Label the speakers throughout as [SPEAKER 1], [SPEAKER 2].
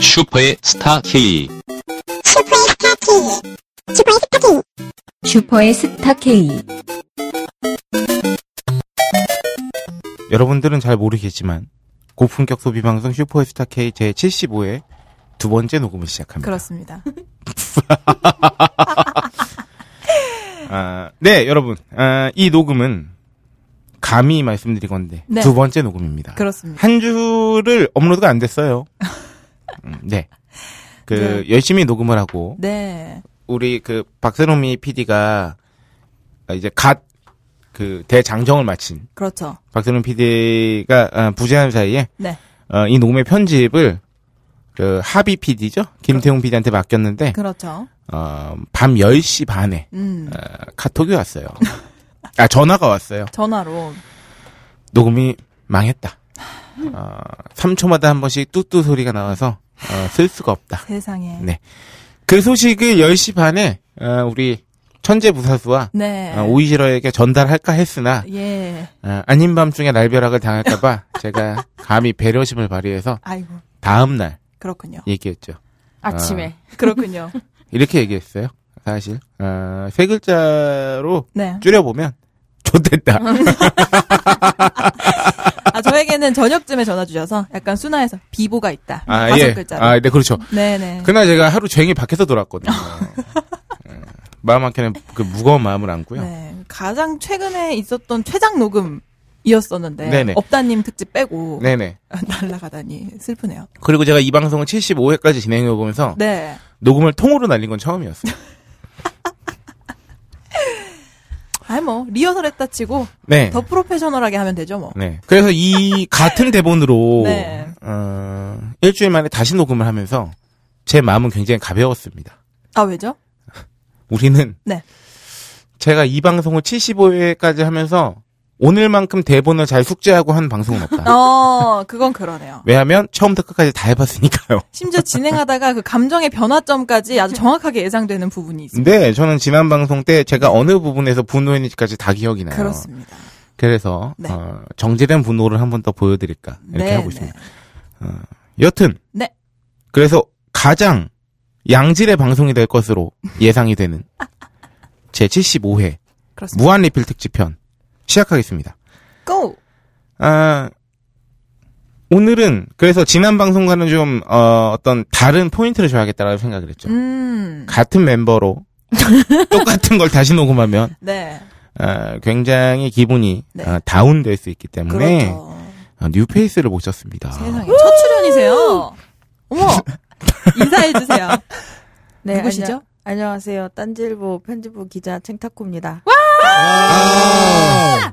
[SPEAKER 1] 슈퍼의 스타 K.
[SPEAKER 2] 슈퍼의 스타 K 슈퍼의 스타 K
[SPEAKER 3] 슈퍼의 스타 K.
[SPEAKER 4] 여러분들은 잘 모르겠지만 고품격 소비 방송 슈퍼스타 K 제 75회 두 번째 녹음을 시작합니다.
[SPEAKER 5] 그렇습니다.
[SPEAKER 4] 아, 네, 여러분. 아, 이 녹음은 감히 말씀드릴 건데
[SPEAKER 5] 네.
[SPEAKER 4] 두 번째 녹음입니다.
[SPEAKER 5] 그렇습니다.
[SPEAKER 4] 한 주를 업로드가 안 됐어요. 음, 네. 그
[SPEAKER 5] 네.
[SPEAKER 4] 열심히 녹음을 하고
[SPEAKER 5] 네.
[SPEAKER 4] 우리 그 박세롬이 PD가 이제 갓 그 대장정을 마친
[SPEAKER 5] 그렇죠.
[SPEAKER 4] 박세롬 PD가 아, 부재한 사이에
[SPEAKER 5] 네.
[SPEAKER 4] 어, 이 녹음의 편집을 그 하비 PD죠? 김태웅 PD한테 맡겼는데
[SPEAKER 5] 그렇죠.
[SPEAKER 4] 어, 밤 10시 반에
[SPEAKER 5] 음.
[SPEAKER 4] 어, 카톡이 왔어요. 아 전화가 왔어요.
[SPEAKER 5] 전화로.
[SPEAKER 4] 녹음이 망했다. 어, 3초마다 한 번씩 뚜뚜 소리가 나와서 어, 쓸 수가 없다.
[SPEAKER 5] 세상에.
[SPEAKER 4] 네. 그 소식을 10시 반에 어, 우리 천재 부사수와
[SPEAKER 5] 네.
[SPEAKER 4] 어, 오이시러에게 전달할까 했으나
[SPEAKER 5] 예.
[SPEAKER 4] 어, 아닌 밤중에 날벼락을 당할까봐 제가 감히 배려심을 발휘해서
[SPEAKER 5] 아이고.
[SPEAKER 4] 다음 날
[SPEAKER 5] 그렇군요.
[SPEAKER 4] 얘기했죠.
[SPEAKER 6] 아침에.
[SPEAKER 5] 그렇군요.
[SPEAKER 4] 이렇게 얘기했어요. 사실 어, 세 글자로
[SPEAKER 5] 네.
[SPEAKER 4] 줄여보면 좋됐다.
[SPEAKER 5] 아, 저에게는 저녁쯤에 전화 주셔서 약간 순화해서 비보가 있다.
[SPEAKER 4] 아
[SPEAKER 5] 다섯
[SPEAKER 4] 예.
[SPEAKER 5] 글자로. 음.
[SPEAKER 4] 아 네 그렇죠.
[SPEAKER 5] 네네.
[SPEAKER 4] 그날 제가 하루 종일 밖에서 돌았거든요. 예. 마음 한켠에 그 무거운 마음을 안고요.
[SPEAKER 5] 네. 가장 최근에 있었던 최장 녹음이었었는데.
[SPEAKER 4] 네네.
[SPEAKER 5] 업다님 특집 빼고.
[SPEAKER 4] 네네.
[SPEAKER 5] 날라가다니 슬프네요.
[SPEAKER 4] 그리고 제가 이 방송을 75회까지 진행해 보면서
[SPEAKER 5] 네.
[SPEAKER 4] 녹음을 통으로 날린 건 처음이었어요.
[SPEAKER 5] 아이 뭐 리허설 했다 치고
[SPEAKER 4] 네.
[SPEAKER 5] 더 프로페셔널하게 하면 되죠 뭐.
[SPEAKER 4] 네. 그래서 이 같은 대본으로
[SPEAKER 5] 네.
[SPEAKER 4] 어, 일주일 만에 다시 녹음을 하면서 제 마음은 굉장히 가벼웠습니다.
[SPEAKER 5] 아 왜죠?
[SPEAKER 4] 우리는
[SPEAKER 5] 네.
[SPEAKER 4] 제가 이 방송을 75회까지 하면서 오늘만큼 대본을 잘 숙제하고 한 방송은 없다.
[SPEAKER 5] 어 그건 그러네요.
[SPEAKER 4] 왜냐하면 처음부터 끝까지 다 해봤으니까요.
[SPEAKER 5] 심지어 진행하다가 그 감정의 변화점까지 아주 정확하게 예상되는 부분이 있습니다.
[SPEAKER 4] 근데 저는 지난 방송 때 제가 어느 부분에서 분노했는지까지 다 기억이 나요.
[SPEAKER 5] 그렇습니다.
[SPEAKER 4] 래서 어,
[SPEAKER 5] 네.
[SPEAKER 4] 정제된 분노를 한 번 더 보여드릴까 이렇게
[SPEAKER 5] 네,
[SPEAKER 4] 하고
[SPEAKER 5] 네.
[SPEAKER 4] 있습니다. 여튼
[SPEAKER 5] 네.
[SPEAKER 4] 그래서 가장 양질의 방송이 될 것으로 예상이 되는 제 75회
[SPEAKER 5] 그렇습니다.
[SPEAKER 4] 무한 리필 특집편 시작하겠습니다.
[SPEAKER 5] 고!
[SPEAKER 4] 아, 오늘은 그래서 지난 방송과는 좀 어, 떤 다른 포인트를 줘야겠다라고 생각을 했죠.
[SPEAKER 5] 음.
[SPEAKER 4] 같은 멤버로 똑같은 걸 다시 녹음하면
[SPEAKER 5] 네.
[SPEAKER 4] 아, 굉장히 기분이
[SPEAKER 5] 네.
[SPEAKER 4] 아, 다운될 수 있기 때문에
[SPEAKER 5] 그렇죠.
[SPEAKER 4] 아, 뉴페이스를 모셨습니다.
[SPEAKER 5] 세상에 첫 출연이세요. 어머. 인사해 주세요.
[SPEAKER 6] 네,
[SPEAKER 5] 누구시죠?
[SPEAKER 6] 안녕- 안녕하세요. 딴질보 편집부 기자 챙타코입니다.
[SPEAKER 4] 아,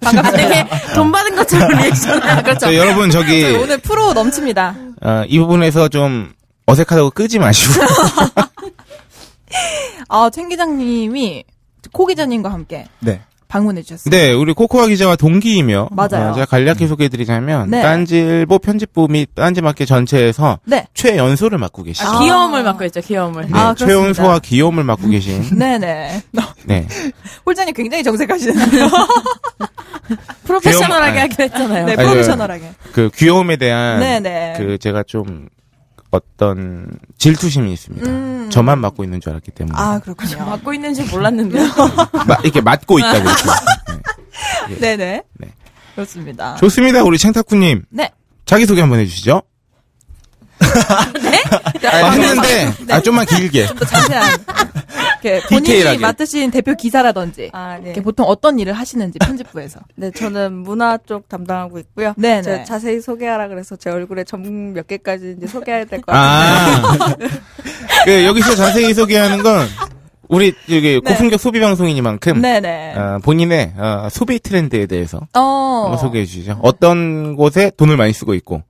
[SPEAKER 5] 네.
[SPEAKER 6] 되게 돈 받은 것처럼 리액션을. 그렇죠.
[SPEAKER 4] 저 네, 여러분 저기
[SPEAKER 5] 저희 오늘 프로 넘칩니다.
[SPEAKER 4] 어, 이 부분에서 좀 어색하다고 끄지 마시고
[SPEAKER 5] 아, 챙 기장님이 코 기자님과 함께
[SPEAKER 4] 네.
[SPEAKER 5] 방문해 주셨어요.
[SPEAKER 4] 네, 우리 코코아 기자와 동기이며
[SPEAKER 5] 맞아요.
[SPEAKER 4] 어, 제가 간략히 소개해드리자면
[SPEAKER 5] 네.
[SPEAKER 4] 딴지일보 편집부 및 딴지마켓 전체에서
[SPEAKER 5] 네.
[SPEAKER 4] 최연소를 맡고 계신
[SPEAKER 6] 아, 귀여움을 맡고 있죠, 귀여움을.
[SPEAKER 4] 네,
[SPEAKER 5] 아, 그렇습니다.
[SPEAKER 4] 최연소와 귀여움을 맡고 계신
[SPEAKER 5] 네네.
[SPEAKER 4] 네.
[SPEAKER 5] 홀장님 굉장히 정색하시는데요.
[SPEAKER 6] 프로페셔널하게
[SPEAKER 4] 귀여움-
[SPEAKER 6] 하기로 했잖아요.
[SPEAKER 5] 네,
[SPEAKER 4] 아니,
[SPEAKER 5] 프로페셔널하게.
[SPEAKER 4] 그 귀여움에 대한
[SPEAKER 5] 네네.
[SPEAKER 4] 그 제가 좀 어떤 질투심이 있습니다.
[SPEAKER 5] 음.
[SPEAKER 4] 저만 맡고 있는 줄 알았기 때문에
[SPEAKER 5] 아, 그렇군요.
[SPEAKER 6] 맡고 있는 줄 몰랐는데.
[SPEAKER 4] 마- 이렇게 맡고 있다 그랬죠. 네.
[SPEAKER 5] 네네.
[SPEAKER 4] 네.
[SPEAKER 5] 그렇습니다.
[SPEAKER 4] 좋습니다, 우리 챙타쿠님
[SPEAKER 5] 네.
[SPEAKER 4] 자기 소개 한번 해주시죠. 네? 아, 했는데 아 좀만 길게.
[SPEAKER 5] 또 자세한 이렇게 본인이
[SPEAKER 4] 디테일하게.
[SPEAKER 5] 맡으신 대표 기사라든지
[SPEAKER 6] 아, 네.
[SPEAKER 5] 이렇게 보통 어떤 일을 하시는지 편집부에서
[SPEAKER 6] 네, 저는 문화 쪽 담당하고 있고요.
[SPEAKER 5] 네네.
[SPEAKER 6] 제가 자세히 소개하라 그래서 제 얼굴에 점 몇 개까지 이제 소개해야 될 것 같아요.
[SPEAKER 4] 아, 그 여기서 자세히 소개하는 건 우리 여기
[SPEAKER 5] 네.
[SPEAKER 4] 고품격 소비 방송이니만큼
[SPEAKER 5] 네네.
[SPEAKER 4] 어, 본인의 어, 소비 트렌드에 대해서
[SPEAKER 5] 어.
[SPEAKER 4] 한번 소개해 주시죠. 어떤 곳에 돈을 많이 쓰고 있고,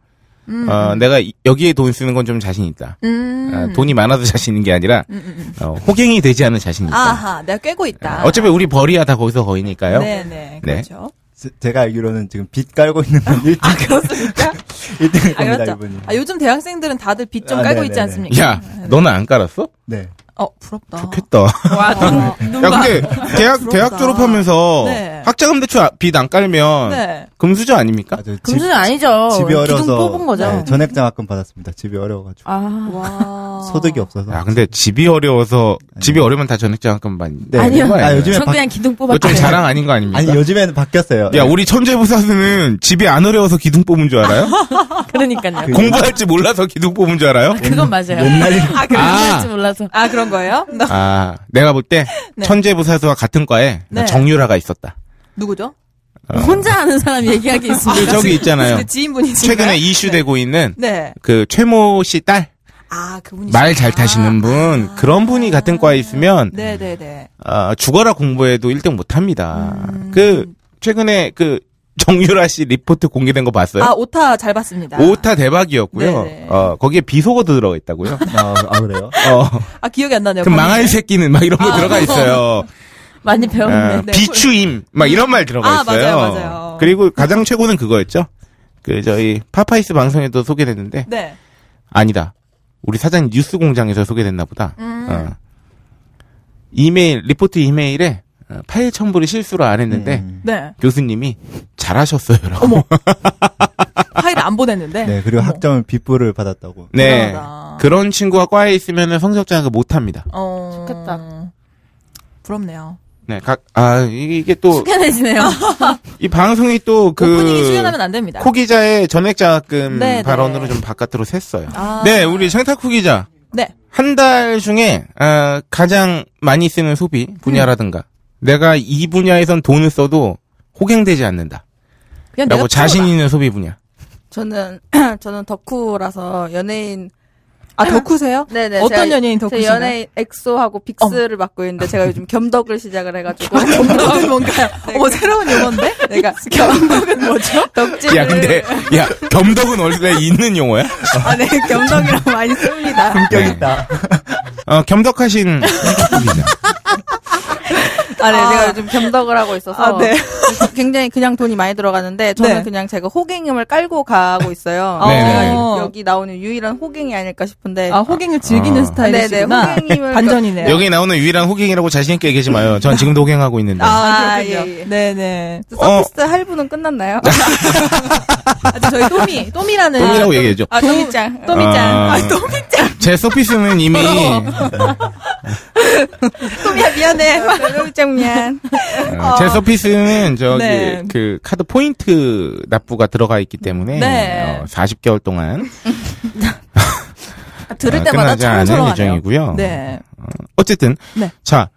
[SPEAKER 5] 음.
[SPEAKER 4] 어, 내가 이- 여기에 돈 쓰는 건 좀 자신 있다.
[SPEAKER 5] 음.
[SPEAKER 4] 아, 돈이 많아서 자신 있는 게 아니라
[SPEAKER 5] 음, 음,
[SPEAKER 4] 어, 호갱이 되지 않은 자신
[SPEAKER 5] 음.
[SPEAKER 4] 있다.
[SPEAKER 5] 아하, 내가 꿰고 있다.
[SPEAKER 4] 아, 어차피 우리 벌이야 다 거기서 거이니까요.
[SPEAKER 5] 네네. 그렇죠.
[SPEAKER 7] 제- 제가 알기로는 지금 빚 깔고 있는 분 1등. 아,
[SPEAKER 5] 그렇습니까?
[SPEAKER 7] 1등일
[SPEAKER 5] 아,
[SPEAKER 7] 겁니다,
[SPEAKER 5] 그렇죠.
[SPEAKER 7] 이분이.
[SPEAKER 5] 아, 요즘 대학생들은 다들 빚 좀
[SPEAKER 7] 아,
[SPEAKER 5] 깔고
[SPEAKER 7] 네네네.
[SPEAKER 5] 있지 않습니까?
[SPEAKER 4] 야, 너는 안 깔았어?
[SPEAKER 7] 네.
[SPEAKER 5] 어, 부럽다.
[SPEAKER 4] 좋겠다.
[SPEAKER 5] 와, 눈, 눈
[SPEAKER 4] 야,
[SPEAKER 5] 봐.
[SPEAKER 4] 근데 대학
[SPEAKER 5] 부럽다.
[SPEAKER 4] 대학 졸업하면서
[SPEAKER 5] 네.
[SPEAKER 4] 학자금 대출 아, 빚 안 깔면
[SPEAKER 5] 네.
[SPEAKER 4] 금수저 아닙니까?
[SPEAKER 7] 아주 집-
[SPEAKER 1] 금수는 아니죠.
[SPEAKER 7] 집이 어려서
[SPEAKER 1] 기둥 뽑은 거죠.
[SPEAKER 7] 네, 전액장학금 받았습니다. 집이 어려워가지고
[SPEAKER 1] 아.
[SPEAKER 5] 와.
[SPEAKER 7] 소득이 없어서.
[SPEAKER 4] 야, 근데 집이 어려워서
[SPEAKER 7] 아니.
[SPEAKER 4] 집이 어려면 다 전액장학금 받는
[SPEAKER 7] 네.
[SPEAKER 1] 아니요.
[SPEAKER 7] 아, 요즘에
[SPEAKER 1] 전
[SPEAKER 7] 바...
[SPEAKER 1] 그냥 기둥
[SPEAKER 4] 이거 좀
[SPEAKER 1] 뽑았어요.
[SPEAKER 4] 자랑 아닌 거 아닙니까?
[SPEAKER 7] 아니 요즘에는 바뀌었어요. 네.
[SPEAKER 4] 야, 우리 천재 부사수는 집이 안 어려워서 기둥 뽑은 줄 알아요?
[SPEAKER 1] 그러니까요.
[SPEAKER 7] 그-
[SPEAKER 4] 공부할지 몰라서 기둥 뽑은 줄 알아요?
[SPEAKER 1] 그건 맞아요.
[SPEAKER 7] 옛날에
[SPEAKER 5] 아, 그,
[SPEAKER 1] 아.
[SPEAKER 4] 아.
[SPEAKER 1] 할지 몰라서.
[SPEAKER 5] 아, 그런 거예요? 나-
[SPEAKER 4] 아, 내가 볼 때
[SPEAKER 5] 네.
[SPEAKER 4] 천재 부사수와 같은 과에
[SPEAKER 5] 네.
[SPEAKER 4] 정유라가 있었다.
[SPEAKER 5] 누구죠?
[SPEAKER 1] 혼자 아는 사람 얘기하기 있습니다.
[SPEAKER 4] 그 저기 있잖아요.
[SPEAKER 5] 근데 지인분이신가요?
[SPEAKER 4] 최근에 이슈되고 있는
[SPEAKER 5] 네.
[SPEAKER 4] 그 최모 씨 딸 말 잘
[SPEAKER 5] 아, 그분이. 아.
[SPEAKER 4] 타시는 분 그런 분이 같은 과에 있으면
[SPEAKER 5] 네네네.
[SPEAKER 4] 아, 죽어라 공부해도 1등 못 합니다.
[SPEAKER 5] 음.
[SPEAKER 4] 그 최근에 그 정유라 씨 리포트 공개된 거 봤어요?
[SPEAKER 5] 아, 오타 잘 봤습니다.
[SPEAKER 4] 네. 오타 대박이었고요.
[SPEAKER 5] 네네.
[SPEAKER 4] 어, 거기에 비속어 도 들어가 있다고요.
[SPEAKER 7] 아, 아 그래요?
[SPEAKER 4] 어,
[SPEAKER 5] 아, 기억이 안 나네요.
[SPEAKER 4] 그 망할 새끼는 막 이런 거
[SPEAKER 1] 아.
[SPEAKER 4] 들어가 있어요.
[SPEAKER 1] 많이 배웠네.
[SPEAKER 4] 아, 비추임 막 이런 말 들어가
[SPEAKER 5] 아,
[SPEAKER 4] 있어요.
[SPEAKER 5] 맞아요, 맞아요.
[SPEAKER 4] 그리고 가장 최고는 그거였죠. 그 저희 파파이스 방송에도 소개됐는데
[SPEAKER 5] 네.
[SPEAKER 4] 아니다. 우리 사장 뉴스 공장에서 소개됐나 보다.
[SPEAKER 5] 음.
[SPEAKER 4] 어. 이메일 리포트 이메일에 어, 파일 첨부를 실수로 안 했는데
[SPEAKER 7] 음.
[SPEAKER 5] 네.
[SPEAKER 4] 교수님이 잘하셨어요라고.
[SPEAKER 5] 파일 안 보냈는데.
[SPEAKER 7] 네 그리고 학점은 빗불을 받았다고.
[SPEAKER 4] 네.
[SPEAKER 5] 대단하다.
[SPEAKER 4] 그런 친구가 과에 있으면 성적 장악을 못 합니다.
[SPEAKER 5] 어.
[SPEAKER 1] 좋겠다.
[SPEAKER 5] 부럽네요.
[SPEAKER 4] 네, 각, 아, 이- 이게 또,
[SPEAKER 1] 숙연해지네요.
[SPEAKER 4] 이 방송이 또
[SPEAKER 5] 오프닝이
[SPEAKER 4] 그,
[SPEAKER 5] 출연하면 안 됩니다.
[SPEAKER 4] 코 기자의 전액장학금
[SPEAKER 5] 네, 네.
[SPEAKER 4] 발언으로 좀 바깥으로 샜어요.
[SPEAKER 5] 아.
[SPEAKER 4] 네, 우리 청탁후 기자.
[SPEAKER 5] 네.
[SPEAKER 4] 한 달 중에, 아, 가장 많이 쓰는 소비 분야라든가,
[SPEAKER 5] 음.
[SPEAKER 4] 내가 이 분야에선 돈을 써도 호갱되지 않는다.
[SPEAKER 6] 그냥
[SPEAKER 4] 라고 자신 있는 소비 분야.
[SPEAKER 8] 저는 저는 덕후라서 연예인
[SPEAKER 5] 아, 덕후세요?
[SPEAKER 8] 네네
[SPEAKER 5] 어떤
[SPEAKER 8] 제가-
[SPEAKER 5] 연예인
[SPEAKER 8] 제
[SPEAKER 5] 덕후신가요? 어.
[SPEAKER 8] 연예인 엑소하고 빅스를 맡고 있는데 제가 요즘 겸덕을 시작을 해가지고
[SPEAKER 5] 덕은 뭔가요?
[SPEAKER 8] 네, 그-
[SPEAKER 5] 어머, 새로운 용어인데? 내가. 덕은 뭐죠? 네.
[SPEAKER 8] 덕질
[SPEAKER 4] 야, 근데, 야, 겸덕은 원래 있는 용어야?
[SPEAKER 8] 아네 겸덕이랑 많이 씁니다.
[SPEAKER 4] 네.
[SPEAKER 7] 껴있다.
[SPEAKER 4] 어, 겸덕하신 청탁후 기자.
[SPEAKER 8] 아네 제가 요즘 겸덕을 하고 있어서
[SPEAKER 5] 아, 네.
[SPEAKER 8] 굉장히 그냥 돈이 많이 들어가는데 저는
[SPEAKER 5] 네.
[SPEAKER 8] 그냥 제가 호갱임을 깔고 가고 있어요.
[SPEAKER 4] 네, 네.
[SPEAKER 8] 제가 여기 나오는 유일한 호갱이 아닐까 싶은데
[SPEAKER 5] 아, 호갱을 즐기는
[SPEAKER 4] 아.
[SPEAKER 8] 네네
[SPEAKER 5] 스타일이시구나.
[SPEAKER 8] 호갱임을
[SPEAKER 5] 반전이네요.
[SPEAKER 4] 여기 나오는 유일한 호갱이라고 자신있게 얘기하지 마요. 전 지금도 호갱하고 있는데.
[SPEAKER 5] 아,
[SPEAKER 8] 아,
[SPEAKER 5] 그렇군요.
[SPEAKER 8] 예, 예.
[SPEAKER 5] 네네.
[SPEAKER 8] 서비스 할부는 끝났나요?
[SPEAKER 5] 아, 저 저희 또미, 또미라는.
[SPEAKER 4] 똥이라고 얘기해줘.
[SPEAKER 8] 아 도미짱
[SPEAKER 4] 아.
[SPEAKER 8] 도미짱 아 도미
[SPEAKER 4] 제 서피스는 이미
[SPEAKER 5] 어.
[SPEAKER 8] 도미야 미안해 아, 도미짱 미안
[SPEAKER 4] 어, 제 서피스는 저기
[SPEAKER 5] 아. 네.
[SPEAKER 4] 그 카드 포인트 납부가 들어가 있기 때문에
[SPEAKER 5] 네.
[SPEAKER 4] 어, 40개월 동안
[SPEAKER 5] 아, 들을
[SPEAKER 4] 어,
[SPEAKER 5] 때마다
[SPEAKER 4] 끝나지 않은
[SPEAKER 5] 청소하네요.
[SPEAKER 4] 예정이고요.
[SPEAKER 5] 네.
[SPEAKER 4] 어쨌든
[SPEAKER 5] 네.
[SPEAKER 4] 자,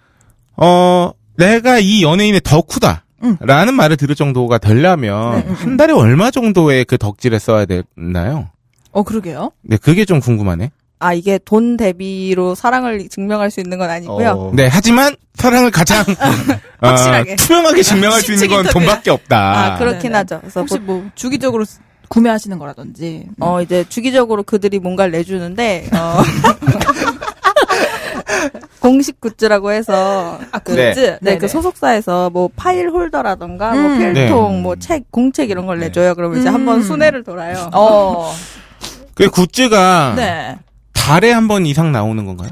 [SPEAKER 4] 어 내가 이 연예인의 덕후다.
[SPEAKER 5] 음.
[SPEAKER 4] 라는 말을 들을 정도가
[SPEAKER 5] 네,
[SPEAKER 4] 되려면 한 달에 얼마 정도의 그 덕질에 써야 되나요?
[SPEAKER 5] 어, 그러게요.
[SPEAKER 4] 네, 그게 좀 궁금하네.
[SPEAKER 8] 아 이게 돈 대비로 사랑을 증명할 수 있는 건 아니고요.
[SPEAKER 7] 어.
[SPEAKER 4] 네, 하지만 사랑을 가장 어,
[SPEAKER 8] 확실하게.
[SPEAKER 4] 투명하게 증명할 수 있는 건
[SPEAKER 5] 심층
[SPEAKER 4] 돈밖에 없다.
[SPEAKER 8] 아 그렇긴
[SPEAKER 5] 네네.
[SPEAKER 8] 하죠. 그래서
[SPEAKER 5] 혹시
[SPEAKER 8] 보-
[SPEAKER 5] 뭐, 주기적으로 스- 구매하시는 거라든지.
[SPEAKER 8] 어 이제 주기적으로 그들이 뭔가를 내주는데 어. 공식 굿즈라고 해서 그
[SPEAKER 4] 네.
[SPEAKER 8] 굿즈 네,
[SPEAKER 5] 네네.
[SPEAKER 8] 그 소속사에서 뭐 파일 홀더라던가 뭐
[SPEAKER 5] 음.
[SPEAKER 8] 필통
[SPEAKER 4] 네.
[SPEAKER 8] 뭐 책 공책 이런 걸
[SPEAKER 4] 네.
[SPEAKER 8] 내줘요. 그러면 이제
[SPEAKER 5] 음.
[SPEAKER 8] 한번 순회를 돌아요.
[SPEAKER 5] 어.
[SPEAKER 4] 그 굿즈가
[SPEAKER 5] 네.
[SPEAKER 4] 달에 한 번 이상 나오는 건가요?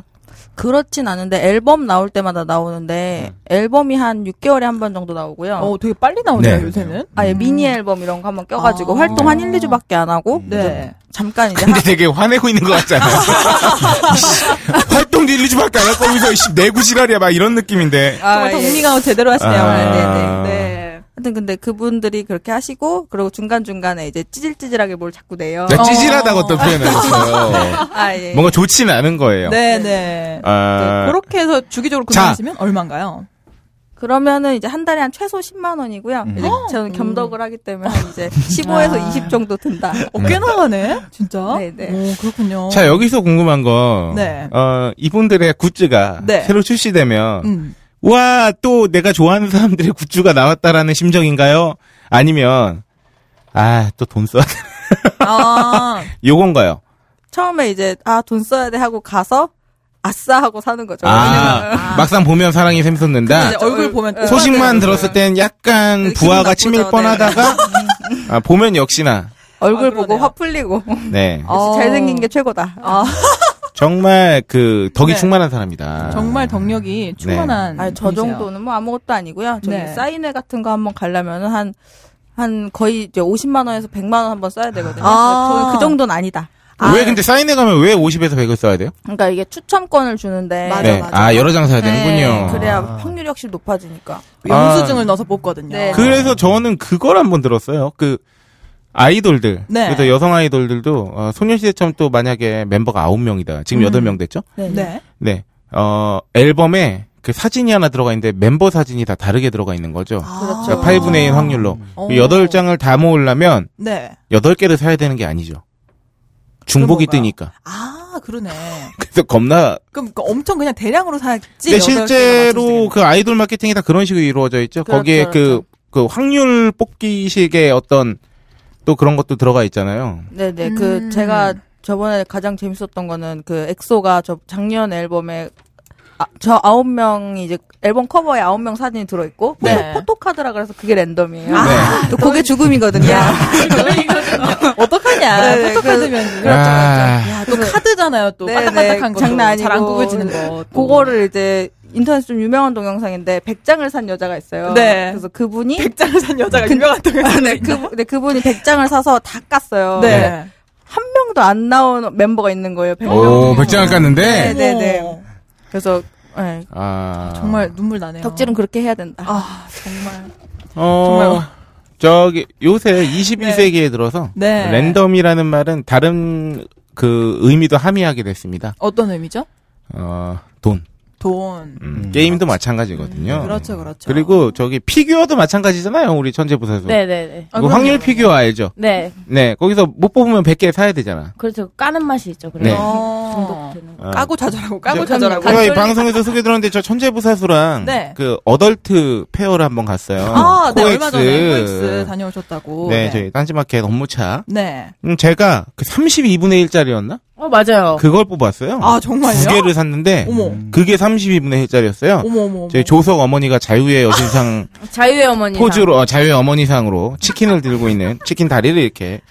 [SPEAKER 8] 그렇진 않은데 앨범 나올 때마다
[SPEAKER 4] 네.
[SPEAKER 8] 나오는데 앨범이 한 6개월에 한 번 정도 나오고요.
[SPEAKER 5] 어, 되게 빨리 나오네요,
[SPEAKER 4] 네.
[SPEAKER 5] 요새는.
[SPEAKER 8] 아예 미니 앨범 이런 거 한번 껴가지고
[SPEAKER 5] 아.
[SPEAKER 8] 활동 한 1, 2주밖에 안 하고
[SPEAKER 5] 네.
[SPEAKER 8] 잠깐 이제
[SPEAKER 4] 근데 되게 화내고 있는 것 같잖아요. 이씨, 활동 릴리즈밖에 안 할 거면서 이씨, 내구 지랄이야 막 이런 느낌인데.
[SPEAKER 8] 아,
[SPEAKER 5] 정말 동미강을 제대로 하시네요.
[SPEAKER 4] 아.
[SPEAKER 5] 네, 네, 네.
[SPEAKER 8] 하여튼 근데 그분들이 그렇게 하시고 그리고 중간 중간에 이제 찌질찌질하게 뭘 자꾸 내요.
[SPEAKER 5] 어.
[SPEAKER 4] 나 찌질하다고 또 표현을 했어요.
[SPEAKER 8] 아 예.
[SPEAKER 4] 뭔가 좋지는 않은 거예요.
[SPEAKER 5] 네, 네.
[SPEAKER 4] 아,
[SPEAKER 5] 그렇게 해서 주기적으로
[SPEAKER 4] 자.
[SPEAKER 5] 구매하시면 얼마인가요?
[SPEAKER 8] 그러면은 이제 한 달에 한 최소 10만 원이고요.
[SPEAKER 7] 음.
[SPEAKER 8] 이제 저는 겸덕을 하기 때문에 한 이제 15에서
[SPEAKER 5] 아.
[SPEAKER 8] 20 정도 든다.
[SPEAKER 5] 어, 꽤 나가네, 진짜.
[SPEAKER 8] 네, 네.
[SPEAKER 5] 오, 그렇군요.
[SPEAKER 4] 자 여기서 궁금한 건
[SPEAKER 5] 어. 네.
[SPEAKER 4] 어, 이분들의 굿즈가
[SPEAKER 5] 네.
[SPEAKER 4] 새로 출시되면
[SPEAKER 5] 음.
[SPEAKER 4] 와 또 내가 좋아하는 사람들의 굿즈가 나왔다라는 심정인가요? 아니면 아 또 돈 써야 돼.
[SPEAKER 5] 아,
[SPEAKER 4] 요건가요?
[SPEAKER 8] 처음에 이제 아 돈 써야 돼 하고 가서 아싸 하고 사는 거죠. 왜냐면 예.
[SPEAKER 4] 아 막상 보면 사랑이 샘솟는다.
[SPEAKER 5] 이제 얼굴 보면
[SPEAKER 8] 아,
[SPEAKER 4] 소식만 들었을 땐 약간
[SPEAKER 8] 어, 네. 기분
[SPEAKER 4] 부하가
[SPEAKER 8] 나쁘죠.
[SPEAKER 4] 치밀 뻔하다가 아, 보면 역시나
[SPEAKER 8] 얼굴
[SPEAKER 5] 아,
[SPEAKER 8] 보고
[SPEAKER 5] 그러네요.
[SPEAKER 8] 화 풀리고
[SPEAKER 4] 네
[SPEAKER 5] 어.
[SPEAKER 8] 잘생긴 게 최고다.
[SPEAKER 5] 아,
[SPEAKER 4] 정말 그 덕이
[SPEAKER 5] 네.
[SPEAKER 4] 충만한 사람이다.
[SPEAKER 5] 정말
[SPEAKER 4] 네.
[SPEAKER 5] 덕력이 충만한.
[SPEAKER 8] 아니, 저
[SPEAKER 5] 분이세요.
[SPEAKER 8] 정도는 뭐 아무것도 아니고요. 저기
[SPEAKER 5] 네.
[SPEAKER 8] 사인회 같은 거 한번 가려면은 한, 한 거의 이제 50만 원에서 100만 원 한번 써야 되거든요.
[SPEAKER 1] 아.
[SPEAKER 8] 저는 그 정도는 아니다.
[SPEAKER 4] 왜 근데 사인회 가면 왜 50에서 100을 써야 돼요?
[SPEAKER 8] 그러니까 이게 추첨권을 주는데
[SPEAKER 1] 맞아,
[SPEAKER 4] 네.
[SPEAKER 1] 맞아.
[SPEAKER 4] 아 여러 장 사야
[SPEAKER 8] 네,
[SPEAKER 4] 되는군요.
[SPEAKER 8] 그래야 확률이 확실히 높아지니까.
[SPEAKER 5] 영수증을 넣어서 뽑거든요.
[SPEAKER 8] 네.
[SPEAKER 4] 그래서 저는 그걸 한번 들었어요. 그 아이돌들.
[SPEAKER 5] 네.
[SPEAKER 4] 그래서 여성 아이돌들도 어, 소녀시대처럼 또 만약에 멤버가 아홉 명이다. 지금 여덟 명 됐죠?
[SPEAKER 8] 네.
[SPEAKER 5] 네.
[SPEAKER 4] 네. 어, 앨범에 그 사진이 하나 들어가 있는데 멤버 사진이 다 다르게 들어가 있는 거죠.
[SPEAKER 8] 그렇죠.
[SPEAKER 4] 그러니까 8분의 1 확률로.
[SPEAKER 5] 어.
[SPEAKER 4] 여덟 장을 다 모으려면
[SPEAKER 5] 네.
[SPEAKER 4] 여덟 개를 사야 되는 게 아니죠. 중복이
[SPEAKER 5] 그럼 뭔가요?
[SPEAKER 4] 뜨니까.
[SPEAKER 5] 아, 그러네.
[SPEAKER 4] 그래서 겁나.
[SPEAKER 5] 그럼 그 엄청 그냥 대량으로 샀지.
[SPEAKER 4] 근데 네,
[SPEAKER 5] 여덟 개가
[SPEAKER 4] 실제로
[SPEAKER 5] 맞췄을
[SPEAKER 4] 그 아이돌 마케팅이 다 그런 식으로 이루어져 있죠.
[SPEAKER 8] 그렇죠,
[SPEAKER 4] 거기에 그,
[SPEAKER 8] 그렇죠.
[SPEAKER 4] 그 확률 뽑기식의 어떤 또 그런 것도 들어가 있잖아요.
[SPEAKER 8] 네네. 그
[SPEAKER 5] 음.
[SPEAKER 8] 제가 저번에 가장 재밌었던 거는 그 엑소가 저 작년 앨범에 아, 저 아홉 명이 이제 앨범 커버에 아홉 명 사진이 들어있고 포토,
[SPEAKER 4] 네.
[SPEAKER 8] 포토카드라 그래서 그게 랜덤이에요. 아,
[SPEAKER 4] 네.
[SPEAKER 8] 또 그게 죽음이거든요.
[SPEAKER 5] 때가 어떡하냐.
[SPEAKER 8] 네, 네,
[SPEAKER 4] 그
[SPEAKER 5] 포토카드면.
[SPEAKER 4] 아.
[SPEAKER 5] 그렇죠, 야, 또 카드잖아요. 또
[SPEAKER 8] 네,
[SPEAKER 5] 까딱까딱한
[SPEAKER 8] 네,
[SPEAKER 5] 거.
[SPEAKER 8] 장난 아니고.
[SPEAKER 5] 잘안 구겨지는 거. 또.
[SPEAKER 8] 그거를 이제 인터넷 좀 유명한 동영상인데 100장을 산 여자가 있어요.
[SPEAKER 5] 네.
[SPEAKER 8] 그래서 그분이
[SPEAKER 5] 백장을 산 여자가 유명한 동요
[SPEAKER 8] 네, 그, 네, 그분이 100장을 사서 다 깠어요.
[SPEAKER 5] 네.
[SPEAKER 8] 한 명도 안 나온 멤버가 있는 거예요. 100명.
[SPEAKER 4] 오, 백장을 깠는데?
[SPEAKER 8] 네, 네, 네.
[SPEAKER 5] 어머.
[SPEAKER 8] 그래서 네,
[SPEAKER 4] 아.
[SPEAKER 5] 정말 눈물 나네요.
[SPEAKER 8] 덕질은 그렇게 해야 된다.
[SPEAKER 5] 아, 정말.
[SPEAKER 4] 어,
[SPEAKER 5] 정말.
[SPEAKER 4] 저기 요새 21세기에 들어서
[SPEAKER 5] 네.
[SPEAKER 4] 랜덤이라는 말은 다른 그 의미도 함의하게 됐습니다.
[SPEAKER 5] 어떤 의미죠?
[SPEAKER 4] 어, 돈.
[SPEAKER 5] 돈.
[SPEAKER 4] 음,
[SPEAKER 7] 음,
[SPEAKER 4] 게임도 마찬가지거든요.
[SPEAKER 5] 그렇죠, 그렇죠.
[SPEAKER 4] 리고 저기 피규어도 마찬가지잖아요. 우리 천재부사수.
[SPEAKER 1] 네네네.
[SPEAKER 5] 아,
[SPEAKER 4] 그
[SPEAKER 5] 그럼요.
[SPEAKER 4] 확률 피규어 알죠?
[SPEAKER 1] 네.
[SPEAKER 4] 네. 거기서 못 뽑으면 100개 사야 되잖아.
[SPEAKER 1] 그렇죠. 까는 맛이 있죠.
[SPEAKER 4] 네.
[SPEAKER 1] 그래서
[SPEAKER 5] 어.
[SPEAKER 1] 중독되는 거.
[SPEAKER 4] 어.
[SPEAKER 5] 까고 자절하고 까고
[SPEAKER 4] 네.
[SPEAKER 5] 자절하고.
[SPEAKER 4] 제가 이 방송에서 소개 들었는데 저 천재부사수랑
[SPEAKER 5] 네.
[SPEAKER 4] 그 어덜트 페어를 한번 갔어요.
[SPEAKER 5] 아, 네,
[SPEAKER 4] 코엑스.
[SPEAKER 5] 얼마 전에 코엑스 다녀오셨다고.
[SPEAKER 4] 네, 저희 딴지마켓 업무차.
[SPEAKER 5] 네.
[SPEAKER 4] 음, 제가 그 32분의 1짜리였나?
[SPEAKER 1] 어, 맞아요.
[SPEAKER 4] 그걸 뽑았어요.
[SPEAKER 5] 아, 정말요?
[SPEAKER 4] 두 개를 샀는데
[SPEAKER 5] 어머.
[SPEAKER 4] 그게 32분의 1짜리였어요.
[SPEAKER 5] 어머, 어머. 어머.
[SPEAKER 4] 아, 저희 조석 어머니가 자유의 여신상
[SPEAKER 1] 자유의 어머니.
[SPEAKER 4] 포즈로 어, 자유의 어머니상으로 치킨을 들고 있는 치킨 다리를 이렇게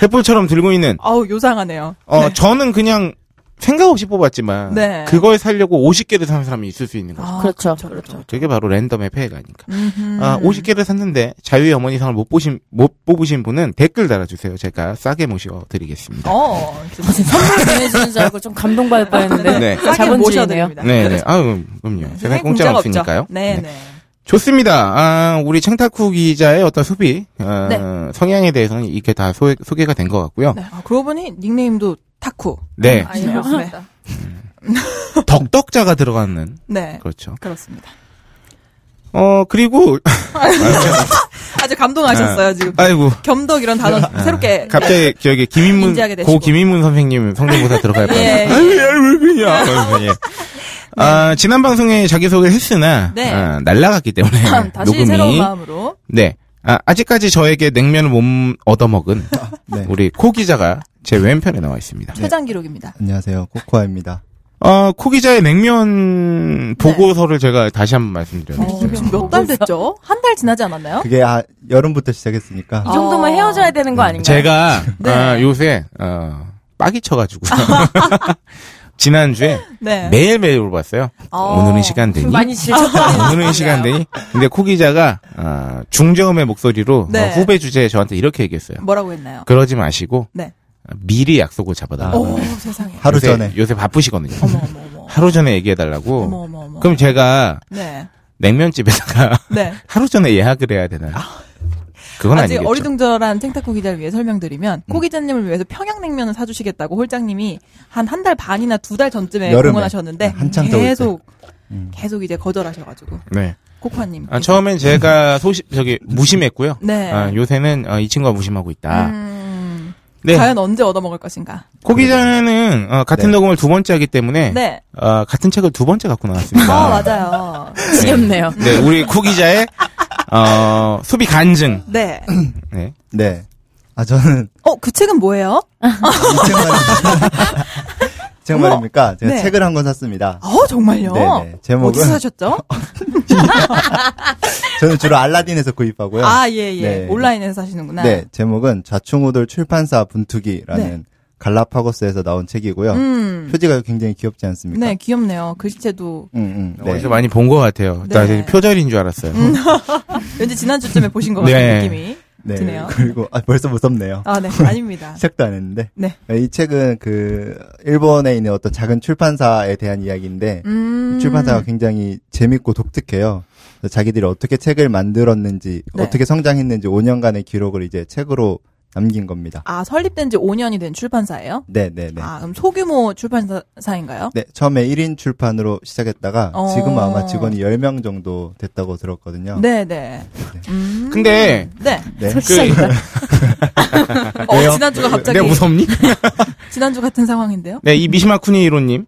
[SPEAKER 4] 횃불처럼 들고 있는
[SPEAKER 5] 아우, 요상하네요.
[SPEAKER 4] 어 저는 그냥 생각 없이 뽑았지만
[SPEAKER 5] 네.
[SPEAKER 4] 그걸 살려고 50개를 산 사람이 있을 수 있는 거죠.
[SPEAKER 5] 아,
[SPEAKER 1] 그렇죠.
[SPEAKER 5] 그렇죠.
[SPEAKER 4] 그게 바로 랜덤의 폐해가 아닌가.
[SPEAKER 5] 음흠.
[SPEAKER 4] 아, 50개를 샀는데 자유의 어머니상을 못 보신 못 뽑으신 분은 댓글 달아주세요. 제가 싸게 모셔 드리겠습니다.
[SPEAKER 5] 어, 진짜.
[SPEAKER 1] 선물 보내주는 줄 알고 좀 감동받을 뻔했는데.
[SPEAKER 4] 네.
[SPEAKER 5] 싸게 모셔야
[SPEAKER 1] 자본주의네요.
[SPEAKER 5] 됩니다.
[SPEAKER 4] 네, 네. 아유, 그럼요. 세상에 공짜가 없으니까요.
[SPEAKER 5] 네,
[SPEAKER 4] 네.
[SPEAKER 5] 네.
[SPEAKER 4] 좋습니다. 아, 우리 챙타쿠 기자의 어떤 소비, 어, 성향에 대해서는 이렇게 다 소, 개가 된 것 같고요.
[SPEAKER 5] 네. 아, 그러고 보니 닉네임도 타쿠.
[SPEAKER 4] 네.
[SPEAKER 1] 예,
[SPEAKER 8] 아니, 그렇습니다.
[SPEAKER 4] 덕덕자가 들어가는.
[SPEAKER 5] 네.
[SPEAKER 4] 그렇죠.
[SPEAKER 5] 그렇습니다.
[SPEAKER 4] 어, 그리고,
[SPEAKER 5] 아주 감동하셨어요, 지금.
[SPEAKER 4] 아이고,
[SPEAKER 5] 겸덕 이런 단어 새롭게.
[SPEAKER 4] 갑자기 저기 김인문,
[SPEAKER 5] 인지하게 되시고.
[SPEAKER 4] 고 김인문 선생님 성대모사 들어갈 뻔
[SPEAKER 5] 예, 네.
[SPEAKER 4] 했어요. 아유, 야, 왜 그러냐. 그러면서, 예. 아, 지난 방송에 자기소개를 했으나,
[SPEAKER 5] 네.
[SPEAKER 4] 아, 날라갔기 때문에.
[SPEAKER 5] 아, 다시
[SPEAKER 4] 녹음이.
[SPEAKER 5] 새로운 마음으로.
[SPEAKER 4] 네. 아, 아직까지 저에게 냉면을 못 얻어먹은
[SPEAKER 7] 네.
[SPEAKER 4] 우리 코 기자가 제 왼편에 나와 있습니다.
[SPEAKER 5] 최장 기록입니다.
[SPEAKER 7] 안녕하세요. 코코아입니다.
[SPEAKER 4] 어, 코 기자의 냉면 보고서를 제가 다시 한번
[SPEAKER 1] 어,
[SPEAKER 4] 말씀드렸는데.
[SPEAKER 5] 네, 지금 몇 달 됐죠? 한 달 지나지 않았나요?
[SPEAKER 7] 그게 아, 여름부터 시작했으니까.
[SPEAKER 1] 이 정도면
[SPEAKER 5] 어.
[SPEAKER 1] 헤어져야 되는 거 아닌가요?
[SPEAKER 4] 제가
[SPEAKER 5] 네.
[SPEAKER 4] 아, 요새 어, 빡이 쳐가지고 지난주에
[SPEAKER 5] 네.
[SPEAKER 4] 매일매일 물어봤어요.
[SPEAKER 5] 어.
[SPEAKER 4] 오늘은 시간 되니?
[SPEAKER 1] 많이 질척거리는
[SPEAKER 4] 오늘은 시간 되니? 근데 코 기자가 아, 중저음의 목소리로
[SPEAKER 5] 네.
[SPEAKER 4] 어, 후배 주제에 저한테 이렇게 얘기했어요.
[SPEAKER 5] 뭐라고 했나요?
[SPEAKER 4] 그러지 마시고
[SPEAKER 5] 네.
[SPEAKER 4] 아, 미리 약속을 잡아달라고.
[SPEAKER 5] 오, 세상에.
[SPEAKER 7] 하루
[SPEAKER 4] 요새-
[SPEAKER 7] 전에.
[SPEAKER 4] 요새 바쁘시거든요.
[SPEAKER 5] 어, 어머, 어머, 어머.
[SPEAKER 4] 하루 전에
[SPEAKER 5] 어머,
[SPEAKER 4] 얘기해달라고.
[SPEAKER 5] 어머, 어머.
[SPEAKER 4] 그럼 제가
[SPEAKER 5] 네.
[SPEAKER 4] 냉면집에다가
[SPEAKER 5] 네. 아,
[SPEAKER 4] 하루 전에 예약을 해야 되나요? 그건
[SPEAKER 5] 아직
[SPEAKER 4] 아니겠죠.
[SPEAKER 5] 어리둥절한 탱타코 기자를 위해 설명드리면 코 기자님을 위해서 평양냉면을 사주시겠다고 홀장님이 한 한 달 반이나 두 달 전쯤에
[SPEAKER 7] 여름에.
[SPEAKER 5] 공언하셨는데
[SPEAKER 7] 한창 더울 때.
[SPEAKER 5] 계속 계속 이제 거절하셔가지고
[SPEAKER 4] 네.
[SPEAKER 5] 코코아님
[SPEAKER 4] 아, 처음엔 제가 소심 저기 무심했고요.
[SPEAKER 5] 네.
[SPEAKER 4] 아, 요새는 어, 이 친구가 무심하고 있다.
[SPEAKER 5] 음,
[SPEAKER 4] 네.
[SPEAKER 5] 과연 언제 얻어먹을 것인가?
[SPEAKER 4] 고기자는 어, 같은
[SPEAKER 7] 네.
[SPEAKER 4] 녹음을 두 번째 하기 때문에
[SPEAKER 5] 네.
[SPEAKER 4] 어, 같은 책을 두 번째 갖고 나왔습니다.
[SPEAKER 5] 아 맞아요.
[SPEAKER 1] 지겹네요.
[SPEAKER 4] 네, 우리 고기자의 어, 소비 간증.
[SPEAKER 5] 네.
[SPEAKER 4] 네.
[SPEAKER 7] 네. 아, 저는
[SPEAKER 5] 어 그 책은 뭐예요?
[SPEAKER 7] 이책 말입니다. 책 말입니까? 제가
[SPEAKER 5] 네.
[SPEAKER 7] 책을 한 권 샀습니다.
[SPEAKER 5] 어 정말요?
[SPEAKER 7] 네네. 제목은-
[SPEAKER 5] 어디서 사셨죠?
[SPEAKER 7] 저는 주로 알라딘에서 구입하고요.
[SPEAKER 5] 아 예예.
[SPEAKER 7] 네.
[SPEAKER 5] 온라인에서 사시는구나.
[SPEAKER 7] 네, 제목은 좌충우돌 출판사 분투기라는 갈라파고스에서 나온 책이고요.
[SPEAKER 5] 음.
[SPEAKER 7] 표지가 굉장히 귀엽지 않습니까?
[SPEAKER 5] 네, 귀엽네요. 글씨체도
[SPEAKER 7] 음, 음, 네.
[SPEAKER 4] 어디서 많이 본 것 같아요.
[SPEAKER 5] 네. 음.
[SPEAKER 4] 나 이제 표절인 줄 알았어요.
[SPEAKER 5] 왠지 지난주쯤에 보신 것
[SPEAKER 4] 네.
[SPEAKER 5] 같은 느낌이
[SPEAKER 7] 네.
[SPEAKER 5] 드네요.
[SPEAKER 7] 그리고 아, 벌써 무섭네요.
[SPEAKER 5] 아, 네, 아닙니다.
[SPEAKER 7] 시작도 안 했는데.
[SPEAKER 5] 네.
[SPEAKER 7] 이 책은 그 일본에 있는 어떤 작은 출판사에 대한 이야기인데
[SPEAKER 5] 음.
[SPEAKER 7] 출판사가 굉장히 재밌고 독특해요. 그래서 자기들이 어떻게 책을 만들었는지,
[SPEAKER 5] 네.
[SPEAKER 7] 어떻게 성장했는지 5년간의 기록을 이제 책으로 남긴 겁니다.
[SPEAKER 5] 아, 설립된 지 5년이 된 출판사예요?
[SPEAKER 7] 네, 네, 네.
[SPEAKER 5] 아, 그럼 소규모 출판사인가요?
[SPEAKER 7] 네, 처음에 1인 출판으로 시작했다가
[SPEAKER 5] 어.
[SPEAKER 7] 지금 아마 직원이 10명 정도 됐다고 들었거든요.
[SPEAKER 5] 네, 네. 음.
[SPEAKER 4] 근데 그,
[SPEAKER 5] 네.
[SPEAKER 7] 어. 네.
[SPEAKER 1] 시작이다.
[SPEAKER 5] 어, 지난주가
[SPEAKER 4] 네.
[SPEAKER 5] 갑자기
[SPEAKER 4] 내가 무섭니?
[SPEAKER 5] 지난주 같은 상황인데요.
[SPEAKER 4] 네, 이 미시마 쿠니히로님.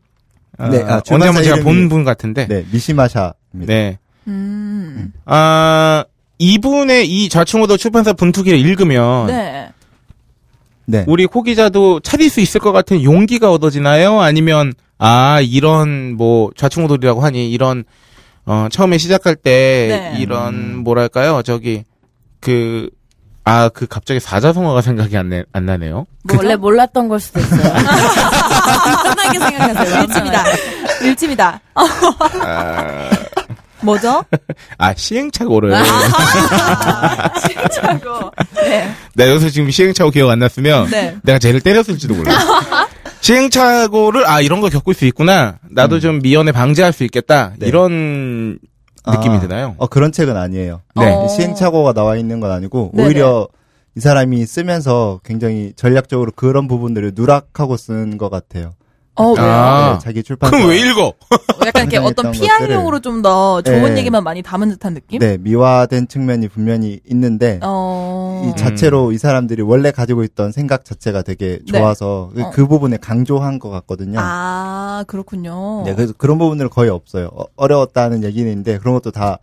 [SPEAKER 7] 네, 아,
[SPEAKER 4] 오늘 한번 제가
[SPEAKER 7] 이름이-
[SPEAKER 4] 본 분 같은데.
[SPEAKER 7] 네, 미시마샤입니다.
[SPEAKER 4] 네.
[SPEAKER 5] 음.
[SPEAKER 4] 아, 이분의 이 좌충우돌 출판사 분투기를 읽으면
[SPEAKER 5] 네.
[SPEAKER 7] 네.
[SPEAKER 4] 우리 코 기자도 차릴 수 있을 것 같은 용기가 얻어지나요? 아니면 아 이런 뭐 좌충우돌이라고 하니 이런 어 처음에 시작할 때
[SPEAKER 5] 네.
[SPEAKER 4] 이런 뭐랄까요 저기 그 아 그 갑자기 사자성어가 생각이 안, 내, 안 나네요.
[SPEAKER 1] 뭐 원래 몰랐던 걸 수도 있어요.
[SPEAKER 5] 편하게 아, 생각하세요. 일침이다. 일침이다. 뭐죠?
[SPEAKER 4] 아 시행착오를.
[SPEAKER 5] 진짜고. 아, 네.
[SPEAKER 4] 나 여기서 지금 시행착오 기억 안 났으면
[SPEAKER 5] 네.
[SPEAKER 4] 내가 쟤를 때렸을지도 몰라. 시행착오를 아 이런 걸 겪을 수 있구나. 나도 좀 미연에 방지할 수 있겠다.
[SPEAKER 7] 네.
[SPEAKER 4] 이런 느낌이 드나요?
[SPEAKER 7] 어, 그런 책은 아니에요.
[SPEAKER 4] 네.
[SPEAKER 5] 어.
[SPEAKER 7] 시행착오가 나와 있는 건 아니고
[SPEAKER 5] 네네.
[SPEAKER 7] 오히려 이 사람이 쓰면서 굉장히 전략적으로 그런 부분들을 누락하고 쓴 것 같아요.
[SPEAKER 5] 어, 왜요?
[SPEAKER 4] 아.
[SPEAKER 7] 네, 자기 출판사.
[SPEAKER 4] 그럼 왜 읽어?
[SPEAKER 5] 약간 이렇게 어떤
[SPEAKER 7] 했던
[SPEAKER 5] PR용으로 좀 더 좋은
[SPEAKER 7] 네.
[SPEAKER 5] 얘기만 많이 담은 듯한 느낌?
[SPEAKER 7] 네, 미화된 측면이 분명히 있는데
[SPEAKER 5] 어.
[SPEAKER 7] 이 자체로 이 사람들이 원래 가지고 있던 생각 자체가 되게
[SPEAKER 5] 네.
[SPEAKER 7] 좋아서 그-
[SPEAKER 5] 어.
[SPEAKER 7] 그 부분에 강조한 것 같거든요.
[SPEAKER 5] 아, 그렇군요.
[SPEAKER 7] 네, 그래서 그런 부분들은 거의 없어요. 어, 려웠다는 얘기인데 그런 것도 다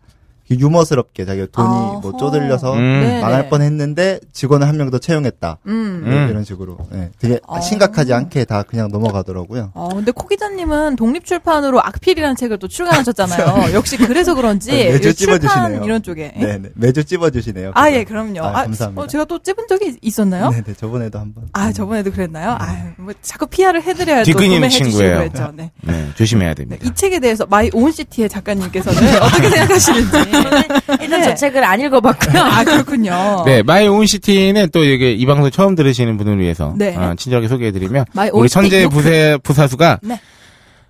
[SPEAKER 7] 유머스럽게 자기가 돈이
[SPEAKER 5] 아하.
[SPEAKER 7] 뭐 쪼들려서
[SPEAKER 4] 음.
[SPEAKER 5] 네네.
[SPEAKER 7] 망할 뻔했는데 직원을 한 명 더 채용했다.
[SPEAKER 5] 음.
[SPEAKER 4] 음.
[SPEAKER 7] 이런 식으로 네, 되게
[SPEAKER 5] 어.
[SPEAKER 7] 심각하지 않게 다 그냥 넘어가더라고요.
[SPEAKER 5] 어, 근데 코 기자님은 독립출판으로 악필이라는 책을 또 출간하셨잖아요. 역시 그래서 그런지
[SPEAKER 7] 그렇죠. 네, 매주
[SPEAKER 5] 이 출판
[SPEAKER 7] 찝어주시네요.
[SPEAKER 5] 이런 쪽에.
[SPEAKER 7] 네, 네. 매주 찝어주시네요.
[SPEAKER 5] 아,
[SPEAKER 7] 그거.
[SPEAKER 5] 예, 그럼요.
[SPEAKER 7] 아, 감사합니다.
[SPEAKER 5] 어, 제가 또 찝은 적이 있었나요?
[SPEAKER 7] 네, 네, 저번에도 한번.
[SPEAKER 5] 아, 저번에도 그랬나요? 아, 뭐 자꾸 PR을 해드려야 또
[SPEAKER 4] 뒤끝이는
[SPEAKER 5] 구매해 주시고
[SPEAKER 4] 친구예요.
[SPEAKER 5] 그랬죠. 네.
[SPEAKER 4] 네, 조심해야
[SPEAKER 5] 네,
[SPEAKER 4] 됩니다.
[SPEAKER 5] 이 책에 대해서 마이 온시티의 작가님께서는 어떻게 생각하시는지.
[SPEAKER 1] 일단 저 책을 안 읽어봤고요.
[SPEAKER 5] 아, 그렇군요.
[SPEAKER 4] 네, 마이 온시티는 또 이게 이 방송 처음 들으시는 분을 위해서
[SPEAKER 5] 네.
[SPEAKER 4] 어, 친절하게 소개해드리면
[SPEAKER 5] 마이
[SPEAKER 4] 우리
[SPEAKER 5] 온시티
[SPEAKER 4] 천재
[SPEAKER 5] 요크.
[SPEAKER 4] 부세 부사수가
[SPEAKER 5] 네.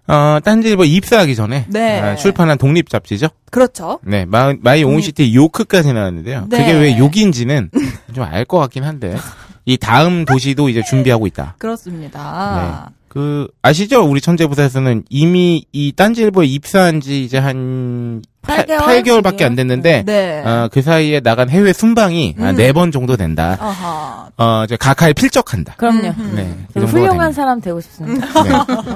[SPEAKER 4] 어, 딴지일보 입사하기 전에
[SPEAKER 5] 네.
[SPEAKER 4] 어, 출판한 독립 잡지죠.
[SPEAKER 5] 그렇죠.
[SPEAKER 4] 네, 마, 마이 온시티 요크까지 나왔는데요.
[SPEAKER 5] 네.
[SPEAKER 4] 그게 왜 욕인지는 좀 알 것 같긴 한데 이 다음 도시도 이제 준비하고 있다.
[SPEAKER 5] 그렇습니다.
[SPEAKER 4] 그 아시죠? 우리 천재 부사수는 이미 이 딴지일보에 입사한 지 이제 한
[SPEAKER 1] 팔 개월?
[SPEAKER 4] 8개월밖에 안 됐는데
[SPEAKER 5] 네.
[SPEAKER 4] 어, 그 사이에 나간 해외 순방이
[SPEAKER 5] 음.
[SPEAKER 4] 4번 정도 된다.
[SPEAKER 5] 아하.
[SPEAKER 4] 어, 이제 가카에 필적한다.
[SPEAKER 1] 그럼요.
[SPEAKER 5] 음.
[SPEAKER 4] 네. 그 정도가
[SPEAKER 1] 저는 훌륭한
[SPEAKER 4] 됩니다.
[SPEAKER 1] 사람 되고 싶습니다.
[SPEAKER 7] 음. 네.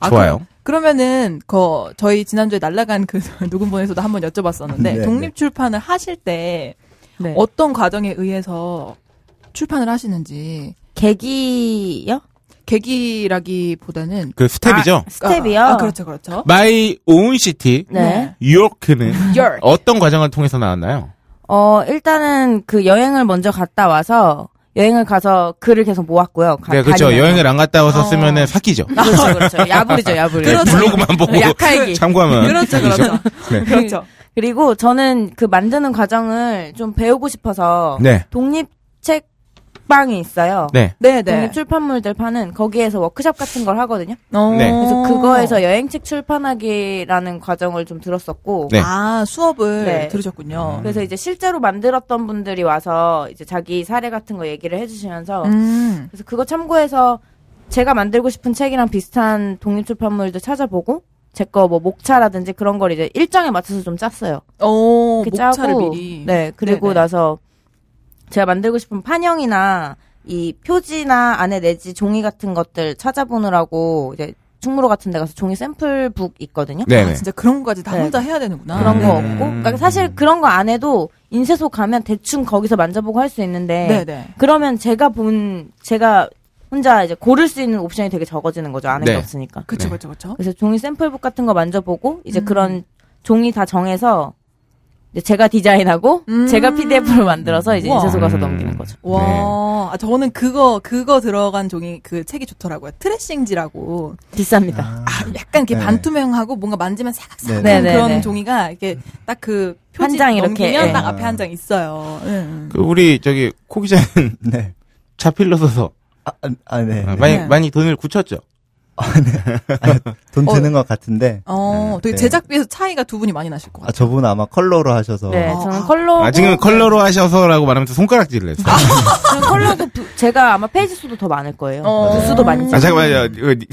[SPEAKER 5] 아,
[SPEAKER 4] 좋아요.
[SPEAKER 5] 그러면은 그 저희 지난주에 날라간 그 누군분에서도 한번 여쭤봤었는데
[SPEAKER 7] 네,
[SPEAKER 5] 독립 출판을 하실 때
[SPEAKER 1] 네.
[SPEAKER 5] 어떤 과정에 의해서 출판을 하시는지
[SPEAKER 1] 계기요?
[SPEAKER 5] 계기라기보다는
[SPEAKER 4] 그 스텝이죠.
[SPEAKER 1] 스텝이요?
[SPEAKER 5] 아, 아, 그렇죠, 그렇죠.
[SPEAKER 4] 어, 마이 오운시티
[SPEAKER 1] 네.
[SPEAKER 4] 요크는
[SPEAKER 5] York.
[SPEAKER 4] 어떤 과정을 통해서 나왔나요?
[SPEAKER 1] 어, 일단은 그 여행을 먼저 갔다 와서 여행을 가서 글을 계속 모았고요. 가-
[SPEAKER 4] 네, 그렇죠.
[SPEAKER 1] 다니면서.
[SPEAKER 4] 여행을 안 갔다 와서
[SPEAKER 5] 어.
[SPEAKER 4] 쓰면은 삭히죠.
[SPEAKER 1] 그렇죠, 그렇죠. 야불이죠, 야불.
[SPEAKER 4] 네, 블로그만 보고
[SPEAKER 1] 약탈기.
[SPEAKER 4] 참고하면
[SPEAKER 5] 그렇죠,
[SPEAKER 4] 삭이죠.
[SPEAKER 5] 그렇죠.
[SPEAKER 4] 네.
[SPEAKER 5] 그렇죠.
[SPEAKER 1] 그리고 저는 그 만드는 과정을 좀 배우고 싶어서
[SPEAKER 4] 네.
[SPEAKER 1] 독립 책방이 있어요.
[SPEAKER 4] 네.
[SPEAKER 5] 네, 네.
[SPEAKER 1] 독립 출판물들 파는 거기에서 워크숍 같은 걸 하거든요.
[SPEAKER 5] 어.
[SPEAKER 4] 네.
[SPEAKER 1] 그래서 그거에서 여행책 출판하기라는 과정을 좀 들었었고
[SPEAKER 4] 네. 음.
[SPEAKER 5] 아, 수업을
[SPEAKER 1] 네.
[SPEAKER 5] 들으셨군요.
[SPEAKER 1] 그래서 이제 실제로 만들었던 분들이 와서 이제 자기 사례 같은 거 얘기를 해주시면서
[SPEAKER 5] 음.
[SPEAKER 1] 그래서 그거 참고해서 제가 만들고 싶은 책이랑 비슷한 독립 출판물도 찾아보고 제 거 뭐 목차라든지 그런 걸 이제 일정에 맞춰서 좀 짰어요.
[SPEAKER 5] 어,
[SPEAKER 1] 이렇게
[SPEAKER 5] 목차를
[SPEAKER 1] 그 짜고,
[SPEAKER 5] 미리.
[SPEAKER 1] 네 그리고
[SPEAKER 5] 네네.
[SPEAKER 1] 나서 제가 만들고 싶은 판형이나 이 표지나 안에 내지 종이 같은 것들 찾아보느라고 이제 충무로 같은 데 가서 종이 샘플북 있거든요.
[SPEAKER 4] 네.
[SPEAKER 5] 아,
[SPEAKER 4] 네.
[SPEAKER 5] 진짜 그런 것까지 다
[SPEAKER 1] 네.
[SPEAKER 5] 혼자 해야 되는구나.
[SPEAKER 1] 그런 거
[SPEAKER 4] 음.
[SPEAKER 1] 없고 그러니까 사실 그런 거 안 해도 인쇄소 가면 대충 거기서 만져보고 할 수 있는데
[SPEAKER 5] 네, 네.
[SPEAKER 1] 그러면 제가 본 제가 혼자 이제 고를 수 있는 옵션이 되게 적어지는 거죠 안에
[SPEAKER 4] 네.
[SPEAKER 1] 게 없으니까
[SPEAKER 5] 그렇죠,
[SPEAKER 4] 네.
[SPEAKER 5] 그렇죠, 그렇죠.
[SPEAKER 1] 그래서 종이 샘플북 같은 거 만져보고 이제
[SPEAKER 5] 음.
[SPEAKER 1] 그런 종이 다 정해서 이제 제가 디자인하고
[SPEAKER 5] 음.
[SPEAKER 1] 제가 PDF로 만들어서 이제
[SPEAKER 5] 우와.
[SPEAKER 1] 인쇄소 가서
[SPEAKER 4] 음.
[SPEAKER 1] 넘기는 거죠.
[SPEAKER 5] 와, 아, 저는 그거, 그거 들어간 종이, 그 책이 좋더라고요. 트레싱지라고.
[SPEAKER 1] 비쌉니다.
[SPEAKER 5] 아, 약간 이렇게
[SPEAKER 7] 네.
[SPEAKER 5] 반투명하고 뭔가 만지면 사각사각
[SPEAKER 7] 네,
[SPEAKER 1] 네,
[SPEAKER 5] 그런
[SPEAKER 1] 네.
[SPEAKER 5] 종이가 이렇게 딱 그 표지
[SPEAKER 1] 한장 이렇게,
[SPEAKER 5] 넘기면
[SPEAKER 1] 예.
[SPEAKER 5] 딱 앞에 한 장 있어요. 예, 예.
[SPEAKER 4] 그 우리 저기 코기자는
[SPEAKER 7] 네.
[SPEAKER 4] 자필로 써서
[SPEAKER 7] 아, 아, 아, 네.
[SPEAKER 4] 어,
[SPEAKER 7] 네.
[SPEAKER 4] 많이
[SPEAKER 5] 네.
[SPEAKER 4] 많이 돈을 굳혔죠.
[SPEAKER 7] 돈 드는 것 같은데.
[SPEAKER 5] 어, 되게
[SPEAKER 7] 네.
[SPEAKER 5] 제작비에서 차이가 두 분이 많이 나실 것
[SPEAKER 7] 아,
[SPEAKER 5] 같아요.
[SPEAKER 7] 저분 아마 컬러로 하셔서.
[SPEAKER 1] 네,
[SPEAKER 5] 어,
[SPEAKER 1] 저는
[SPEAKER 5] 아.
[SPEAKER 1] 컬러.
[SPEAKER 4] 아 지금 컬러로 하셔서라고 말하면서 손가락질을 했어. 요 아,
[SPEAKER 1] 저는 컬러도 부- 제가 아마 페이지 수도 더 많을 거예요.
[SPEAKER 5] 어.
[SPEAKER 1] 부수도 많이.
[SPEAKER 4] 아 잠깐만요. 이거 니-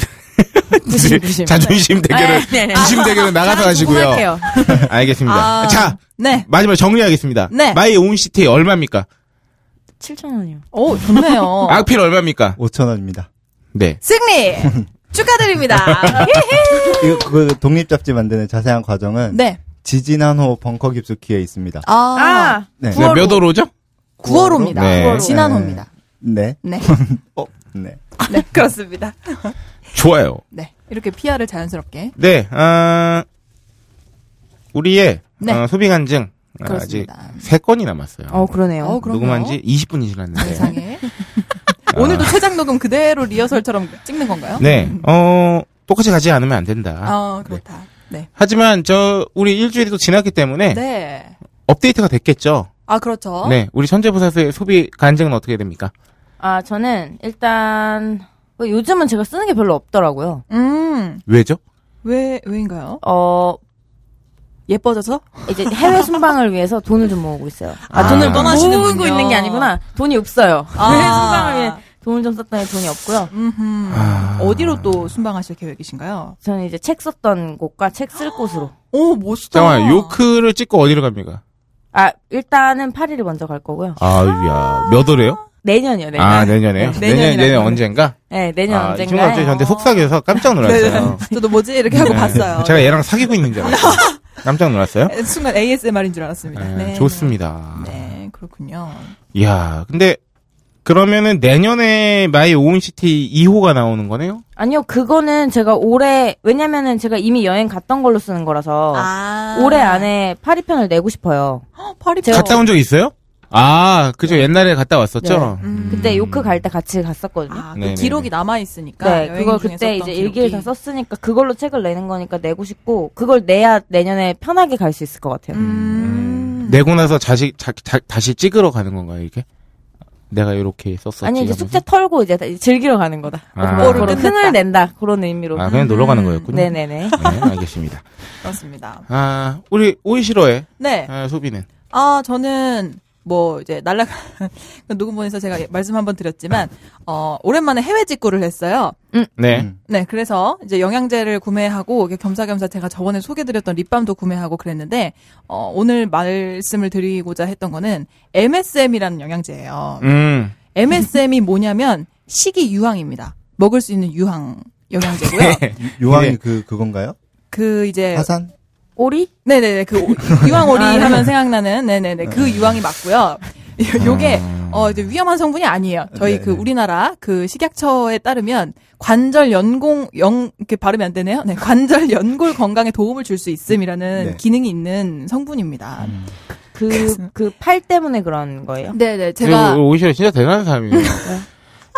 [SPEAKER 1] 부심, 부심.
[SPEAKER 4] 자존심 대결을
[SPEAKER 1] 네, 네.
[SPEAKER 4] 부심 대결은 나가서 하시고요.
[SPEAKER 5] 궁금할게요.
[SPEAKER 4] 알겠습니다.
[SPEAKER 5] 아,
[SPEAKER 4] 자
[SPEAKER 5] 네.
[SPEAKER 4] 마지막 으로 정리하겠습니다.
[SPEAKER 5] 네.
[SPEAKER 4] 마이 온시티 얼마입니까?
[SPEAKER 1] 7천 원이요.
[SPEAKER 5] 오, 어, 좋네요.
[SPEAKER 4] 악필 얼마입니까?
[SPEAKER 7] 5,000원입니다.
[SPEAKER 4] 네.
[SPEAKER 5] 승리! 축하드립니다.
[SPEAKER 7] 이거, 그 독립잡지 만드는 자세한 과정은
[SPEAKER 5] 네.
[SPEAKER 7] 지진한호 벙커 깊숙이에 있습니다.
[SPEAKER 5] 아,
[SPEAKER 7] 네.
[SPEAKER 4] 네, 몇 호로죠?
[SPEAKER 5] 9월호입니다.
[SPEAKER 4] 네.
[SPEAKER 5] 지난 호입니다.
[SPEAKER 7] 네.
[SPEAKER 5] 네.
[SPEAKER 7] 어, 네.
[SPEAKER 5] 네, 그렇습니다.
[SPEAKER 4] 좋아요.
[SPEAKER 5] 네. 이렇게 PR을 자연스럽게.
[SPEAKER 4] 네. 아, 우리의
[SPEAKER 5] 네.
[SPEAKER 4] 어, 소비 간증 아, 아직
[SPEAKER 5] 그렇습니다.
[SPEAKER 4] 세 건이 남았어요.
[SPEAKER 1] 어, 그러네요.
[SPEAKER 5] 어, 그럼요. 아,
[SPEAKER 4] 녹음한지 20분이 지났는데.
[SPEAKER 5] 세상에. 아. 오늘도 최장 녹음 그대로 리허설처럼 찍는 건가요?
[SPEAKER 4] 네. 아, 어, 똑같이 가지 않으면 안 된다.
[SPEAKER 5] 음. 어, 그렇다. 네.
[SPEAKER 4] 하지만 저 우리 일주일이 또 지났기 때문에
[SPEAKER 5] 네.
[SPEAKER 4] 업데이트가 됐겠죠.
[SPEAKER 5] 아, 그렇죠.
[SPEAKER 4] 네. 우리 천재부사수의 소비 간증은 어떻게 됩니까?
[SPEAKER 1] 아, 저는 일단 뭐 요즘은 제가 쓰는 게 별로 없더라고요.
[SPEAKER 5] 음,
[SPEAKER 4] 왜죠?
[SPEAKER 5] 왜, 왜인가요?
[SPEAKER 1] 어,
[SPEAKER 5] 예뻐져서?
[SPEAKER 1] 이제 해외 순방을 위해서 돈을 좀 모으고 있어요. 아,
[SPEAKER 4] 아.
[SPEAKER 1] 돈을 떠나시는
[SPEAKER 5] 모으고
[SPEAKER 1] 모으고
[SPEAKER 5] 있는
[SPEAKER 1] 있는
[SPEAKER 5] 게
[SPEAKER 1] 게
[SPEAKER 5] 아니구나.
[SPEAKER 1] 아니구나. 돈이 없어요.
[SPEAKER 5] 아.
[SPEAKER 1] 해외 순방을 위해 돈을 좀 썼더니 돈이 없고요.
[SPEAKER 5] 음,
[SPEAKER 4] 아.
[SPEAKER 5] 어디로 또 순방하실 계획이신가요?
[SPEAKER 1] 저는 이제 책 썼던 곳과 책 쓸 곳으로.
[SPEAKER 5] 오, 멋있다.
[SPEAKER 4] 잠깐만, 요크를 찍고 어디로 갑니까?
[SPEAKER 1] 아, 일단은 파리를 먼저 갈 거고요.
[SPEAKER 4] 아유야. 몇 월에요?
[SPEAKER 1] 내년이요, 내년.
[SPEAKER 4] 아, 내년에요? 내년,
[SPEAKER 5] 네, 내년이라고
[SPEAKER 4] 내년
[SPEAKER 5] 하네.
[SPEAKER 4] 언젠가?
[SPEAKER 1] 네, 내년
[SPEAKER 4] 아, 이 친구가
[SPEAKER 1] 언젠가.
[SPEAKER 4] 갑자기 저한테 속삭여서 깜짝 놀랐어요.
[SPEAKER 5] 네. 저도 뭐지? 이렇게 하고
[SPEAKER 4] 네.
[SPEAKER 5] 봤어요. 네,
[SPEAKER 4] 제가 얘랑 사귀고 있는 줄 알았어요. 깜짝 놀랐어요.
[SPEAKER 5] 순간 ASMR인 줄 알았습니다.
[SPEAKER 4] 네,
[SPEAKER 5] 네.
[SPEAKER 4] 좋습니다.
[SPEAKER 5] 네, 그렇군요.
[SPEAKER 4] 이야, 근데 그러면은 내년에 마이 오운시티 2호가 나오는 거네요?
[SPEAKER 1] 아니요, 그거는 제가 올해, 왜냐면은 제가 이미 여행 갔던 걸로 쓰는 거라서.
[SPEAKER 5] 아.
[SPEAKER 1] 올해 안에 파리 편을 내고 싶어요.
[SPEAKER 5] 파리
[SPEAKER 1] 제가
[SPEAKER 4] 갔다 온 적 있어요? 아, 그죠. 옛날에 갔다
[SPEAKER 5] 네.
[SPEAKER 4] 왔었죠? 음.
[SPEAKER 1] 그때 요크 갈 때 같이 갔었거든요.
[SPEAKER 5] 음. 아, 그
[SPEAKER 4] 네네네.
[SPEAKER 5] 기록이 남아 있으니까.
[SPEAKER 1] 네, 그걸 그때 이제 일기를 다 썼으니까 그걸로 책을 내는 거니까 내고 싶고 그걸 내야 내년에 편하게 갈 수 있을 것 같아요.
[SPEAKER 5] 음.
[SPEAKER 4] 내고 나서 다시, 자, 자- 다시 찍으러 가는 건가요, 이렇게? 내가 이렇게 썼었지.
[SPEAKER 1] 아니 이제
[SPEAKER 4] 하면서?
[SPEAKER 1] 숙제 털고 이제 다- 이제 즐기러 가는 거다.
[SPEAKER 4] 아.
[SPEAKER 1] 그런 흥을 낸다 그런 의미로. 음.
[SPEAKER 4] 아, 그냥 놀러 가는 거였군요.
[SPEAKER 1] 네네네.
[SPEAKER 4] 네, 알겠습니다.
[SPEAKER 5] 그렇습니다.
[SPEAKER 4] 아, 우리 오이시로의
[SPEAKER 5] 네.
[SPEAKER 4] 아, 소비는.
[SPEAKER 5] 아, 저는 뭐 이제 날라 녹음본에서 제가 예, 말씀 한번 드렸지만 어, 오랜만에 해외 직구를 했어요.
[SPEAKER 4] 네.
[SPEAKER 7] 음.
[SPEAKER 5] 네, 그래서 이제 영양제를 구매하고 이렇게 겸사겸사 제가 저번에 소개드렸던 립밤도 구매하고 그랬는데 어, 오늘 말씀을 드리고자 했던 거는 MSM이라는 영양제예요.
[SPEAKER 4] 음.
[SPEAKER 5] MSM이 뭐냐면 식이 유황입니다. 먹을 수 있는 유황 영양제고요.
[SPEAKER 7] 유황이
[SPEAKER 4] 네.
[SPEAKER 7] 그, 그건가요?
[SPEAKER 5] 그 이제
[SPEAKER 7] 화산?
[SPEAKER 1] 오리?
[SPEAKER 5] 네네네 그 오- 유황오리
[SPEAKER 4] 아, 네.
[SPEAKER 5] 하면 생각나는 네네네 그 유황이 맞고요. 요게 어 이제 위험한 성분이 아니에요. 저희
[SPEAKER 7] 네네.
[SPEAKER 5] 그 우리나라 그 식약처에 따르면 관절 연공 영 이렇게 발음이 안 되네요. 네 관절 연골 건강에 도움을 줄 수 있음이라는
[SPEAKER 7] 네.
[SPEAKER 5] 기능이 있는 성분입니다.
[SPEAKER 1] 그 그 팔 때문에 그런 거예요.
[SPEAKER 5] 네네
[SPEAKER 4] 그리고 오이시로 진짜 대단한 사람이에요.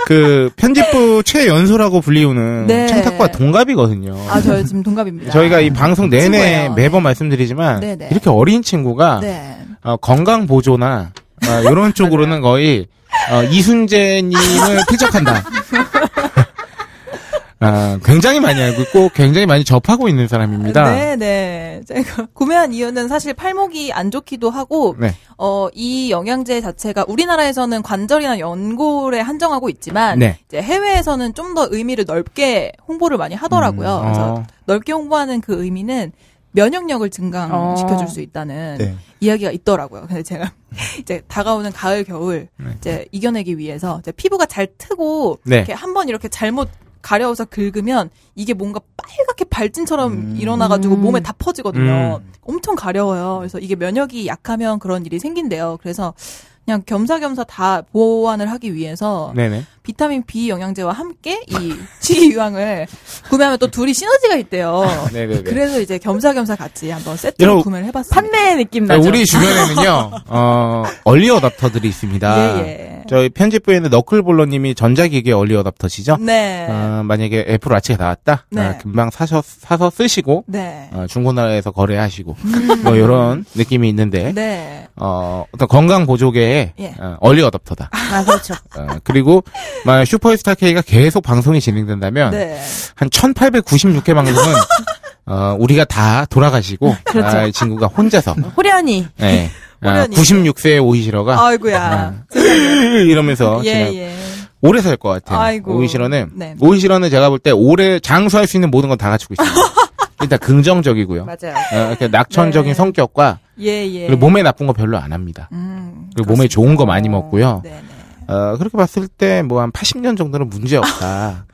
[SPEAKER 4] 그 편집부 최연소라고 불리우는
[SPEAKER 5] 네.
[SPEAKER 4] 청탁과 동갑이거든요.
[SPEAKER 5] 아저 지금 동갑입니다.
[SPEAKER 4] 저희가 이 방송 내내
[SPEAKER 5] 친구예요. 네.
[SPEAKER 4] 매번 말씀드리지만
[SPEAKER 5] 네네.
[SPEAKER 4] 이렇게 어린 친구가
[SPEAKER 5] 네.
[SPEAKER 4] 어, 건강 보조나 어, 이런 쪽으로는 거의 어, 이순재님을 필적한다. 아, 굉장히 많이 알고 있고 굉장히 많이 접하고 있는 사람입니다.
[SPEAKER 5] 네네 제가 구매한 이유는 사실 팔목이 안 좋기도 하고
[SPEAKER 4] 네.
[SPEAKER 5] 어, 이 영양제 자체가 우리나라에서는 관절이나 연골에 한정하고 있지만
[SPEAKER 4] 네.
[SPEAKER 5] 이제 해외에서는 좀 더 의미를 넓게 홍보를 많이 하더라고요.
[SPEAKER 4] 음,
[SPEAKER 5] 그래서
[SPEAKER 4] 어.
[SPEAKER 5] 넓게 홍보하는 그 의미는 면역력을 증강시켜줄
[SPEAKER 4] 아.
[SPEAKER 1] 어.
[SPEAKER 5] 수 있다는
[SPEAKER 7] 네.
[SPEAKER 5] 이야기가 있더라고요. 근데 제가 이제 다가오는 가을 겨울
[SPEAKER 4] 네.
[SPEAKER 5] 이제 이겨내기 위해서 이제 피부가 잘 트고
[SPEAKER 4] 네.
[SPEAKER 5] 이렇게 한번 이렇게 잘못 가려워서 긁으면 이게 뭔가 빨갛게 발진처럼 일어나가지고
[SPEAKER 1] 음.
[SPEAKER 5] 몸에 다 퍼지거든요.
[SPEAKER 4] 음.
[SPEAKER 5] 엄청 가려워요. 그래서 이게 면역이 약하면 그런 일이 생긴대요. 그래서 그냥 겸사겸사 다 보완을 하기 위해서
[SPEAKER 4] 네네.
[SPEAKER 5] 비타민 B 영양제와 함께 이 치유황을 구매하면 또 둘이 시너지가 있대요.
[SPEAKER 4] 아, 네네네.
[SPEAKER 5] 그래서 이제 겸사겸사 같이 한번 세트로
[SPEAKER 4] 여러분,
[SPEAKER 5] 구매를 해봤습니다.
[SPEAKER 4] 네,
[SPEAKER 1] 판매의 느낌 나죠.
[SPEAKER 4] 우리 주변에는요, 어, 얼리 어답터들이 있습니다.
[SPEAKER 5] 예, 예.
[SPEAKER 4] 저희 편집부에는 너클볼러님이 전자기기 얼리어답터시죠?
[SPEAKER 5] 네.
[SPEAKER 4] 아, 만약에 애플 아치가 나왔다?
[SPEAKER 5] 네.
[SPEAKER 4] 아, 금방 사셔, 사서 쓰시고,
[SPEAKER 5] 네. 음.
[SPEAKER 4] 어, 중고나라에서 거래하시고, 뭐, 이런 느낌이 있는데,
[SPEAKER 5] 네.
[SPEAKER 4] 어, 어떤 건강 보조개의
[SPEAKER 5] 예.
[SPEAKER 4] 어, 얼리 어답터다.
[SPEAKER 1] 아, 그렇죠.
[SPEAKER 4] 어, 그리고 만약 슈퍼스타 K가 계속 방송이 진행된다면
[SPEAKER 5] 네.
[SPEAKER 4] 한 1896회 방송은 어, 우리가 다 돌아가시고
[SPEAKER 5] 그렇죠.
[SPEAKER 4] 아, 이 친구가 혼자서
[SPEAKER 8] 호련이.
[SPEAKER 4] 예. 아,
[SPEAKER 5] 호련이.
[SPEAKER 4] 96세의 오이시러가
[SPEAKER 5] 네. 아이고야.
[SPEAKER 4] 이러면서
[SPEAKER 5] 예,
[SPEAKER 4] 지금
[SPEAKER 5] 예.
[SPEAKER 4] 오래 살 것 같아요.
[SPEAKER 5] 아이고.
[SPEAKER 4] 오이시러는
[SPEAKER 5] 네.
[SPEAKER 4] 오이시러는 제가 볼 때 오래 장수할 수 있는 모든 건 다 갖추고 있어요. 일단 긍정적이고요.
[SPEAKER 1] 맞아요.
[SPEAKER 4] 어, 이렇게 낙천적인
[SPEAKER 5] 네.
[SPEAKER 4] 성격과
[SPEAKER 5] 예, 예.
[SPEAKER 4] 그리고 몸에 나쁜 거 별로 안 합니다.
[SPEAKER 5] 음.
[SPEAKER 4] 그리고 몸에 좋은 거 많이 먹고요.
[SPEAKER 5] 네, 네.
[SPEAKER 4] 어, 그렇게 봤을 때 뭐 한 80년 정도는 문제 없다.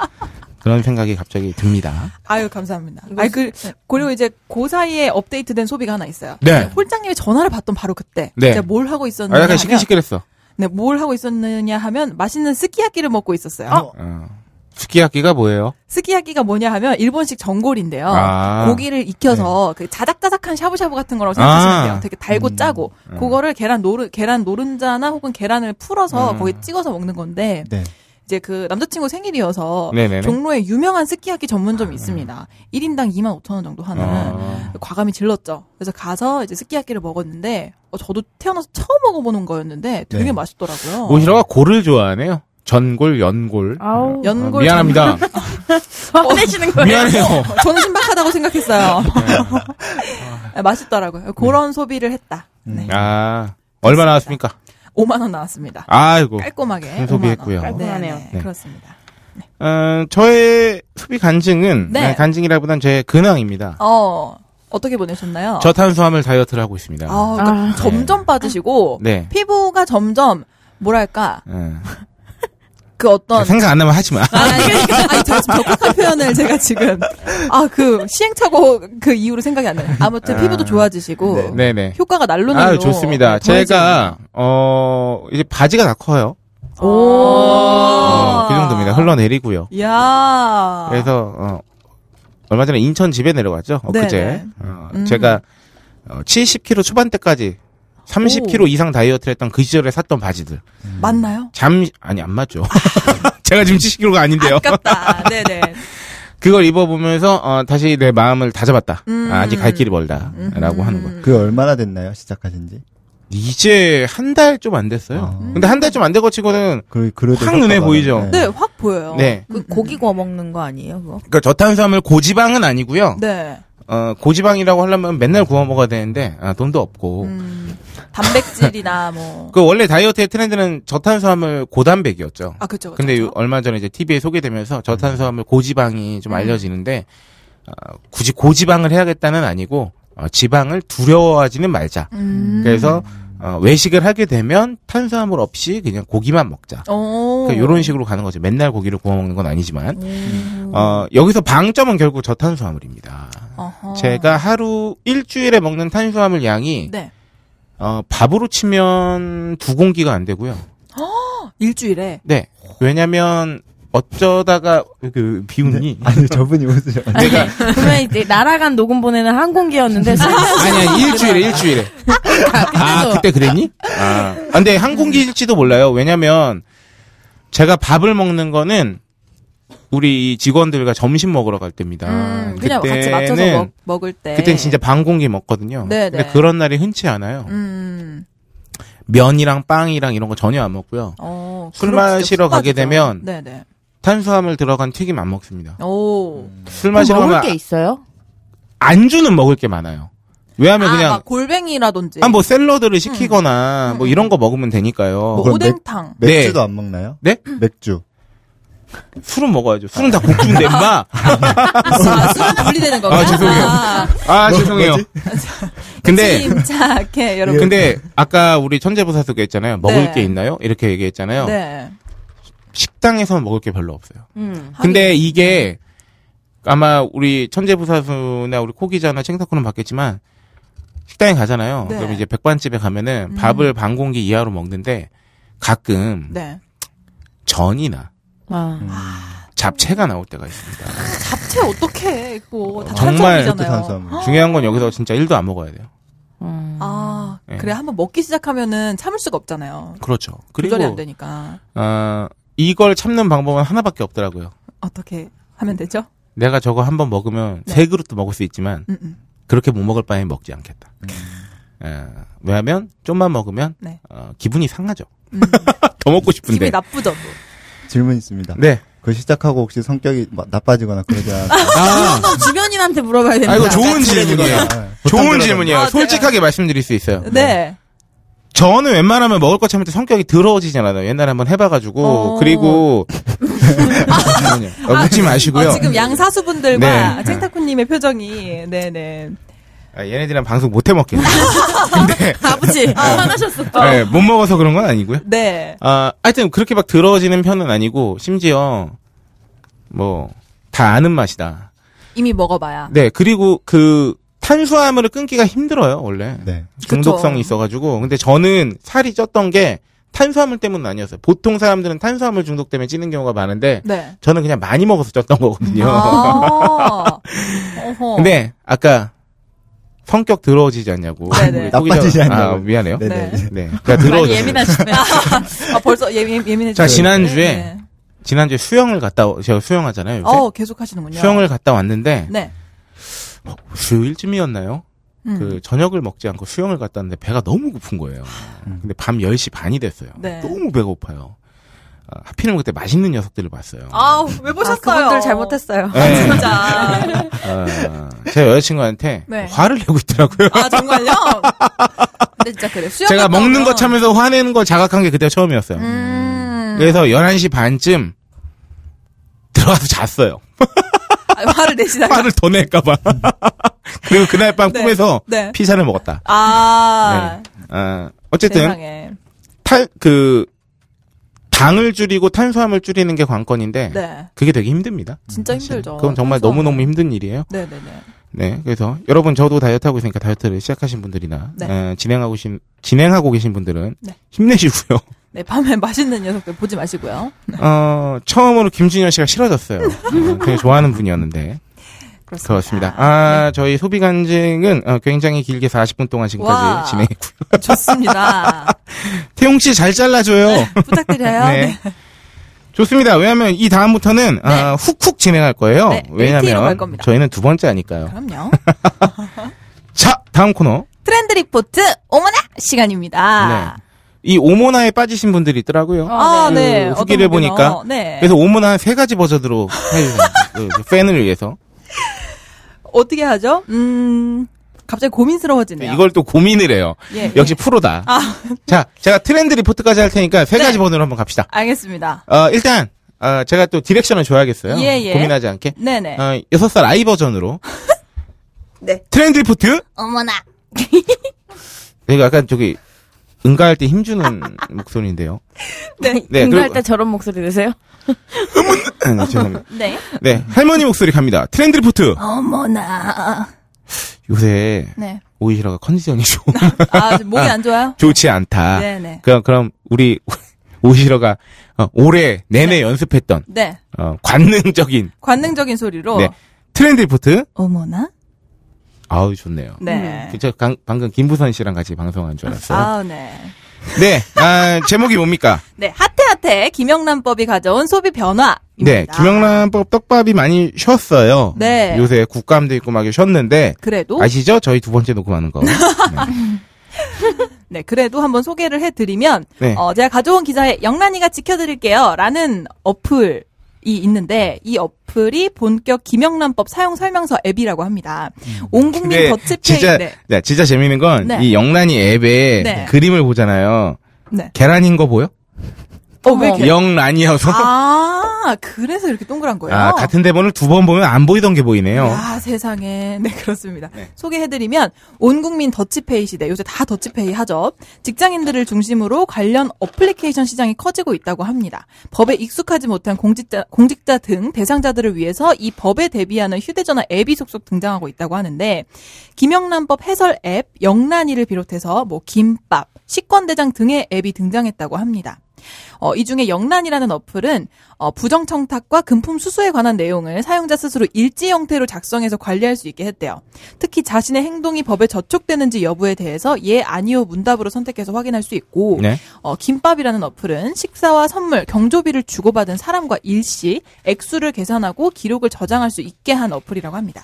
[SPEAKER 4] 그런 생각이 갑자기 듭니다.
[SPEAKER 5] 아유, 감사합니다. 아, 그, 그리고 이제 그 사이에 업데이트된 소비가 하나 있어요.
[SPEAKER 4] 네.
[SPEAKER 5] 홀장님이 전화를 받던 바로 그때.
[SPEAKER 4] 네.
[SPEAKER 5] 제가 뭘 하고 있었느냐.
[SPEAKER 4] 아, 약간
[SPEAKER 5] 하면-
[SPEAKER 4] 시끌시끌했어.
[SPEAKER 5] 네, 뭘 하고 있었느냐 하면 맛있는 스키야끼를 먹고 있었어요.
[SPEAKER 4] 어. 스키야키가 뭐예요?
[SPEAKER 5] 스키야끼가 뭐냐 하면 일본식 전골인데요.
[SPEAKER 4] 아.
[SPEAKER 5] 어,
[SPEAKER 4] 네.
[SPEAKER 5] 고기를 익혀서 그 자작자작한 샤브샤브 같은 거라고 생각하시면 돼요.
[SPEAKER 4] 아. 음.
[SPEAKER 5] 되게 달고 짜고 그거를 계란 노른 계란 노른자나 혹은 계란을 풀어서
[SPEAKER 4] 음.
[SPEAKER 5] 거기에 찍어서 먹는 건데
[SPEAKER 7] 네.
[SPEAKER 5] 이제 그 남자친구 생일이어서
[SPEAKER 4] 네네네. 네.
[SPEAKER 5] 종로에 유명한 스키야끼 전문점이 있습니다. 1인당 2만 5천 원 정도 하는
[SPEAKER 4] 아.
[SPEAKER 5] 과감히 질렀죠. 그래서 가서 이제 스키야끼를 먹었는데 어, 저도 태어나서 처음 먹어보는 거였는데 되게
[SPEAKER 7] 네.
[SPEAKER 5] 맛있더라고요.
[SPEAKER 4] 오히려가 고를 좋아하네요. 전골, 연골.
[SPEAKER 1] 아우.
[SPEAKER 5] 연골
[SPEAKER 4] 어, 미안합니다.
[SPEAKER 1] 어?
[SPEAKER 5] 어?
[SPEAKER 1] 화내시는 거예요?
[SPEAKER 4] 어. 미안해요.
[SPEAKER 5] 저는 신박하다고 생각했어요. 아, 맛있더라고요. 그런 소비를 했다. 네.
[SPEAKER 4] 아, 얼마 나왔습니까?
[SPEAKER 5] 5만 원 나왔습니다.
[SPEAKER 4] 아이고.
[SPEAKER 5] 깔끔하게
[SPEAKER 4] 큰 소비했고요.
[SPEAKER 5] 5만 원. 네,
[SPEAKER 1] 깔끔하네요.
[SPEAKER 5] 네,
[SPEAKER 4] 네.
[SPEAKER 5] 그렇습니다.
[SPEAKER 4] 어, 저의 소비 간증은
[SPEAKER 5] 네.
[SPEAKER 4] 아니, 간증이라기보단 제 근황입니다.
[SPEAKER 5] 어 어떻게 보내셨나요?
[SPEAKER 4] 저탄수화물 다이어트를 하고 있습니다.
[SPEAKER 5] 아, 그러니까
[SPEAKER 1] 아.
[SPEAKER 5] 점점 빠지시고
[SPEAKER 4] 네.
[SPEAKER 5] 피부가 점점 뭐랄까
[SPEAKER 4] 예.
[SPEAKER 5] 그 어떤
[SPEAKER 4] 생각 안 나면 하지 마.
[SPEAKER 5] 아니, 아니, 아니, 저 지금 적극한 표현을 제가 지금 아 그 시행착오 그 이후로 생각이 안 나요. 아무튼 피부도 좋아지시고
[SPEAKER 4] 네네.
[SPEAKER 5] 효과가 날로 날로
[SPEAKER 4] 아유, 좋습니다.
[SPEAKER 5] 네,
[SPEAKER 4] 제가, 어, 이제 바지가 다 커요.
[SPEAKER 5] 오. 아.
[SPEAKER 4] 어, 그 정도입니다. 흘러내리고요.
[SPEAKER 5] 야.
[SPEAKER 4] 그래서 어, 얼마 전에 인천 집에 내려갔죠. 엊그제
[SPEAKER 5] 네네.
[SPEAKER 4] 어,
[SPEAKER 5] 음.
[SPEAKER 4] 제가 어, 70kg 초반대까지 30kg 이상 다이어트를 했던 그 시절에 샀던 바지들
[SPEAKER 5] 맞나요?
[SPEAKER 4] 잠 아니 안 맞죠. 제가 지금 70kg가 아닌데요.
[SPEAKER 5] 아깝다. 네네.
[SPEAKER 4] 그걸 입어보면서 어, 다시 내 마음을 다잡았다.
[SPEAKER 5] 음.
[SPEAKER 4] 아, 직갈 길이 멀다라고 하는 거.
[SPEAKER 7] 그 얼마나 됐나요? 시작하신지?
[SPEAKER 4] 이제 한 달 좀 안 됐어요.
[SPEAKER 7] 아.
[SPEAKER 4] 근데 한 달 좀 안 되고 치고는
[SPEAKER 7] 그 그래도
[SPEAKER 4] 확 눈에
[SPEAKER 7] 효과가
[SPEAKER 4] 보이죠?
[SPEAKER 7] 나네.
[SPEAKER 5] 네, 확 보여요.
[SPEAKER 4] 네.
[SPEAKER 8] 그 고기 구워 먹는 거 아니에요, 그거?
[SPEAKER 4] 그러니까 저탄수화물 고지방은 아니고요.
[SPEAKER 5] 네.
[SPEAKER 4] 어, 고지방이라고 하려면 맨날 구워 먹어야 되는데 아, 돈도 없고
[SPEAKER 5] 음, 단백질이나 뭐.
[SPEAKER 4] 그 원래 다이어트의 트렌드는 저탄수화물 고단백이었죠.
[SPEAKER 5] 아, 그쵸, 그쵸.
[SPEAKER 4] 근데 요-
[SPEAKER 5] 그쵸.
[SPEAKER 4] 얼마 전에 이제 TV에 소개되면서
[SPEAKER 5] 음.
[SPEAKER 4] 저탄수화물 고지방이 좀 알려지는데 어, 굳이 고지방을 해야겠다는 아니고 어, 지방을 두려워하지는 말자.
[SPEAKER 5] 음.
[SPEAKER 4] 그래서 어, 외식을 하게 되면 탄수화물 없이 그냥 고기만 먹자.
[SPEAKER 5] 오. 음.
[SPEAKER 4] 그러니까 이런 식으로 가는 거죠. 맨날 고기를 구워 먹는 건 아니지만 어, 여기서 방점은 결국 저탄수화물입니다.
[SPEAKER 5] 어허.
[SPEAKER 4] 제가 하루 일주일에 먹는 탄수화물 양이
[SPEAKER 5] 네.
[SPEAKER 4] 어, 밥으로 치면 두 공기가 안 되고요.
[SPEAKER 5] 일주일에.
[SPEAKER 4] 네. 왜냐면 어쩌다가 그 비운이
[SPEAKER 7] 네. 아니 저분이 웃으셔.
[SPEAKER 5] 네.
[SPEAKER 4] 내가
[SPEAKER 1] 분명히 이제 날아간 녹음 보내는 항공기였는데 쓰면서
[SPEAKER 4] 아니 아니 일주일에 일주일에 아 그때 그랬니? 아 근데 한 공기일지도 몰라요. 왜냐면 제가 밥을 먹는 거는 우리 이 직원들과 점심 먹으러 갈 때입니다.
[SPEAKER 5] 음, 그냥 같이 맞춰서 먹, 을 때.
[SPEAKER 4] 아, 그땐 진짜 반 공기 먹거든요.
[SPEAKER 5] 네,
[SPEAKER 4] 근데
[SPEAKER 5] 네.
[SPEAKER 4] 그런 날이 흔치 않아요.
[SPEAKER 5] 음.
[SPEAKER 4] 면이랑 빵이랑 이런 거 전혀 안 먹고요.
[SPEAKER 5] 어.
[SPEAKER 4] 술
[SPEAKER 5] 그럼 진짜
[SPEAKER 4] 마시러
[SPEAKER 5] 푹
[SPEAKER 4] 가게
[SPEAKER 5] 빠지죠.
[SPEAKER 4] 되면-
[SPEAKER 5] 네네.
[SPEAKER 4] 탄수화물 들어간 튀김 안 먹습니다.
[SPEAKER 5] 오.
[SPEAKER 4] 술 마시러
[SPEAKER 1] 먹을
[SPEAKER 4] 가면
[SPEAKER 1] 게 있어요?
[SPEAKER 4] 안주는 먹을 게 많아요. 왜냐면
[SPEAKER 5] 아,
[SPEAKER 4] 그냥
[SPEAKER 5] 막 골뱅이라든지.
[SPEAKER 4] 아, 뭐 샐러드를 시키거나
[SPEAKER 5] 음.
[SPEAKER 4] 뭐 이런 거 먹으면 되니까요.
[SPEAKER 7] 뭐- 그럼 맥-
[SPEAKER 5] 오뎅탕.
[SPEAKER 4] 네.
[SPEAKER 7] 맥주도 안 먹나요?
[SPEAKER 4] 네?
[SPEAKER 7] 맥주.
[SPEAKER 4] 술은 먹어야죠. 술은 다 복주인데 마.
[SPEAKER 5] 아, 술은 분리되는 거구나.
[SPEAKER 4] 아, 죄송해요.
[SPEAKER 5] 아,
[SPEAKER 4] 아
[SPEAKER 7] 뭐,
[SPEAKER 4] 죄송해요.
[SPEAKER 5] 네.
[SPEAKER 4] 근데 네.
[SPEAKER 5] 침착해, 여러분.
[SPEAKER 4] 근데 아까 우리 천재부사 소개했잖아요. 먹을
[SPEAKER 5] 네.
[SPEAKER 4] 게 있나요? 이렇게 얘기했잖아요.
[SPEAKER 5] 네.
[SPEAKER 4] 식당에서 먹을 게 별로 없어요.
[SPEAKER 1] 음.
[SPEAKER 4] 근데
[SPEAKER 5] 네.
[SPEAKER 4] 이게 아마 우리 천재부사수나 우리 코기자나 챙사코는 봤겠지만 식당에 가잖아요.
[SPEAKER 5] 네. 음.
[SPEAKER 4] 그럼 이제 백반집에 가면은 밥을 반 공기 이하로 먹는데 가끔
[SPEAKER 5] 네.
[SPEAKER 4] 전이나
[SPEAKER 1] 아.
[SPEAKER 4] 음. 잡채가 나올 때가 있습니다.
[SPEAKER 5] 잡채 어떻게 그거 다
[SPEAKER 4] 정말
[SPEAKER 5] 탄수화물이잖아요.
[SPEAKER 7] 그것도 탄수화물.
[SPEAKER 4] 중요한 건 여기서 진짜 1도 안 먹어야 돼요.
[SPEAKER 1] 음.
[SPEAKER 5] 아
[SPEAKER 4] 예.
[SPEAKER 5] 그래 한번 먹기 시작하면은 참을 수가 없잖아요.
[SPEAKER 4] 그렇죠.
[SPEAKER 5] 조절이 안
[SPEAKER 4] 그리고
[SPEAKER 5] 되니까
[SPEAKER 4] 어, 이걸 참는 방법은 하나밖에 없더라고요.
[SPEAKER 5] 어떻게 하면 되죠?
[SPEAKER 4] 내가 저거 한 번 먹으면
[SPEAKER 5] 네.
[SPEAKER 4] 세 그릇도 먹을 수 있지만
[SPEAKER 5] 음, 음.
[SPEAKER 4] 그렇게 못 먹을 바엔 먹지 않겠다. 예, 왜냐하면 좀만 먹으면
[SPEAKER 5] 네.
[SPEAKER 4] 어, 기분이 상하죠.
[SPEAKER 5] 음.
[SPEAKER 4] 더 먹고
[SPEAKER 5] 기분이
[SPEAKER 4] 싶은데.
[SPEAKER 5] 나쁘죠. 또.
[SPEAKER 7] 질문 있습니다.
[SPEAKER 4] 네.
[SPEAKER 7] 그 시작하고 혹시 성격이 막 나빠지거나 그러지 않아요?
[SPEAKER 4] 아,
[SPEAKER 8] 주변인한테 물어봐야
[SPEAKER 4] 아,
[SPEAKER 5] 네.
[SPEAKER 8] 됩니다.
[SPEAKER 4] 이거 좋은 질문이에요. 좋은 질문이에요.
[SPEAKER 5] 아,
[SPEAKER 4] 솔직하게 말씀드릴 수 있어요.
[SPEAKER 5] 네.
[SPEAKER 4] 저는 웬만하면 먹을 것 참을 때 성격이 더러워지지 않아요. 옛날에 한번 해봐가지고
[SPEAKER 5] 어.
[SPEAKER 4] 그리고 아니요. 어, 웃지 마시고요.
[SPEAKER 5] 어, 지금 양사수분들과
[SPEAKER 4] 네.
[SPEAKER 5] 챙타쿠님의 표정이 네네.
[SPEAKER 4] 아, 얘네들이랑 방송 못 해먹겠네. 근데
[SPEAKER 8] 아버지
[SPEAKER 4] 네.
[SPEAKER 8] 화나셨어.
[SPEAKER 4] 예, 못 먹어서 그런 건 아니고요.
[SPEAKER 5] 네.
[SPEAKER 4] 아, 하여튼 그렇게 막 더러워지는 편은 아니고 심지어 뭐 다 아는 맛이다.
[SPEAKER 5] 이미 먹어봐야.
[SPEAKER 4] 네 그리고 그 탄수화물을 끊기가 힘들어요 원래.
[SPEAKER 7] 네.
[SPEAKER 4] 중독성이 있어가지고 근데 저는 살이 쪘던 게 탄수화물 때문은 아니었어요. 보통 사람들은 탄수화물 중독 때문에 찌는 경우가 많은데
[SPEAKER 5] 네.
[SPEAKER 4] 저는 그냥 많이 먹어서 쪘던 거거든요.
[SPEAKER 5] 아. 어허.
[SPEAKER 4] 근데 아까 성격 더러워지지 않냐고
[SPEAKER 5] 네네.
[SPEAKER 4] 우리 소기자-
[SPEAKER 7] 나빠지지 않냐고.
[SPEAKER 4] 아, 미안해요. 네,
[SPEAKER 7] 네네.
[SPEAKER 5] 네.
[SPEAKER 4] 그러니까 더러워지.
[SPEAKER 8] 예민하시네요.
[SPEAKER 5] 아, 벌써 예, 예, 예민해지죠.
[SPEAKER 4] 자 지난주에
[SPEAKER 5] 네.
[SPEAKER 4] 지난주에 수영을 갔다 오- 제가 수영하잖아요. 요새.
[SPEAKER 5] 어, 계속 하시는군요.
[SPEAKER 4] 수영을 갔다 왔는데
[SPEAKER 5] 네.
[SPEAKER 4] 수요일쯤이었나요?
[SPEAKER 5] 음.
[SPEAKER 4] 그 저녁을 먹지 않고 수영을 갔다 왔는데 배가 너무 고픈 거예요. 근데 밤 10시 반이 됐어요.
[SPEAKER 5] 네.
[SPEAKER 4] 너무 배고파요. 아, 하필이면 그때 맛있는 녀석들을 봤어요.
[SPEAKER 5] 아우, 왜
[SPEAKER 6] 아,
[SPEAKER 5] 보셨어요?
[SPEAKER 6] 그분들 잘못했어요.
[SPEAKER 4] 네.
[SPEAKER 5] 진짜.
[SPEAKER 4] 아, 제 여자친구한테
[SPEAKER 5] 네.
[SPEAKER 4] 화를 내고 있더라고요.
[SPEAKER 5] 아, 정말요? 근데 진짜 그래. 수영
[SPEAKER 4] 제가
[SPEAKER 5] 갔다
[SPEAKER 4] 먹는
[SPEAKER 5] 오면-
[SPEAKER 4] 거 참면서 화내는 거 자각한 게 그때가 처음이었어요.
[SPEAKER 5] 음.
[SPEAKER 4] 그래서 11시 반쯤 들어가서 잤어요.
[SPEAKER 5] 아, 화를 내시다가.
[SPEAKER 4] 화를 더 낼까봐. 그리고 그날 밤
[SPEAKER 5] 네.
[SPEAKER 4] 꿈에서
[SPEAKER 5] 네.
[SPEAKER 4] 피자를 먹었다.
[SPEAKER 5] 아.
[SPEAKER 4] 아, 어쨌든
[SPEAKER 5] 세상에.
[SPEAKER 4] 탈, 그, 당을 줄이고 탄수화물 줄이는 게 관건인데,
[SPEAKER 5] 네. 어,
[SPEAKER 4] 그게 되게 힘듭니다.
[SPEAKER 5] 진짜
[SPEAKER 4] 사실.
[SPEAKER 5] 힘들죠.
[SPEAKER 4] 음, 그건 정말
[SPEAKER 5] 탄수화물.
[SPEAKER 4] 너무너무 힘든 일이에요.
[SPEAKER 5] 네네네.
[SPEAKER 4] 네. 그래서 여러분 저도 다이어트 하고 있으니까 다이어트를 시작하신 분들이나,
[SPEAKER 5] 네.
[SPEAKER 4] 어, 진행하고 계신, 진행하고 계신 분들은
[SPEAKER 5] 네.
[SPEAKER 4] 힘내시고요.
[SPEAKER 5] 네, 밤에 맛있는 녀석들 보지 마시고요.
[SPEAKER 4] 어, 처음으로 김준현 씨가 싫어졌어요. 어, 되게 좋아하는 분이었는데.
[SPEAKER 5] 네. 그렇습니다. 네.
[SPEAKER 4] 그렇습니다. 아, 저희 소비 간증은 어, 굉장히 길게 40분 동안
[SPEAKER 5] 와.
[SPEAKER 4] 지금까지 진행했고.
[SPEAKER 5] 좋습니다.
[SPEAKER 4] 태용 씨 잘 잘라줘요.
[SPEAKER 5] 부탁드려요.
[SPEAKER 4] 네. 좋습니다. 왜냐하면 이 다음부터는 아, 훅훅 진행할 거예요.
[SPEAKER 5] 네, 데이트로 갈
[SPEAKER 4] 왜냐하면
[SPEAKER 5] 겁니다.
[SPEAKER 4] 저희는 두 번째 하니까요.
[SPEAKER 5] 그럼요.
[SPEAKER 4] 자, 다음 코너.
[SPEAKER 5] 트렌드 리포트 오모나 시간입니다.
[SPEAKER 4] 네. 이 오모나에 빠지신 분들이 있더라고요.
[SPEAKER 5] 아,
[SPEAKER 4] 그
[SPEAKER 5] 네. 어떤
[SPEAKER 4] 후기를
[SPEAKER 5] 분이요?
[SPEAKER 4] 보니까.
[SPEAKER 5] 네.
[SPEAKER 4] 그래서 오모나 한 세 가지 버전으로 해주세요. 그, 그 팬을 위해서.
[SPEAKER 5] 어떻게 하죠? 음, 갑자기 고민스러워지네요.
[SPEAKER 4] 이걸 또 고민을 해요.
[SPEAKER 5] 예,
[SPEAKER 4] 역시
[SPEAKER 5] 예.
[SPEAKER 4] 프로다. 자, 제가 트렌드 리포트까지 할 테니까
[SPEAKER 5] 네.
[SPEAKER 4] 세 가지 번호로 한번 갑시다.
[SPEAKER 5] 알겠습니다.
[SPEAKER 4] 어, 일단, 어, 제가 또 디렉션을 줘야겠어요.
[SPEAKER 5] 예, 예.
[SPEAKER 4] 고민하지 않게.
[SPEAKER 5] 네네.
[SPEAKER 4] 어, 6살 아이 버전으로.
[SPEAKER 6] 네.
[SPEAKER 4] 트렌드 리포트?
[SPEAKER 2] 어머나.
[SPEAKER 4] 이거 약간 저기, 응가할 때 힘주는 목소리인데요.
[SPEAKER 5] 네.
[SPEAKER 4] 네,
[SPEAKER 1] 공부할
[SPEAKER 4] 그리고-
[SPEAKER 1] 때 저런 목소리 내세요?
[SPEAKER 4] 네, 죄송합니다.
[SPEAKER 5] 네.
[SPEAKER 4] 네, 할머니 목소리 갑니다. 트렌드 리포트!
[SPEAKER 5] 어머나.
[SPEAKER 4] 요새,
[SPEAKER 5] 어. 네.
[SPEAKER 4] 오이시라가 컨디션이 좋,
[SPEAKER 5] 아, 지금 목이 안 좋아요?
[SPEAKER 4] 좋지 않다.
[SPEAKER 5] 네네.
[SPEAKER 4] 그럼, 그럼, 우리, 오이시러가, 어, 올해 내내 연습했던,
[SPEAKER 5] 네.
[SPEAKER 4] 어, 관능적인,
[SPEAKER 5] 관능적인 소리로.
[SPEAKER 4] 네. 트렌드 리포트?
[SPEAKER 5] 어머나?
[SPEAKER 4] 아우, 좋네요.
[SPEAKER 5] 네.
[SPEAKER 4] 저 강- 방금 김부선 씨랑 같이 방송한 줄 알았어요.
[SPEAKER 5] 아, 네.
[SPEAKER 4] 네, 아, 제목이 뭡니까?
[SPEAKER 5] 네. 하태하태 김영란법이 가져온 소비 변화.
[SPEAKER 4] 네, 김영란법 떡밥이 많이 쉬었어요.
[SPEAKER 5] 네.
[SPEAKER 4] 요새 국감도 있고 막 쉬었는데
[SPEAKER 5] 그래도
[SPEAKER 4] 아시죠? 저희 두 번째 녹음하는 거. 네.
[SPEAKER 5] 네, 그래도 한번 소개를 해드리면,
[SPEAKER 4] 네.
[SPEAKER 5] 어, 제가 가져온 기사에 영란이가 지켜드릴게요. 라는 어플이 있는데, 이 어플이 본격 김영란법 사용 설명서 앱이라고 합니다. 온 국민
[SPEAKER 4] 음. 근데
[SPEAKER 5] 더치페이.
[SPEAKER 4] 진짜
[SPEAKER 5] 네.
[SPEAKER 4] 네, 진짜 재밌는 건 이
[SPEAKER 5] 네.
[SPEAKER 4] 영란이 앱에
[SPEAKER 5] 네.
[SPEAKER 4] 그림을 보잖아요.
[SPEAKER 5] 네.
[SPEAKER 4] 계란인 거 보여?
[SPEAKER 5] 어, 왜 이렇게.
[SPEAKER 4] 영란이어서
[SPEAKER 5] 아, 그래서 이렇게 동그란 거예요.
[SPEAKER 4] 아, 같은 대본을 두 번 보면 안 보이던 게 보이네요.
[SPEAKER 5] 야, 세상에. 네, 그렇습니다. 소개해드리면, 온 국민 더치페이 시대, 요새 다 더치페이 하죠. 직장인들을 중심으로 관련 어플리케이션 시장이 커지고 있다고 합니다. 법에 익숙하지 못한 공직자, 공직자 등 대상자들을 위해서 이 법에 대비하는 휴대전화 앱이 속속 등장하고 있다고 하는데, 김영란법 해설 앱, 영란이를 비롯해서 뭐, 김밥, 식권대장 등의 앱이 등장했다고 합니다. 어, 이 중에 영란이라는 어플은 어, 부정 청탁과 금품 수수에 관한 내용을 사용자 스스로 일지 형태로 작성해서 관리할 수 있게 했대요. 특히 자신의 행동이 법에 저촉되는지 여부에 대해서 예 아니요 문답으로 선택해서 확인할 수 있고
[SPEAKER 4] 네.
[SPEAKER 5] 어, 김밥이라는 어플은 식사와 선물, 경조비를 주고받은 사람과 일시, 액수를 계산하고 기록을 저장할 수 있게 한 어플이라고 합니다.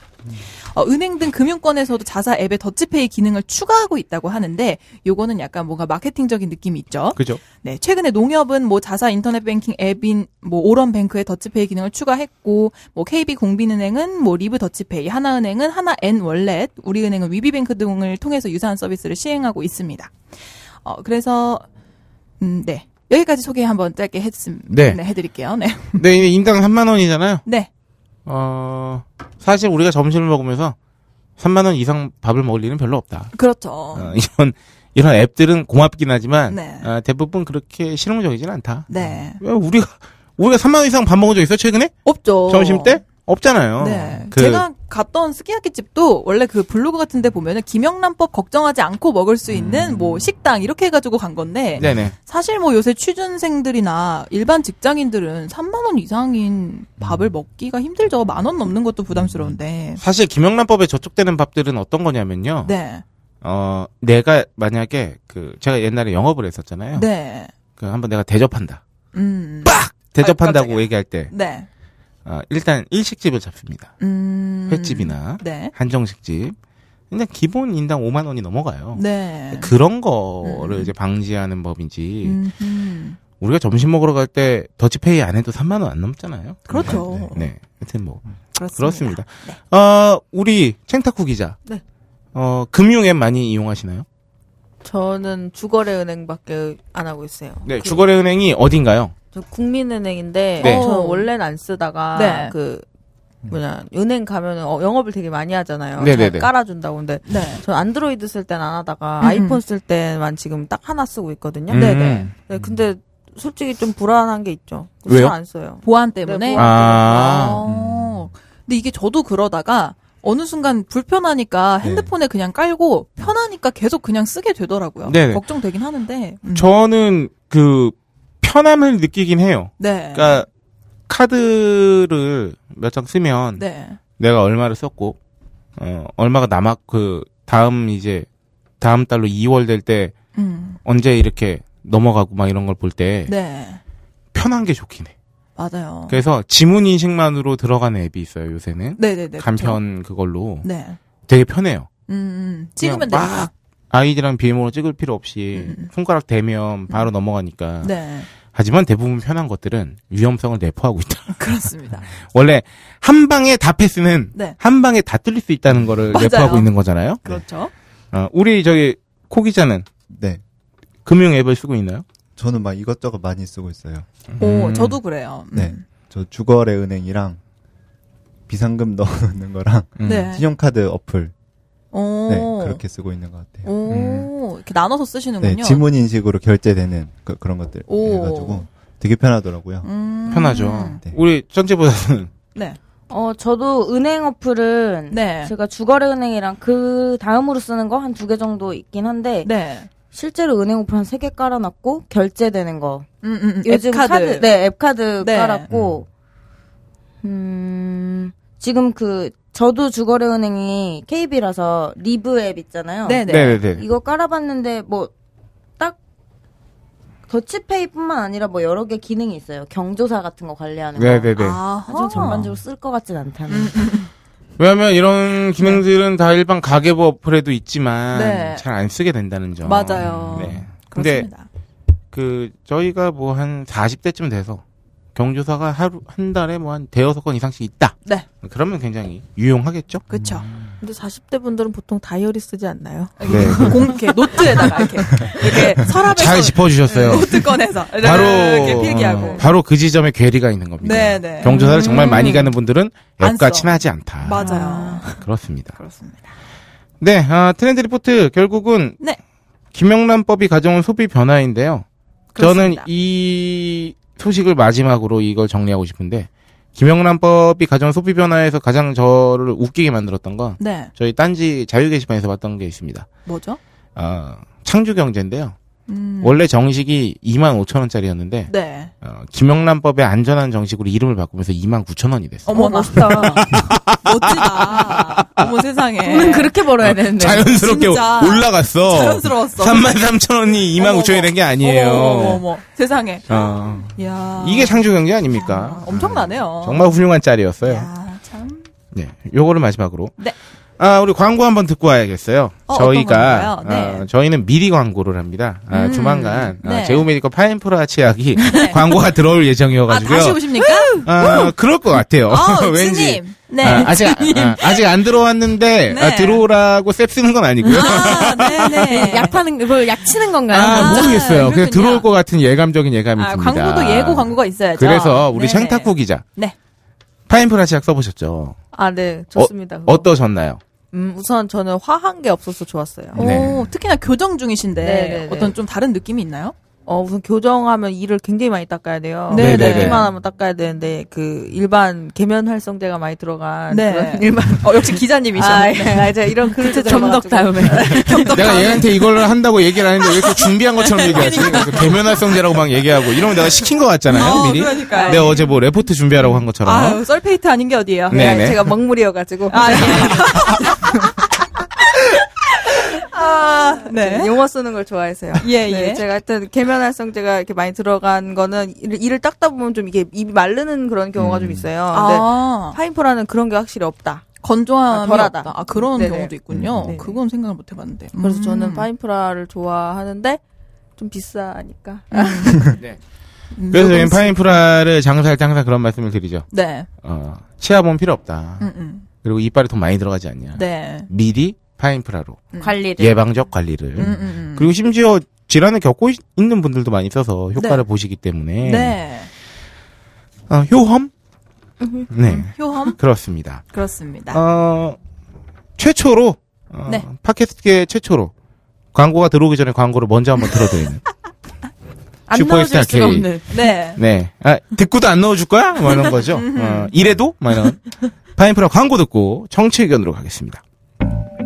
[SPEAKER 5] 어, 은행 등 금융권에서도 자사 앱에 더치페이 기능을 추가하고 있다고 하는데 요거는 약간 뭔가 마케팅적인 느낌이 있죠.
[SPEAKER 4] 그죠?
[SPEAKER 5] 네, 최근에 농협은 뭐 자사 인터넷 뱅킹 앱인 뭐 오런뱅크에 더치페이 기능을 추가했고 뭐 KB 공빈은행은 뭐 리브 더치페이, 하나은행은 하나N 월렛, 우리은행은 위비뱅크 등을 통해서 유사한 서비스를 시행하고 있습니다. 어, 그래서 음, 네. 여기까지 소개 한번 짧게 했음,
[SPEAKER 4] 네.
[SPEAKER 5] 네. 해드릴게요. 네.
[SPEAKER 4] 근데 이게 인당 3만 원이잖아요.
[SPEAKER 5] 네.
[SPEAKER 4] 어, 사실 우리가 점심을 먹으면서 3만 원 이상 밥을 먹을 일은 별로 없다.
[SPEAKER 5] 그렇죠.
[SPEAKER 4] 어, 이런 이런 앱들은 고맙긴 하지만
[SPEAKER 5] 네.
[SPEAKER 4] 어, 대부분 그렇게 실용적이진 않다.
[SPEAKER 5] 네.
[SPEAKER 4] 왜 우리가 우리가 3만 원 이상 밥 먹은 적 있어 최근에?
[SPEAKER 5] 없죠.
[SPEAKER 4] 점심 때? 없잖아요.
[SPEAKER 5] 네.
[SPEAKER 4] 그-
[SPEAKER 5] 제가 갔던 스키야키 집도 원래 그 블로그 같은 데 보면은 김영란법 걱정하지 않고 먹을 수 있는 뭐 식당 이렇게 해가지고 간 건데
[SPEAKER 4] 음. 네네.
[SPEAKER 5] 사실 뭐 요새 취준생들이나 일반 직장인들은 3만원 이상인
[SPEAKER 4] 음.
[SPEAKER 5] 밥을 먹기가 힘들죠. 만 원 넘는 것도 부담스러운데.
[SPEAKER 4] 사실 김영란법에 저촉되는 밥들은 어떤 거냐면요.
[SPEAKER 5] 네.
[SPEAKER 4] 어, 내가 만약에 그 제가 옛날에 영업을 했었잖아요.
[SPEAKER 5] 네.
[SPEAKER 4] 그 한번 내가 대접한다.
[SPEAKER 5] 음.
[SPEAKER 4] 대접한다고
[SPEAKER 5] 깜짝이야.
[SPEAKER 4] 얘기할 때
[SPEAKER 5] 네.
[SPEAKER 4] 어, 일단 일식집을 잡습니다.
[SPEAKER 5] 음.
[SPEAKER 4] 횟집이나
[SPEAKER 5] 네.
[SPEAKER 4] 한정식집. 근데 기본 인당 5만 원이 넘어가요.
[SPEAKER 5] 네. 음.
[SPEAKER 4] 그런 거를 이제 방지하는 법인지 우리가 점심 먹으러 갈 때 더치페이 안 해도 3만 원 안 넘잖아요.
[SPEAKER 5] 그렇죠.
[SPEAKER 4] 네, 네. 하여튼 뭐
[SPEAKER 5] 그렇습니다. 네.
[SPEAKER 4] 그렇습니다. 어, 우리 챙타쿠 기자.
[SPEAKER 8] 네.
[SPEAKER 4] 어, 금융 앱 많이 이용하시나요?
[SPEAKER 8] 저는 주거래 은행밖에 안 하고 있어요.
[SPEAKER 5] 그
[SPEAKER 4] 네, 주거래 은행이 어딘가요?
[SPEAKER 8] 저 국민은행인데
[SPEAKER 4] 네.
[SPEAKER 8] 저 원래는 안 쓰다가
[SPEAKER 5] 네.
[SPEAKER 8] 그 뭐냐 은행 가면은 어, 영업을 되게 많이 하잖아요.
[SPEAKER 4] 네네네.
[SPEAKER 8] 잘 깔아준다고 근데
[SPEAKER 5] 네.
[SPEAKER 8] 전 안드로이드 쓸 땐 안 하다가
[SPEAKER 5] 음.
[SPEAKER 8] 아이폰 쓸 때만 지금 딱 하나 쓰고 있거든요.
[SPEAKER 4] 음.
[SPEAKER 8] 네, 근데 솔직히 좀 불안한 게 있죠.
[SPEAKER 4] 왜요?
[SPEAKER 8] 잘안 써요.
[SPEAKER 5] 보안 때문에.
[SPEAKER 8] 네, 보안.
[SPEAKER 4] 아.
[SPEAKER 5] 어. 근데 이게 저도 그러다가 어느 순간 불편하니까
[SPEAKER 4] 네.
[SPEAKER 5] 핸드폰에 그냥 깔고 편하니까 계속 그냥 쓰게 되더라고요.
[SPEAKER 4] 네네.
[SPEAKER 5] 걱정되긴 하는데. 음.
[SPEAKER 4] 저는 그 편함을 느끼긴 해요.
[SPEAKER 5] 네.
[SPEAKER 4] 그러니까 카드를 몇 장 쓰면
[SPEAKER 5] 네.
[SPEAKER 4] 내가 얼마를 썼고 어, 얼마가 남았 그 다음 이제 다음 달로 2월 될 때
[SPEAKER 5] 음.
[SPEAKER 4] 언제 이렇게 넘어가고 막 이런 걸 볼 때
[SPEAKER 5] 네.
[SPEAKER 4] 편한 게 좋긴 해.
[SPEAKER 5] 맞아요.
[SPEAKER 4] 그래서 지문 인식만으로 들어간 앱이 있어요 요새는
[SPEAKER 5] 네네네.
[SPEAKER 4] 간편 그걸로
[SPEAKER 5] 그쵸. 네.
[SPEAKER 4] 되게 편해요.
[SPEAKER 5] 음, 음. 찍으면
[SPEAKER 4] 그냥
[SPEAKER 5] 되니까.
[SPEAKER 4] 아이디랑 비밀번호 찍을 필요 없이
[SPEAKER 5] 음,
[SPEAKER 4] 손가락 대면 바로 넘어가니까.
[SPEAKER 5] 네.
[SPEAKER 4] 하지만 대부분 편한 것들은 위험성을 내포하고 있다. 네.
[SPEAKER 5] 그렇습니다.
[SPEAKER 4] 원래 한 방에 다 패스는
[SPEAKER 5] 네.
[SPEAKER 4] 한 방에 다 뚫릴 수 있다는 거를
[SPEAKER 5] 맞아요.
[SPEAKER 4] 내포하고 있는 거잖아요.
[SPEAKER 5] 그렇죠.
[SPEAKER 4] 어, 우리 저기 코 기자는
[SPEAKER 7] 네.
[SPEAKER 4] 금융 앱을 쓰고 있나요?
[SPEAKER 7] 저는 막 이것저것 많이 쓰고 있어요.
[SPEAKER 4] 음.
[SPEAKER 5] 오, 저도 그래요. 음.
[SPEAKER 7] 네. 저 주거래 은행이랑 비상금 넣어놓는 거랑
[SPEAKER 4] 음.
[SPEAKER 5] 네.
[SPEAKER 7] 신용카드 어플
[SPEAKER 5] 오.
[SPEAKER 7] 네, 그렇게 쓰고 있는 것 같아요.
[SPEAKER 4] 음.
[SPEAKER 5] 오, 이렇게 나눠서 쓰시는군요.
[SPEAKER 7] 네, 지문 인식으로 결제되는 그, 런 것들
[SPEAKER 5] 오.
[SPEAKER 7] 해가지고 되게 편하더라고요.
[SPEAKER 5] 음.
[SPEAKER 4] 편하죠.
[SPEAKER 7] 네.
[SPEAKER 4] 우리 전체보다는
[SPEAKER 5] 네.
[SPEAKER 1] 어, 저도 은행 어플은
[SPEAKER 5] 네.
[SPEAKER 1] 제가 주거래은행이랑 그 다음으로 쓰는 거 한 두 개 정도 있긴 한데
[SPEAKER 5] 네.
[SPEAKER 1] 실제로 은행 어플 한 세 개 깔아놨고 결제되는 거
[SPEAKER 5] 음, 음, 음.
[SPEAKER 1] 요즘
[SPEAKER 5] 앱카드.
[SPEAKER 1] 카드, 네, 앱카드
[SPEAKER 5] 네.
[SPEAKER 1] 깔았고, 음, 지금 그, 저도 주거래은행이 KB라서 리브 앱 있잖아요.
[SPEAKER 5] 네네.
[SPEAKER 4] 네네네.
[SPEAKER 1] 이거 깔아봤는데, 뭐, 딱, 더치페이 뿐만 아니라 뭐 여러 개 기능이 있어요. 경조사 같은 거 관리하는 거.
[SPEAKER 4] 네네네.
[SPEAKER 5] 아하.
[SPEAKER 1] 아주 전반적으로 쓸 것 같진 않다는.
[SPEAKER 4] 왜냐하면 이런 기능들은 다 일반 가계부 어플에도 있지만
[SPEAKER 5] 네.
[SPEAKER 4] 잘 안 쓰게 된다는 점.
[SPEAKER 5] 맞아요.
[SPEAKER 4] 네. 근데
[SPEAKER 5] 그렇습니다.
[SPEAKER 4] 그 저희가 뭐 한 40대쯤 돼서 경조사가 하루 한 달에 뭐 한 대여섯 건 이상씩 있다.
[SPEAKER 5] 네.
[SPEAKER 4] 그러면 굉장히 유용하겠죠?
[SPEAKER 5] 그렇죠.
[SPEAKER 4] 음.
[SPEAKER 8] 근데 40대 분들은 보통 다이어리 쓰지 않나요?
[SPEAKER 4] 네.
[SPEAKER 5] 공 이렇게 노트에다가 이렇게 이렇게 서랍에
[SPEAKER 4] 잘
[SPEAKER 5] 서-
[SPEAKER 4] 짚어 주셨어요.
[SPEAKER 5] 노트 꺼내서 네. 이렇게
[SPEAKER 4] 바로
[SPEAKER 5] 필기하고.
[SPEAKER 4] 어, 바로 그 지점에 괴리가 있는 겁니다.
[SPEAKER 5] 네, 네.
[SPEAKER 4] 경조사를 정말 많이 가는 분들은
[SPEAKER 5] 안
[SPEAKER 4] 앱과
[SPEAKER 5] 써.
[SPEAKER 4] 친하지 않다.
[SPEAKER 5] 맞아요.
[SPEAKER 4] 그렇습니다.
[SPEAKER 5] 그렇습니다.
[SPEAKER 4] 네, 아, 트렌드 리포트 결국은
[SPEAKER 5] 네.
[SPEAKER 4] 김영란법이 가져온 소비 변화인데요.
[SPEAKER 5] 그렇습니다.
[SPEAKER 4] 저는 이 소식을 마지막으로 이걸 정리하고 싶은데 김영란법이 가져온 소비 변화에서 가장 저를 웃기게 만들었던 건
[SPEAKER 5] 네.
[SPEAKER 4] 저희 딴지 자유 게시판에서 봤던 게 있습니다.
[SPEAKER 5] 뭐죠?
[SPEAKER 4] 아, 창조 경제인데요.
[SPEAKER 5] 음.
[SPEAKER 4] 원래 정식이 2만 5천 원짜리였는데
[SPEAKER 5] 네.
[SPEAKER 4] 어, 김영란법의 안전한 정식으로 이름을 바꾸면서 2만 9천 원이 됐어요.
[SPEAKER 5] 어머 멋있다. 멋지다. 어머 세상에.
[SPEAKER 1] 돈은 그렇게 벌어야 되는데.
[SPEAKER 4] 자연스럽게
[SPEAKER 5] 네. 진짜.
[SPEAKER 4] 올라갔어.
[SPEAKER 5] 자연스러웠어.
[SPEAKER 4] 3만 3천 원이 2만 9천 원이 된 게 아니에요.
[SPEAKER 5] 어머, 어머, 어머, 어머. 세상에.
[SPEAKER 4] 어,
[SPEAKER 5] 이야.
[SPEAKER 4] 이게 창조 경제 아닙니까?
[SPEAKER 5] 아, 엄청나네요.
[SPEAKER 4] 정말 훌륭한 짤이었어요.
[SPEAKER 5] 야, 참.
[SPEAKER 4] 네, 요거를 마지막으로.
[SPEAKER 5] 네.
[SPEAKER 4] 아, 우리 광고 한번 듣고 와야겠어요.
[SPEAKER 5] 어,
[SPEAKER 4] 저희가
[SPEAKER 5] 어떤 건가요? 네.
[SPEAKER 4] 아, 저희는 미리 광고를 합니다. 아,
[SPEAKER 5] 음,
[SPEAKER 4] 조만간 아,
[SPEAKER 5] 네.
[SPEAKER 4] 제우메디컬 파인프라 치약이 광고가 들어올
[SPEAKER 5] 아,
[SPEAKER 4] 예정이어가지고요.
[SPEAKER 5] 다시 오십니까?
[SPEAKER 4] 아, 그럴 것 같아요.
[SPEAKER 5] 어,
[SPEAKER 4] 왠지.
[SPEAKER 5] 스님. 네.
[SPEAKER 4] 아, 직 아, 직안 들어왔는데
[SPEAKER 5] 네.
[SPEAKER 4] 아, 들어오라고 셉 쓰는 건 아니고요.
[SPEAKER 5] 아, 네네.
[SPEAKER 1] 약 파는 뭘약 치는 건가요?
[SPEAKER 4] 아, 모르겠어요. 그냥
[SPEAKER 5] 그렇군요.
[SPEAKER 4] 들어올 것 같은 예감적인 예감이
[SPEAKER 5] 아,
[SPEAKER 4] 듭니다.
[SPEAKER 5] 광고도 예고 광고가 있어야죠.
[SPEAKER 4] 음, 그래서 우리
[SPEAKER 5] 네네.
[SPEAKER 4] 샹타쿠 기자.
[SPEAKER 5] 네.
[SPEAKER 4] 파인프라 치약 써보셨죠?
[SPEAKER 8] 아, 네. 좋습니다. 그거.
[SPEAKER 4] 어떠셨나요?
[SPEAKER 8] 음, 우선 저는 화한 게 없어서 좋았어요.
[SPEAKER 5] 오,
[SPEAKER 4] 네.
[SPEAKER 5] 특히나 교정 중이신데
[SPEAKER 8] 네네네.
[SPEAKER 5] 어떤 좀 다른 느낌이 있나요?
[SPEAKER 8] 어, 우선 교정하면 이를 굉장히 많이 닦아야 돼요.
[SPEAKER 5] 네네.
[SPEAKER 8] 이만 하면 닦아야 되는데, 그, 일반, 계면 활성제가 많이 들어간.
[SPEAKER 5] 네.
[SPEAKER 8] 그런 일반.
[SPEAKER 5] 어, 역시 기자님이셨네.
[SPEAKER 8] 아, 예. 아, 제가 이런 글을
[SPEAKER 5] 점덕 다음에.
[SPEAKER 4] 내가 얘한테 이걸 한다고 얘기를 안 했는데 왜 이렇게 준비한 것처럼 얘기하지? 그래서 계면활성제라고 막 얘기하고 이러면 내가 시킨 것 같잖아요,
[SPEAKER 5] 그러니까. 어,
[SPEAKER 4] 미리.
[SPEAKER 5] 그러니까요.
[SPEAKER 4] 내가 어제 뭐 레포트 준비하라고 한 것처럼.
[SPEAKER 5] 아유, 썰페이트 아닌 게 어디예요?
[SPEAKER 4] 네. 네네.
[SPEAKER 8] 제가 먹물이어가지고.
[SPEAKER 5] 아, 예. 아, 네.
[SPEAKER 8] 용어 쓰는 걸 좋아해서요.
[SPEAKER 5] 예,
[SPEAKER 8] 네,
[SPEAKER 5] 예.
[SPEAKER 8] 제가 하여튼 계면활성제가 이렇게 많이 들어간 거는 이를, 이를 닦다 보면 좀 이게 입이 마르는 그런 경우가
[SPEAKER 5] 음.
[SPEAKER 8] 좀 있어요. 근데
[SPEAKER 5] 아,
[SPEAKER 8] 파인프라는 그런 게 확실히 없다.
[SPEAKER 5] 건조함이
[SPEAKER 8] 네. 아, 덜하다.
[SPEAKER 5] 없다. 아, 그런
[SPEAKER 8] 네네. 음,
[SPEAKER 5] 경우도 있군요.
[SPEAKER 8] 네네.
[SPEAKER 5] 그건 생각을 못 해봤는데.
[SPEAKER 8] 그래서
[SPEAKER 5] 음.
[SPEAKER 8] 저는 파인프라를 좋아하는데 좀 비싸니까.
[SPEAKER 5] 음,
[SPEAKER 4] 그래서
[SPEAKER 5] 조금씩.
[SPEAKER 4] 저희는 파인프라를 장사할 때 항상 그런 말씀을 드리죠.
[SPEAKER 5] 네.
[SPEAKER 4] 어, 치아보험 필요 없다.
[SPEAKER 5] 음, 음.
[SPEAKER 4] 그리고 이빨에 돈 많이 들어가지 않냐.
[SPEAKER 5] 네.
[SPEAKER 4] 미리 파인프라로
[SPEAKER 1] 관리를.
[SPEAKER 4] 예방적 관리를.
[SPEAKER 5] 음, 음, 음.
[SPEAKER 4] 그리고 심지어 질환을 겪고 있- 있는 분들도 많이 써서 효과를
[SPEAKER 5] 네.
[SPEAKER 4] 보시기 때문에
[SPEAKER 5] 네.
[SPEAKER 4] 어, 효험
[SPEAKER 5] 음,
[SPEAKER 4] 네
[SPEAKER 5] 효험? 아,
[SPEAKER 4] 그렇습니다.
[SPEAKER 5] 그렇습니다.
[SPEAKER 4] 어, 최초로 어,
[SPEAKER 5] 네.
[SPEAKER 4] 팟캐스트계 최초로 광고가 들어오기 전에 광고를 먼저 한번 들어드리는
[SPEAKER 1] 안
[SPEAKER 4] 슈퍼스타
[SPEAKER 1] 넣어줄
[SPEAKER 4] K.
[SPEAKER 1] 수가 없는.
[SPEAKER 5] 네.
[SPEAKER 4] 네 아, 듣고도 안 넣어줄 거야? 뭐 이런 거죠. 어, 이래도 뭐 이런 파인프라 광고 듣고 청취 의견으로 가겠습니다.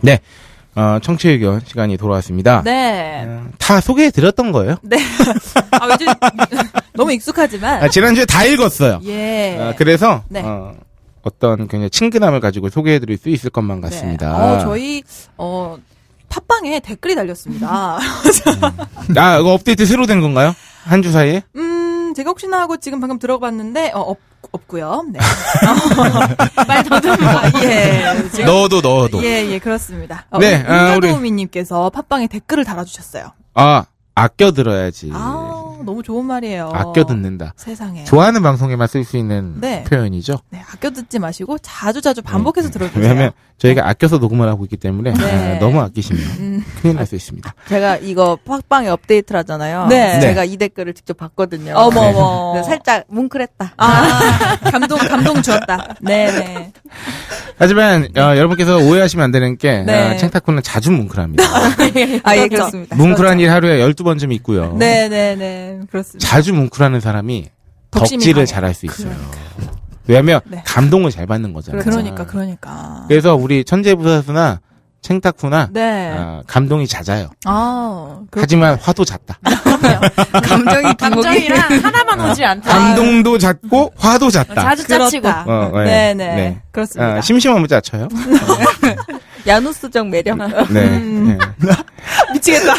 [SPEAKER 4] 네 어, 청취 의견 시간이 돌아왔습니다.
[SPEAKER 5] 네.
[SPEAKER 4] 어, 다 소개해드렸던 거예요.
[SPEAKER 5] 아, 왠지 너무 익숙하지만.
[SPEAKER 4] 아, 지난주에 다 읽었어요.
[SPEAKER 5] 예.
[SPEAKER 4] 아, 그래서
[SPEAKER 5] 네.
[SPEAKER 4] 어, 떤 굉장히 친근함을 가지고 소개해드릴 수 있을 것만 같습니다.
[SPEAKER 5] 네. 어, 저희, 어, 팟빵에 댓글이 달렸습니다.
[SPEAKER 4] 아, 이거 업데이트 새로 된 건가요? 한 주 사이에?
[SPEAKER 5] 음, 제가 혹시나 하고 지금 방금 들어봤는데, 어, 없, 없고요 네.
[SPEAKER 1] 빨리 더듬어.
[SPEAKER 5] 아, 예. 지금-
[SPEAKER 4] 넣어도 넣어도.
[SPEAKER 5] 예, 예, 그렇습니다. 어,
[SPEAKER 4] 네,
[SPEAKER 5] 네,
[SPEAKER 4] 아, 우리-
[SPEAKER 5] 인가도우미님께서 팟빵에 댓글을 달아주셨어요.
[SPEAKER 4] 아, 아껴 들어야지.
[SPEAKER 5] 아, 너무 좋은 말이에요.
[SPEAKER 4] 예. 아껴 듣는다.
[SPEAKER 5] 세상에.
[SPEAKER 4] 좋아하는 방송에만 쓸 수 있는
[SPEAKER 5] 네.
[SPEAKER 4] 표현이죠.
[SPEAKER 5] 네, 아껴 듣지 마시고 자주 자주 반복해서 들어주세요.
[SPEAKER 4] 음, 왜냐하면 저희가 아껴서 녹음을 하고 있기 때문에
[SPEAKER 5] 네.
[SPEAKER 4] 아, 너무 아끼시면
[SPEAKER 5] 음.
[SPEAKER 4] 큰일 날 수 있습니다.
[SPEAKER 8] 제가 이거 팟빵에 업데이트를 하잖아요.
[SPEAKER 5] 네.
[SPEAKER 8] 제가 이 댓글을 직접 봤거든요.
[SPEAKER 5] 어머 어머.
[SPEAKER 4] 네.
[SPEAKER 8] 근데 살짝 뭉클했다.
[SPEAKER 5] 아, 감동 감동 주었다. 네, 네.
[SPEAKER 4] 하지만 어, 여러분께서 오해하시면 안 되는 게
[SPEAKER 5] 네.
[SPEAKER 4] 아, 챙타쿠는 자주 뭉클합니다.
[SPEAKER 8] 아, 예,
[SPEAKER 5] 그렇죠.
[SPEAKER 8] 그렇습니다.
[SPEAKER 4] 뭉클한 일 하루에 12번쯤 있고요.
[SPEAKER 5] 네, 네, 네. 그렇습니다.
[SPEAKER 4] 자주 뭉클하는 사람이
[SPEAKER 5] 덕심이
[SPEAKER 4] 덕질을
[SPEAKER 5] 강해요.
[SPEAKER 4] 잘할 수 있어요. 왜냐하면
[SPEAKER 5] 네.
[SPEAKER 4] 감동을 잘 받는 거잖아요.
[SPEAKER 5] 그러니까 그러니까.
[SPEAKER 4] 그래서 우리 천재부사수나 챙타쿠나
[SPEAKER 5] 네.
[SPEAKER 4] 아, 감동이 잦아요.
[SPEAKER 5] 아, 그
[SPEAKER 4] 하지만 화도 잦다.
[SPEAKER 5] 아, 네.
[SPEAKER 8] 감정이 기복이.
[SPEAKER 1] 감정이랑 하나만
[SPEAKER 4] 아.
[SPEAKER 1] 오지 않다.
[SPEAKER 4] 감동도 잦고 화도 잦다.
[SPEAKER 1] 자주 짜치고.
[SPEAKER 5] 그렇다.
[SPEAKER 4] 어, 네.
[SPEAKER 5] 네, 네.
[SPEAKER 4] 네.
[SPEAKER 5] 그렇습니다.
[SPEAKER 4] 아, 심심하면 짜쳐요.
[SPEAKER 8] 야누스적 매력.
[SPEAKER 4] 네.
[SPEAKER 5] 음.
[SPEAKER 4] 네.
[SPEAKER 5] 미치겠다.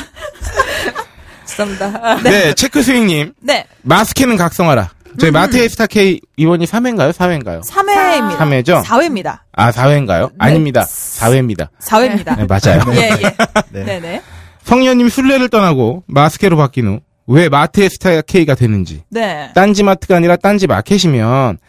[SPEAKER 8] 감사합니다.
[SPEAKER 4] 네, 체크 스윙님
[SPEAKER 5] 네.
[SPEAKER 4] 마스크는 각성하라.
[SPEAKER 5] 음.
[SPEAKER 4] 저희 마테이 스타 K 이번이 3회인가요? 4회인가요?
[SPEAKER 5] 3회입니다. 네.
[SPEAKER 4] 3회죠?
[SPEAKER 5] 4회입니다.
[SPEAKER 4] 아, 4회인가요? 아닙니다. 4회입니다.
[SPEAKER 5] 4회입니다.
[SPEAKER 4] 네, 맞아요.
[SPEAKER 5] 예, 예.
[SPEAKER 7] 네.
[SPEAKER 5] 네, 네.
[SPEAKER 4] 성년님 순례를 떠나고 마스케로 바뀐 후 왜 마테이 스타 K가 되는지
[SPEAKER 5] 네.
[SPEAKER 4] 딴지 마트가 아니라 딴지 마켓이면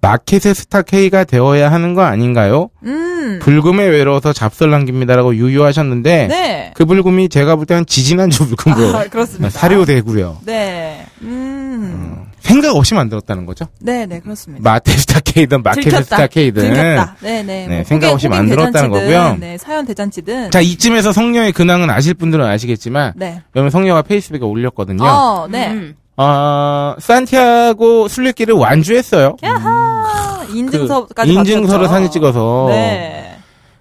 [SPEAKER 4] 마켓의 스타 K가 되어야 하는 거 아닌가요?
[SPEAKER 5] 음.
[SPEAKER 4] 불금에 외로워서 잡설 남깁니다라고 유유하셨는데
[SPEAKER 5] 네.
[SPEAKER 4] 그 불금이 제가 볼 때 한 지지난주 불금으로
[SPEAKER 5] 아, 그렇습니다.
[SPEAKER 4] 사료 대구요.
[SPEAKER 5] 네. 음.
[SPEAKER 4] 생각 없이 만들었다는 거죠.
[SPEAKER 5] 네, 네, 그렇습니다.
[SPEAKER 4] 마켓 스타 K든 마켓
[SPEAKER 5] 들켰다.
[SPEAKER 4] 스타 K든.
[SPEAKER 5] 들켰다. 네, 네.
[SPEAKER 4] 네,
[SPEAKER 5] 뭐
[SPEAKER 4] 생각 없이
[SPEAKER 5] 호갱
[SPEAKER 4] 만들었다는
[SPEAKER 5] 대잔치든,
[SPEAKER 4] 거고요.
[SPEAKER 5] 네, 사연 대잔치든.
[SPEAKER 4] 자 이쯤에서 성녀의 근황은 아실 분들은 아시겠지만
[SPEAKER 5] 네.
[SPEAKER 4] 왜냐면 성녀가 페이스북에 올렸거든요. 어.
[SPEAKER 5] 어, 네.
[SPEAKER 1] 음.
[SPEAKER 4] 산티아고 순례길을 완주했어요.
[SPEAKER 5] 야하. 인증서까지
[SPEAKER 4] 그 인증서를
[SPEAKER 5] 받았죠.
[SPEAKER 4] 사진 찍어서
[SPEAKER 5] 네.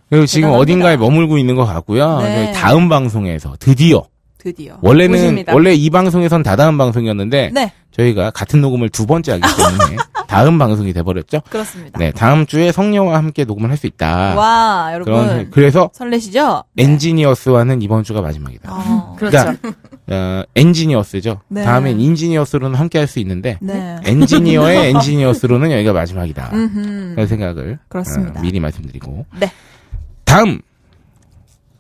[SPEAKER 4] 그리고 지금
[SPEAKER 5] 대단합니다.
[SPEAKER 4] 어딘가에 머물고 있는 것 같고요.
[SPEAKER 5] 네. 아,
[SPEAKER 4] 저희 다음 방송에서 드디어
[SPEAKER 5] 드디어.
[SPEAKER 4] 원래는
[SPEAKER 5] 오십니다.
[SPEAKER 4] 원래 이 방송에선 다다음 방송이었는데
[SPEAKER 5] 네,
[SPEAKER 4] 저희가 같은 녹음을 두 번째 하기 때문에 다음 방송이 돼버렸죠.
[SPEAKER 5] 그렇습니다.
[SPEAKER 4] 네, 다음 주에 성녀와 함께 녹음을 할 수 있다.
[SPEAKER 5] 와,
[SPEAKER 4] 그런
[SPEAKER 5] 여러분. 네.
[SPEAKER 4] 생- 그래서
[SPEAKER 5] 설레시죠?
[SPEAKER 4] 엔지니어스와는 네. 이번 주가 마지막이다.
[SPEAKER 5] 어,
[SPEAKER 1] 그렇죠.
[SPEAKER 4] 어, 엔지니어스죠.
[SPEAKER 5] 네.
[SPEAKER 4] 다음엔 인지니어스로는 함께 할 수 있는데
[SPEAKER 5] 네.
[SPEAKER 4] 엔지니어의 엔지니어스로는 여기가 마지막이다.
[SPEAKER 5] 음흠.
[SPEAKER 4] 그런 생각을
[SPEAKER 5] 그렇습니다.
[SPEAKER 4] 어, 미리 말씀드리고
[SPEAKER 5] 네.
[SPEAKER 4] 다음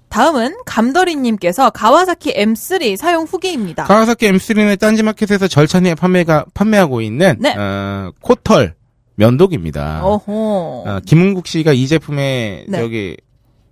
[SPEAKER 5] 다음은 감더리님께서 가와사키 M3 사용 후기입니다.
[SPEAKER 4] 가와사키 M3는 딴지마켓에서 절찬리에 판매가 판매하고 있는
[SPEAKER 5] 네.
[SPEAKER 4] 어, 코털 면도기입니다.
[SPEAKER 5] 어허.
[SPEAKER 4] 어, 김은국 씨가 이 제품의
[SPEAKER 5] 네.
[SPEAKER 4] 저기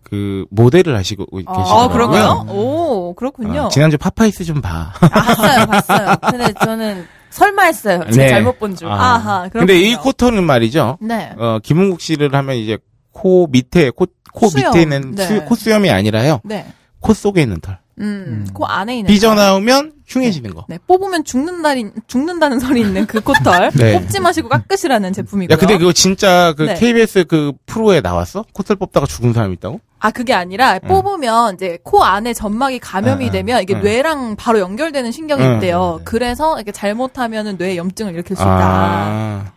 [SPEAKER 4] 그 모델을 하시고 계시고요.
[SPEAKER 5] 어, 그런가요? 오, 그렇군요.
[SPEAKER 4] 지난주 파파이스 좀 봐.
[SPEAKER 1] 봤어요, 봤어요. 근데 저는 설마 했어요. 제가
[SPEAKER 4] 네.
[SPEAKER 1] 잘못 본 줄.
[SPEAKER 4] 아.
[SPEAKER 5] 아하, 그렇군요.
[SPEAKER 4] 근데 이 코털은 말이죠.
[SPEAKER 5] 네.
[SPEAKER 4] 어, 김은국 씨를 하면 이제 코 밑에 코, 코
[SPEAKER 5] 수염.
[SPEAKER 4] 밑에 있는
[SPEAKER 5] 네.
[SPEAKER 4] 수- 코 수염이 아니라요.
[SPEAKER 5] 네.
[SPEAKER 4] 코 속에 있는 털.
[SPEAKER 5] 음, 코 안에 있는.
[SPEAKER 4] 삐져나오면 흉해지는 거.
[SPEAKER 5] 네, 뽑으면 죽는다리, 죽는다는 소리 있는 그 코털.
[SPEAKER 4] 네.
[SPEAKER 5] 뽑지 마시고 깎으시라는 제품이고요.
[SPEAKER 4] 야, 근데 그거 진짜 그
[SPEAKER 5] 네.
[SPEAKER 4] KBS 그 프로에 나왔어? 코털 뽑다가 죽은 사람이 있다고?
[SPEAKER 5] 아, 그게 아니라
[SPEAKER 4] 음.
[SPEAKER 5] 뽑으면 이제 코 안에 점막이 감염이
[SPEAKER 4] 음, 음,
[SPEAKER 5] 되면 이게
[SPEAKER 4] 음.
[SPEAKER 5] 뇌랑 바로 연결되는 신경이
[SPEAKER 4] 음,
[SPEAKER 5] 있대요.
[SPEAKER 4] 음, 음.
[SPEAKER 5] 그래서 이렇게 잘못하면은 뇌 염증을 일으킬 수 있다.
[SPEAKER 4] 아.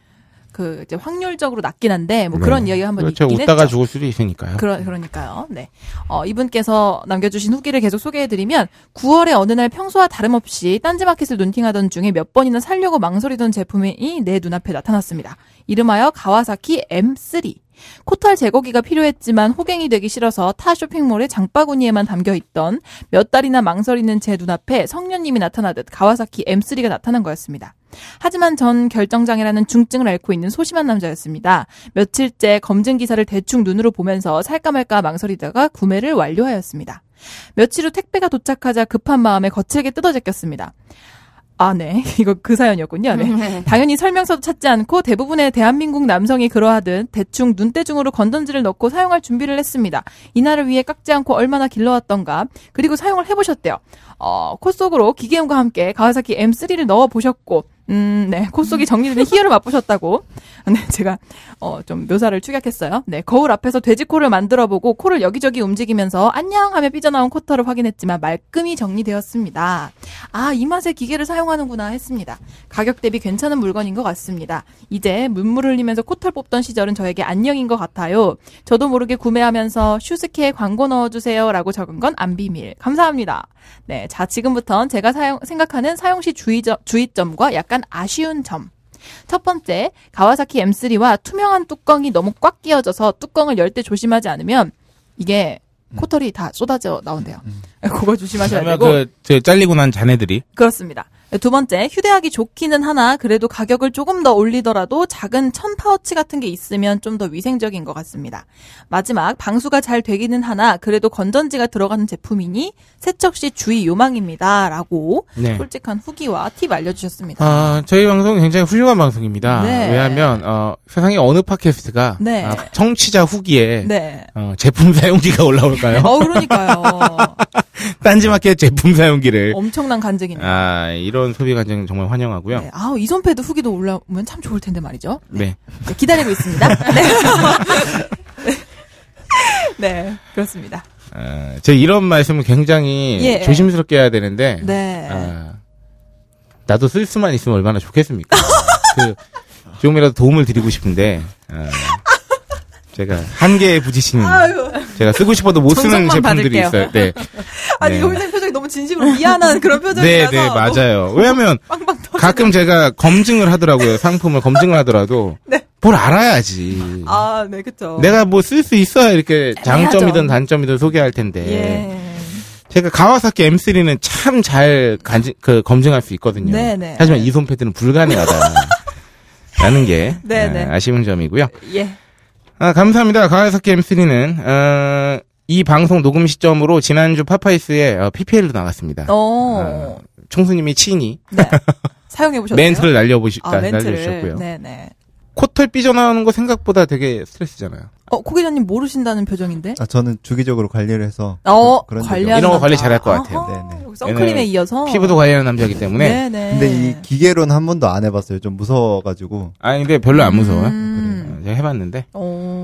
[SPEAKER 5] 그 이제 확률적으로 낮긴 한데 뭐
[SPEAKER 4] 네.
[SPEAKER 5] 그런 이야기가 한번
[SPEAKER 4] 그렇죠.
[SPEAKER 5] 있긴
[SPEAKER 4] 웃다가
[SPEAKER 5] 했죠.
[SPEAKER 4] 죽을 수도 있으니까요.
[SPEAKER 5] 그러, 그러니까요. 네. 어, 이분께서 남겨주신 후기를 계속 소개해드리면 9월에 어느 날 평소와 다름없이 딴지마켓을 눈팅하던 중에 몇 번이나 살려고 망설이던 제품이 내 눈앞에 나타났습니다. 이름하여 가와사키 M3. 코털 제거기가 필요했지만 호갱이 되기 싫어서 타 쇼핑몰의 장바구니에만 담겨있던 몇 달이나 망설이는 제 눈앞에 성녀님이 나타나듯 가와사키 M3가 나타난 거였습니다. 하지만 전 결정장애라는 중증을 앓고 있는 소심한 남자였습니다. 며칠째 검증 기사를 대충 눈으로 보면서 살까 말까 망설이다가 구매를 완료하였습니다. 며칠 후 택배가 도착하자 급한 마음에 거칠게 뜯어 제꼈습니다. 아, 네. 이거 그 사연이었군요. 네. 당연히 설명서도 찾지 않고 대부분의 대한민국 남성이 그러하듯 대충 눈대중으로 건전지를 넣고 사용할 준비를 했습니다. 이날을 위해 깎지 않고 얼마나 길러왔던가. 그리고 사용을 해보셨대요. 어, 콧 속으로 기계음과 함께 가와사키 M3를 넣어 보셨고, 음, 네, 콧 속이 정리되는 희열을 맛보셨다고. 네, 제가, 어, 좀 묘사를 축약했어요. 네, 거울 앞에서 돼지코를 만들어 보고 코를 여기저기 움직이면서 안녕 하며 삐져나온 코털을 확인했지만 말끔히 정리되었습니다. 아, 이 맛에 기계를 사용하는구나 했습니다. 가격 대비 괜찮은 물건인 것 같습니다. 이제 눈물 흘리면서 코털 뽑던 시절은 저에게 안녕인 것 같아요. 저도 모르게 구매하면서 슈스케에 광고 넣어주세요 라고 적은 건 안 비밀. 감사합니다. 네, 자, 지금부턴 제가 사용, 생각하는 사용시 주의점, 주의점과 약간 아쉬운 점. 첫 번째, 가와사키 M3와 투명한 뚜껑이 너무 꽉 끼어져서 뚜껑을 열 때 조심하지 않으면 이게 코털이 다 쏟아져 나온대요. 그거 조심하셔야
[SPEAKER 4] 아마
[SPEAKER 5] 되고.
[SPEAKER 4] 그, 저 잘리고 난 자네들이.
[SPEAKER 5] 그렇습니다. 두 번째, 휴대하기 좋기는 하나 그래도 가격을 조금 더 올리더라도 작은 천 파우치 같은 게 있으면 좀 더 위생적인 것 같습니다. 마지막, 방수가 잘 되기는 하나 그래도 건전지가 들어가는 제품이니 세척 시 주의 요망입니다. 라고
[SPEAKER 4] 네.
[SPEAKER 5] 솔직한 후기와 팁 알려주셨습니다.
[SPEAKER 4] 아, 저희 방송 굉장히 훌륭한 방송입니다.
[SPEAKER 5] 네.
[SPEAKER 4] 왜냐하면 어, 세상의 어느 팟캐스트가
[SPEAKER 5] 네.
[SPEAKER 4] 아, 청취자 후기에
[SPEAKER 5] 네.
[SPEAKER 4] 어, 제품 사용기가 올라올까요?
[SPEAKER 5] 어, 그러니까요.
[SPEAKER 4] 딴지마켓 제품 사용기를
[SPEAKER 5] 엄청난 간증입니다.
[SPEAKER 4] 아 이런 소비 관정 정말 환영하고요.
[SPEAKER 5] 네. 아우, 이손패드 후기도 올라오면 참 좋을 텐데 말이죠.
[SPEAKER 4] 네.
[SPEAKER 5] 네, 기다리고 있습니다. 네. 네, 그렇습니다.
[SPEAKER 4] 아, 제 이런 말씀을 굉장히
[SPEAKER 5] 예.
[SPEAKER 4] 조심스럽게 해야 되는데
[SPEAKER 5] 네.
[SPEAKER 4] 아, 나도 쓸 수만 있으면 얼마나 좋겠습니까? 그, 조금이라도 도움을 드리고 싶은데 아, 제가 한계에 부딪히는 제가 쓰고 싶어도 못 쓰는
[SPEAKER 5] 정성만
[SPEAKER 4] 제품들이
[SPEAKER 5] 받을게요.
[SPEAKER 4] 있어요. 네.
[SPEAKER 5] 아니
[SPEAKER 4] 네.
[SPEAKER 5] 이거 회장님 표정이 너무 진심으로 미안한 그런
[SPEAKER 4] 네,
[SPEAKER 5] 표정이라서 뭐
[SPEAKER 4] 네, 맞아요. 왜냐면
[SPEAKER 5] 너무 빵빵 터지네.
[SPEAKER 4] 가끔 제가 검증을 하더라고요. 상품을 검증을 하더라도 뭘 알아야지.
[SPEAKER 5] 네. 아, 네, 그쵸.
[SPEAKER 4] 내가 뭐 쓸 수 있어야 이렇게 장점이든 단점이든 소개할 텐데.
[SPEAKER 5] 예.
[SPEAKER 4] 제가 가와사키 M3는 참 잘그 검증할 수 있거든요.
[SPEAKER 5] 네, 네.
[SPEAKER 4] 하지만 이 손패드는 불가능하다. 라는 게
[SPEAKER 5] 네, 네.
[SPEAKER 4] 아, 아쉬운 점이고요.
[SPEAKER 5] 예.
[SPEAKER 4] 아, 감사합니다. 가와사키 M3는 어, 이 방송 녹음 시점으로 지난주 파파이스에 PPL로 나갔습니다.
[SPEAKER 5] 어. 네.
[SPEAKER 4] 총수님이 친히
[SPEAKER 5] 사용해 보셨어요?
[SPEAKER 4] 멘트를 날려보시,
[SPEAKER 5] 아,
[SPEAKER 4] 날-
[SPEAKER 5] 멘트를.
[SPEAKER 4] 날려주셨고요.
[SPEAKER 5] 네, 네.
[SPEAKER 4] 코털 삐져나오는 거 생각보다 되게 스트레스잖아요.
[SPEAKER 5] 어, 고 기자님 모르신다는 표정인데?
[SPEAKER 7] 아, 저는 주기적으로 관리를 해서
[SPEAKER 5] 어,
[SPEAKER 7] 그런 적이
[SPEAKER 5] 관리하는
[SPEAKER 4] 이런 거
[SPEAKER 5] 남자.
[SPEAKER 4] 관리 잘할 것 같아요.
[SPEAKER 5] 아하,
[SPEAKER 7] 네네.
[SPEAKER 5] 여기 선크림에
[SPEAKER 4] 얘는
[SPEAKER 5] 이어서
[SPEAKER 4] 피부도 관리하는 남자이기 때문에.
[SPEAKER 5] 네, 네.
[SPEAKER 7] 근데 이 기계로는 한 번도 안 해봤어요. 좀 무서워가지고.
[SPEAKER 4] 아니, 근데 별로 안 무서워요. 음.
[SPEAKER 5] 음.
[SPEAKER 4] 어, 제가 해봤는데.
[SPEAKER 5] 오.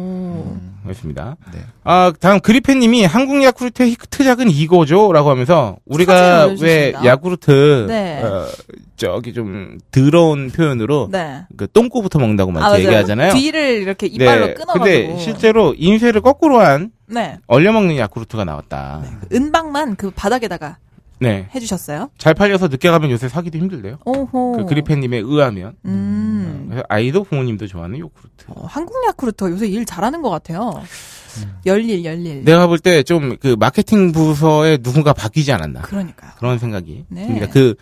[SPEAKER 4] 그렇습니다.
[SPEAKER 7] 네.
[SPEAKER 4] 아, 다음 그리페님이 한국 야쿠르트의 히트작은 이거죠? 라고 하면서
[SPEAKER 5] 사진을
[SPEAKER 4] 우리가 왜
[SPEAKER 5] 올려주십니다.
[SPEAKER 4] 야쿠르트,
[SPEAKER 5] 네.
[SPEAKER 4] 어, 저기 좀 더러운 표현으로
[SPEAKER 5] 네.
[SPEAKER 4] 그 똥꼬부터 먹는다고 막
[SPEAKER 5] 아,
[SPEAKER 4] 이렇게
[SPEAKER 5] 맞아요.
[SPEAKER 4] 얘기하잖아요.
[SPEAKER 5] 뒤를 이렇게 이빨로
[SPEAKER 4] 네.
[SPEAKER 5] 끊어가지고.
[SPEAKER 4] 근데 실제로 인쇄를 거꾸로 한
[SPEAKER 5] 네.
[SPEAKER 4] 얼려먹는 야쿠르트가 나왔다.
[SPEAKER 5] 은방만 그 바닥에다가
[SPEAKER 4] 네.
[SPEAKER 5] 해주셨어요.
[SPEAKER 4] 잘 팔려서 늦게 가면 요새 사기도 힘들대요.
[SPEAKER 5] 오호.
[SPEAKER 4] 그 그리페님에 의하면.
[SPEAKER 5] 어. 음.
[SPEAKER 4] 그래서 아이도 부모님도 좋아하는 요구르트.
[SPEAKER 5] 어, 한국 야쿠르트 요새 일 잘하는 것 같아요. 열일 열일.
[SPEAKER 4] 내가 볼 때 좀 그 마케팅 부서에 누군가 바뀌지
[SPEAKER 5] 그렇죠.
[SPEAKER 4] 않았나.
[SPEAKER 5] 그러니까요.
[SPEAKER 4] 그런 생각이
[SPEAKER 5] 네.
[SPEAKER 4] 듭니다. 그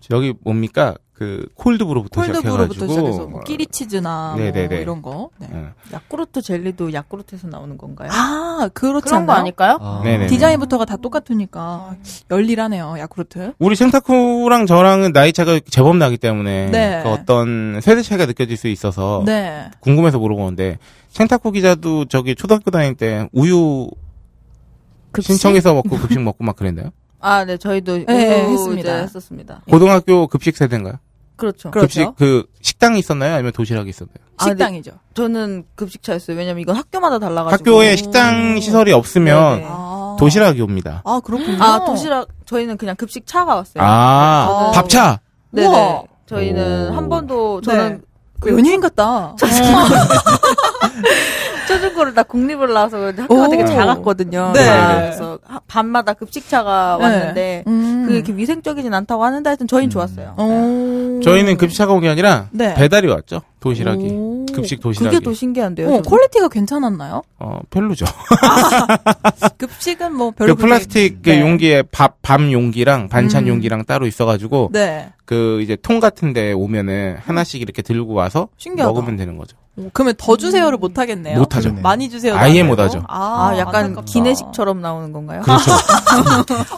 [SPEAKER 4] 저기 뭡니까? 그 콜드브루부터
[SPEAKER 5] 콜드브루부터
[SPEAKER 4] 시작해가지고
[SPEAKER 5] 시작해서 뭐 끼리치즈나 뭐
[SPEAKER 4] 네네네.
[SPEAKER 5] 이런 거. 네.
[SPEAKER 4] 어,
[SPEAKER 8] 야쿠르트 젤리도 야쿠르트에서 나오는 건가요?
[SPEAKER 5] 아 그렇지
[SPEAKER 6] 그런 거
[SPEAKER 5] 않나요?
[SPEAKER 6] 아닐까요?
[SPEAKER 7] 아,
[SPEAKER 4] 네네.
[SPEAKER 5] 디자인부터가 다
[SPEAKER 8] 아,
[SPEAKER 5] 똑같으니까
[SPEAKER 8] 네.
[SPEAKER 5] 열일하네요 야쿠르트.
[SPEAKER 4] 우리 생타쿠랑 저랑은 나이 차가 제법 나기 때문에
[SPEAKER 5] 네.
[SPEAKER 4] 그 어떤 세대 차이가 느껴질 수 있어서
[SPEAKER 5] 네.
[SPEAKER 4] 궁금해서 물어보는데 생타쿠 기자도 저기 초등학교 다닐 때 우유 신청해서 먹고 급식 먹고 막 그랬나요?
[SPEAKER 8] 아, 네, 저희도
[SPEAKER 5] 네,
[SPEAKER 8] 우유
[SPEAKER 5] 했습니다.
[SPEAKER 8] 이제 했었습니다.
[SPEAKER 4] 고등학교 급식 세대인가요?
[SPEAKER 8] 그렇죠.
[SPEAKER 5] 그렇죠.
[SPEAKER 4] 급식 그 식당이 있었나요? 아니면 도시락이 있었나요?
[SPEAKER 8] 아, 네.
[SPEAKER 5] 식당이죠.
[SPEAKER 8] 저는 급식차였어요. 왜냐면 이건 학교마다 달라가지고.
[SPEAKER 4] 학교에 식당 시설이 없으면
[SPEAKER 8] 네네.
[SPEAKER 5] 아.
[SPEAKER 4] 도시락이 옵니다.
[SPEAKER 5] 아 그렇군요.
[SPEAKER 8] 아, 도시락 저희는 그냥 급식차가 왔어요.
[SPEAKER 4] 아,
[SPEAKER 8] 아.
[SPEAKER 4] 밥차.
[SPEAKER 8] 네네.
[SPEAKER 5] 우와.
[SPEAKER 8] 저희는
[SPEAKER 4] 오.
[SPEAKER 8] 한 번도 저는
[SPEAKER 5] 그 연예인 같다.
[SPEAKER 8] 초중고를 다 국립을 나와서 그런지 학교가
[SPEAKER 5] 오.
[SPEAKER 8] 되게 작았거든요.
[SPEAKER 5] 네.
[SPEAKER 8] 다. 그래서 하- 밤마다 급식차가
[SPEAKER 5] 네.
[SPEAKER 8] 왔는데
[SPEAKER 5] 음.
[SPEAKER 8] 그게 이렇게 위생적이진 않다고 하는데 하여튼 저희는 음. 좋았어요.
[SPEAKER 5] 오.
[SPEAKER 4] 저희는 그 급식차가 온 게 아니라
[SPEAKER 5] 음. 네.
[SPEAKER 4] 배달이 왔죠. 도시락이.
[SPEAKER 5] 오.
[SPEAKER 4] 급식 도시락이.
[SPEAKER 8] 그게 더 신기한데요. 저는.
[SPEAKER 5] 어, 퀄리티가 괜찮았나요?
[SPEAKER 4] 어, 별로죠.
[SPEAKER 5] 급식은 뭐 별로
[SPEAKER 4] 아. 그 플라스틱 그
[SPEAKER 5] 그렇게- 네.
[SPEAKER 4] 용기에 밥, 밤 용기랑 반찬
[SPEAKER 5] 음.
[SPEAKER 4] 용기랑 따로 있어가지고
[SPEAKER 5] 네.
[SPEAKER 4] 그 이제 통 같은 데 오면은 하나씩 이렇게 들고 와서
[SPEAKER 5] 신기하다.
[SPEAKER 4] 먹으면 되는 거죠.
[SPEAKER 5] 오, 뭐, 그러면 더
[SPEAKER 6] 음.
[SPEAKER 5] 주세요를 못 하겠네요.
[SPEAKER 4] 못하죠.
[SPEAKER 7] 그러네.
[SPEAKER 5] 많이 주세요.
[SPEAKER 4] 아예
[SPEAKER 5] 말고.
[SPEAKER 4] 못하죠.
[SPEAKER 5] 아,
[SPEAKER 8] 아, 약간
[SPEAKER 5] 안타깝다.
[SPEAKER 8] 기내식처럼 나오는
[SPEAKER 5] 아,
[SPEAKER 8] 건가요?
[SPEAKER 4] 그렇죠.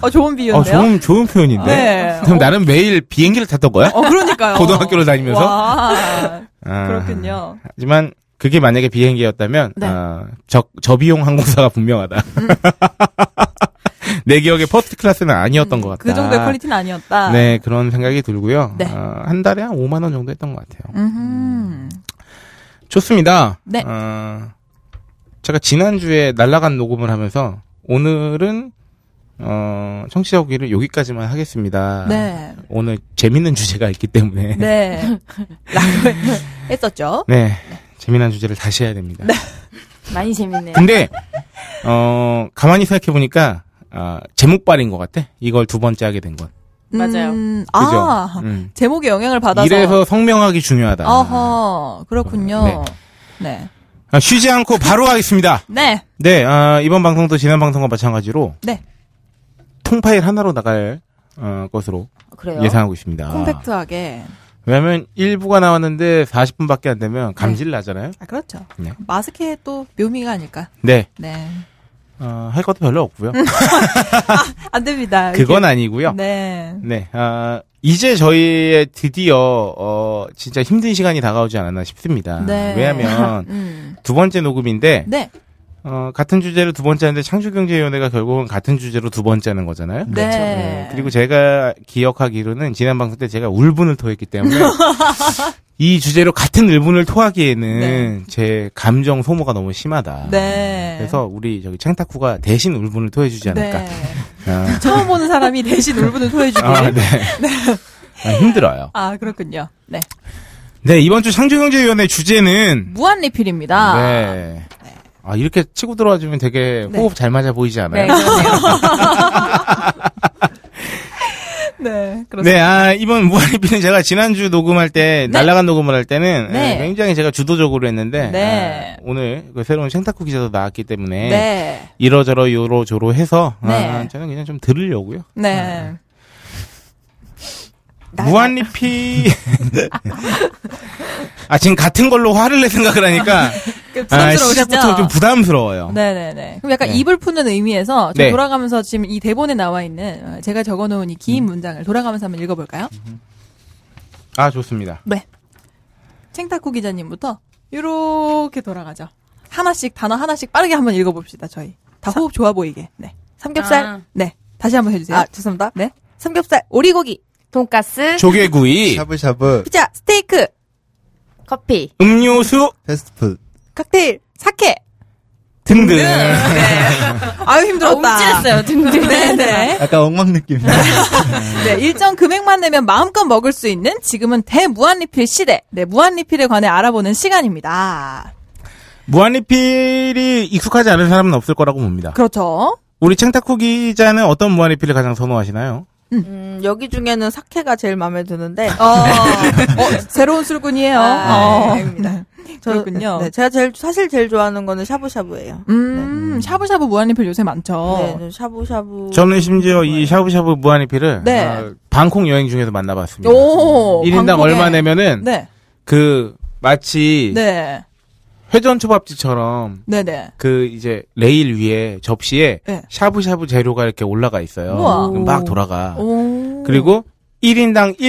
[SPEAKER 5] 어, 좋은
[SPEAKER 4] 어,
[SPEAKER 5] 비유인데요.
[SPEAKER 4] 좋은, 좋은 표현인데.
[SPEAKER 5] 네.
[SPEAKER 4] 그럼 나는 매일 비행기를 탔던 거야?
[SPEAKER 5] 어, 그러니까요.
[SPEAKER 4] 고등학교를 다니면서?
[SPEAKER 5] 와,
[SPEAKER 4] 아,
[SPEAKER 5] 그렇군요.
[SPEAKER 4] 하지만 그게 만약에 비행기였다면
[SPEAKER 5] 네. 음.
[SPEAKER 4] 아, 저, 저비용 항공사가 분명하다. 내 기억에 퍼스트 클래스는 아니었던 것 같다.
[SPEAKER 5] 그 정도의 퀄리티는 아니었다.
[SPEAKER 4] 네 그런 생각이 들고요.
[SPEAKER 5] 네.
[SPEAKER 4] 아, 한 달에 한 5만 원 정도 했던 것 같아요.
[SPEAKER 5] 음흠.
[SPEAKER 4] 좋습니다.
[SPEAKER 5] 네.
[SPEAKER 4] 어, 제가 지난주에 날라간 녹음을 하면서 오늘은 어, 청취자 후기를 여기까지만 하겠습니다.
[SPEAKER 5] 네.
[SPEAKER 4] 오늘 재밌는 주제가 있기 때문에
[SPEAKER 5] 네. 라고 했었죠.
[SPEAKER 4] 네, 재미난 주제를 다시 해야 됩니다.
[SPEAKER 5] 네.
[SPEAKER 6] 많이 재밌네요.
[SPEAKER 4] 근데 어 가만히 생각해 보니까 아, 제목발인 것 같아. 이걸 두 번째 하게 된 건.
[SPEAKER 6] 맞아요.
[SPEAKER 5] 음,
[SPEAKER 4] 그죠?
[SPEAKER 5] 아,
[SPEAKER 4] 음.
[SPEAKER 5] 제목에 영향을 받아서.
[SPEAKER 4] 이래서 성명하기 중요하다.
[SPEAKER 5] 어허, 그렇군요.
[SPEAKER 4] 네.
[SPEAKER 5] 네.
[SPEAKER 4] 아, 쉬지 않고 바로 하겠습니다.
[SPEAKER 5] 네.
[SPEAKER 4] 네, 아, 이번 방송도 지난 방송과 마찬가지로
[SPEAKER 5] 네.
[SPEAKER 4] 통파일 하나로 나갈 어, 것으로
[SPEAKER 1] 아,
[SPEAKER 6] 그래요.
[SPEAKER 4] 예상하고 있습니다.
[SPEAKER 5] 콤팩트하게.
[SPEAKER 4] 왜냐하면 1부가 나왔는데 40분밖에 안 되면 감질 나잖아요.
[SPEAKER 5] 아, 그렇죠.
[SPEAKER 4] 네.
[SPEAKER 5] 마스크의 또 묘미가 아닐까.
[SPEAKER 4] 네,
[SPEAKER 5] 네.
[SPEAKER 4] 어, 할 것도 별로 없고요.
[SPEAKER 5] 안 됩니다.
[SPEAKER 4] 그건 아니고요.
[SPEAKER 5] 네.
[SPEAKER 4] 네, 아, 이제 저희의 드디어 어, 진짜 힘든 시간이 다가오지 않았나 싶습니다.
[SPEAKER 5] 네.
[SPEAKER 4] 아, 왜냐하면 예.
[SPEAKER 5] 음.
[SPEAKER 4] 두 번째 녹음인데
[SPEAKER 5] 네.
[SPEAKER 4] 어, 같은 주제로 두 번째 하는데 창조경제위원회가 결국은 같은 주제로 두 번째 하는 거잖아요.
[SPEAKER 5] 네.
[SPEAKER 4] 네, 그리고 제가 기억하기로는 지난 방송 때 제가 울분을 토했기 때문에 이 주제로 같은 울분을 토하기에는
[SPEAKER 5] 네.
[SPEAKER 4] 제 감정 소모가 너무 심하다.
[SPEAKER 5] 네.
[SPEAKER 4] 아, 그래서 우리 저기 창타쿠가 대신 울분을 토해주지 않을까.
[SPEAKER 5] 네.
[SPEAKER 4] 아,
[SPEAKER 5] 처음 보는 사람이 대신 울분을 토해주기.
[SPEAKER 4] 아, 네. 아, 힘들어요.
[SPEAKER 5] 아, 그렇군요. 네.
[SPEAKER 4] 네, 이번 주 창조경제위원회 주제는
[SPEAKER 5] 무한 리필입니다.
[SPEAKER 4] 네. 아, 이렇게 치고 들어와주면 되게
[SPEAKER 5] 네.
[SPEAKER 4] 호흡 잘 맞아 보이지 않아요?
[SPEAKER 6] 네, 그러네요.
[SPEAKER 5] 네, 그렇습니다.
[SPEAKER 4] 네, 아, 이번 무한리필은 제가 지난주 녹음할 때, 날라간 녹음을 할 때는
[SPEAKER 5] 네.
[SPEAKER 4] 에, 굉장히 제가 주도적으로 했는데,
[SPEAKER 5] 네.
[SPEAKER 4] 아, 오늘 그 새로운 생타쿠 기자도 나왔기 때문에,
[SPEAKER 5] 네.
[SPEAKER 4] 이러저러 요로저로 해서, 아,
[SPEAKER 5] 네.
[SPEAKER 4] 저는 그냥 좀 들으려고요. 아.
[SPEAKER 5] 네.
[SPEAKER 4] 무한리필, 아 지금 같은 걸로 화를 낼 생각을 하니까 아,
[SPEAKER 5] 부담스러우시죠?
[SPEAKER 4] 시작부터 좀 부담스러워요.
[SPEAKER 5] 그 네네네. 그럼 약간
[SPEAKER 4] 네.
[SPEAKER 5] 입을 푸는 의미에서 좀
[SPEAKER 4] 네.
[SPEAKER 5] 돌아가면서 지금 이 대본에 나와 있는 어, 제가 적어놓은 이
[SPEAKER 4] 음.
[SPEAKER 5] 긴 문장을 돌아가면서 한번 읽어볼까요?
[SPEAKER 4] 아 좋습니다.
[SPEAKER 5] 네. 챙타쿠 기자님부터 이렇게 돌아가죠. 하나씩 단어 하나씩 빠르게 한번 읽어봅시다. 저희 다 호흡 좋아 보이게. 네. 삼겹살.
[SPEAKER 6] 아.
[SPEAKER 5] 네. 다시 한번 해주세요.
[SPEAKER 8] 아, 죄송합니다.
[SPEAKER 5] 네.
[SPEAKER 8] 삼겹살, 오리고기,
[SPEAKER 6] 돈가스,
[SPEAKER 4] 조개구이,
[SPEAKER 7] 샤브샤브,
[SPEAKER 8] 피자, 스테이크,
[SPEAKER 6] 커피.
[SPEAKER 4] 음료수
[SPEAKER 7] 패스트푸드.
[SPEAKER 8] 칵테일, 사케.
[SPEAKER 4] 등등.
[SPEAKER 5] 네. 아유 힘들었다.
[SPEAKER 6] 움찔했어요, 등등.
[SPEAKER 5] 네네.
[SPEAKER 7] 약간 엉망 느낌이야.
[SPEAKER 5] 네, 일정 금액만 내면 마음껏 먹을 수 있는 지금은 대무한 리필 시대. 네, 무한 리필에 관해 알아보는 시간입니다.
[SPEAKER 4] 무한리필이 익숙하지 않은 사람은 없을 거라고 봅니다.
[SPEAKER 5] 그렇죠.
[SPEAKER 4] 우리 챙타쿠 기자는 어떤 무한리필을 가장 선호하시나요?
[SPEAKER 8] 음, 여기 중에는 사케가 제일 마음에 드는데.
[SPEAKER 5] 어, 어, 새로운 술꾼이에요.
[SPEAKER 8] 아,
[SPEAKER 5] 어.
[SPEAKER 8] 아닙니다. 저-
[SPEAKER 5] 그렇군요.
[SPEAKER 8] 네, 제가 제일, 사실 제일 좋아하는 거는 샤브샤브예요.
[SPEAKER 5] 음, 샤브샤브 무한 리필 요새 많죠.
[SPEAKER 8] 네, 샤브샤브.
[SPEAKER 4] 저는 심지어 이 샤브샤브 무한리필을
[SPEAKER 5] 네.
[SPEAKER 4] 아, 방콕 여행 중에서
[SPEAKER 8] 네.
[SPEAKER 4] 만나봤습니다.
[SPEAKER 5] 오,
[SPEAKER 4] 1인당
[SPEAKER 5] 방콕에.
[SPEAKER 4] 얼마 내면은
[SPEAKER 5] 네,
[SPEAKER 4] 그 마치
[SPEAKER 5] 네,
[SPEAKER 4] 회전 초밥집처럼
[SPEAKER 5] 네, 네.
[SPEAKER 4] 그 이제 레일 위에 접시에
[SPEAKER 5] 네.
[SPEAKER 4] 샤브샤브 재료가 이렇게 올라가 있어요.
[SPEAKER 5] 우와.
[SPEAKER 4] 그럼 막 돌아가.
[SPEAKER 5] 오.
[SPEAKER 4] 그리고 1인당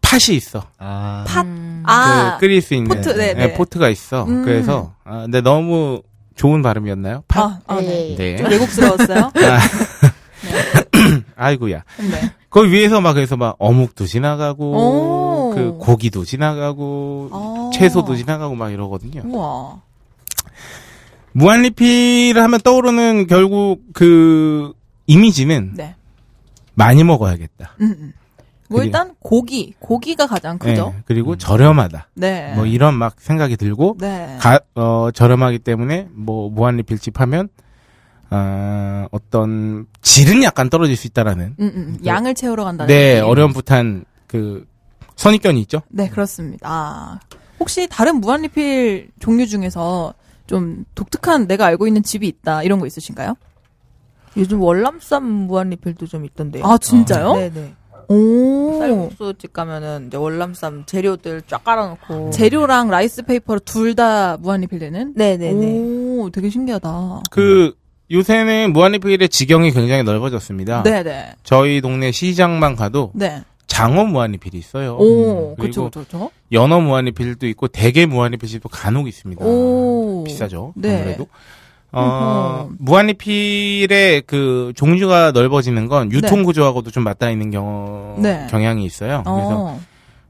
[SPEAKER 4] 1팥이 있어.
[SPEAKER 7] 아,
[SPEAKER 5] 팥.
[SPEAKER 8] 음.
[SPEAKER 5] 아,
[SPEAKER 4] 그 끓일 수 있는
[SPEAKER 5] 포트, 네, 네.
[SPEAKER 4] 포트가 있어.
[SPEAKER 5] 음.
[SPEAKER 4] 그래서 아, 근데 너무 좋은 발음이었나요? 팥.
[SPEAKER 5] 아, 아, 네.
[SPEAKER 4] 네.
[SPEAKER 5] 좀 외국스러웠어요.
[SPEAKER 4] 아이고야.
[SPEAKER 5] 네.
[SPEAKER 4] 거기 위에서 막 그래서 막 어묵도 지나가고
[SPEAKER 5] 오.
[SPEAKER 4] 그 고기도 지나가고
[SPEAKER 5] 아.
[SPEAKER 4] 채소도 지나가고 막 이러거든요.
[SPEAKER 5] 우와.
[SPEAKER 4] 무한리필을 하면 떠오르는 결국 그 이미지는
[SPEAKER 5] 네.
[SPEAKER 4] 많이 먹어야겠다.
[SPEAKER 5] 음, 음. 뭐
[SPEAKER 4] 그리고-
[SPEAKER 5] 일단 고기, 고기가 가장 크죠.
[SPEAKER 4] 네, 그리고 저렴하다.
[SPEAKER 5] 네.
[SPEAKER 4] 뭐 이런 막 생각이 들고
[SPEAKER 5] 네.
[SPEAKER 4] 가- 어, 저렴하기 때문에 뭐 무한리필집 하면 아, 어떤 질은 약간 떨어질 수 있다라는
[SPEAKER 5] 음, 음. 양을 채우러 간다는.
[SPEAKER 4] 네
[SPEAKER 5] 느낌.
[SPEAKER 4] 어렴풋한 그 선입견이 있죠.
[SPEAKER 5] 네, 그렇습니다. 아, 혹시 다른 무한 리필 종류 중에서 좀 독특한 내가 알고 있는 집이 있다 이런 거 있으신가요?
[SPEAKER 8] 요즘 월남쌈 무한리필도 좀
[SPEAKER 4] 네.
[SPEAKER 8] 있던데요.
[SPEAKER 5] 아, 진짜요?
[SPEAKER 8] 네네.
[SPEAKER 5] 오.
[SPEAKER 8] 쌀국수 집 가면은 이제 월남쌈 재료들 쫙 깔아놓고.
[SPEAKER 5] 재료랑 라이스 페이퍼로 둘 다 무한 리필되는?
[SPEAKER 8] 네네네.
[SPEAKER 5] 오, 되게 신기하다.
[SPEAKER 4] 그 요새는 무한리필의 지경이 굉장히 넓어졌습니다.
[SPEAKER 5] 네, 네.
[SPEAKER 4] 저희 동네 시장만 가도
[SPEAKER 5] 네.
[SPEAKER 4] 장어 무한리필이 있어요. 음,
[SPEAKER 5] 오,
[SPEAKER 4] 그리고
[SPEAKER 5] 그쵸, 그쵸, 그쵸.
[SPEAKER 4] 연어 무한리필도 있고 대게 무한리필도 간혹 있습니다.
[SPEAKER 5] 오.
[SPEAKER 4] 아, 비싸죠.
[SPEAKER 5] 네.
[SPEAKER 4] 아무래도. 어,
[SPEAKER 5] 음흠.
[SPEAKER 4] 무한리필의 그 종류가 넓어지는 건
[SPEAKER 5] 네.
[SPEAKER 4] 유통 구조하고도 좀 맞닿아 있는 경우
[SPEAKER 5] 네.
[SPEAKER 4] 경향이 있어요. 그래서
[SPEAKER 5] 어,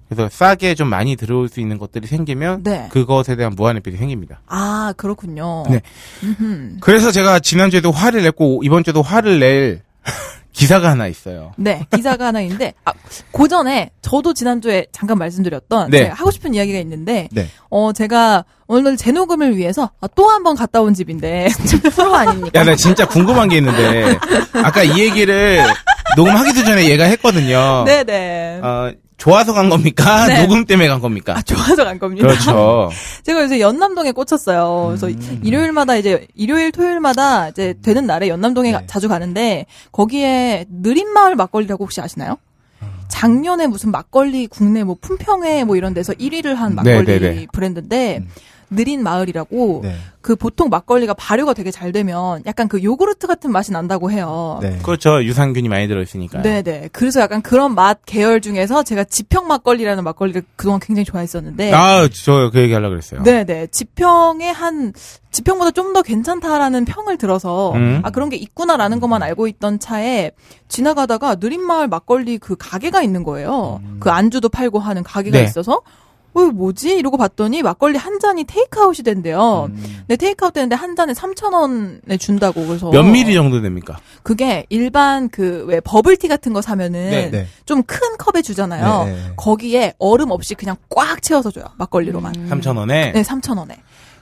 [SPEAKER 4] 그래서 싸게 좀 많이 들어올 수 있는 것들이 생기면
[SPEAKER 5] 네.
[SPEAKER 4] 그것에 대한 무한리필이 생깁니다.
[SPEAKER 5] 아, 그렇군요.
[SPEAKER 4] 네.
[SPEAKER 5] 음흠.
[SPEAKER 4] 그래서 제가 지난주에도 화를 냈고 이번 주에도 화를 낼 기사가 하나 있어요.
[SPEAKER 5] 네, 기사가 하나 있는데, 아, 그 전에, 저도 지난주에 잠깐 말씀드렸던,
[SPEAKER 4] 네.
[SPEAKER 5] 제가 하고 싶은 이야기가 있는데,
[SPEAKER 7] 네.
[SPEAKER 5] 어, 제가 오늘 재녹음을 위해서 아, 또 한 번 갔다 온 집인데,
[SPEAKER 6] 프로 아닙니까?
[SPEAKER 4] 야, 나 진짜 궁금한 게 있는데 아까 이 얘기를 녹음하기도 전에 얘가 했거든요.
[SPEAKER 5] 네네.
[SPEAKER 4] 어, 좋아서 간 겁니까?
[SPEAKER 5] 네.
[SPEAKER 4] 녹음 때문에 간 겁니까?
[SPEAKER 5] 아, 좋아서 간 겁니다.
[SPEAKER 4] 그렇죠.
[SPEAKER 5] 제가 요새 연남동에 꽂혔어요. 그래서 일요일마다 이제 일요일 토요일마다 이제 되는 날에 연남동에 가- 자주 가는데 거기에 느린 마을 막걸리라고 혹시 아시나요? 작년에 무슨 막걸리 국내 뭐 품평회 뭐 이런 데서 1위를 한 막걸리
[SPEAKER 4] 네, 네, 네.
[SPEAKER 5] 브랜드인데 느린 마을이라고
[SPEAKER 7] 네.
[SPEAKER 5] 그 보통 막걸리가 발효가 되게 잘 되면 약간 그 요구르트 같은 맛이 난다고 해요.
[SPEAKER 7] 네.
[SPEAKER 4] 그렇죠. 유산균이 많이 들어있으니까.
[SPEAKER 5] 네네. 그래서 약간 그런 맛 계열 중에서 제가 지평 막걸리라는 막걸리를 그동안 굉장히 좋아했었는데
[SPEAKER 4] 아, 저 그 얘기 하려고 그랬어요.
[SPEAKER 5] 네네. 지평의 한, 지평보다 좀 더 괜찮다라는 평을 들어서,
[SPEAKER 4] 음.
[SPEAKER 5] 아, 그런 게 있구나라는 것만 알고 있던 차에, 지나가다가 느린마을 막걸리 그 가게가 있는 거예요. 그 안주도 팔고 하는 가게가
[SPEAKER 4] 음. 네.
[SPEAKER 5] 있어서, 어, 이거 뭐지? 이러고 봤더니 막걸리 한 잔이 테이크아웃이 된대요.
[SPEAKER 4] 음.
[SPEAKER 7] 음,
[SPEAKER 5] 근데 테이크아웃 되는데 한 잔에 3,000원에 준다고 그래서.
[SPEAKER 4] 몇 미리 정도 됩니까?
[SPEAKER 5] 그게 일반 그 왜 버블티 같은 거 사면은
[SPEAKER 4] 네,
[SPEAKER 7] 네.
[SPEAKER 5] 좀 큰 컵에 주잖아요.
[SPEAKER 7] 네, 네.
[SPEAKER 5] 거기에 얼음 없이 그냥 꽉 채워서 줘요. 막걸리로만.
[SPEAKER 4] 3,000원에.
[SPEAKER 5] 네, 3,000원에.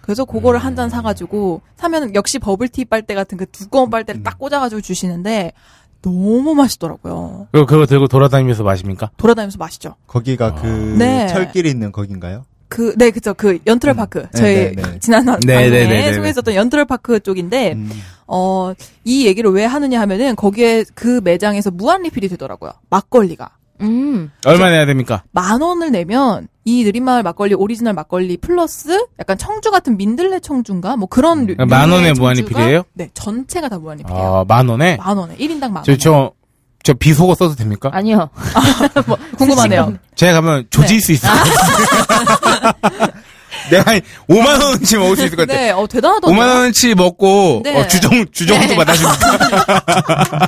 [SPEAKER 5] 그래서 그거를 한
[SPEAKER 4] 음.
[SPEAKER 5] 잔 사가지고 사면 역시 버블티 빨대 같은 그 두꺼운 빨대를
[SPEAKER 4] 음.
[SPEAKER 5] 딱 꽂아가지고 주시는데 너무 맛있더라고요.
[SPEAKER 4] 그리고 그거 들고 돌아다니면서 마십니까?
[SPEAKER 5] 돌아다니면서 맛있죠.
[SPEAKER 7] 거기가 그
[SPEAKER 5] 네.
[SPEAKER 7] 철길이 있는 거긴가요?
[SPEAKER 5] 그, 네, 그쵸. 그, 연트럴 파크.
[SPEAKER 7] 네,
[SPEAKER 5] 저희,
[SPEAKER 7] 네, 네.
[SPEAKER 5] 지난
[SPEAKER 4] 음. 네,
[SPEAKER 5] 방송에
[SPEAKER 4] 네, 네, 네,
[SPEAKER 5] 소개했었던 연트럴 파크 쪽인데,
[SPEAKER 7] 음.
[SPEAKER 5] 어, 이 얘기를 왜 하느냐 하면은, 거기에 그 매장에서 무한 리필이 되더라고요. 막걸리가.
[SPEAKER 1] 음.
[SPEAKER 4] 얼마 내야 됩니까?
[SPEAKER 5] 만 원을 내면 이 느린마을 막걸리 오리지널 막걸리 플러스 약간 청주 같은 민들레 청주인가 뭐 그런 류-
[SPEAKER 4] 음. 아, 만 원에
[SPEAKER 5] 류의
[SPEAKER 4] 무한리필이에요?
[SPEAKER 5] 청주가- 네, 전체가 다 무한리필이에요.
[SPEAKER 4] 아, 만 원에?
[SPEAKER 5] 만 원에 1인당 만
[SPEAKER 4] 저,
[SPEAKER 5] 원.
[SPEAKER 4] 저, 저 비속어 써도 됩니까?
[SPEAKER 1] 아니요.
[SPEAKER 5] 뭐, 궁금하네요. 아.
[SPEAKER 4] 제가 가면 조질 수 있어요. 내가 한 5만 원치 먹을 수 있을 것 같아.
[SPEAKER 5] 네, 어 대단하다.
[SPEAKER 4] 5만 원치 먹고
[SPEAKER 5] 네.
[SPEAKER 4] 어, 주정 주정도
[SPEAKER 5] 네.
[SPEAKER 4] 받아줍니다.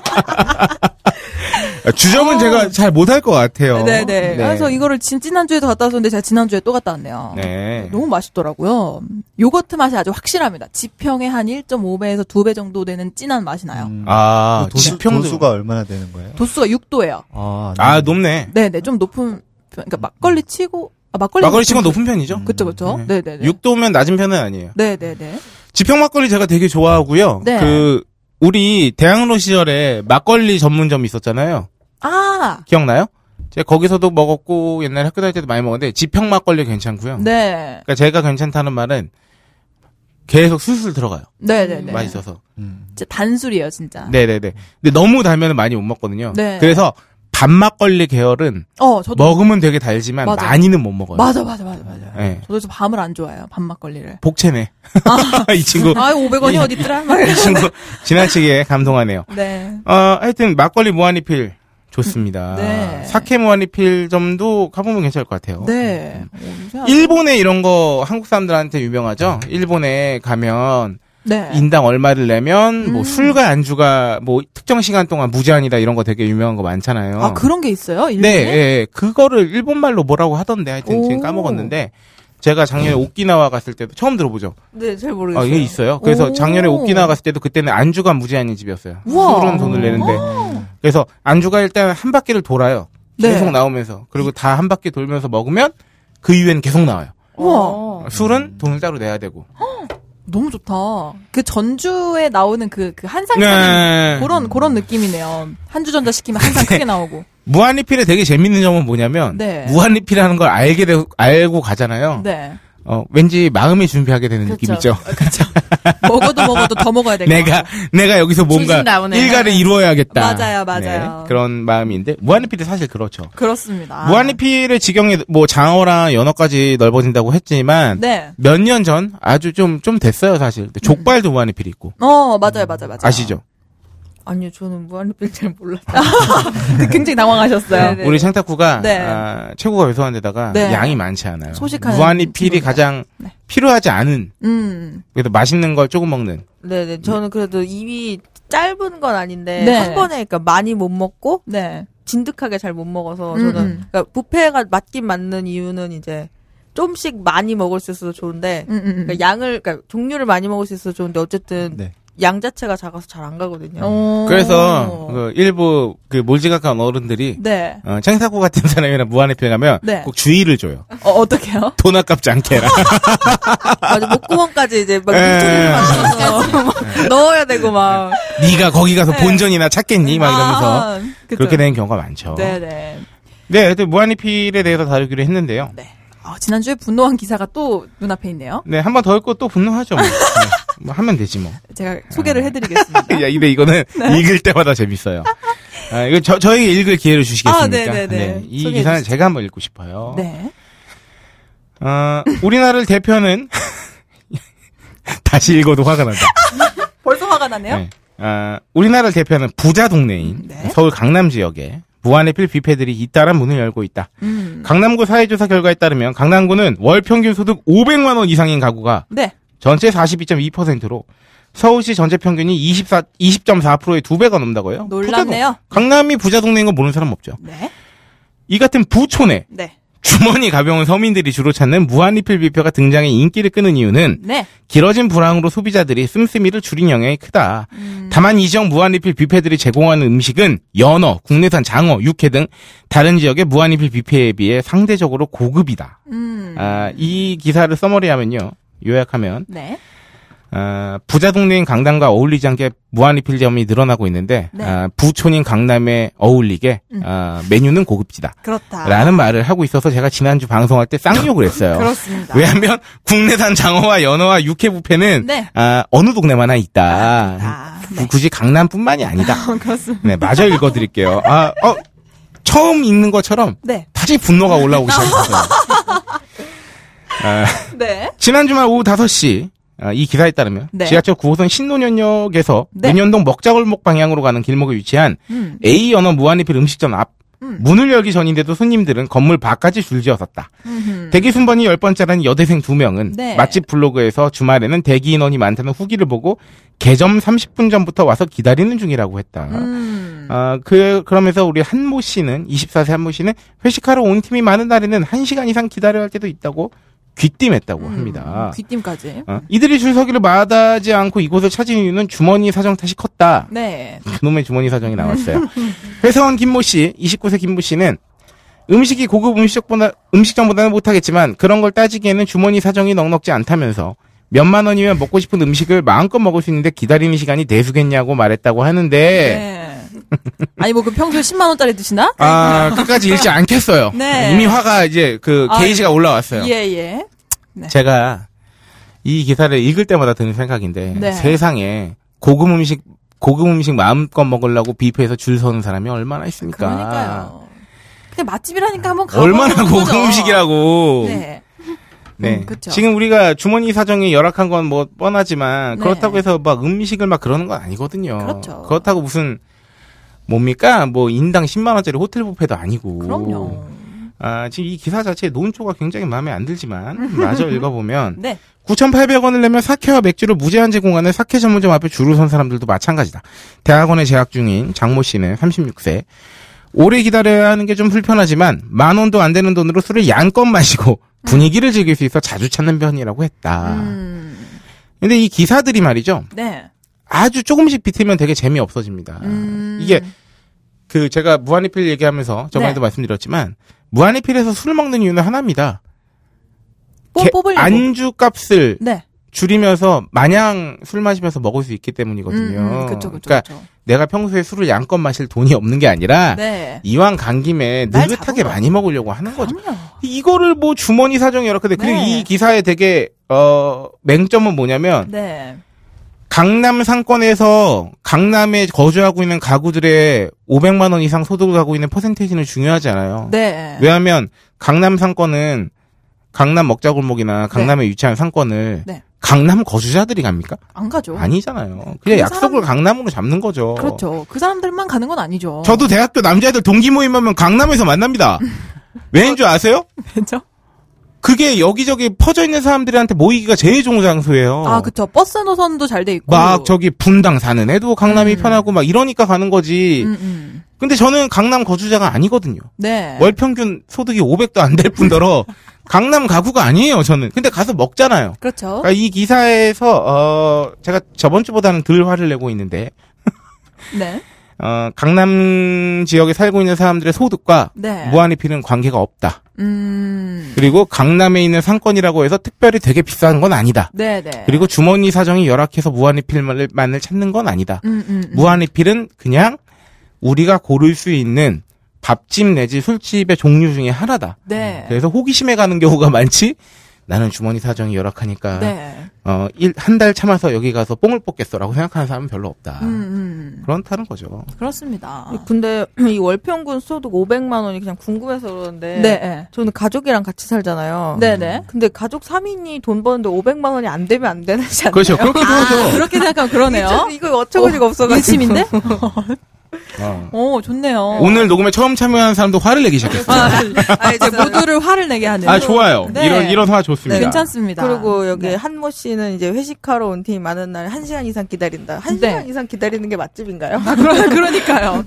[SPEAKER 4] 주정은 제가 잘 못할 것 같아요.
[SPEAKER 5] 어. 네, 네. 그래서 이거를 진, 지난주에도 갔다 왔었는데 제가 지난주에 또 갔다 왔네요.
[SPEAKER 4] 네.
[SPEAKER 5] 너무 맛있더라고요. 요거트 맛이 아주 확실합니다. 지평의 한 1.5배에서 2배 정도 되는 진한 맛이 나요.
[SPEAKER 7] 음.
[SPEAKER 4] 아 지평도
[SPEAKER 7] 수가 얼마나 되는 거예요?
[SPEAKER 5] 도수가 6도예요.
[SPEAKER 7] 그 아,
[SPEAKER 4] 아 높네.
[SPEAKER 5] 네, 네. 좀 높은 편- 그러니까 막걸리 치고 아 막걸리
[SPEAKER 4] 막걸리 치고 높은 편이죠.
[SPEAKER 5] 그쵸, 그쵸. 네, 네, 네.
[SPEAKER 4] 육도면 낮은 편은 아니에요.
[SPEAKER 5] 네, 네, 네.
[SPEAKER 4] 지평 막걸리 제가 되게 좋아하고요.
[SPEAKER 5] 네.
[SPEAKER 4] 그 우리 대학로 시절에 막걸리 전문점 있었잖아요.
[SPEAKER 5] 아,
[SPEAKER 4] 기억나요? 제가 거기서도 먹었고 옛날에 학교 다닐 때도 많이 먹었는데 지평 막걸리 괜찮고요.
[SPEAKER 5] 네,
[SPEAKER 4] 그러니까 제가 괜찮다는 말은 계속 술술 들어가요.
[SPEAKER 5] 네, 네, 네.
[SPEAKER 4] 맛있어서.
[SPEAKER 7] 음,
[SPEAKER 5] 진짜 단술이에요, 진짜.
[SPEAKER 4] 네네네. 근데 너무 달면 많이 못 먹거든요.
[SPEAKER 5] 네.
[SPEAKER 4] 그래서 밥막걸리 계열은
[SPEAKER 5] 어, 저도
[SPEAKER 4] 먹으면 되게 달지만
[SPEAKER 5] 맞아.
[SPEAKER 4] 많이는 못 먹어요.
[SPEAKER 5] 맞아, 맞아, 맞아, 맞아.
[SPEAKER 4] 예.
[SPEAKER 5] 저도 저 밤을 안 좋아해요, 밤 막걸리를.
[SPEAKER 4] 복채네. 이 친구,
[SPEAKER 5] 아, 500원이 어딨더라? 막
[SPEAKER 4] 이 친구 지나치게 감동하네요.
[SPEAKER 5] 네.
[SPEAKER 4] 어, 하여튼 막걸리 무한리필 좋습니다.
[SPEAKER 5] 네.
[SPEAKER 4] 사케 무한리필 점도 가보면 괜찮을 것 같아요.
[SPEAKER 5] 네.
[SPEAKER 4] 일본에 이런 거 한국 사람들한테 유명하죠. 일본에 가면
[SPEAKER 5] 네.
[SPEAKER 4] 인당 얼마를 내면 뭐 술과 안주가 뭐 특정 시간 동안 무제한이다 이런 거 되게 유명한 거 많잖아요.
[SPEAKER 5] 아, 그런 게 있어요?
[SPEAKER 4] 네,
[SPEAKER 5] 일본에?
[SPEAKER 4] 예, 예. 그거를 일본 말로 뭐라고 하던데 하여튼 지금
[SPEAKER 5] 오.
[SPEAKER 4] 까먹었는데 제가 작년에 오키나와 갔을 때도 처음 들어보죠.
[SPEAKER 6] 네, 잘
[SPEAKER 4] 아,
[SPEAKER 6] 모르겠어요.
[SPEAKER 4] 이게 있어요. 그래서
[SPEAKER 5] 오.
[SPEAKER 4] 작년에 오키나와 갔을 때도 그때는 안주가 무제한인 집이었어요.
[SPEAKER 5] 우와. 어?
[SPEAKER 4] 술은 돈을 내는데 그래서 안주가 일단 한 바퀴를 돌아요.
[SPEAKER 5] 네.
[SPEAKER 4] 계속 나오면서 그리고 다 한 바퀴 돌면서 먹으면 그 이후엔 계속 나와요.
[SPEAKER 5] 우와,
[SPEAKER 4] 술은 돈을 따로 내야 되고.
[SPEAKER 5] 너무 좋다. 그 전주에 나오는 그, 그 한상 차림.
[SPEAKER 4] 네.
[SPEAKER 5] 그런, 그런 느낌이네요. 한주전자 시키면 한상 크게 나오고.
[SPEAKER 4] 무한리필의 되게 재밌는 점은 뭐냐면
[SPEAKER 5] 네.
[SPEAKER 4] 무한리필이라는 걸 알게 되, 알고 가잖아요.
[SPEAKER 5] 네. 그렇죠. 어,
[SPEAKER 4] 어, 왠지 마음이 준비하게 되는 느낌이죠.
[SPEAKER 5] 먹어도 먹어도 더 먹어야 될것 같아요.
[SPEAKER 4] 내가 내가 여기서 뭔가
[SPEAKER 1] 중심 나오네요.
[SPEAKER 4] 일가를 이루어야겠다. 네,
[SPEAKER 5] 맞아요, 맞아요. 아.
[SPEAKER 4] 그런 마음인데 무한리필이 사실 그렇죠.
[SPEAKER 5] 그렇습니다.
[SPEAKER 4] 무한리필의 지경이 뭐 장어랑 연어까지 넓어진다고 했지만
[SPEAKER 5] 네.
[SPEAKER 4] 몇 년 전 아주 좀 좀 됐어요 사실. 근데 족발도 무한리필이 있고
[SPEAKER 5] 어, 맞아요, 맞아요, 맞아요.
[SPEAKER 4] 아시죠?
[SPEAKER 8] 아니요, 저는 무한리필 잘 몰랐어요.
[SPEAKER 5] 굉장히 당황하셨어요. 네.
[SPEAKER 4] 우리 창탁구가
[SPEAKER 5] 네.
[SPEAKER 4] 아, 체구가 왜소한 데다가
[SPEAKER 5] 네.
[SPEAKER 4] 양이 많지 않아요.
[SPEAKER 5] 소식하는
[SPEAKER 4] 무한리필이
[SPEAKER 5] 친구입니다.
[SPEAKER 4] 가장
[SPEAKER 5] 네.
[SPEAKER 4] 필요하지 않은
[SPEAKER 5] 음.
[SPEAKER 4] 그래도 맛있는 걸 조금 먹는.
[SPEAKER 8] 네네, 저는 그래도 입이 짧은 건 아닌데
[SPEAKER 5] 네.
[SPEAKER 8] 한 번에 그러니까 많이 못 먹고
[SPEAKER 5] 네.
[SPEAKER 8] 진득하게 잘 못 먹어서
[SPEAKER 5] 음,
[SPEAKER 8] 저는
[SPEAKER 5] 음.
[SPEAKER 8] 그러니까 부페가 맞긴 맞는 이유는 이제 좀씩 많이 먹을 수 있어서 좋은데
[SPEAKER 5] 음, 음, 음.
[SPEAKER 8] 그러니까 양을 그러니까 종류를 많이 먹을 수 있어서 좋은데 어쨌든
[SPEAKER 7] 네.
[SPEAKER 8] 양 자체가 작아서 잘 안 가거든요.
[SPEAKER 5] 어.
[SPEAKER 4] 그래서 그 일부 그 몰지각한 어른들이
[SPEAKER 5] 네.
[SPEAKER 4] 어, 창사고 같은 사람이나 무한리필 가면
[SPEAKER 5] 네.
[SPEAKER 4] 꼭 주의를 줘요.
[SPEAKER 5] 어, 어떡해요?
[SPEAKER 4] 돈 아깝지 않게 해라.
[SPEAKER 8] 맞아, 목구멍까지 이제 막
[SPEAKER 4] 예.
[SPEAKER 8] 눈초리로 막 넣어야 되고 막
[SPEAKER 4] 네. 네가 거기 가서 본전이나 찾겠니? 막 이러면서
[SPEAKER 5] 아, 그쵸.
[SPEAKER 4] 그렇게 되는 경우가 많죠. 네,
[SPEAKER 5] 네네.
[SPEAKER 4] 하여튼 무한리필에 대해서 다루기로 했는데요.
[SPEAKER 5] 네. 아, 지난주에 분노한 기사가 또 눈앞에 있네요.
[SPEAKER 4] 네, 한 번 더 읽고 또 분노하죠. 뭐, 네, 뭐 하면 되지 뭐.
[SPEAKER 5] 제가 소개를 해드리겠습니다.
[SPEAKER 4] 야, 근데 이거는
[SPEAKER 5] 네.
[SPEAKER 4] 읽을 때마다 재밌어요. 아, 이거 저, 저에게 읽을 기회를 주시겠습니까?
[SPEAKER 5] 아, 네네네.
[SPEAKER 4] 이
[SPEAKER 5] 소개해
[SPEAKER 4] 기사는
[SPEAKER 5] 주시죠.
[SPEAKER 4] 제가 한번 읽고 싶어요.
[SPEAKER 5] 네.
[SPEAKER 4] 어, 우리나라를 대표하는 다시 읽어도 화가 난다.
[SPEAKER 5] 벌써 화가 나네요?
[SPEAKER 4] 네. 아, 우리나라를 대표하는 부자 동네인
[SPEAKER 5] 네.
[SPEAKER 4] 서울 강남 지역에 무한리필 뷔페들이 잇따라 문을 열고 있다.
[SPEAKER 5] 음.
[SPEAKER 4] 강남구 사회조사 결과에 따르면 강남구는 월 평균 소득 500만 원 이상인 가구가
[SPEAKER 5] 네.
[SPEAKER 4] 전체 42.2%로 서울시 전체 평균이 24, 20.4%의 두 배가 넘다고요. 부자
[SPEAKER 5] 놀랍네요.
[SPEAKER 4] 동- 강남이 부자 동네인 건 모르는 사람 없죠.
[SPEAKER 5] 네.
[SPEAKER 4] 이 같은 부촌에
[SPEAKER 5] 네.
[SPEAKER 4] 주머니 가벼운 서민들이 주로 찾는 무한리필 뷔페가 등장해 인기를 끄는 이유는
[SPEAKER 5] 네.
[SPEAKER 4] 길어진 불황으로 소비자들이 씀씀이를 줄인 영향이 크다.
[SPEAKER 5] 음.
[SPEAKER 4] 다만 이 지역 무한리필 뷔페들이 제공하는 음식은 연어, 국내산 장어, 육회 등 다른 지역의 무한리필 뷔페에 비해 상대적으로 고급이다.
[SPEAKER 5] 음.
[SPEAKER 4] 아, 이 기사를 써머리하면요. 요약하면
[SPEAKER 5] 네.
[SPEAKER 4] 아, 부자 동네인 강남과 어울리지 않게 무한리필점이 늘어나고 있는데
[SPEAKER 5] 네. 음.
[SPEAKER 4] 아, 부촌인 강남에 어울리게 아, 메뉴는 고급지다.
[SPEAKER 5] 그렇다.
[SPEAKER 4] 라는 말을 하고 있어서 제가 지난주 방송할 때 쌍욕을 했어요.
[SPEAKER 5] 아. 그렇습니다.
[SPEAKER 4] 왜냐하면 국내산 장어와 연어와 육회 뷔페는
[SPEAKER 5] 네.
[SPEAKER 4] 아, 어느 동네마나 있다.
[SPEAKER 5] 아,
[SPEAKER 4] 구- 굳이 강남뿐만이 아니다.
[SPEAKER 5] 그렇습니다.
[SPEAKER 4] 네, 마저 읽어드릴게요. 아, 어, 처음 읽는 것처럼
[SPEAKER 5] 네.
[SPEAKER 4] 다시 분노가 올라오기 시작했어요. 아,
[SPEAKER 5] 네.
[SPEAKER 4] 지난 주말 오후 5시 아, 이 기사에 따르면
[SPEAKER 5] 네.
[SPEAKER 4] 지하철 9호선 신논현역에서
[SPEAKER 5] 네.
[SPEAKER 4] 논현동 먹자골목 방향으로 가는 길목에 위치한
[SPEAKER 5] 음.
[SPEAKER 4] A 언어 무한리필 음식점 앞
[SPEAKER 5] 음.
[SPEAKER 4] 문을 열기 전인데도 손님들은 건물 밖까지 줄지었었다.
[SPEAKER 5] 음흠.
[SPEAKER 4] 대기 순번이 10번째라는 여대생 2명은
[SPEAKER 5] 네.
[SPEAKER 4] 맛집 블로그에서 주말에는 대기 인원이 많다는 후기를 보고 개점 30분 전부터 와서 기다리는 중이라고 했다.
[SPEAKER 5] 음.
[SPEAKER 4] 아, 그, 그러면서 우리 한모 씨는, 24세 한모 씨는 회식하러 온 팀이 많은 날에는 1시간 이상 기다려야 할 때도 있다고 귀띔했다고 뭐
[SPEAKER 5] 음.
[SPEAKER 4] 합니다.
[SPEAKER 5] 귀띔까지.
[SPEAKER 4] 어, 이들이 줄 서기를 마다하지 않고 이곳을 찾은 이유는 주머니 사정 탓이 컸다.
[SPEAKER 5] 네.
[SPEAKER 4] 그놈의 주머니 사정이 나왔어요. 회사원 김모 씨, 29세 김모 씨는 음식이 고급 음식보다, 음식점보다는 못하겠지만 그런 걸 따지기에는 주머니 사정이 넉넉지 않다면서 몇만 원이면 먹고 싶은 음식을 마음껏 먹을 수 있는데 기다리는 시간이 대수겠냐고 말했다고 하는데
[SPEAKER 5] 네. 아니 뭐 그 평소에 10만 원짜리 드시나?
[SPEAKER 4] 아, 끝까지 읽지 않겠어요.
[SPEAKER 5] 네.
[SPEAKER 4] 이미 화가 이제 그
[SPEAKER 5] 아,
[SPEAKER 4] 게이지가 올라왔어요.
[SPEAKER 5] 예, 예.
[SPEAKER 4] 제가 이 기사를 읽을 때마다 드는 생각인데
[SPEAKER 5] 네.
[SPEAKER 4] 세상에 고급 음식 고급 음식 마음껏 먹으려고 뷔페에서 줄 서는 사람이 얼마나 있습니까?
[SPEAKER 5] 그러니까요. 그냥 맛집이라니까 한번 가.
[SPEAKER 4] 얼마나 고급 음식이라고. 네.
[SPEAKER 5] 네. 음, 그쵸.
[SPEAKER 4] 지금 우리가 주머니 사정이 열악한 건 뭐 뻔하지만
[SPEAKER 5] 네.
[SPEAKER 4] 그렇다고 해서 막 음식을 막 그러는 건 아니거든요.
[SPEAKER 5] 그렇죠.
[SPEAKER 4] 다고 무슨 뭡니까? 뭐 인당 10만 원짜리 호텔 뷔페도 아니고.
[SPEAKER 5] 그럼요.
[SPEAKER 4] 아, 지금 이 기사 자체의 논조가 굉장히 마음에 안 들지만, 마저 읽어보면,
[SPEAKER 5] 네.
[SPEAKER 4] 9,800원을 내면 사케와 맥주를 무제한 제공하는 사케 전문점 앞에 줄을 선 사람들도 마찬가지다. 대학원에 재학 중인 장모 씨는 36세. 오래 기다려야 하는 게 좀 불편하지만, 만 원도 안 되는 돈으로 술을 양껏 마시고, 분위기를 즐길 수 있어 자주 찾는 편이라고 했다.
[SPEAKER 5] 음.
[SPEAKER 4] 근데 이 기사들이 말이죠.
[SPEAKER 5] 네.
[SPEAKER 4] 아주 조금씩 비틀면 되게 재미없어집니다.
[SPEAKER 5] 음.
[SPEAKER 4] 이게 그 제가 무한리필 얘기하면서 저번에도
[SPEAKER 5] 네.
[SPEAKER 4] 말씀드렸지만 무한리필에서 술 먹는 이유는 하나입니다.
[SPEAKER 5] 뽑-
[SPEAKER 4] 게-
[SPEAKER 5] 뽑으려고.
[SPEAKER 4] 안주 값을
[SPEAKER 5] 네.
[SPEAKER 4] 줄이면서 마냥 술 마시면서 먹을 수 있기 때문이거든요.
[SPEAKER 5] 그렇죠.
[SPEAKER 4] 러니까
[SPEAKER 5] 그렇죠.
[SPEAKER 4] 내가 평소에 술을 양껏 마실 돈이 없는 게 아니라
[SPEAKER 5] 네.
[SPEAKER 4] 이왕 간 김에
[SPEAKER 5] 날
[SPEAKER 4] 느긋하게
[SPEAKER 5] 잡은 거죠.
[SPEAKER 4] 많이 먹으려고 하는 거죠.
[SPEAKER 5] 그럼요.
[SPEAKER 4] 이거를 뭐 주머니 사정이 여러 가지 그리고
[SPEAKER 5] 네.
[SPEAKER 4] 이 기사에 되게 어 맹점은 뭐냐면
[SPEAKER 5] 네.
[SPEAKER 4] 강남 상권에서 강남에 거주하고 있는 가구들의 500만 원 이상 소득을 가고 있는 퍼센테이지는 중요하지 않아요.
[SPEAKER 5] 네.
[SPEAKER 4] 왜냐하면 강남 상권은 강남 먹자골목이나 강남에 위치한 상권을
[SPEAKER 5] 네.
[SPEAKER 4] 강남 거주자들이 갑니까?
[SPEAKER 5] 안 가죠.
[SPEAKER 4] 아니잖아요.
[SPEAKER 5] 그
[SPEAKER 4] 그냥 약속을 강남으로 잡는 거죠.
[SPEAKER 5] 그렇죠. 그 사람들만 가는 건 아니죠.
[SPEAKER 4] 저도 대학교 남자애들 동기 모임 하면 강남에서 만납니다. 왜인 줄 아세요?
[SPEAKER 5] 그렇죠.
[SPEAKER 4] 그게 여기저기 퍼져 있는 사람들한테 모이기가 제일 좋은 장소예요.
[SPEAKER 5] 아, 그쵸. 어. 버스 노선도 잘 돼 있고.
[SPEAKER 4] 어. 막 저기 분당 사는 애도 강남이 편하고 막 이러니까 가는 거지.
[SPEAKER 5] 음, 음.
[SPEAKER 4] 근데 저는 강남 거주자가 아니거든요.
[SPEAKER 5] 네.
[SPEAKER 4] 월 평균 소득이 500도 안 될 뿐더러 강남 가구가 아니에요, 저는. 근데 가서 먹잖아요.
[SPEAKER 5] 그렇죠.
[SPEAKER 4] 그러니까 이 기사에서 어 제가 저번 주보다는 덜 화를 내고 있는데
[SPEAKER 5] 네.
[SPEAKER 4] 어 강남 지역에 살고 있는 사람들의 소득과
[SPEAKER 5] 네.
[SPEAKER 4] 무한리필은 관계가 없다.
[SPEAKER 5] 음.
[SPEAKER 4] 뭐 그리고 강남에 있는 상권이라고 해서 특별히 되게 비싼 건 아니다.
[SPEAKER 5] 네, 네.
[SPEAKER 4] 그리고 주머니 사정이 열악해서 무한리필만을 찾는 건 아니다.
[SPEAKER 5] 음, 음, 음.
[SPEAKER 4] 무한리필은 그냥 우리가 고를 수 있는 밥집 내지 술집의 종류 중에 하나다.
[SPEAKER 5] 네.
[SPEAKER 4] 그래서 호기심에 가는 경우가 많지. 나는 주머니 사정이 열악하니까
[SPEAKER 5] 네.
[SPEAKER 4] 어, 한 달 참아서 여기 가서 뽕을 뽑겠어라고 생각하는 사람은 별로 없다.
[SPEAKER 5] 음,
[SPEAKER 4] 그렇다는 거죠.
[SPEAKER 5] 음. 그렇습니다.
[SPEAKER 8] 근데 이 월평균 소득 500만 원이 그냥 궁금해서 그러는데
[SPEAKER 5] 네. 네.
[SPEAKER 8] 저는 가족이랑 같이 살잖아요.
[SPEAKER 5] 네, 네.
[SPEAKER 8] 근데 가족 3인이 돈 버는데 500만 원이 안 되면 안 되는 지 않나요?
[SPEAKER 4] 그렇죠. 그렇기도
[SPEAKER 5] 아,
[SPEAKER 4] 하죠.
[SPEAKER 5] 그렇게 생각하면 그러네요.
[SPEAKER 8] 이거 어처구니가 없어가지고.
[SPEAKER 5] 일침인데?
[SPEAKER 4] 어.
[SPEAKER 5] 오, 좋네요.
[SPEAKER 4] 오늘 녹음에 처음 참여한 사람도 화를 내기 시작했어요.
[SPEAKER 5] 아, 아, 이제 모두를 화를 내게 하는.
[SPEAKER 4] 뭐- 아 좋아요.
[SPEAKER 5] 네.
[SPEAKER 4] 이런 이런 화 좋습니다.
[SPEAKER 5] 괜찮습니다.
[SPEAKER 8] 그리고 여기
[SPEAKER 5] 네.
[SPEAKER 8] 한모 씨는 이제 회식하러 온 팀이 많은 날 1시간 이상 기다린다. 1시간
[SPEAKER 5] 네.
[SPEAKER 8] 이상 기다리는 게 맛집인가요?
[SPEAKER 5] 아, 그러, 그러니까요.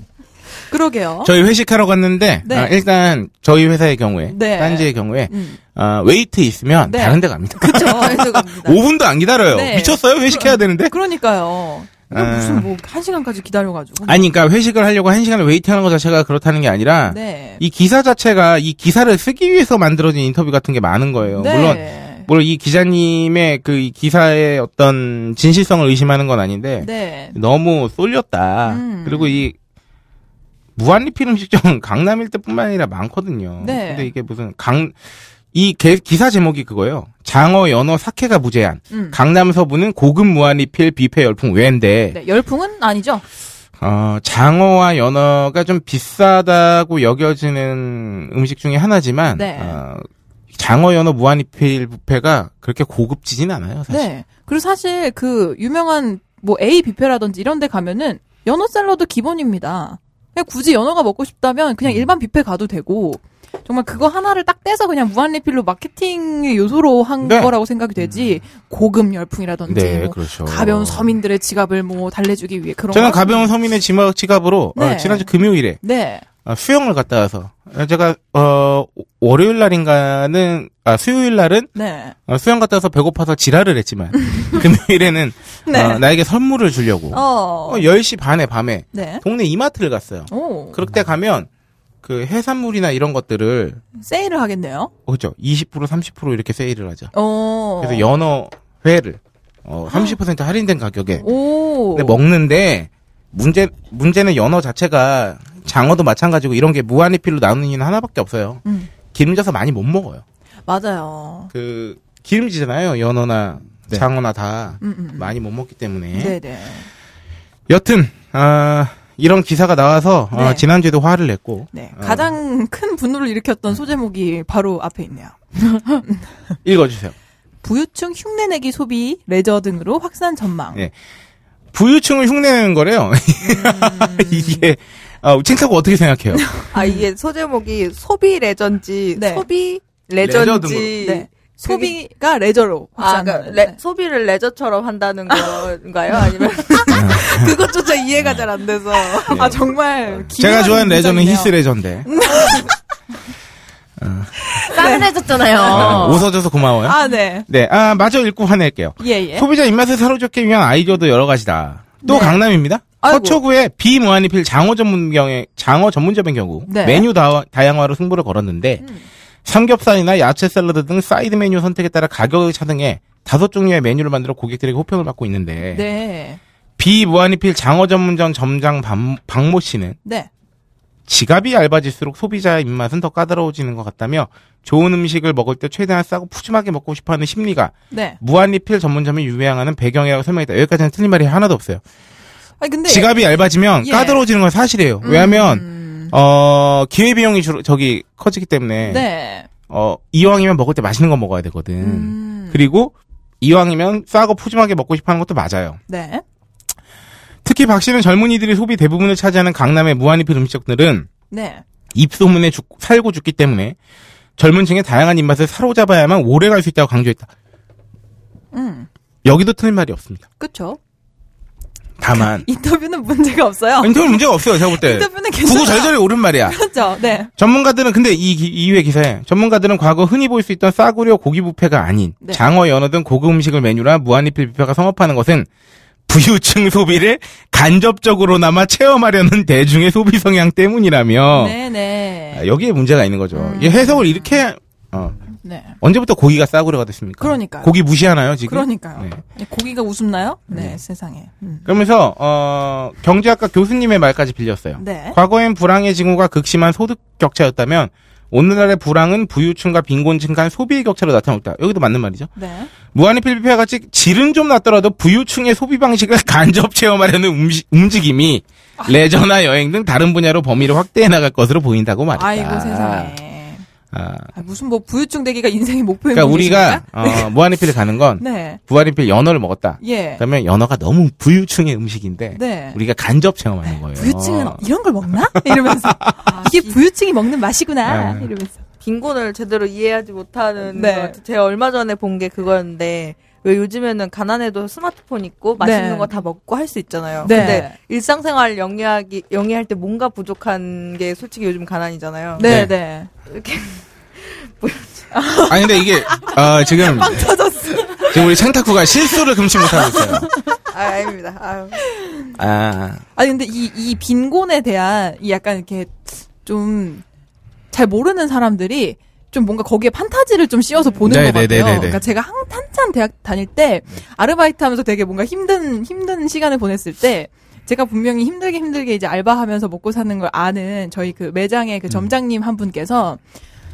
[SPEAKER 5] 그러게요.
[SPEAKER 4] 저희 회식하러 갔는데
[SPEAKER 5] 네.
[SPEAKER 4] 아, 일단 저희 회사의 경우에
[SPEAKER 5] 네.
[SPEAKER 4] 딴지의 경우에
[SPEAKER 5] 음.
[SPEAKER 4] 아, 웨이트 있으면
[SPEAKER 5] 네.
[SPEAKER 4] 다른 데 갑니다.
[SPEAKER 5] 그쵸. 그래서 갑니다.
[SPEAKER 4] 5분도 안 기다려요.
[SPEAKER 5] 네.
[SPEAKER 4] 미쳤어요? 회식해야 되는데?
[SPEAKER 5] 그러니까요. 이게
[SPEAKER 4] 네. 아.
[SPEAKER 5] 무슨 뭐, 한 시간까지 기다려가지고.
[SPEAKER 4] 아니, 그러니까 회식을 하려고 한 시간을 웨이트하는 것 자체가 그렇다는 게 아니라
[SPEAKER 5] 네.
[SPEAKER 4] 이 기사 자체가 이 기사를 쓰기 위해서 만들어진 인터뷰 같은 게 많은 거예요.
[SPEAKER 5] 네.
[SPEAKER 4] 물론 뭐 물론 이 기자님의 그이 기사의 어떤 진실성을 의심하는 건 아닌데
[SPEAKER 5] 네.
[SPEAKER 4] 너무 쏠렸다.
[SPEAKER 5] 음.
[SPEAKER 4] 그리고 이 무한리필 음식점은 강남 일대뿐만 아니라 많거든요.
[SPEAKER 5] 네.
[SPEAKER 4] 근데 이게 무슨 강 이 개- 기사 제목이 그거예요. 장어, 연어, 사케가 무제한.
[SPEAKER 5] 음.
[SPEAKER 4] 강남 서부는 고급 무한리필 뷔페 열풍 외인데
[SPEAKER 5] 네, 열풍은 아니죠.
[SPEAKER 4] 어, 장어와 연어가 좀 비싸다고 여겨지는 음식 중에 하나지만
[SPEAKER 5] 네.
[SPEAKER 4] 어, 장어 연어 무한리필 뷔페가 그렇게 고급지진 않아요 사실.
[SPEAKER 5] 네. 그리고 사실 그 유명한 뭐 A 뷔페라든지 이런 데 가면은 연어 샐러드 기본입니다. 그냥 굳이 연어가 먹고 싶다면
[SPEAKER 4] 음.
[SPEAKER 5] 그냥 일반 뷔페 가도 되고 정말 그거 하나를 딱 떼서 그냥 무한 리필로 마케팅의 요소로 한
[SPEAKER 4] 네. 음.
[SPEAKER 5] 거라고 생각이 되지 고급 열풍이라든지 뭐
[SPEAKER 4] 그렇죠.
[SPEAKER 5] 가벼운 서민들의 지갑을 뭐 달래주기 위해 그런
[SPEAKER 4] 저는
[SPEAKER 5] 거-
[SPEAKER 4] 가벼운 서민의 지막 지갑으로 어,
[SPEAKER 5] 네.
[SPEAKER 4] 지난주 금요일에
[SPEAKER 5] 네.
[SPEAKER 4] 아, 수영을 갔다 와서 아, 제가 어 월요일 날인가는 아 수요일 날은
[SPEAKER 5] 네.
[SPEAKER 4] 어, 수영 갔다 와서 배고파서 지랄을 했지만 금요일에는
[SPEAKER 5] 네.
[SPEAKER 4] 어, 나에게 선물을 주려고
[SPEAKER 5] 어.
[SPEAKER 4] 어, 10시 반에 밤에
[SPEAKER 5] 네.
[SPEAKER 4] 동네 이마트를 갔어요.
[SPEAKER 5] 오.
[SPEAKER 4] 그때 가면 그 해산물이나 이런 것들을
[SPEAKER 5] 세일을 하겠네요.
[SPEAKER 4] 어, 그죠 20% 30% 이렇게 세일을 하죠.
[SPEAKER 5] 어.
[SPEAKER 4] 그래서 연어 회를 어, 30% 할인된 가격에
[SPEAKER 5] 오.
[SPEAKER 4] 근데 네, 먹는데 문제 문제는 연어 자체가 장어도 마찬가지고 이런 게 무한리필로 나오는 이유는 하나밖에 없어요.
[SPEAKER 5] 음.
[SPEAKER 4] 기름져서 많이 못 먹어요.
[SPEAKER 5] 맞아요.
[SPEAKER 4] 그 기름지잖아요. 연어나
[SPEAKER 7] 네.
[SPEAKER 4] 장어나 다
[SPEAKER 5] 음, 음, 음.
[SPEAKER 4] 많이 못 먹기 때문에.
[SPEAKER 5] 네, 네.
[SPEAKER 4] 여튼 아, 이런 기사가 나와서 어,
[SPEAKER 5] 네.
[SPEAKER 4] 지난주에도 화를 냈고
[SPEAKER 5] 네.
[SPEAKER 4] 어,
[SPEAKER 5] 가장 큰 분노를 일으켰던 소제목이 바로 앞에 있네요.
[SPEAKER 4] 읽어주세요.
[SPEAKER 5] 부유층 흉내내기 소비, 레저 등으로 확산 전망.
[SPEAKER 4] 네. 부유층을 흉내내는 거래요.
[SPEAKER 5] 음.
[SPEAKER 4] 이게 아, 칭찬고 어떻게 생각해요?
[SPEAKER 6] 아 이게 소제목이 소비 레전지
[SPEAKER 5] 네.
[SPEAKER 6] 소비
[SPEAKER 4] 레저
[SPEAKER 6] 레전지
[SPEAKER 4] 등으로.
[SPEAKER 5] 네. 소비가 레저로
[SPEAKER 6] 아,
[SPEAKER 5] 확산. 네.
[SPEAKER 6] 그러니까 레- 소비를 레저처럼 한다는 건가요? 아니면
[SPEAKER 4] 네.
[SPEAKER 6] 그것조차 이해가 잘 안 돼서
[SPEAKER 5] 아 정말
[SPEAKER 4] 어. 제가
[SPEAKER 5] 기묘한
[SPEAKER 4] 좋아하는 레저는
[SPEAKER 5] 문장이네요. 음.
[SPEAKER 4] 히스 레저인데 아,
[SPEAKER 3] 싸늘해졌잖아요.
[SPEAKER 4] 웃어줘서 고마워요.
[SPEAKER 5] 아 네.
[SPEAKER 4] 네, 아 마저 읽고 화낼게요.
[SPEAKER 5] 예예.
[SPEAKER 4] 소비자 입맛을 사로잡기 위한 아이디어도 여러 가지다. 또
[SPEAKER 5] 네.
[SPEAKER 4] 강남입니다.
[SPEAKER 5] 아이고.
[SPEAKER 4] 서초구의 비무한리필 장어 전문경의 장어 전문점인 경우
[SPEAKER 5] 네. 음.
[SPEAKER 4] 메뉴 다, 다양화로 승부를 걸었는데 삼겹살이나 야채 샐러드 등 사이드 메뉴 선택에 따라 가격을 차등해 다섯 종류의 메뉴를 만들어 고객들에게 호평을 받고 있는데
[SPEAKER 5] 네.
[SPEAKER 4] 비무한리필 장어 전문점 점장 박- 박모 씨는
[SPEAKER 5] 네.
[SPEAKER 4] 지갑이 얇아질수록 소비자의 입맛은 더 까다로워지는 것 같다며 좋은 음식을 먹을 때 최대한 싸고 푸짐하게 먹고 싶어하는 심리가
[SPEAKER 5] 네.
[SPEAKER 4] 무한리필 전문점이 유행하는 배경이라고 설명했다. 여기까지는 틀린 말이 하나도 없어요.
[SPEAKER 5] 아니 근데
[SPEAKER 4] 지갑이 얇아지면
[SPEAKER 5] 네. 예.
[SPEAKER 4] 까다로워지는 건 사실이에요. 왜냐하면
[SPEAKER 5] 음,
[SPEAKER 4] 어 기회 비용이 주로 저기 커지기 때문에
[SPEAKER 5] 네.
[SPEAKER 4] 어 이왕이면 먹을 때 맛있는 거 먹어야 되거든.
[SPEAKER 5] 음.
[SPEAKER 4] 그리고 이왕이면 싸고 푸짐하게 먹고 싶어하는 것도 맞아요.
[SPEAKER 5] 네.
[SPEAKER 4] 특히 박 씨는 젊은이들이 소비 대부분을 차지하는 강남의 무한리필 음식점들은
[SPEAKER 5] 네.
[SPEAKER 4] 입소문에 죽- 살고 죽기 때문에 젊은 층의 다양한 입맛을 사로잡아야만 오래 갈 수 있다고 강조했다.
[SPEAKER 5] 음.
[SPEAKER 4] 여기도 틀린 말이 없습니다.
[SPEAKER 5] 그쵸
[SPEAKER 4] 다만
[SPEAKER 5] 인터뷰는 문제가 없어요.
[SPEAKER 4] 인터뷰 문제가 없어요. 제가 볼 때.
[SPEAKER 5] 인터뷰는
[SPEAKER 4] 구구
[SPEAKER 5] 괜찮아요.
[SPEAKER 4] 절절히 옳은 말이야.
[SPEAKER 5] 그렇죠. 네.
[SPEAKER 4] 전문가들은 근데 이 기- 이후의 기사에 전문가들은 과거 흔히 볼 수 있던 싸구려 고기 뷔페가 아닌
[SPEAKER 5] 네.
[SPEAKER 4] 장어, 연어 등 고급 음식을 메뉴라 무한리필 뷔페가 성업하는 것은 부유층 소비를 간접적으로나마 체험하려는 대중의 소비 성향 때문이라며
[SPEAKER 5] 네네.
[SPEAKER 4] 어. 아, 여기에 문제가 있는 거죠.
[SPEAKER 5] 음.
[SPEAKER 4] 이 해석을 이렇게 어,
[SPEAKER 5] 네.
[SPEAKER 4] 언제부터 고기가 싸구려가 됐습니까?
[SPEAKER 5] 그러니까요.
[SPEAKER 4] 고기 무시하나요 지금?
[SPEAKER 5] 그러니까요. 예,
[SPEAKER 4] 네.
[SPEAKER 5] 고기가 웃음나요? 네, 세상에. 음.
[SPEAKER 4] 그러면서 어, 경제학과 교수님의 말까지 빌렸어요.
[SPEAKER 5] 네.
[SPEAKER 4] 과거엔 불황의 징후가 극심한 소득 격차였다면 오늘날의 불황은 부유층과 빈곤층 간 소비의 격차로 나타나고 있다. 여기도 맞는 말이죠.
[SPEAKER 5] 네.
[SPEAKER 4] 무한리필 뷔페와 같이 질은 좀 낮더라도 부유층의 소비 방식을 간접 체험하려는 음식- 움직임이
[SPEAKER 5] 아.
[SPEAKER 4] 레저나 여행 등 다른 분야로 범위를 확대해 나갈 것으로 보인다고 말했다.
[SPEAKER 5] 아이고 세상에.
[SPEAKER 4] 아,
[SPEAKER 5] 아, 무슨 뭐 부유층 되기가 인생의 목표인
[SPEAKER 4] 그러니까 우리가
[SPEAKER 5] 분이신가요?
[SPEAKER 4] 어, 무한리필 가는 건
[SPEAKER 5] 네.
[SPEAKER 4] 무한리필 연어를 먹었다.
[SPEAKER 5] 예.
[SPEAKER 4] 그러면 연어가 너무 부유층의 음식인데
[SPEAKER 5] 네.
[SPEAKER 4] 우리가 간접 체험하는 거예요. 어.
[SPEAKER 5] 부유층은 이런 걸 먹나? 이러면서 이게 부유층이 먹는 맛이구나.
[SPEAKER 4] 아.
[SPEAKER 5] 이러면서.
[SPEAKER 6] 빈곤을 제대로 이해하지 못하는
[SPEAKER 5] 네.
[SPEAKER 6] 것 같아요. 제가 얼마 전에 본 게 그거였는데 왜 요즘에는 가난해도 스마트폰 있고 맛있는
[SPEAKER 5] 네.
[SPEAKER 6] 거 다 먹고 할 수
[SPEAKER 8] 어,
[SPEAKER 6] 있잖아요.
[SPEAKER 5] 네.
[SPEAKER 6] 근데 일상생활 영위하기 영위할 때 뭔가 부족한 게 솔직히 요즘 가난이잖아요.
[SPEAKER 5] 네, 네.
[SPEAKER 4] 아니 근데 이게 어, 지금 지금 우리 생타쿠가 실수를 금치 못하고 있어요.
[SPEAKER 6] 아, 아닙니다. 아유.
[SPEAKER 4] 아
[SPEAKER 5] 아니 근데 이 이 빈곤에 대한 이 약간 이렇게 좀 잘 모르는 사람들이 좀 뭔가 거기에 판타지를 좀 씌워서 보는
[SPEAKER 4] 네,
[SPEAKER 5] 것
[SPEAKER 4] 네,
[SPEAKER 5] 같아요.
[SPEAKER 4] 네, 네, 네.
[SPEAKER 5] 그러니까 제가 한, 한참 대학 다닐 때 아르바이트하면서 되게 뭔가 힘든 힘든 시간을 보냈을 때 제가 분명히 힘들게 힘들게 이제 알바하면서 먹고 사는 걸 아는 저희 그 매장의
[SPEAKER 4] 음.
[SPEAKER 5] 그 점장님 한 분께서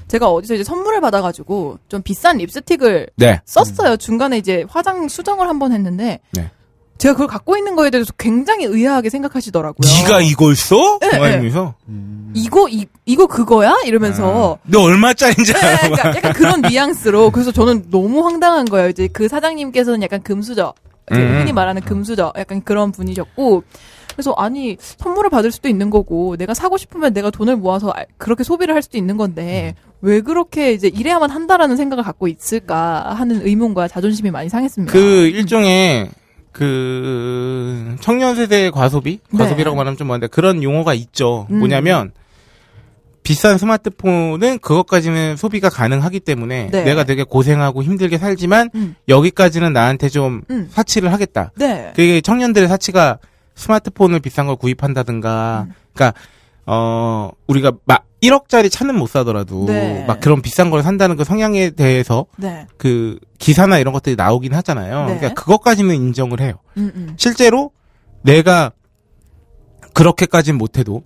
[SPEAKER 5] 제가 어디서 이제 선물을 받아가지고 좀 비싼 립스틱을
[SPEAKER 4] 네.
[SPEAKER 5] 썼어요. 중간에 이제 화장 수정을 한 번 했는데
[SPEAKER 4] 네.
[SPEAKER 5] 제가 그걸 갖고 있는 거에 대해서 굉장히 의아하게 생각하시더라고요.
[SPEAKER 4] 네가 이걸 써?
[SPEAKER 5] 네, 네.
[SPEAKER 4] 동아일보에서?
[SPEAKER 5] 이거 이, 이거 그거야? 이러면서
[SPEAKER 4] 너 얼마짜리인지
[SPEAKER 5] 네,
[SPEAKER 4] 알아?
[SPEAKER 5] 그러니까 약간 그런 뉘앙스로 그래서 저는 너무 황당한 거예요. 이제 그 사장님께서는 약간 금수저 그
[SPEAKER 4] 음.
[SPEAKER 5] 흔히 말하는 금수저 약간 그런 분이셨고 그래서 아니 선물을 받을 수도 있는 거고 내가 사고 싶으면 내가 돈을 모아서 알- 그렇게 소비를 할 수도 있는 건데
[SPEAKER 4] 음.
[SPEAKER 5] 왜 그렇게 이제 이래야만 한다라는 생각을 갖고 있을까 하는 의문과 자존심이 많이 상했습니다.
[SPEAKER 4] 그 일종의 그 청년 세대의 과소비,
[SPEAKER 5] 네.
[SPEAKER 4] 과소비라고 말하면 좀 뭔데 그런 용어가 있죠.
[SPEAKER 5] 음.
[SPEAKER 4] 뭐냐면 비싼 스마트폰은 그것까지는 소비가 가능하기 때문에
[SPEAKER 5] 네.
[SPEAKER 4] 내가 되게 고생하고 힘들게 살지만
[SPEAKER 5] 음.
[SPEAKER 4] 여기까지는 나한테 좀
[SPEAKER 5] 음.
[SPEAKER 4] 사치를 하겠다.
[SPEAKER 5] 네.
[SPEAKER 4] 그게 청년들의 사치가 스마트폰을 비싼 걸 구입한다든가,
[SPEAKER 5] 음.
[SPEAKER 4] 그러니까 어 우리가 막 1억짜리 차는 못 사더라도
[SPEAKER 5] 네.
[SPEAKER 4] 막 그런 비싼 걸 산다는 그 성향에 대해서
[SPEAKER 5] 네.
[SPEAKER 4] 그 기사나 이런 것들이 나오긴 하잖아요.
[SPEAKER 5] 네.
[SPEAKER 4] 그러니까 그것까지는 인정을 해요.
[SPEAKER 5] 음, 음.
[SPEAKER 4] 실제로 내가 그렇게까진 못해도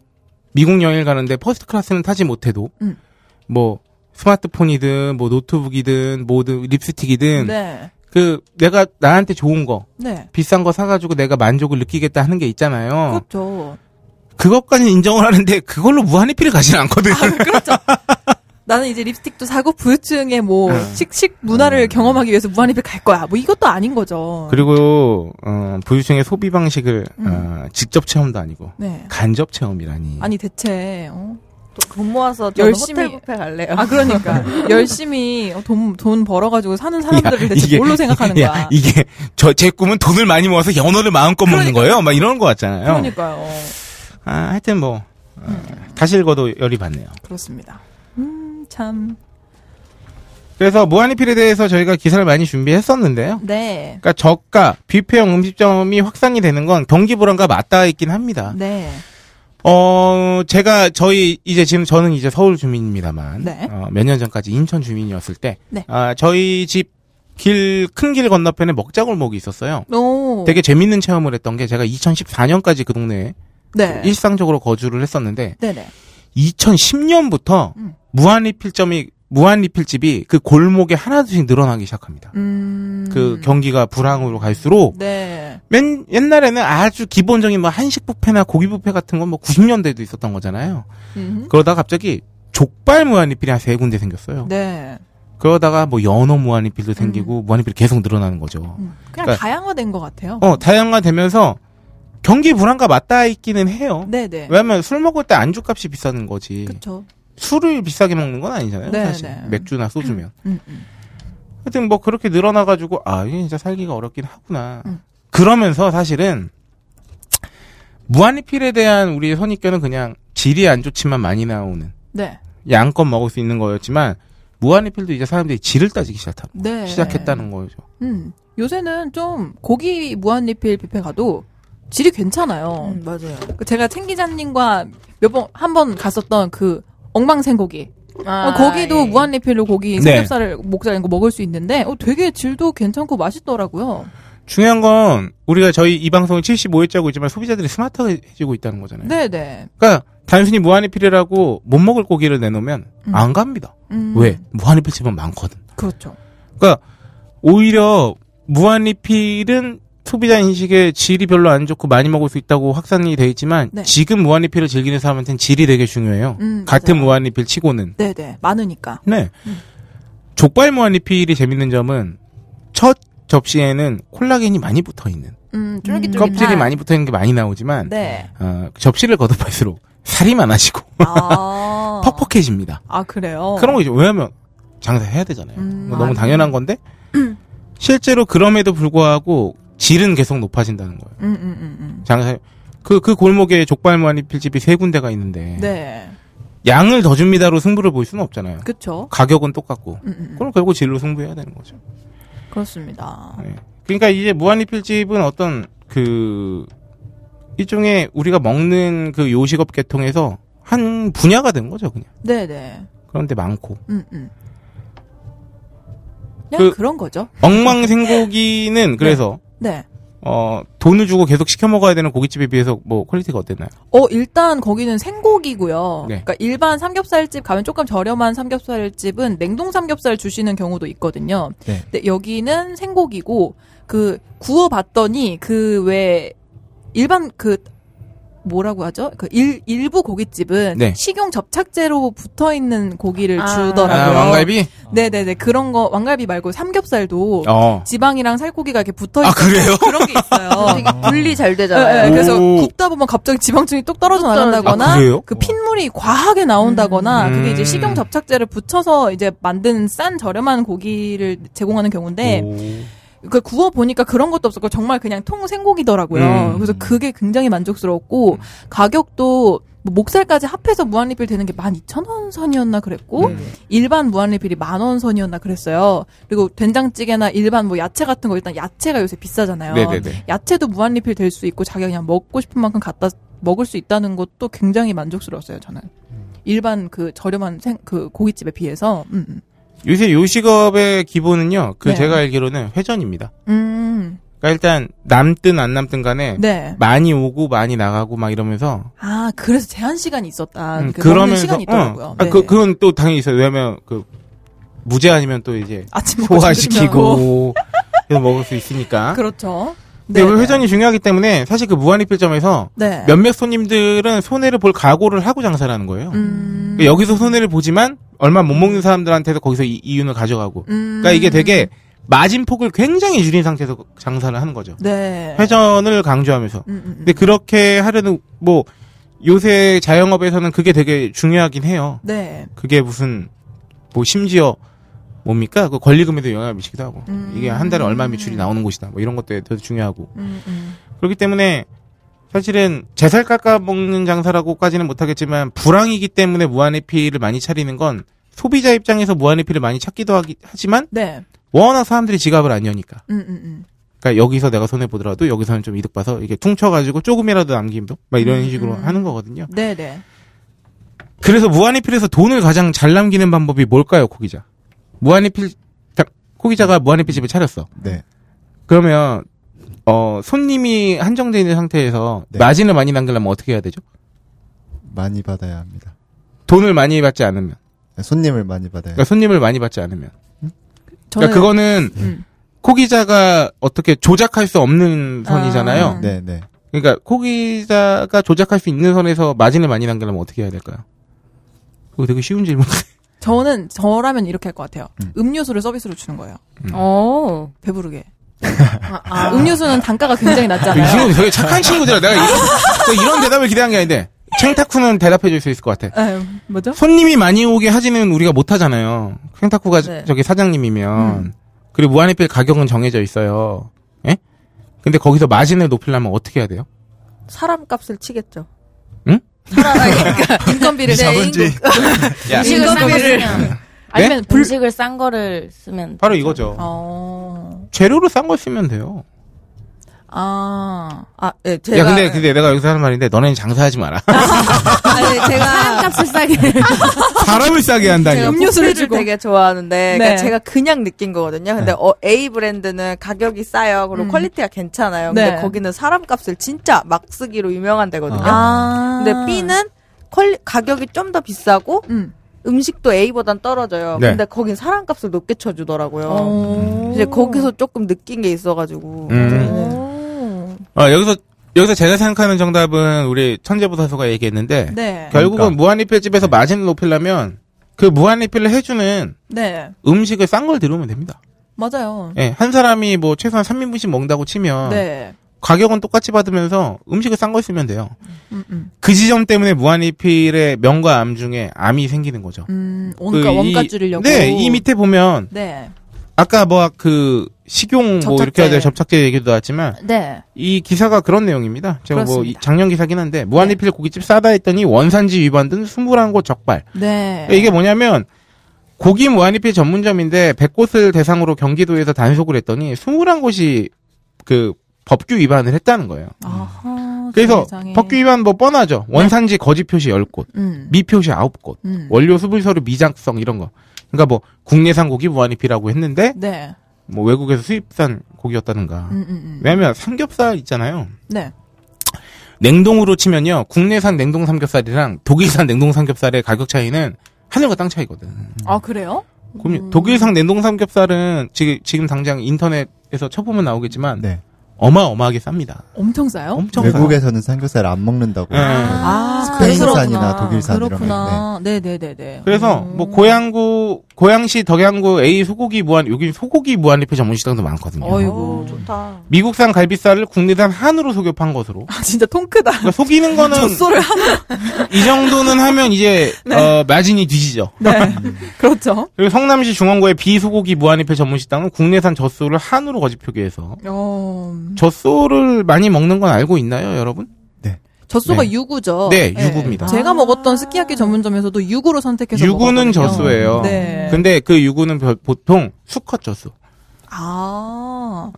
[SPEAKER 4] 미국 여행을 가는데 퍼스트 클래스는 타지 못해도
[SPEAKER 5] 음.
[SPEAKER 4] 뭐 스마트폰이든 뭐 노트북이든 뭐든 립스틱이든
[SPEAKER 5] 네.
[SPEAKER 4] 그 내가 나한테 좋은 거
[SPEAKER 5] 네.
[SPEAKER 4] 비싼 거 사가지고 내가 만족을 느끼겠다 하는 게 있잖아요.
[SPEAKER 5] 그렇죠.
[SPEAKER 4] 그것까지는 인정을 하는데 그걸로 무한히 피를 가지는 않거든.
[SPEAKER 5] 아, 그렇죠. 나는 이제 립스틱도 사고 부유층의 뭐
[SPEAKER 4] 음.
[SPEAKER 5] 식식 문화를 경험하기 위해서 무한리필 갈 거야. 뭐 이것도 아닌 거죠.
[SPEAKER 4] 그리고 어, 부유층의 소비 방식을
[SPEAKER 5] 음.
[SPEAKER 4] 어, 직접 체험도 아니고
[SPEAKER 5] 네.
[SPEAKER 4] 간접 체험이라니.
[SPEAKER 5] 아니 대체 어?
[SPEAKER 6] 돈 모아서 저는
[SPEAKER 5] 열심히-
[SPEAKER 6] 호텔 뷔페 갈래요.
[SPEAKER 5] 아 그러니까 열심히 돈 돈 벌어 가지고 사는 사람들을 대체 뭘로 생각하는
[SPEAKER 4] 야,
[SPEAKER 5] 거야.
[SPEAKER 4] 이게 저 제 꿈은 돈을 많이 모아서 연어를 마음껏 먹는 거예요. 막 이런 거 같잖아요.
[SPEAKER 5] 그러니까. 그러니까요. 음.
[SPEAKER 4] 아, 하여튼 뭐 어, 다시 읽어도 열이 받네요.
[SPEAKER 5] 그렇습니다. 음, 참.
[SPEAKER 4] 그래서 무한리필에 대해서 저희가 기사를 많이 준비했었는데요.
[SPEAKER 5] 네.
[SPEAKER 4] 그러니까 저가 뷔페형 음식점이 확산이 되는 건 경기 불안과 맞닿아 있긴 합니다.
[SPEAKER 5] 네.
[SPEAKER 4] 어 제가 저희 이제 지금 저는 이제 서울 주민입니다만 어,
[SPEAKER 5] 네.
[SPEAKER 4] 몇 년 전까지 인천 주민이었을 때
[SPEAKER 5] 네.
[SPEAKER 4] 아, 저희 집 길 큰 길 건너편에 먹자골목이 있었어요.
[SPEAKER 5] 오.
[SPEAKER 4] 되게 재밌는 체험을 했던 게 제가 2014년까지 그 동네에
[SPEAKER 5] 네.
[SPEAKER 4] 일상적으로 거주를 했었는데
[SPEAKER 5] 네네.
[SPEAKER 4] 2010년부터
[SPEAKER 5] 음.
[SPEAKER 4] 무한 리필점이 무한 리필집이 그 골목에 하나둘씩 늘어나기 시작합니다.
[SPEAKER 5] 음.
[SPEAKER 4] 그 경기가 불황으로 갈수록
[SPEAKER 5] 네.
[SPEAKER 4] 맨 옛날에는 아주 기본적인 뭐 한식 뷔페나 고기 뷔페 같은 건 뭐 90년대도 있었던 거잖아요.
[SPEAKER 5] 음.
[SPEAKER 4] 그러다 갑자기 족발 무한 리필이 한 세 군데 생겼어요.
[SPEAKER 5] 네.
[SPEAKER 4] 그러다가 뭐 연어 무한 리필도 생기고 무한 리필이 계속 늘어나는 거죠.
[SPEAKER 5] 음. 그냥
[SPEAKER 4] 그러니까-
[SPEAKER 5] 다양화된 것 같아요.
[SPEAKER 4] 어 다양화되면서 경기 불황과 맞닿아 있기는 해요.
[SPEAKER 5] 네네.
[SPEAKER 4] 어? 왜냐면 술 먹을 때 안주 값이 비싸는 거지.
[SPEAKER 5] 그렇죠.
[SPEAKER 4] 술을 비싸게 먹는 건 아니잖아요.
[SPEAKER 5] 네,
[SPEAKER 4] 사실
[SPEAKER 5] 네.
[SPEAKER 4] 맥주나 소주면.
[SPEAKER 5] 음, 음.
[SPEAKER 4] 하여튼 뭐 그렇게 늘어나가지고 아 이게 진짜 살기가 어렵긴 하구나.
[SPEAKER 5] 음.
[SPEAKER 4] 그러면서 사실은 무한리필에 대한 우리의 선입견은 그냥 질이 안 좋지만 많이 나오는
[SPEAKER 5] 네.
[SPEAKER 4] 양껏 먹을 수 있는 거였지만 무한리필도 이제 사람들이 질을 따지기 시작하,
[SPEAKER 5] 네.
[SPEAKER 4] 시작했다는 거죠.
[SPEAKER 5] 음, 요새는 좀 고기 무한리필 뷔페 가도 질이
[SPEAKER 1] 어,
[SPEAKER 5] 괜찮아요.
[SPEAKER 8] 음, 맞아요.
[SPEAKER 5] 그 제가 챙 기자님과 몇 번, 한 번 갔었던 그 엉망생고기.
[SPEAKER 1] 아,
[SPEAKER 5] 어, 거기도
[SPEAKER 1] 예.
[SPEAKER 5] 무한리필로 고기
[SPEAKER 4] 네.
[SPEAKER 5] 삼겹살을, 목살 이거 먹을 수 있는데, 어, 되게 질도 괜찮고 맛있더라고요.
[SPEAKER 4] 중요한 건 우리가 저희 이 방송을 75회째고 있지만 소비자들이 스마트해지고 있다는 거잖아요.
[SPEAKER 5] 네네.
[SPEAKER 4] 그러니까 단순히 무한리필이라고 못 먹을 고기를 내놓으면
[SPEAKER 5] 음.
[SPEAKER 4] 안 갑니다.
[SPEAKER 5] 음,
[SPEAKER 4] 왜? 무한리필 집은 많거든.
[SPEAKER 5] 그렇죠.
[SPEAKER 4] 그러니까 오히려 무한리필은 소비자 인식에 질이 별로 안 좋고 많이 먹을 수 있다고 확산이 돼 있지만
[SPEAKER 5] 네.
[SPEAKER 4] 지금 무한리필을 즐기는 사람한테는 질이 되게 중요해요.
[SPEAKER 5] 음,
[SPEAKER 4] 같은
[SPEAKER 5] 맞아요.
[SPEAKER 4] 무한리필 치고는.
[SPEAKER 5] 네네. 많으니까.
[SPEAKER 4] 네.
[SPEAKER 5] 음.
[SPEAKER 4] 족발 무한리필이 재밌는 점은 첫 접시에는 콜라겐이 많이 붙어 있는
[SPEAKER 5] 음, 쫄깃쫄깃한.
[SPEAKER 4] 껍질이 많이 붙어 있는 게 많이 나오지만
[SPEAKER 5] 네.
[SPEAKER 4] 어, 접시를 거듭할수록 살이 많아지고
[SPEAKER 5] 아.
[SPEAKER 4] 퍽퍽해집니다.
[SPEAKER 5] 아, 그래요?
[SPEAKER 4] 그런 거죠. 왜냐면 장사해야 되잖아요.
[SPEAKER 5] 음,
[SPEAKER 4] 뭐 너무
[SPEAKER 5] 맞아요.
[SPEAKER 4] 당연한 건데 실제로 그럼에도 불구하고 질은 계속 높아진다는 거예요.
[SPEAKER 5] 음, 음, 음, 음.
[SPEAKER 4] 장사 그 그 골목에 족발 무한리필집이 세 군데가 있는데
[SPEAKER 5] 네.
[SPEAKER 4] 양을 더 줍니다로 승부를 볼 수는 없잖아요.
[SPEAKER 5] 그쵸.
[SPEAKER 4] 가격은 똑같고
[SPEAKER 5] 음, 음, 음.
[SPEAKER 4] 그럼 결국 질로 승부해야 되는 거죠.
[SPEAKER 5] 그렇습니다.
[SPEAKER 4] 네. 그러니까 이제 무한리필집은 어떤 그 일종의 우리가 먹는 그 요식업 계통에서 한 분야가 된 거죠, 그냥.
[SPEAKER 5] 네네.
[SPEAKER 4] 그런데 많고.
[SPEAKER 5] 음, 음. 그냥
[SPEAKER 4] 그-
[SPEAKER 5] 그, 런 거죠.
[SPEAKER 4] 엉망생고기는 그래서
[SPEAKER 5] 네.
[SPEAKER 4] 어, 돈을 주고 계속 시켜 먹어야 되는 고깃집에 비해서 뭐 퀄리티가 어땠나요?
[SPEAKER 5] 어, 일단 거기는 생고기고요.
[SPEAKER 4] 네.
[SPEAKER 5] 그러니까 일반 삼겹살집 가면 조금 저렴한 삼겹살집은 냉동 삼겹살 주시는 경우도 있거든요.
[SPEAKER 7] 네.
[SPEAKER 5] 근데 여기는 생고기고 그 구워 봤더니 그 왜 일반 그 뭐라고 하죠? 그 일, 일부 고깃집은
[SPEAKER 4] 네.
[SPEAKER 5] 식용 접착제로 붙어 있는 고기를
[SPEAKER 6] 아.
[SPEAKER 4] 아,
[SPEAKER 5] 주더라고요.
[SPEAKER 4] 왕갈비?
[SPEAKER 5] 네네네 그런 거 왕갈비 말고 삼겹살도
[SPEAKER 4] 어.
[SPEAKER 5] 지방이랑 살코기가 이렇게 붙어
[SPEAKER 4] 아,
[SPEAKER 5] 있는
[SPEAKER 4] 그래요?
[SPEAKER 5] 그런 게 있어요.
[SPEAKER 6] 되게 분리 잘
[SPEAKER 5] 예, 예,
[SPEAKER 6] 되잖아요.
[SPEAKER 5] 그래서
[SPEAKER 4] 오.
[SPEAKER 5] 굽다 보면 갑자기 지방층이 뚝 떨어져
[SPEAKER 6] 뚝 떨어져.
[SPEAKER 5] 나간다거나
[SPEAKER 4] 아, 그래요?
[SPEAKER 5] 그 핏물이 과하게 나온다거나
[SPEAKER 4] 음.
[SPEAKER 5] 그게 이제 식용 접착제를 붙여서 이제 만든 싼 저렴한 고기를 제공하는 경우인데 그 구워 보니까 그런 것도 없었고 정말 그냥 통 생고기더라고요.
[SPEAKER 4] 음.
[SPEAKER 5] 그래서 그게 굉장히 만족스러웠고 가격도 뭐 목살까지 합해서 무한리필 되는 게 12,000원 선이었나
[SPEAKER 4] 음.
[SPEAKER 5] 그랬고 일반 무한리필이 만 원 선이었나 그랬어요. 그리고 된장찌개나 일반 뭐 야채 같은 거 일단 야채가 요새 비싸잖아요.
[SPEAKER 4] 네네네.
[SPEAKER 5] 야채도 무한리필 될 수 있고 자기가 그냥 먹고 싶은 만큼 갖다 먹을 수 있다는 것도 굉장히 만족스러웠어요 저는
[SPEAKER 4] 음.
[SPEAKER 5] 일반 그 저렴한 생, 그 고깃집에 비해서 음, 음.
[SPEAKER 4] 요새 요식업의 기본은요, 그
[SPEAKER 5] 네.
[SPEAKER 4] 제가 알기로는 회전입니다.
[SPEAKER 5] 음,
[SPEAKER 4] 그러니까 일단 남든 안 남든 간에
[SPEAKER 5] 네.
[SPEAKER 4] 많이 오고 많이 나가고 막 이러면서
[SPEAKER 5] 아 그래서 제한 시간이 있었다.
[SPEAKER 4] 음,
[SPEAKER 5] 그 먹는 시간이 있더라고요.
[SPEAKER 4] 어. 아,
[SPEAKER 5] 네.
[SPEAKER 4] 그 그건 또 당연히 있어요. 왜냐면 그 무제 아니면 또 이제
[SPEAKER 5] 아침 먹고 싶으면.
[SPEAKER 4] 소화시키고 그래서 먹을 수 있으니까.
[SPEAKER 5] 그렇죠.
[SPEAKER 4] 근데 네, 왜 회전이 중요하기 때문에 사실 그 무한리필점에서
[SPEAKER 5] 네.
[SPEAKER 4] 몇몇 손님들은 손해를 볼 각오를 하고 장사를 하는 거예요.
[SPEAKER 5] 음,
[SPEAKER 4] 그러니까 여기서 손해를 보지만 얼마 못 먹는 사람들한테서 거기서 이, 이윤을 가져가고.
[SPEAKER 5] 음,
[SPEAKER 4] 그러니까 이게 되게 마진폭을 굉장히 줄인 상태에서 장사를 하는 거죠.
[SPEAKER 5] 네.
[SPEAKER 4] 회전을 강조하면서.
[SPEAKER 5] 음, 음, 음.
[SPEAKER 4] 근데 그렇게 하려는 뭐 요새 자영업에서는 그게 되게 중요하긴 해요.
[SPEAKER 5] 네.
[SPEAKER 4] 그게 무슨 뭐 심지어 뭡니까 그 권리금에도 영향을 미치기도 하고 이게 한 달에 얼마 매출이 나오는 곳이다 뭐 이런 것도 되게 중요하고
[SPEAKER 5] 음, 음.
[SPEAKER 4] 그렇기 때문에 사실은 제살 깎아 먹는 장사라고까지는 못하겠지만 불황이기 때문에 무한리필을 많이 차리는 건 소비자 입장에서 무한리필을 많이 찾기도 하기, 하지만
[SPEAKER 5] 네.
[SPEAKER 4] 워낙 사람들이 지갑을 안 여니까
[SPEAKER 5] 음, 음, 음.
[SPEAKER 4] 그러니까 여기서 내가 손해 보더라도 여기서는 좀 이득 봐서 이게 퉁쳐가지고 조금이라도 남김도 막 이런
[SPEAKER 5] 음,
[SPEAKER 4] 식으로
[SPEAKER 5] 음.
[SPEAKER 4] 하는 거거든요.
[SPEAKER 5] 네, 네.
[SPEAKER 4] 그래서 무한리필에서 돈을 가장 잘 남기는 방법이 뭘까요, 코기자? 무한리필 자, 코기자가 무한리필 집을 차렸어.
[SPEAKER 7] 네.
[SPEAKER 4] 그러면 어 손님이 한정돼 있는 상태에서
[SPEAKER 7] 네.
[SPEAKER 4] 마진을 많이 남기려면 어떻게 해야 되죠?
[SPEAKER 7] 많이 받아야 합니다. 네,
[SPEAKER 4] 돈을 많이 받지 않으면,
[SPEAKER 7] 손님을 많이 받아야.
[SPEAKER 4] 그러니까 손님을 많이 받지 않으면.
[SPEAKER 5] 저는
[SPEAKER 4] 그러니까 그거는
[SPEAKER 5] 음.
[SPEAKER 4] 코기자가 어떻게 조작할 수 없는 선이잖아요.
[SPEAKER 5] 아.
[SPEAKER 7] 네, 네.
[SPEAKER 4] 그러니까 코기자가 조작할 수 있는 선에서 마진을 많이 남기려면 어떻게 해야 될까요? 그거 되게 쉬운 질문.
[SPEAKER 5] 저는 저라면 이렇게 할 것 같아요. 음료수를 서비스로 주는 거예요.
[SPEAKER 4] 음.
[SPEAKER 6] 어.
[SPEAKER 5] 배부르게. 음료수는 단가가 굉장히
[SPEAKER 4] 이
[SPEAKER 5] 낮잖아요.
[SPEAKER 4] 친구 되게 착한 친구들아. 내가 이런, 내가 이런 대답을 기대한 게 아닌데 챙타쿠는 대답해 줄 수 있을 것 같아.
[SPEAKER 5] 에, 네. 뭐죠?
[SPEAKER 4] 손님이 많이 오게 하지는 우리가 못 하잖아요. 챙타쿠가
[SPEAKER 6] 네.
[SPEAKER 4] 저기 사장님이면
[SPEAKER 5] 음.
[SPEAKER 4] 그리고 무한리필 가격은 정해져 있어요. 예? 근데 거기서 마진을 높이려면 어떻게 해야 돼요?
[SPEAKER 8] 사람 값을 치겠죠. 그러니까
[SPEAKER 5] 그러니까 네, 인건비를 내
[SPEAKER 7] 자본주의.
[SPEAKER 4] 야,
[SPEAKER 1] 음식을 싼 거 쓰면
[SPEAKER 4] 네?
[SPEAKER 5] 아니면 불
[SPEAKER 1] 음식을 싼 거를 쓰면
[SPEAKER 4] 바로 이거죠.
[SPEAKER 5] 어.
[SPEAKER 4] 재료로 싼 걸 쓰면 돼요.
[SPEAKER 5] 아.
[SPEAKER 8] 아, 예, 제가
[SPEAKER 4] 야, 근데 그- 근데 내가 여기서 하는 말인데 너네는 장사하지 마라.
[SPEAKER 8] 아니, 예, 제가
[SPEAKER 3] 값을 싸게.
[SPEAKER 4] 사람을 싸게 한다니.
[SPEAKER 8] 제가
[SPEAKER 5] 음료수를
[SPEAKER 8] 음료수를
[SPEAKER 5] 주고.
[SPEAKER 8] 되게 좋아하는데 그러니까
[SPEAKER 5] 네.
[SPEAKER 8] 제가 그냥 느낀 거거든요.
[SPEAKER 4] 네.
[SPEAKER 8] 근데 어, A 브랜드는 가격이 싸요. 그리고
[SPEAKER 5] 음.
[SPEAKER 8] 퀄리티가 괜찮아요.
[SPEAKER 5] 네.
[SPEAKER 8] 근데 거기는 사람 값을 진짜 막 쓰기로 유명한 데거든요.
[SPEAKER 5] 아.
[SPEAKER 8] 근데 B는 퀄리, 가격이 좀 더 비싸고
[SPEAKER 5] 음.
[SPEAKER 8] 음식도 A보단 떨어져요.
[SPEAKER 4] 네.
[SPEAKER 8] 근데 거긴 사람 값을 높게 쳐주더라고요.
[SPEAKER 5] 어.
[SPEAKER 8] 이제 거기서 조금 느낀 게 있어가지고.
[SPEAKER 5] 네.
[SPEAKER 4] 음.
[SPEAKER 5] 오.
[SPEAKER 4] 어, 여기서 여기서 제가 생각하는 정답은 우리 천재부사소가 얘기했는데
[SPEAKER 5] 네.
[SPEAKER 4] 결국은
[SPEAKER 7] 그러니까.
[SPEAKER 4] 무한리필집에서 마진을 높이려면 그 무한리필을 해주는
[SPEAKER 5] 네.
[SPEAKER 4] 음식을 싼 걸 들어오면 됩니다.
[SPEAKER 5] 맞아요.
[SPEAKER 4] 예, 한 사람이 뭐 최소한 3인분씩 먹는다고 치면
[SPEAKER 5] 네.
[SPEAKER 4] 가격은 똑같이 받으면서 음식을 싼 걸 쓰면 돼요.
[SPEAKER 5] 음, 음.
[SPEAKER 4] 그 지점 때문에 무한리필의 명과 암 중에 암이 생기는 거죠.
[SPEAKER 5] 음. 원가
[SPEAKER 4] 그 이-
[SPEAKER 5] 원가 줄이려고.
[SPEAKER 4] 네, 이 밑에 보면
[SPEAKER 5] 네.
[SPEAKER 4] 아까 뭐 그 식용 뭐 이렇게 해야 될 접착제 얘기도 나왔지만
[SPEAKER 5] 네.
[SPEAKER 4] 이 기사가 그런 내용입니다. 제가 뭐
[SPEAKER 5] 그렇습니다. 네.
[SPEAKER 4] 이- 작년 기사긴 한데 무한리필 고깃집 싸다 했더니 원산지 위반 등 21곳 적발. 그러니까
[SPEAKER 5] 네.
[SPEAKER 4] 이게 뭐냐면 고기 무한리필 전문점인데 100곳을 대상으로 경기도에서 단속을 했더니 21곳이 그 법규 위반을 했다는 거예요.
[SPEAKER 5] 아하.
[SPEAKER 4] 그래서
[SPEAKER 5] 세상에. 네.
[SPEAKER 4] 법규 위반 뭐 뻔하죠. 원산지 거짓 표시 10곳,
[SPEAKER 5] 음.
[SPEAKER 4] 미표시 9곳,
[SPEAKER 5] 음.
[SPEAKER 4] 원료 수불 서류 미장성 이런 거. 그러니까 뭐 국내산 고기 무한리필이라고 했는데
[SPEAKER 5] 네.
[SPEAKER 4] 뭐 외국에서 수입산 고기였다든가.
[SPEAKER 5] 음, 음, 음.
[SPEAKER 4] 왜냐면 삼겹살 있잖아요.
[SPEAKER 5] 네.
[SPEAKER 4] 냉동으로 치면요. 국내산 냉동 삼겹살이랑 독일산 냉동 삼겹살의 가격 차이는 하늘과 땅 차이거든.
[SPEAKER 5] 아 그래요?
[SPEAKER 4] 그럼
[SPEAKER 5] 음.
[SPEAKER 4] 독일산 냉동 삼겹살은 지금, 지금 당장 인터넷에서 쳐보면 나오겠지만
[SPEAKER 7] 네.
[SPEAKER 4] 어마어마하게 쌉니다.
[SPEAKER 5] 엄청 싸요?
[SPEAKER 4] 엄청 싸요.
[SPEAKER 7] 외국에서는 삼겹살 안 먹는다고.
[SPEAKER 4] 예.
[SPEAKER 5] 아,
[SPEAKER 7] 스페인산이나
[SPEAKER 5] 그렇구나.
[SPEAKER 7] 독일산 이런
[SPEAKER 5] 그렇구나. 네, 네, 네, 네.
[SPEAKER 4] 그래서 뭐 고양구 고양시 덕양구 A 소고기 무한 여기 소고기 무한리필 전문 식당도
[SPEAKER 5] 음.
[SPEAKER 4] 많거든요.
[SPEAKER 5] 어이구.
[SPEAKER 8] 좋다.
[SPEAKER 4] 미국산 갈비살을 국내산 한우로 속여 판 것으로.
[SPEAKER 5] 아, 진짜 통 크다.
[SPEAKER 4] 그러니까 속이는 거는
[SPEAKER 5] 젖소를 하는.
[SPEAKER 4] 이 정도는 하면 이제 어, 마진이 뒤지죠.
[SPEAKER 5] 네. 그렇죠.
[SPEAKER 4] 그리고 성남시 중원구의 비소고기 무한리필 전문 식당은 국내산 젖소를 한우로 거짓 표기해서
[SPEAKER 5] 어,
[SPEAKER 4] 젖소를 많이 먹는 건 알고 있나요, 여러분?
[SPEAKER 5] 젖소가
[SPEAKER 4] 네.
[SPEAKER 5] 유구죠.
[SPEAKER 4] 네, 유구입니다.
[SPEAKER 5] 제가 먹었던 스키야키 전문점에서도 유구로 선택해서
[SPEAKER 4] 유구는
[SPEAKER 5] 먹었거든요.
[SPEAKER 4] 젖소예요.
[SPEAKER 5] 네.
[SPEAKER 4] 근데 그 유구는 벼- 보통 수컷 젖소.
[SPEAKER 5] 아.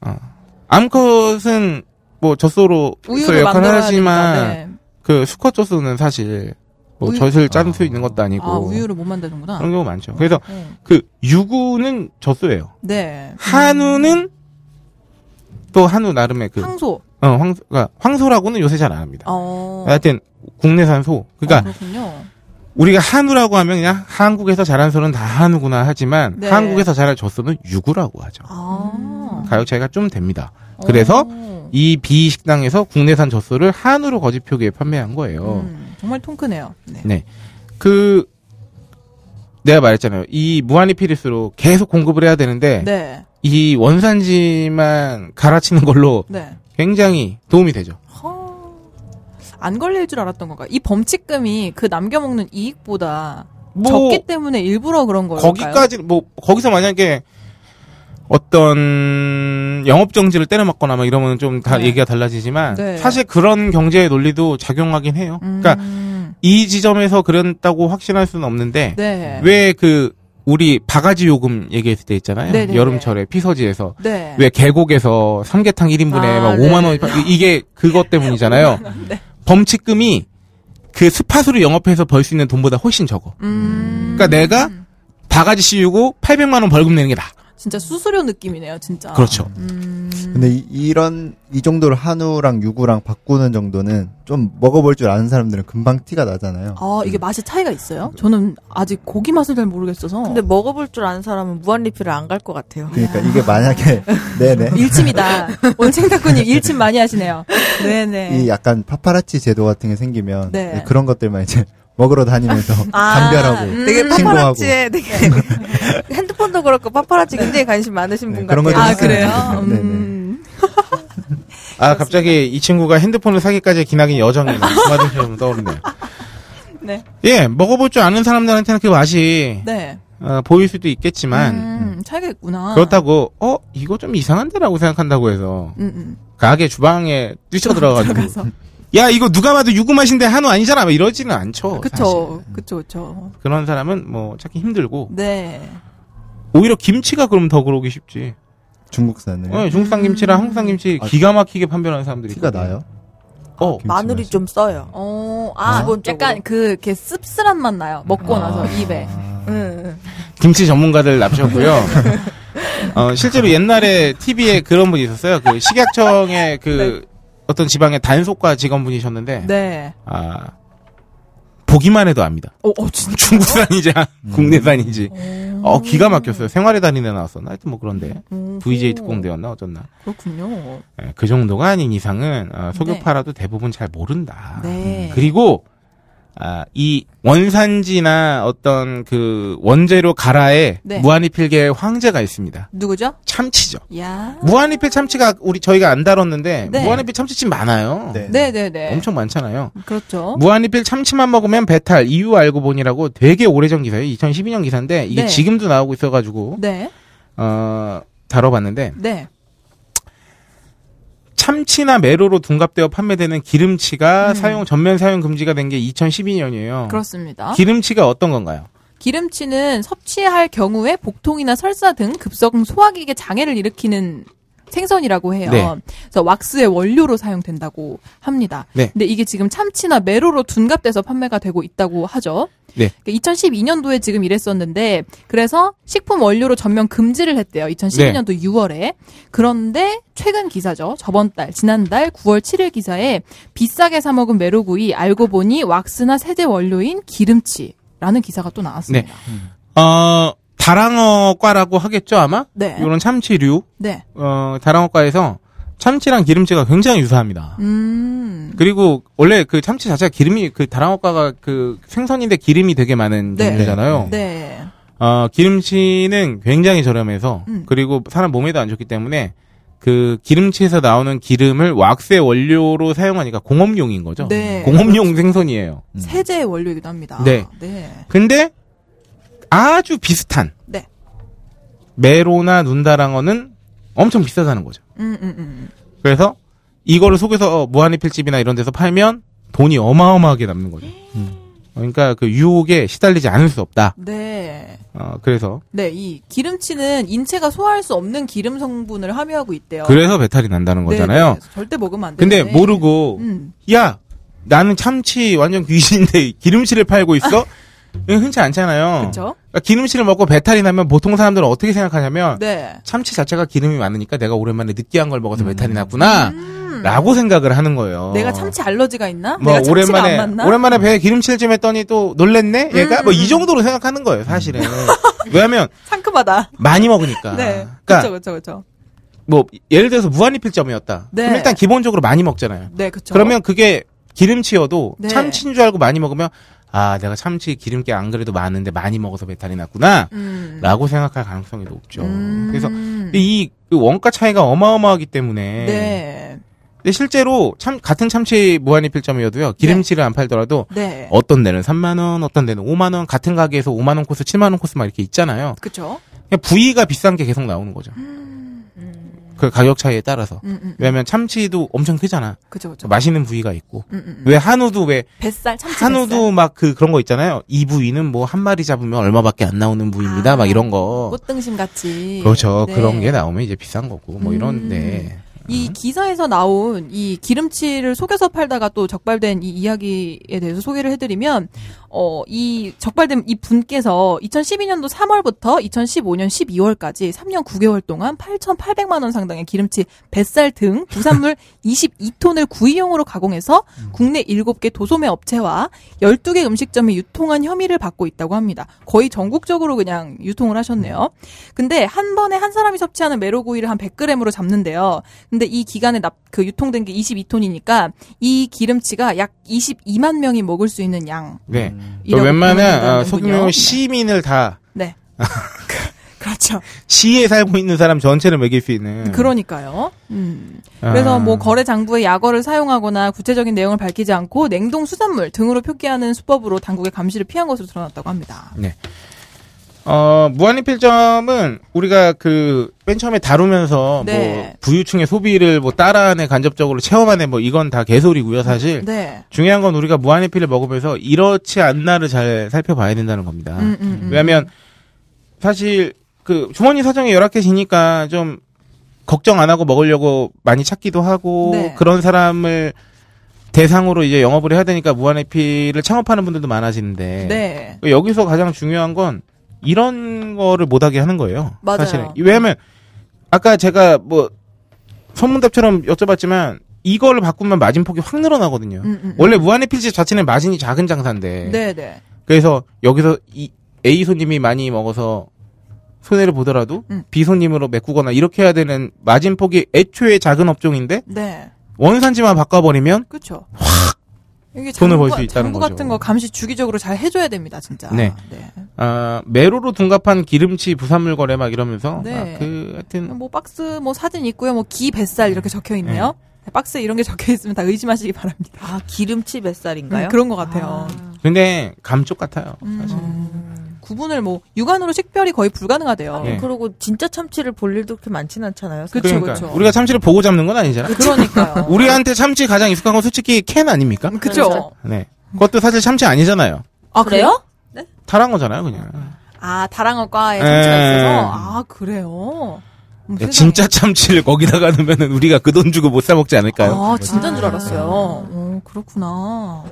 [SPEAKER 4] 암컷은 뭐 젖소로
[SPEAKER 5] 우유를
[SPEAKER 4] 역할을
[SPEAKER 5] 만들어야
[SPEAKER 4] 하지만
[SPEAKER 5] 되니까, 네.
[SPEAKER 4] 그 수컷 젖소는 사실 뭐
[SPEAKER 5] 우유-
[SPEAKER 4] 젖을 짤 수
[SPEAKER 7] 아.
[SPEAKER 4] 있는 것도 아니고
[SPEAKER 5] 아, 우유를 못 만드는구나.
[SPEAKER 4] 그런 경우 많죠. 그래서
[SPEAKER 5] 네.
[SPEAKER 4] 그 유구는 젖소예요.
[SPEAKER 5] 네.
[SPEAKER 4] 한우는 또 한우 나름의 그
[SPEAKER 5] 황소.
[SPEAKER 4] 어, 황, 그러니까 황소라고는 요새 잘 안 합니다.
[SPEAKER 5] 음, 어.
[SPEAKER 4] 하여튼 국내산 소.
[SPEAKER 5] 어,
[SPEAKER 4] 아, 그러니까
[SPEAKER 5] 그렇군요.
[SPEAKER 4] 우리가 한우라고 하면 그냥 한국에서 자란 소는 다 한우구나 하지만
[SPEAKER 5] 네.
[SPEAKER 4] 한국에서 자란 젖소는 유구라고 하죠.
[SPEAKER 5] 아.
[SPEAKER 4] 가격 차이가 좀 됩니다. 그래서
[SPEAKER 5] 어.
[SPEAKER 4] 이 B 식당에서 국내산 젖소를 한우로 거짓 표기에 판매한 거예요.
[SPEAKER 5] 음, 정말 통 크네요. 네.
[SPEAKER 4] 그 내가 말했잖아요. 이 무한리필일수로 계속 공급을 해야 되는데
[SPEAKER 5] 네.
[SPEAKER 4] 이 원산지만 갈아치는 걸로
[SPEAKER 5] 네.
[SPEAKER 4] 굉장히 도움이 되죠.
[SPEAKER 5] 허. 안 걸릴 줄 알았던 건가? 이 범칙금이 그 남겨 먹는 이익보다
[SPEAKER 4] 뭐
[SPEAKER 5] 적기 때문에 일부러 그런 거예요.
[SPEAKER 4] 거기까지 뭐 거기서 만약에 어떤 영업 정지를 때려맞거나 막 이러면 좀 다
[SPEAKER 5] 네.
[SPEAKER 4] 얘기가 달라지지만
[SPEAKER 5] 네.
[SPEAKER 4] 사실 그런 경제의 논리도 작용하긴 해요.
[SPEAKER 5] 음.
[SPEAKER 4] 그러니까 이 지점에서 그랬다고 확신할 수는 없는데
[SPEAKER 5] 네.
[SPEAKER 4] 왜 그 우리 바가지 요금 얘기했을 때 있잖아요.
[SPEAKER 5] 네네네.
[SPEAKER 4] 여름철에 피서지에서
[SPEAKER 5] 네.
[SPEAKER 4] 왜 계곡에서 삼계탕 1인분에
[SPEAKER 5] 아,
[SPEAKER 4] 막
[SPEAKER 5] 네네네. 네.
[SPEAKER 4] 5만 원 이게 그것 때문이잖아요. 범칙금이 그 스팟으로 영업해서 벌 수 있는 돈보다 훨씬 적어.
[SPEAKER 5] 음.
[SPEAKER 4] 그러니까 내가 바가지 씌우고 800만 원 벌금 내는 게 나아.
[SPEAKER 5] 진짜 수수료 느낌이네요, 진짜.
[SPEAKER 4] 그렇죠.
[SPEAKER 5] 음.
[SPEAKER 7] 근데 이, 런이 정도로 한우랑 유구랑 바꾸는 정도는 좀 먹어볼 줄 아는 사람들은 금방 티가 나잖아요.
[SPEAKER 5] 아,
[SPEAKER 4] 음.
[SPEAKER 5] 이게 맛이 차이가 있어요? 저는 아직 고기 맛을 잘 모르겠어서.
[SPEAKER 8] 근데
[SPEAKER 4] 뭐
[SPEAKER 8] 먹어볼 줄 아는 사람은 무한리필을 안 갈 것 같아요.
[SPEAKER 7] 그러니까 이게 만약에 네네
[SPEAKER 5] 일침이다. 온챙다꾸님 일침 많이 하시네요. 네네.
[SPEAKER 7] 이 약간 파파라치 제도 같은 게 생기면
[SPEAKER 5] 네. 아,
[SPEAKER 7] 네, 그런 것들만 이제 먹으러 다니면서 감별하고
[SPEAKER 5] 음,
[SPEAKER 8] 되게
[SPEAKER 7] 신고하고
[SPEAKER 8] 음. 파파라치에 되게 핸드폰도 그렇고 파파라치 굉장히 관심 많으신
[SPEAKER 7] 네,
[SPEAKER 8] 분
[SPEAKER 7] 그런
[SPEAKER 8] 같아요.
[SPEAKER 7] 것도
[SPEAKER 5] 아,
[SPEAKER 7] 있어요.
[SPEAKER 5] 그래요?
[SPEAKER 7] 네네.
[SPEAKER 5] 음.
[SPEAKER 4] 아 갑자기 이 친구가 핸드폰을 사기까지 기나긴 여정이 맞은처럼 떠오르네요.
[SPEAKER 5] 네.
[SPEAKER 4] 예, 먹어볼 줄 아는 사람들한테는 그 맛이
[SPEAKER 5] 네.
[SPEAKER 4] 어, 보일 수도 있겠지만
[SPEAKER 5] 음, 차이가 있구나.
[SPEAKER 4] 그렇다고 어 이거 좀 이상한데라고 생각한다고 해서
[SPEAKER 5] 음, 음.
[SPEAKER 4] 가게 주방에 뛰쳐들어가지고
[SPEAKER 5] 들어가서.
[SPEAKER 4] 야 이거 누가 봐도 유구 맛인데 한우 아니잖아 막 이러지는 않죠 어, 사실.
[SPEAKER 5] 그쵸. 그쵸, 그쵸.
[SPEAKER 4] 그런 사람은 뭐 찾기 힘들고
[SPEAKER 5] 네.
[SPEAKER 4] 오히려 김치가 그럼 더 그러기 쉽지
[SPEAKER 7] 네, 중국산을
[SPEAKER 4] 어, 중국산 김치랑 한국산 김치
[SPEAKER 7] 아,
[SPEAKER 4] 기가 막히게 판별하는 사람들이
[SPEAKER 7] 티가
[SPEAKER 4] 있거든요.
[SPEAKER 7] 나요.
[SPEAKER 4] 어
[SPEAKER 7] 김치
[SPEAKER 8] 마늘이
[SPEAKER 7] 맛이.
[SPEAKER 8] 좀 써요.
[SPEAKER 5] 어, 아,
[SPEAKER 8] 기본적으로.
[SPEAKER 5] 약간 그, 이렇게 씁쓸한 맛 나요.
[SPEAKER 8] 그
[SPEAKER 4] 아.
[SPEAKER 5] 먹고 나서 입에.
[SPEAKER 4] 김치 전문가들 납셨고요 어, 실제로 옛날에 TV에 그런 분이 있었어요 그 식약청의 그 어떤 지방의 단속과 직원분이셨는데
[SPEAKER 5] 네.
[SPEAKER 4] 아 보기만 해도 압니다
[SPEAKER 5] 어, 어, 진짜.
[SPEAKER 4] 중국산이지
[SPEAKER 7] 음.
[SPEAKER 4] 국내산인지 어 기가 막혔어요 생활의 달인에 나왔었나 하여튼 뭐 그런데
[SPEAKER 5] 음,
[SPEAKER 4] VJ 특공대였나 어쩐나
[SPEAKER 5] 그렇군요.
[SPEAKER 4] 예, 그 정도가 아닌 이상은 어,
[SPEAKER 5] 네.
[SPEAKER 4] 소교파라도 대부분 잘 모른다
[SPEAKER 5] 네.
[SPEAKER 4] 그리고 아, 이 원산지나 어떤 그 원재료 가라에
[SPEAKER 5] 네.
[SPEAKER 4] 무한리필계의 황제가 있습니다
[SPEAKER 5] 음. 누구죠?
[SPEAKER 4] 참치죠
[SPEAKER 5] 야.
[SPEAKER 4] 무한리필 참치가 우리 저희가 안 다뤘는데
[SPEAKER 5] 네.
[SPEAKER 4] 무한리필 참치집 많아요
[SPEAKER 7] 네.
[SPEAKER 5] 네네네.
[SPEAKER 4] 엄청 많잖아요
[SPEAKER 5] 그렇죠.
[SPEAKER 4] 무한리필 참치만 먹으면 배탈 이유 알고 보니라고 되게 오래전 기사예요. 2012년 기사인데 이게
[SPEAKER 5] 네.
[SPEAKER 4] 지금도 나오고 있어가지고
[SPEAKER 5] 네.
[SPEAKER 4] 어 다뤄봤는데
[SPEAKER 5] 네.
[SPEAKER 4] 참치나 메로로 둔갑되어 판매되는 기름치가 사용 전면 사용 금지가 된 게 2012년이에요.
[SPEAKER 5] 음. 그렇죠. 그렇습니다.
[SPEAKER 4] 어. 기름치가 어떤 건가요?
[SPEAKER 5] 기름치는 섭취할 경우에 복통이나 설사 등 급성 소화기계 장애를 일으키는 생선이라고 해요.
[SPEAKER 4] 네.
[SPEAKER 5] 그래서 왁스의 원료로 사용된다고 합니다.
[SPEAKER 4] 네.
[SPEAKER 5] 근데 이게 지금 참치나 메로로 둔갑돼서 판매가 되고 있다고 하죠.
[SPEAKER 4] 네.
[SPEAKER 5] 2012년도에 그러니까 지금 이랬었는데 그래서 식품 원료로 전면 금지를 했대요. 2012년도
[SPEAKER 4] 네.
[SPEAKER 5] 6월에. 그런데 최근 기사죠. 저번 달, 지난달 9월 7일 기사에 비싸게 사 먹은 메로구이 알고 보니 왁스나 세제 원료인 기름치라는 기사가 또 나왔습니다.
[SPEAKER 4] 어, 다랑어과라고 하겠죠, 아마?
[SPEAKER 5] 네.
[SPEAKER 4] 이런 참치류,
[SPEAKER 5] 네.
[SPEAKER 4] 어, 다랑어과에서 참치랑 기름치가 굉장히 유사합니다.
[SPEAKER 5] 음.
[SPEAKER 4] 그리고 원래 그 참치 자체가 기름이, 그 다랑어과가 그 생선인데 기름이 되게 많은
[SPEAKER 5] 네.
[SPEAKER 4] 종류잖아요.
[SPEAKER 5] 네.
[SPEAKER 4] 어, 기름치는 굉장히 저렴해서,
[SPEAKER 5] 음.
[SPEAKER 4] 그리고 사람 몸에도 안 좋기 때문에, 그 기름치에서 나오는 기름을 왁스의 원료로 사용하니까 공업용인 거죠.
[SPEAKER 5] 네.
[SPEAKER 4] 공업용 생선이에요.
[SPEAKER 5] 세제 원료이기도 합니다.
[SPEAKER 4] 음. 네.
[SPEAKER 5] 네.
[SPEAKER 4] 근데 아주 비슷한
[SPEAKER 5] 네.
[SPEAKER 4] 메로나 눈다랑어는 엄청 비싸다는 거죠.
[SPEAKER 5] 음, 음, 음.
[SPEAKER 4] 그래서 이거를 속에서 어, 무한리필집이나 이런 데서 팔면 돈이 어마어마하게 남는 거죠. 그러니까 그 유혹에 시달리지 않을 수 없다.
[SPEAKER 5] 네.
[SPEAKER 4] 어, 그래서
[SPEAKER 5] 네, 이 기름치는 인체가 소화할 수 없는 기름 성분을 함유하고 있대요.
[SPEAKER 4] 그래서 배탈이 난다는
[SPEAKER 5] 네,
[SPEAKER 4] 거잖아요.
[SPEAKER 5] 네, 그래서 절대 먹으면 안
[SPEAKER 4] 근데
[SPEAKER 5] 되는데.
[SPEAKER 4] 모르고
[SPEAKER 5] 네. 음.
[SPEAKER 4] 야 나는 참치 완전 귀신인데 기름치를 팔고 있어. 이건 흔치 않잖아요.
[SPEAKER 5] 그쵸?
[SPEAKER 4] 그러니까 기름치를 먹고 배탈이 나면 보통 사람들은 어떻게 생각하냐면
[SPEAKER 5] 네.
[SPEAKER 4] 참치 자체가 기름이 많으니까 내가 오랜만에 느끼한 걸 먹어서 배탈이 났구나. 라고 생각을 하는 거예요.
[SPEAKER 5] 음. 내가 참치 알러지가 있나?
[SPEAKER 4] 뭐
[SPEAKER 5] 내가 참치가
[SPEAKER 4] 오랜만에
[SPEAKER 5] 안 맞나? 음.
[SPEAKER 4] 오랜만에 배에 기름칠 좀 했더니 또 놀랬네. 얘가 뭐 이 정도로 생각하는 거예요, 사실은. 왜냐하면
[SPEAKER 5] 상큼하다.
[SPEAKER 4] 많이 먹으니까.
[SPEAKER 5] 네.
[SPEAKER 4] 그러니까
[SPEAKER 5] 그렇죠, 그렇죠, 그렇죠.
[SPEAKER 4] 뭐 예를 들어서 무한리필점이었다.
[SPEAKER 5] 네.
[SPEAKER 4] 그럼 일단 기본적으로 많이 먹잖아요.
[SPEAKER 5] 네, 그렇죠.
[SPEAKER 4] 그러면 그게 기름치여도
[SPEAKER 5] 네.
[SPEAKER 4] 참치인 줄 알고 많이 먹으면 아 내가 참치 기름기 안 그래도 많은데 많이 먹어서 배탈이 났구나.
[SPEAKER 5] 음.
[SPEAKER 4] 라고 생각할 가능성이 높죠.
[SPEAKER 5] 음.
[SPEAKER 4] 그래서 근데 이그 원가 차이가 어마어마하기 때문에
[SPEAKER 5] 네.
[SPEAKER 4] 근데 실제로 참 같은 참치 무한리필점이어도요 기름치를 안 팔더라도
[SPEAKER 5] 네.
[SPEAKER 4] 어떤 데는 3만 원, 어떤 데는 5만 원 같은 가게에서 5만 원 코스, 7만 원 코스 막 이렇게 있잖아요.
[SPEAKER 5] 그렇죠.
[SPEAKER 4] 그냥 부위가 비싼 게 계속 나오는 거죠. 그 가격 차이에 따라서.
[SPEAKER 5] 음, 음.
[SPEAKER 4] 왜냐하면 참치도 엄청 크잖아.
[SPEAKER 5] 그렇죠, 그렇죠.
[SPEAKER 4] 맛있는 부위가 있고.
[SPEAKER 5] 음, 음, 음.
[SPEAKER 4] 왜 한우도 왜
[SPEAKER 6] 뱃살 참치
[SPEAKER 4] 한우도 막 그 그런 거 있잖아요. 이 부위는 뭐 한 마리 잡으면 얼마밖에 안 나오는 부위입니다.
[SPEAKER 5] 아,
[SPEAKER 4] 막 이런 거.
[SPEAKER 5] 꽃등심 같이.
[SPEAKER 4] 그렇죠.
[SPEAKER 5] 네. 음.
[SPEAKER 4] 그런 게 나오면 이제 비싼 거고 뭐 이런데
[SPEAKER 5] 이 기사에서 나온 이 기름치를 속여서 팔다가 또 적발된 이 이야기에 대해서 소개를 해드리면, 어, 이 적발된 이 분께서 2012년도 3월부터 2015년 12월까지 3년 9개월 동안 8,800만원 상당의 기름치, 뱃살 등 부산물 22톤을 구이용으로 가공해서 국내 7개 도소매 업체와 12개 음식점에 유통한 혐의를 받고 있다고 합니다. 거의 전국적으로 그냥 유통을 하셨네요. 근데 한 번에 한 사람이 섭취하는 메로구이를 한 100g으로 잡는데요. 근데 이 기간에 납, 그 유통된 게 22톤이니까 이 기름치가 약 22만 명이 먹을 수 있는 양.
[SPEAKER 4] 네. 또
[SPEAKER 5] 음. 이라고
[SPEAKER 4] 웬만한
[SPEAKER 5] 표현한다는군요.
[SPEAKER 4] 어, 소규모 시민을 다
[SPEAKER 5] 네. 그렇죠.
[SPEAKER 4] 시에 살고 있는 사람 전체를 먹일 수 있는
[SPEAKER 5] 그러니까요. 음. 그래서
[SPEAKER 4] 아.
[SPEAKER 5] 뭐 거래 장부에 약어를 사용하거나 구체적인 내용을 밝히지 않고 냉동 수산물 등으로 표기하는 수법으로 당국의 감시를 피한 것으로 드러났다고 합니다.
[SPEAKER 4] 어, 무한리필점은 우리가 그 맨 처음에 다루면서 뭐
[SPEAKER 5] 네.
[SPEAKER 4] 부유층의 소비를 뭐 따라하네 간접적으로 체험하네 뭐 이건 다 개소리고요 사실
[SPEAKER 5] 네.
[SPEAKER 4] 중요한 건 우리가 무한리필을 먹으면서 이렇지 않나를 잘 살펴봐야 된다는 겁니다.
[SPEAKER 5] 음, 음, 음.
[SPEAKER 4] 아. 왜냐하면 사실 그 주머니 사정이 열악해지니까 좀 걱정 안 하고 먹으려고 많이 찾기도 하고
[SPEAKER 5] 네.
[SPEAKER 4] 그런 사람을 대상으로 이제 영업을 해야 되니까 무한리필을 창업하는 분들도 많아지는데
[SPEAKER 5] 네.
[SPEAKER 4] 여기서 가장 중요한 건 이런 거를 못하게 하는 거예요.
[SPEAKER 5] 맞아요.
[SPEAKER 4] 사실은. 왜냐면 아까 제가 뭐 선문답처럼 여쭤봤지만 이거를 바꾸면 마진폭이 확 늘어나거든요.
[SPEAKER 5] 음, 음, 음.
[SPEAKER 4] 원래 무한리필집 자체는 마진이 작은 장사인데
[SPEAKER 5] 네, 네.
[SPEAKER 4] 그래서 여기서 이 A 손님이 많이 먹어서 손해를 보더라도
[SPEAKER 5] 음.
[SPEAKER 4] B 손님으로 메꾸거나 이렇게 해야 되는 마진폭이 애초에 작은 업종인데
[SPEAKER 5] 네.
[SPEAKER 4] 원산지만 바꿔버리면
[SPEAKER 5] 그렇죠. 이게
[SPEAKER 4] 돈을
[SPEAKER 5] 장부-
[SPEAKER 4] 벌수 있다는
[SPEAKER 5] 장부
[SPEAKER 4] 거죠.
[SPEAKER 5] 같은 거 감시 주기적으로 잘 해줘야 됩니다, 진짜.
[SPEAKER 4] 네. 아 메로로 둔갑한 기름치 부산물 거래 막 이러면서
[SPEAKER 5] 네.
[SPEAKER 4] 아, 그 하여튼
[SPEAKER 5] 뭐 박스 뭐 사진 있고요, 뭐 기 뱃살 이렇게 적혀 있네요. 박스 에 이런 게 적혀 있으면 다 의심하시기 바랍니다.
[SPEAKER 6] 아 기름치 뱃살인가요?
[SPEAKER 5] 음, 그런 것 같아요.
[SPEAKER 4] 근데 감쪽 같아요.
[SPEAKER 5] 음,
[SPEAKER 4] 사실.
[SPEAKER 5] 구분을 뭐 육안으로 식별이 거의
[SPEAKER 8] 어,
[SPEAKER 5] 불가능하대요.
[SPEAKER 4] 네.
[SPEAKER 6] 그리고 진짜 참치를 볼 일도 그렇게 많지는 않잖아요.
[SPEAKER 5] 그쵸,
[SPEAKER 4] 그러니까
[SPEAKER 5] 그쵸. 음.
[SPEAKER 4] 우리가 참치를 보고 잡는 건 아니잖아.
[SPEAKER 5] 그러니까요. 음,
[SPEAKER 4] 우리한테 참치 가장 익숙한 건 솔직히 캔 아닙니까?
[SPEAKER 5] 그쵸?
[SPEAKER 4] 네. 그것도 사실 참치 아니잖아요.
[SPEAKER 5] 아, 그래요? 음,
[SPEAKER 4] 타란 거잖아요, 그냥.
[SPEAKER 5] 아, 다랑어과에
[SPEAKER 4] 예.
[SPEAKER 5] 정치가 있어서? 아, 그래요? 어머,
[SPEAKER 4] 야,
[SPEAKER 5] 세상에.
[SPEAKER 4] 네, 진짜 참치를 거기다가 넣으면 우리가 그 돈 주고 못 사 먹지 않을까요?
[SPEAKER 5] 아, 진짜인 줄 알았어요. 어, 그렇구나.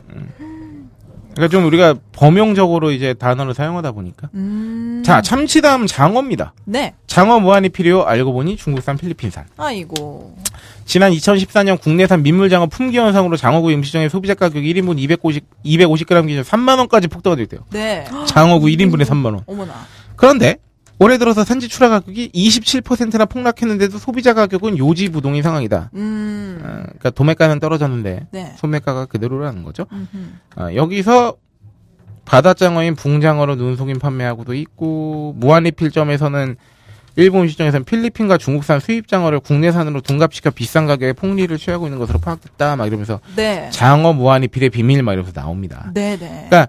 [SPEAKER 4] 그러니까 좀 우리가 범용적으로 이제 단어를 사용하다 보니까.
[SPEAKER 5] 음.
[SPEAKER 4] 자, 참치다음 장어입니다.
[SPEAKER 5] 네.
[SPEAKER 4] 장어 무한이 필요 알고 보니 중국산 필리핀산.
[SPEAKER 5] 아이고.
[SPEAKER 4] 지난 2014년 국내산 민물장어 품귀 현상으로 장어구 임시장의 소비자 가격 1인분 250, 250g 기준 3만원까지 폭등하고 있대요.
[SPEAKER 5] 네.
[SPEAKER 4] 장어구 1인분에 3만원.
[SPEAKER 5] 어머나.
[SPEAKER 4] 그런데 올해 들어서 산지 출하 가격이 27%나 폭락했는데도 소비자 가격은 요지부동인 상황이다.
[SPEAKER 5] 음.
[SPEAKER 4] 어, 그러니까 도매가는 떨어졌는데
[SPEAKER 5] 네.
[SPEAKER 4] 소매가가 그대로라는 거죠.
[SPEAKER 5] 음흠.
[SPEAKER 4] 아, 여기서 바다장어인 붕장어로 눈속임 판매하고도 있고 무한리필점에서는 일본 시장에서는 필리핀과 중국산 수입장어를 국내산으로 둔갑시켜 비싼 가격에 폭리를 취하고 있는 것으로 파악됐다 막 이러면서
[SPEAKER 5] 네. 음.
[SPEAKER 4] 장어 무한리필의 비밀 막 이러면서 나옵니다.
[SPEAKER 5] 네네.
[SPEAKER 4] 그러니까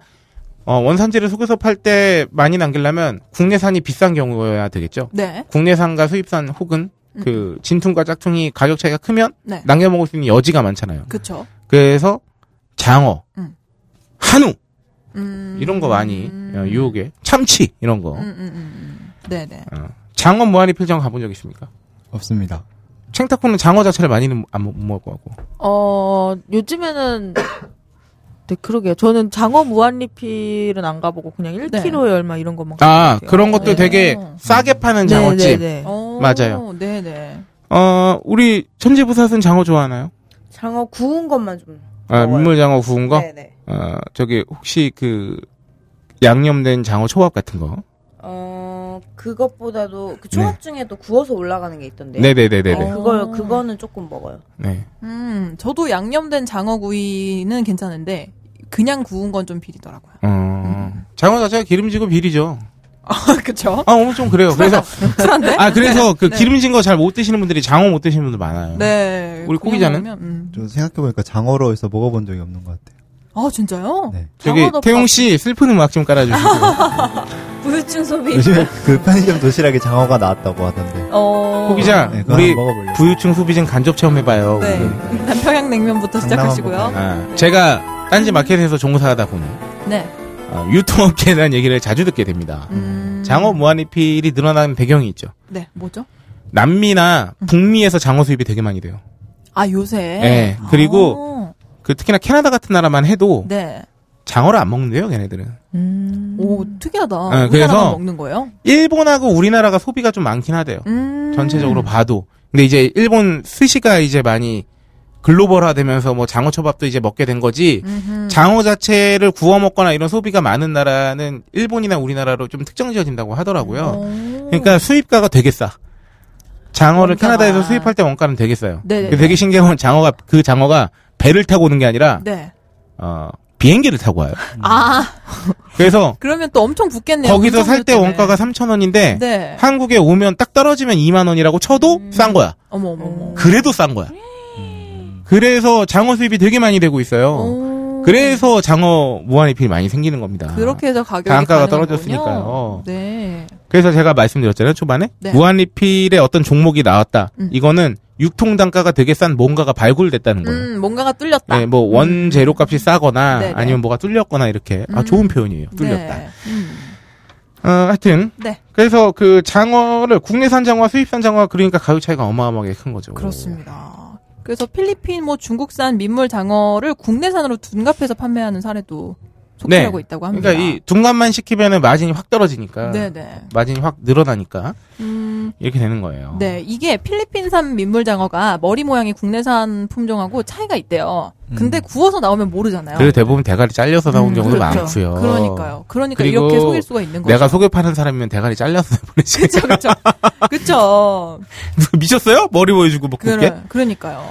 [SPEAKER 4] 어, 원산지를 속여서 팔 때 많이 남기려면 국내산이 비싼 경우여야 되겠죠.
[SPEAKER 5] 네.
[SPEAKER 4] 국내산과 수입산 혹은 그 진퉁과 짝퉁이 가격 차이가 크면
[SPEAKER 5] 네.
[SPEAKER 4] 남겨 먹을 수 있는 여지가 많잖아요.
[SPEAKER 5] 그쵸.
[SPEAKER 4] 그래서 장어,
[SPEAKER 5] 음.
[SPEAKER 4] 한우
[SPEAKER 5] 음.
[SPEAKER 4] 이런 거 많이 어, 유혹에 참치 이런 거.
[SPEAKER 5] 음, 음, 음. 네네.
[SPEAKER 4] 어. 장어 무한리 필장 가본 적 있습니까?
[SPEAKER 7] 없습니다.
[SPEAKER 4] 챙타코는 장어 자체를 많이는 안 먹- 못 먹고 하고
[SPEAKER 8] 어, 요즘에는 네, 그러게요. 저는 장어 무한리필은 안 가보고 그냥 1kg에 얼마 이런 것만
[SPEAKER 4] 아
[SPEAKER 8] 가볼게요.
[SPEAKER 4] 그런 것도
[SPEAKER 8] 네.
[SPEAKER 4] 되게 싸게 파는 장어집
[SPEAKER 8] 네네네.
[SPEAKER 5] 어,
[SPEAKER 4] 맞아요.
[SPEAKER 5] 네네.
[SPEAKER 4] 어 우리 천지부사선 장어 좋아하나요?
[SPEAKER 1] 장어 구운 것만 좀.
[SPEAKER 4] 아,
[SPEAKER 1] 먹어요.
[SPEAKER 4] 민물장어 구운 거?
[SPEAKER 1] 네네.
[SPEAKER 4] 어, 저기 혹시 그 양념된 장어 초밥 같은 거?
[SPEAKER 1] 어 그것보다도 그
[SPEAKER 5] 네.
[SPEAKER 7] 네.
[SPEAKER 1] 초밥 중에도 구워서 올라가는 게 있던데.
[SPEAKER 4] 네, 네, 네, 네, 네.
[SPEAKER 5] 어.
[SPEAKER 1] 그걸 그거는 조금 먹어요.
[SPEAKER 4] 네.
[SPEAKER 5] 음, 저도 양념된 장어구이는 괜찮은데, 그냥 구운 건 좀 비리더라고요.
[SPEAKER 4] 어. 장어 자체가 기름지고 비리죠.
[SPEAKER 5] 아, 그쵸?
[SPEAKER 4] 아, 오늘 좀 그래요. 그래서
[SPEAKER 5] 그런데?
[SPEAKER 4] 아, 그래서 그
[SPEAKER 5] 네.
[SPEAKER 4] 기름진 거 잘 못 드시는 분들이 장어 못 드시는 분들 많아요.
[SPEAKER 5] 네.
[SPEAKER 4] 우리
[SPEAKER 5] 그냥
[SPEAKER 4] 고기자는?
[SPEAKER 5] 먹으면, 음.
[SPEAKER 7] 좀 생각해보니까 장어로 해서 먹어본 적이 없는 것 같아요.
[SPEAKER 5] 아, 진짜요?
[SPEAKER 7] 네.
[SPEAKER 4] 저기
[SPEAKER 8] 장어덮밥.
[SPEAKER 4] 태용 씨 슬픈 음악 좀 깔아 주시고.
[SPEAKER 1] 우유증 소비.
[SPEAKER 7] 요즘에 그 편의점 도시락에 장어가 나왔다고 하던데.
[SPEAKER 5] 어.
[SPEAKER 4] 호 기자,
[SPEAKER 7] 네, 그거
[SPEAKER 4] 우리
[SPEAKER 7] 한번 먹어보려고.
[SPEAKER 4] 부유층 소비진 간접 체험 해 봐요.
[SPEAKER 5] 네. 남평양 냉면부터
[SPEAKER 7] 장난 한번
[SPEAKER 5] 시작하시고요.
[SPEAKER 4] 아, 제가 딴지 마켓에서 종사하다 보니
[SPEAKER 5] 네.
[SPEAKER 4] 아, 유통업계에 대한 얘기를 자주 듣게 됩니다.
[SPEAKER 5] 음.
[SPEAKER 4] 장어 무한리필이 늘어나는 배경이 있죠.
[SPEAKER 5] 네, 뭐죠?
[SPEAKER 4] 남미나 북미에서 장어 수입이 되게 많이 돼요.
[SPEAKER 5] 아, 요새.
[SPEAKER 4] 예, 그리고- 그 특히나 캐나다 같은 나라만 해도
[SPEAKER 5] 아, 네.
[SPEAKER 4] 장어를 안 먹는데요, 걔네들은.
[SPEAKER 5] 오, 특이하다. 우리나라만
[SPEAKER 4] 음. 네, 그래서-
[SPEAKER 5] 먹는 거예요?
[SPEAKER 4] 일본하고 우리나라가 소비가 좀 많긴 하대요.
[SPEAKER 5] 음.
[SPEAKER 4] 전체적으로 봐도. 근데 이제 일본 스시가 이제 많이 글로벌화되면서 뭐 장어 초밥도 이제 먹게 된 거지.
[SPEAKER 5] 음흠.
[SPEAKER 4] 장어 자체를 구워 먹거나 이런 소비가 많은 나라는 일본이나 우리나라로 좀 특정지어진다고 하더라고요.
[SPEAKER 5] 오.
[SPEAKER 4] 그러니까 수입가가 되게 싸. 장어를
[SPEAKER 5] 원가가.
[SPEAKER 4] 캐나다에서 수입할 때 원가는 되게 싸요.
[SPEAKER 5] 네네네.
[SPEAKER 4] 근데 되게 신기한 건 장어가 그 장어가 배를 타고 오는 게 아니라
[SPEAKER 5] 네.
[SPEAKER 4] 어, 비행기를 타고 와요.
[SPEAKER 5] 아,
[SPEAKER 4] 그래서
[SPEAKER 5] 그러면 또 엄청 붙겠네요.
[SPEAKER 4] 거기서 살 때
[SPEAKER 5] 운송료
[SPEAKER 4] 원가가 3,000원인데
[SPEAKER 5] 때문에. 네.
[SPEAKER 4] 한국에 오면 딱 떨어지면 2만 원이라고 쳐도
[SPEAKER 5] 음.
[SPEAKER 4] 싼 거야.
[SPEAKER 5] 어머, 어머, 어머.
[SPEAKER 4] 그래도 싼 거야. 그래서 장어 수입이 되게 많이 되고 있어요.
[SPEAKER 5] 음. 오.
[SPEAKER 4] 그래서 장어 무한리필이 많이 생기는 겁니다.
[SPEAKER 5] 그렇게 해서 가격이
[SPEAKER 4] 단가가
[SPEAKER 5] 가능하군요.
[SPEAKER 4] 떨어졌으니까요.
[SPEAKER 5] 네.
[SPEAKER 4] 그래서 제가 말씀드렸잖아요 초반에
[SPEAKER 5] 네.
[SPEAKER 4] 무한리필의 어떤 종목이 나왔다.
[SPEAKER 5] 음.
[SPEAKER 4] 이거는 유통 단가가 되게 싼 뭔가가 발굴됐다는 거예요.
[SPEAKER 5] 음, 뭔가가 뚫렸다.
[SPEAKER 4] 네, 뭐 원재료 값이 싸거나
[SPEAKER 5] 네네.
[SPEAKER 4] 아니면 뭐가 뚫렸거나 이렇게 아
[SPEAKER 5] 음.
[SPEAKER 4] 좋은 표현이에요. 뚫렸다.
[SPEAKER 5] 네. 음.
[SPEAKER 4] 어, 하여튼
[SPEAKER 5] 네.
[SPEAKER 4] 그래서 그 장어를 국내산 장어와 수입산 장어 그러니까 가격 차이가 어마어마하게 큰 거죠.
[SPEAKER 5] 그렇습니다.
[SPEAKER 4] 음.
[SPEAKER 5] 그래서 필리핀 뭐 중국산 민물 장어를 국내산으로 둔갑해서 판매하는 사례도 속출하고
[SPEAKER 4] 네.
[SPEAKER 5] 있다고 합니다.
[SPEAKER 4] 그러니까 이 아. 둔갑만 시키면은 마진이 확 떨어지니까
[SPEAKER 5] 네네.
[SPEAKER 4] 마진이 확 늘어나니까
[SPEAKER 5] 음,
[SPEAKER 4] 이렇게 되는 거예요.
[SPEAKER 5] 네, 이게 필리핀산 민물장어가 머리 모양이 국내산 품종하고 차이가 있대요. 근데 구워서 나오면 모르잖아요.
[SPEAKER 4] 음. 그리고 대부분 대가리 잘려서 그렇죠. 나온
[SPEAKER 5] 음,
[SPEAKER 4] 경우도
[SPEAKER 5] 그렇죠.
[SPEAKER 4] 많고요.
[SPEAKER 5] 그러니까요. 그러니까
[SPEAKER 4] 그리고
[SPEAKER 5] 이렇게 속일 수가 있는 거죠.
[SPEAKER 4] 내가 속여 파는 사람이면 대가리 잘려서 보내지.
[SPEAKER 5] 그쵸, 그쵸. 그쵸.
[SPEAKER 4] 미쳤어요? 머리 보여주고 뭐 그게? 음.
[SPEAKER 5] 그러, 그러니까요.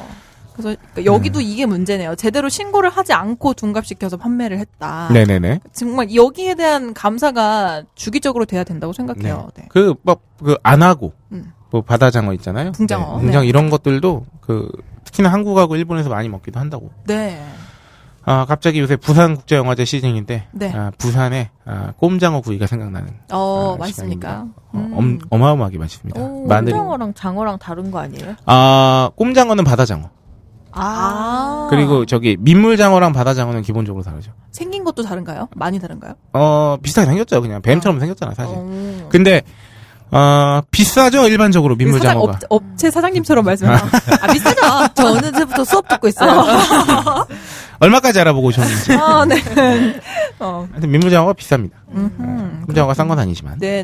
[SPEAKER 5] 그래서 그러니까 여기도 이게 문제네요. 제대로 신고를 하지 않고 둔갑시켜서 판매를 했다.
[SPEAKER 4] 네네네.
[SPEAKER 5] 정말 여기에 대한 감사가 주기적으로 돼야 된다고 생각해요. 네.
[SPEAKER 4] 그 막 그 안 하고
[SPEAKER 5] 음.
[SPEAKER 4] 뭐 바다장어 있잖아요.
[SPEAKER 5] 붕장어.
[SPEAKER 4] 네, 붕장 이런 것들도 그 특히나 한국하고 일본에서 많이 먹기도 한다고.
[SPEAKER 5] 네.
[SPEAKER 4] 아 갑자기 요새 부산 국제 영화제 시즌인데
[SPEAKER 5] 네.
[SPEAKER 4] 아, 부산에 아, 꼼장어 구이가 생각나는
[SPEAKER 5] 어,
[SPEAKER 4] 아,
[SPEAKER 5] 맛있습니까?
[SPEAKER 4] 시간입니다. 어,
[SPEAKER 5] 음.
[SPEAKER 4] 엄- 어마어마하게 맛있습니다.
[SPEAKER 8] 오,
[SPEAKER 4] 마늘이
[SPEAKER 8] 장어랑 장어랑 다른 거 아니에요?
[SPEAKER 4] 아 꼼장어는 바다장어
[SPEAKER 5] 아.
[SPEAKER 4] 그리고 저기 민물장어랑 바다장어는 기본적으로 다르죠.
[SPEAKER 5] 생긴 것도 다른가요? 많이 다른가요? 아.
[SPEAKER 4] 아, 어 비슷하게 생겼죠 그냥 뱀처럼 생겼잖아 사실.
[SPEAKER 5] 어.
[SPEAKER 4] 근데 어, 비싸죠 일반적으로 민물
[SPEAKER 5] 그 사장,
[SPEAKER 4] 장어가.
[SPEAKER 5] 업, 업체 사장님처럼 말씀하세요. 아, 비싸죠?
[SPEAKER 8] 저 어느 새부터 수업 듣고 있어요.
[SPEAKER 4] 얼마까지 알아보고 오셨는지.
[SPEAKER 5] 아, 네. 어,
[SPEAKER 4] 하여튼 민물 장어가 비쌉니다.
[SPEAKER 5] 음흠.
[SPEAKER 4] 민물 장어가 싼 건 아니지만. 네.
[SPEAKER 5] 아,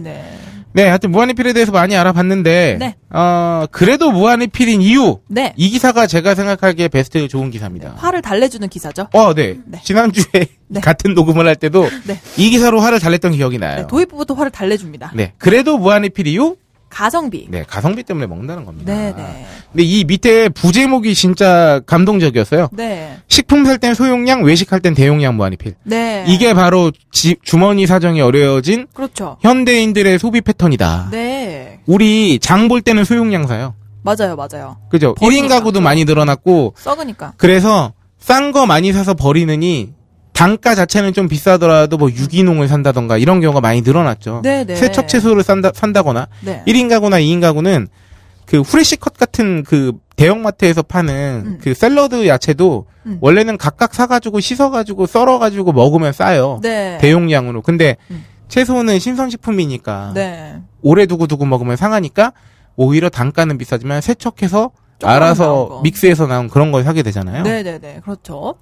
[SPEAKER 5] 네네.
[SPEAKER 4] 하여튼 무한리필에 대해서 많이 알아봤는데
[SPEAKER 5] 네.
[SPEAKER 4] 어, 그래도 무한리필인 이유
[SPEAKER 5] 네.
[SPEAKER 4] 이 기사가 제가 생각하기에 베스트 좋은 기사입니다.
[SPEAKER 5] 화를 달래주는 기사죠.
[SPEAKER 4] 어, 네.
[SPEAKER 5] 네.
[SPEAKER 4] 지난주에
[SPEAKER 5] 네.
[SPEAKER 4] 같은 녹음을 할 때도
[SPEAKER 5] 네.
[SPEAKER 4] 이 기사로 화를 달랬던 기억이 나요.
[SPEAKER 5] 네, 도입부부터 화를 달래줍니다.
[SPEAKER 4] 네. 그래도 무한리필 이유?
[SPEAKER 5] 가성비.
[SPEAKER 4] 네, 가성비 때문에 먹는다는 겁니다.
[SPEAKER 5] 네네.
[SPEAKER 4] 근데 이 밑에 부제목이 진짜 감동적이었어요.
[SPEAKER 5] 네.
[SPEAKER 4] 식품 살 땐 소용량, 외식할 땐 대용량 무한리필.
[SPEAKER 5] 네.
[SPEAKER 4] 이게 바로 지- 주머니 사정이 어려워진
[SPEAKER 5] 그렇죠.
[SPEAKER 4] 현대인들의 소비 패턴이다.
[SPEAKER 5] 네.
[SPEAKER 4] 우리 장 볼 때는 소용량 사요.
[SPEAKER 5] 맞아요, 맞아요.
[SPEAKER 4] 그죠?
[SPEAKER 5] 버리니까.
[SPEAKER 4] 1인 가구도 많이 늘어났고,
[SPEAKER 5] 썩으니까.
[SPEAKER 4] 그래서 싼 거 많이 사서 버리느니, 단가 자체는 좀 비싸더라도 뭐 유기농을 산다던가 이런 경우가 많이 늘어났죠.
[SPEAKER 5] 네네.
[SPEAKER 4] 세척 채소를 산다, 산다거나,
[SPEAKER 5] 네.
[SPEAKER 4] 1인 가구나 2인 가구는 그 후레쉬컷 같은 그 대형마트에서 파는
[SPEAKER 5] 음.
[SPEAKER 4] 그 샐러드 야채도
[SPEAKER 5] 음.
[SPEAKER 4] 원래는 각각 사가지고 씻어가지고 썰어가지고 먹으면 싸요.
[SPEAKER 5] 네.
[SPEAKER 4] 대용량으로. 근데
[SPEAKER 5] 음.
[SPEAKER 4] 채소는 신선식품이니까
[SPEAKER 5] 네.
[SPEAKER 4] 오래 두고두고 먹으면 상하니까 오히려 단가는 비싸지만 세척해서
[SPEAKER 5] 조금 나온
[SPEAKER 4] 알아서
[SPEAKER 5] 거.
[SPEAKER 4] 믹스해서 나온 그런 걸 사게 되잖아요.
[SPEAKER 5] 네네네. 그렇죠.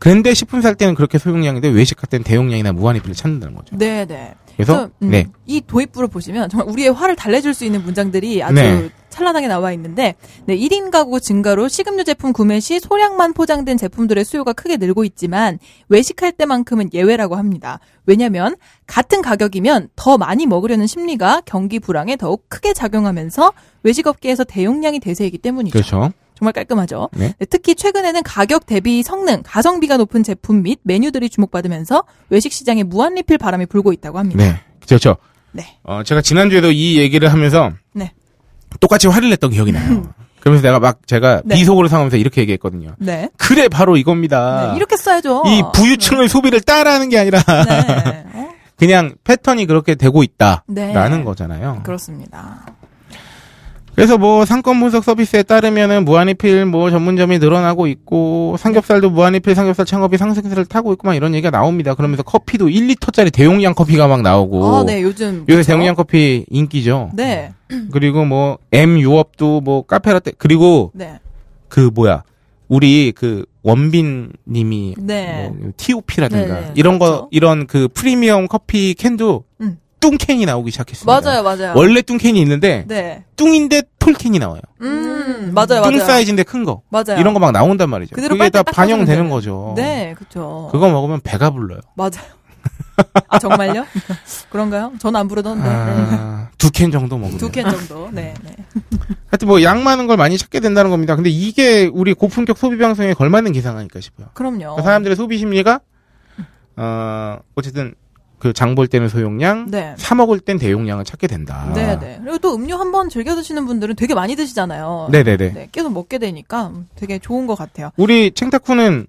[SPEAKER 4] 근데 식품 살 때는 그렇게 소용량인데 외식할 때는 대용량이나 무한리필을 찾는다는 거죠.
[SPEAKER 5] 네네.
[SPEAKER 4] 그래서
[SPEAKER 5] 음,
[SPEAKER 4] 네.
[SPEAKER 5] 이 도입부를 보시면 정말 우리의 화를 달래줄 수 있는 문장들이 아주
[SPEAKER 4] 네.
[SPEAKER 5] 찬란하게 나와 있는데 네, 1인 가구 증가로 식음료 제품 구매 시 소량만 포장된 제품들의 수요가 크게 늘고 있지만 외식할 때만큼은 예외라고 합니다. 왜냐하면 같은 가격이면 더 많이 먹으려는 심리가 경기 불황에 더욱 크게 작용하면서 외식업계에서 대용량이 대세이기 때문이죠.
[SPEAKER 4] 그렇죠.
[SPEAKER 5] 정말 깔끔하죠.
[SPEAKER 4] 네.
[SPEAKER 5] 네, 특히 최근에는 가격 대비 성능, 가성비가 높은 제품 및 메뉴들이 주목받으면서 외식 시장에 무한 리필 바람이 불고 있다고 합니다.
[SPEAKER 4] 네. 그렇죠.
[SPEAKER 5] 네.
[SPEAKER 4] 어, 제가 지난주에도 이 얘기를 하면서
[SPEAKER 5] 네. 음.
[SPEAKER 4] 똑같이 화를 냈던 기억이 나요. 그러면서 내가 막 제가
[SPEAKER 5] 네.
[SPEAKER 4] 비속어를 상하면서 이렇게 얘기했거든요.
[SPEAKER 5] 네.
[SPEAKER 4] 그래 바로
[SPEAKER 5] 네,
[SPEAKER 4] 이겁니다.
[SPEAKER 5] 이렇게 어. 네. 써야죠.
[SPEAKER 4] 아. 이 부유층의 소비를 따라하는 게 아니라
[SPEAKER 5] 네. 어,
[SPEAKER 4] 그냥 패턴이 그렇게 되고
[SPEAKER 5] 네.
[SPEAKER 4] 있다라는 거잖아요.
[SPEAKER 5] 그렇습니다.
[SPEAKER 4] 그래서 뭐 상권 분석 서비스에 따르면은 무한리필 뭐 전문점이 늘어나고 있고 삼겹살도 무한리필 삼겹살 창업이 상승세를 타고 있고 막 이런 얘기가 나옵니다. 그러면서 커피도 1리터짜리 대용량 커피가 막 나오고
[SPEAKER 5] 아, 네, 요즘.
[SPEAKER 4] 요새
[SPEAKER 5] 그렇죠?
[SPEAKER 4] 대용량 커피 인기죠.
[SPEAKER 5] 네.
[SPEAKER 4] 그리고 뭐 M 유업도 뭐 카페라떼 그리고
[SPEAKER 5] 네.
[SPEAKER 4] 그 뭐야 우리 그 원빈 님이
[SPEAKER 5] 네.
[SPEAKER 4] 뭐 TOP라든가
[SPEAKER 8] 네, 네.
[SPEAKER 4] 이런 거
[SPEAKER 5] 그렇죠.
[SPEAKER 4] 이런 그 프리미엄 커피 캔도
[SPEAKER 5] 음.
[SPEAKER 4] 뚱캔이 나오기 시작했습니다.
[SPEAKER 5] 맞아요, 맞아요.
[SPEAKER 4] 원래 뚱캔이 있는데
[SPEAKER 5] 네.
[SPEAKER 4] 뚱인데 톨캔이 나와요.
[SPEAKER 5] 음, 맞아요, 맞아요.
[SPEAKER 4] 뚱 사이즈인데 큰 거.
[SPEAKER 5] 맞아요.
[SPEAKER 4] 이런 거 막 나온단 말이죠.
[SPEAKER 5] 그대로
[SPEAKER 4] 그게 다
[SPEAKER 5] 빨대 딱 꽂으면
[SPEAKER 4] 반영되는
[SPEAKER 5] 되는.
[SPEAKER 4] 거죠.
[SPEAKER 5] 네, 그쵸.
[SPEAKER 4] 그거 먹으면 배가 불러요.
[SPEAKER 5] 맞아요. 아, 정말요? 그런가요? 전 안 부르던데.
[SPEAKER 4] 아, 두 캔 정도 먹으면.
[SPEAKER 5] 네. 두 캔 정도. 네, 네.
[SPEAKER 4] 하여튼 뭐 양 많은 걸 많이 찾게 된다는 겁니다. 근데 이게 우리 고품격 소비 방송에 걸맞는 기사가 아닐까 싶어요.
[SPEAKER 5] 그럼요.
[SPEAKER 4] 그러니까 사람들의 소비 심리가 어, 어쨌든 그 장 볼 때는 소용량,
[SPEAKER 5] 네.
[SPEAKER 4] 사 먹을 땐 대용량을 찾게 된다.
[SPEAKER 5] 네네. 그리고 또 음료 한 번 즐겨 드시는 분들은 되게 많이 드시잖아요.
[SPEAKER 4] 네네네.
[SPEAKER 5] 네, 계속 먹게 되니까 되게 좋은 것 같아요.
[SPEAKER 4] 우리 챙타쿠는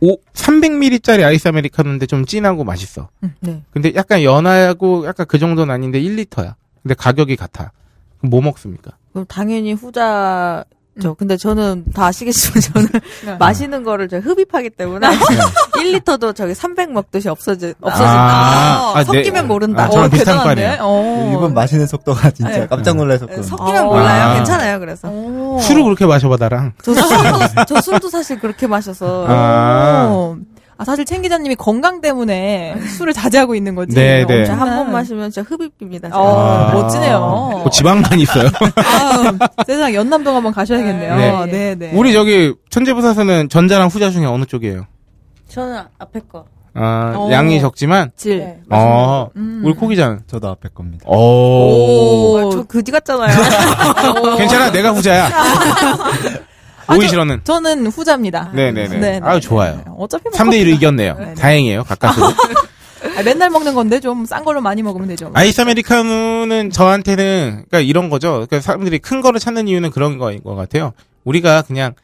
[SPEAKER 4] 오 300ml짜리 아이스 아메리카노인데 좀 진하고 맛있어.
[SPEAKER 5] 음,
[SPEAKER 8] 네.
[SPEAKER 4] 근데 약간 연하고 약간 그 정도는 아닌데 1리터야. 근데 가격이 같아. 그럼 뭐 먹습니까?
[SPEAKER 8] 그럼 당연히 후자. 죠 근데 저는 다 아시겠지만 저는
[SPEAKER 5] 네.
[SPEAKER 8] 마시는 거를 제가 흡입하기 때문에
[SPEAKER 1] 네.
[SPEAKER 8] 1리터도 저기 300 먹듯이 없어지
[SPEAKER 7] 아.
[SPEAKER 8] 없어진다.
[SPEAKER 4] 아, 아, 네.
[SPEAKER 8] 섞이면 모른다.
[SPEAKER 4] 아, 저랑
[SPEAKER 5] 어,
[SPEAKER 4] 비슷한
[SPEAKER 5] 대단한데?
[SPEAKER 4] 과네요.
[SPEAKER 5] 어.
[SPEAKER 7] 일본 마시는 속도가 진짜
[SPEAKER 5] 네.
[SPEAKER 7] 깜짝 놀라서
[SPEAKER 8] 섞이면
[SPEAKER 5] 아.
[SPEAKER 8] 몰라요. 어, 괜찮아요. 그래서
[SPEAKER 1] 어.
[SPEAKER 5] 오.
[SPEAKER 4] 술을 그렇게 마셔봐 나랑.
[SPEAKER 8] 저 술도 저 술도 사실 그렇게 마셔서
[SPEAKER 4] 아,
[SPEAKER 5] 오. 아, 사실 챙 기자님이 건강 때문에 술을 자제하고 있는 거지.
[SPEAKER 4] 네, 네.
[SPEAKER 8] 진짜
[SPEAKER 5] 엄청난.
[SPEAKER 8] 한 번 마시면 진짜 흡입입니다.
[SPEAKER 5] 어,
[SPEAKER 8] 제가.
[SPEAKER 4] 아.
[SPEAKER 5] 멋지네요.
[SPEAKER 4] 그 지방만 있어요.
[SPEAKER 5] 아, 세상 연남동 한번 가셔야겠네요.
[SPEAKER 8] 네.
[SPEAKER 5] 네, 네.
[SPEAKER 4] 우리 저기 천재부사서는 전자랑 후자 중에 어느 쪽이에요?
[SPEAKER 1] 저는 앞에 거.
[SPEAKER 4] 아,
[SPEAKER 5] 어.
[SPEAKER 4] 양이 적지만
[SPEAKER 5] 질.
[SPEAKER 1] 네.
[SPEAKER 4] 어,
[SPEAKER 5] 음.
[SPEAKER 4] 우리 코기장.
[SPEAKER 7] 저도 앞에 겁니다.
[SPEAKER 4] 오.
[SPEAKER 5] 오.
[SPEAKER 8] 저 그지 같잖아요.
[SPEAKER 4] 괜찮아, 내가 후자야. 오이 싫어는.
[SPEAKER 5] 저는 후자입니다.
[SPEAKER 4] 네네네.
[SPEAKER 5] 네, 네.
[SPEAKER 4] 아유, 좋아요.
[SPEAKER 5] 어차피 뭐
[SPEAKER 4] 3대1로 이겼네요.
[SPEAKER 5] 네, 네.
[SPEAKER 4] 다행이에요, 가까스.
[SPEAKER 5] 아, 맨날 먹는 건데 좀 싼 걸로 많이 먹으면 되죠.
[SPEAKER 4] 아이스 아메리카노는 저한테는, 그러니까 이런 거죠. 그러니까 사람들이 큰 거를 찾는 이유는 그런 거인 것 같아요. 우리가 그냥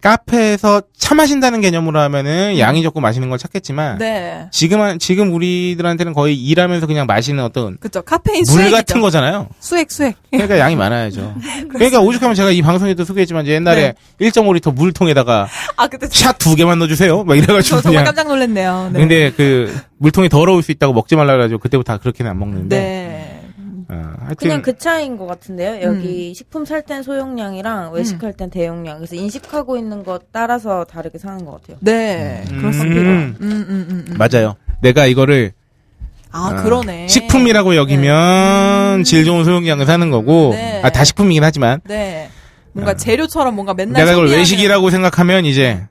[SPEAKER 4] 카페에서 차 마신다는 개념으로 하면은 양이 적고 마시는 걸 찾겠지만,
[SPEAKER 5] 네.
[SPEAKER 4] 지금, 한- 지금 우리들한테는 거의 일하면서 그냥 마시는 어떤
[SPEAKER 5] 그쵸. 카페인
[SPEAKER 4] 물
[SPEAKER 5] 수액이죠.
[SPEAKER 4] 같은 거잖아요.
[SPEAKER 5] 수액, 수액.
[SPEAKER 4] 그러니까 양이 많아야죠. 그러니까 오죽하면 제가 이 방송에도 소개했지만 이제
[SPEAKER 5] 네.
[SPEAKER 4] 옛날에 1.5리터 물통에다가
[SPEAKER 5] 아, 그때 저,
[SPEAKER 4] 샷 두 개만 넣어주세요. 막 이래가지고
[SPEAKER 5] 저
[SPEAKER 4] 그냥.
[SPEAKER 5] 정말 깜짝 놀랐네요. 네.
[SPEAKER 4] 근데 그 물통이 더러울 수 있다고 먹지 말라 그래가지고 그때부터 다 그렇게는 안 먹는데.
[SPEAKER 5] 네.
[SPEAKER 4] 어, 하여튼
[SPEAKER 1] 그냥 그 차이인 것 같은데요.
[SPEAKER 8] 음.
[SPEAKER 1] 여기 식품 살 땐 소용량이랑 외식할 땐 대용량. 그래서 인식하고 있는 것 따라서 다르게 사는 것 같아요.
[SPEAKER 5] 네,
[SPEAKER 4] 음.
[SPEAKER 5] 그렇습니다.
[SPEAKER 4] 음.
[SPEAKER 5] 음, 음, 음, 음.
[SPEAKER 4] 맞아요. 내가 이거를
[SPEAKER 5] 아,
[SPEAKER 4] 어,
[SPEAKER 5] 그러네. 음.
[SPEAKER 4] 식품이라고 여기면 질 좋은 소용량을 사는 거고
[SPEAKER 5] 네.
[SPEAKER 4] 아, 다 식품이긴 하지만
[SPEAKER 5] 네. 뭔가 재료처럼 뭔가 맨날
[SPEAKER 4] 아. 내가 이걸
[SPEAKER 5] 소비하는-
[SPEAKER 4] 외식이라고 생각하면 이제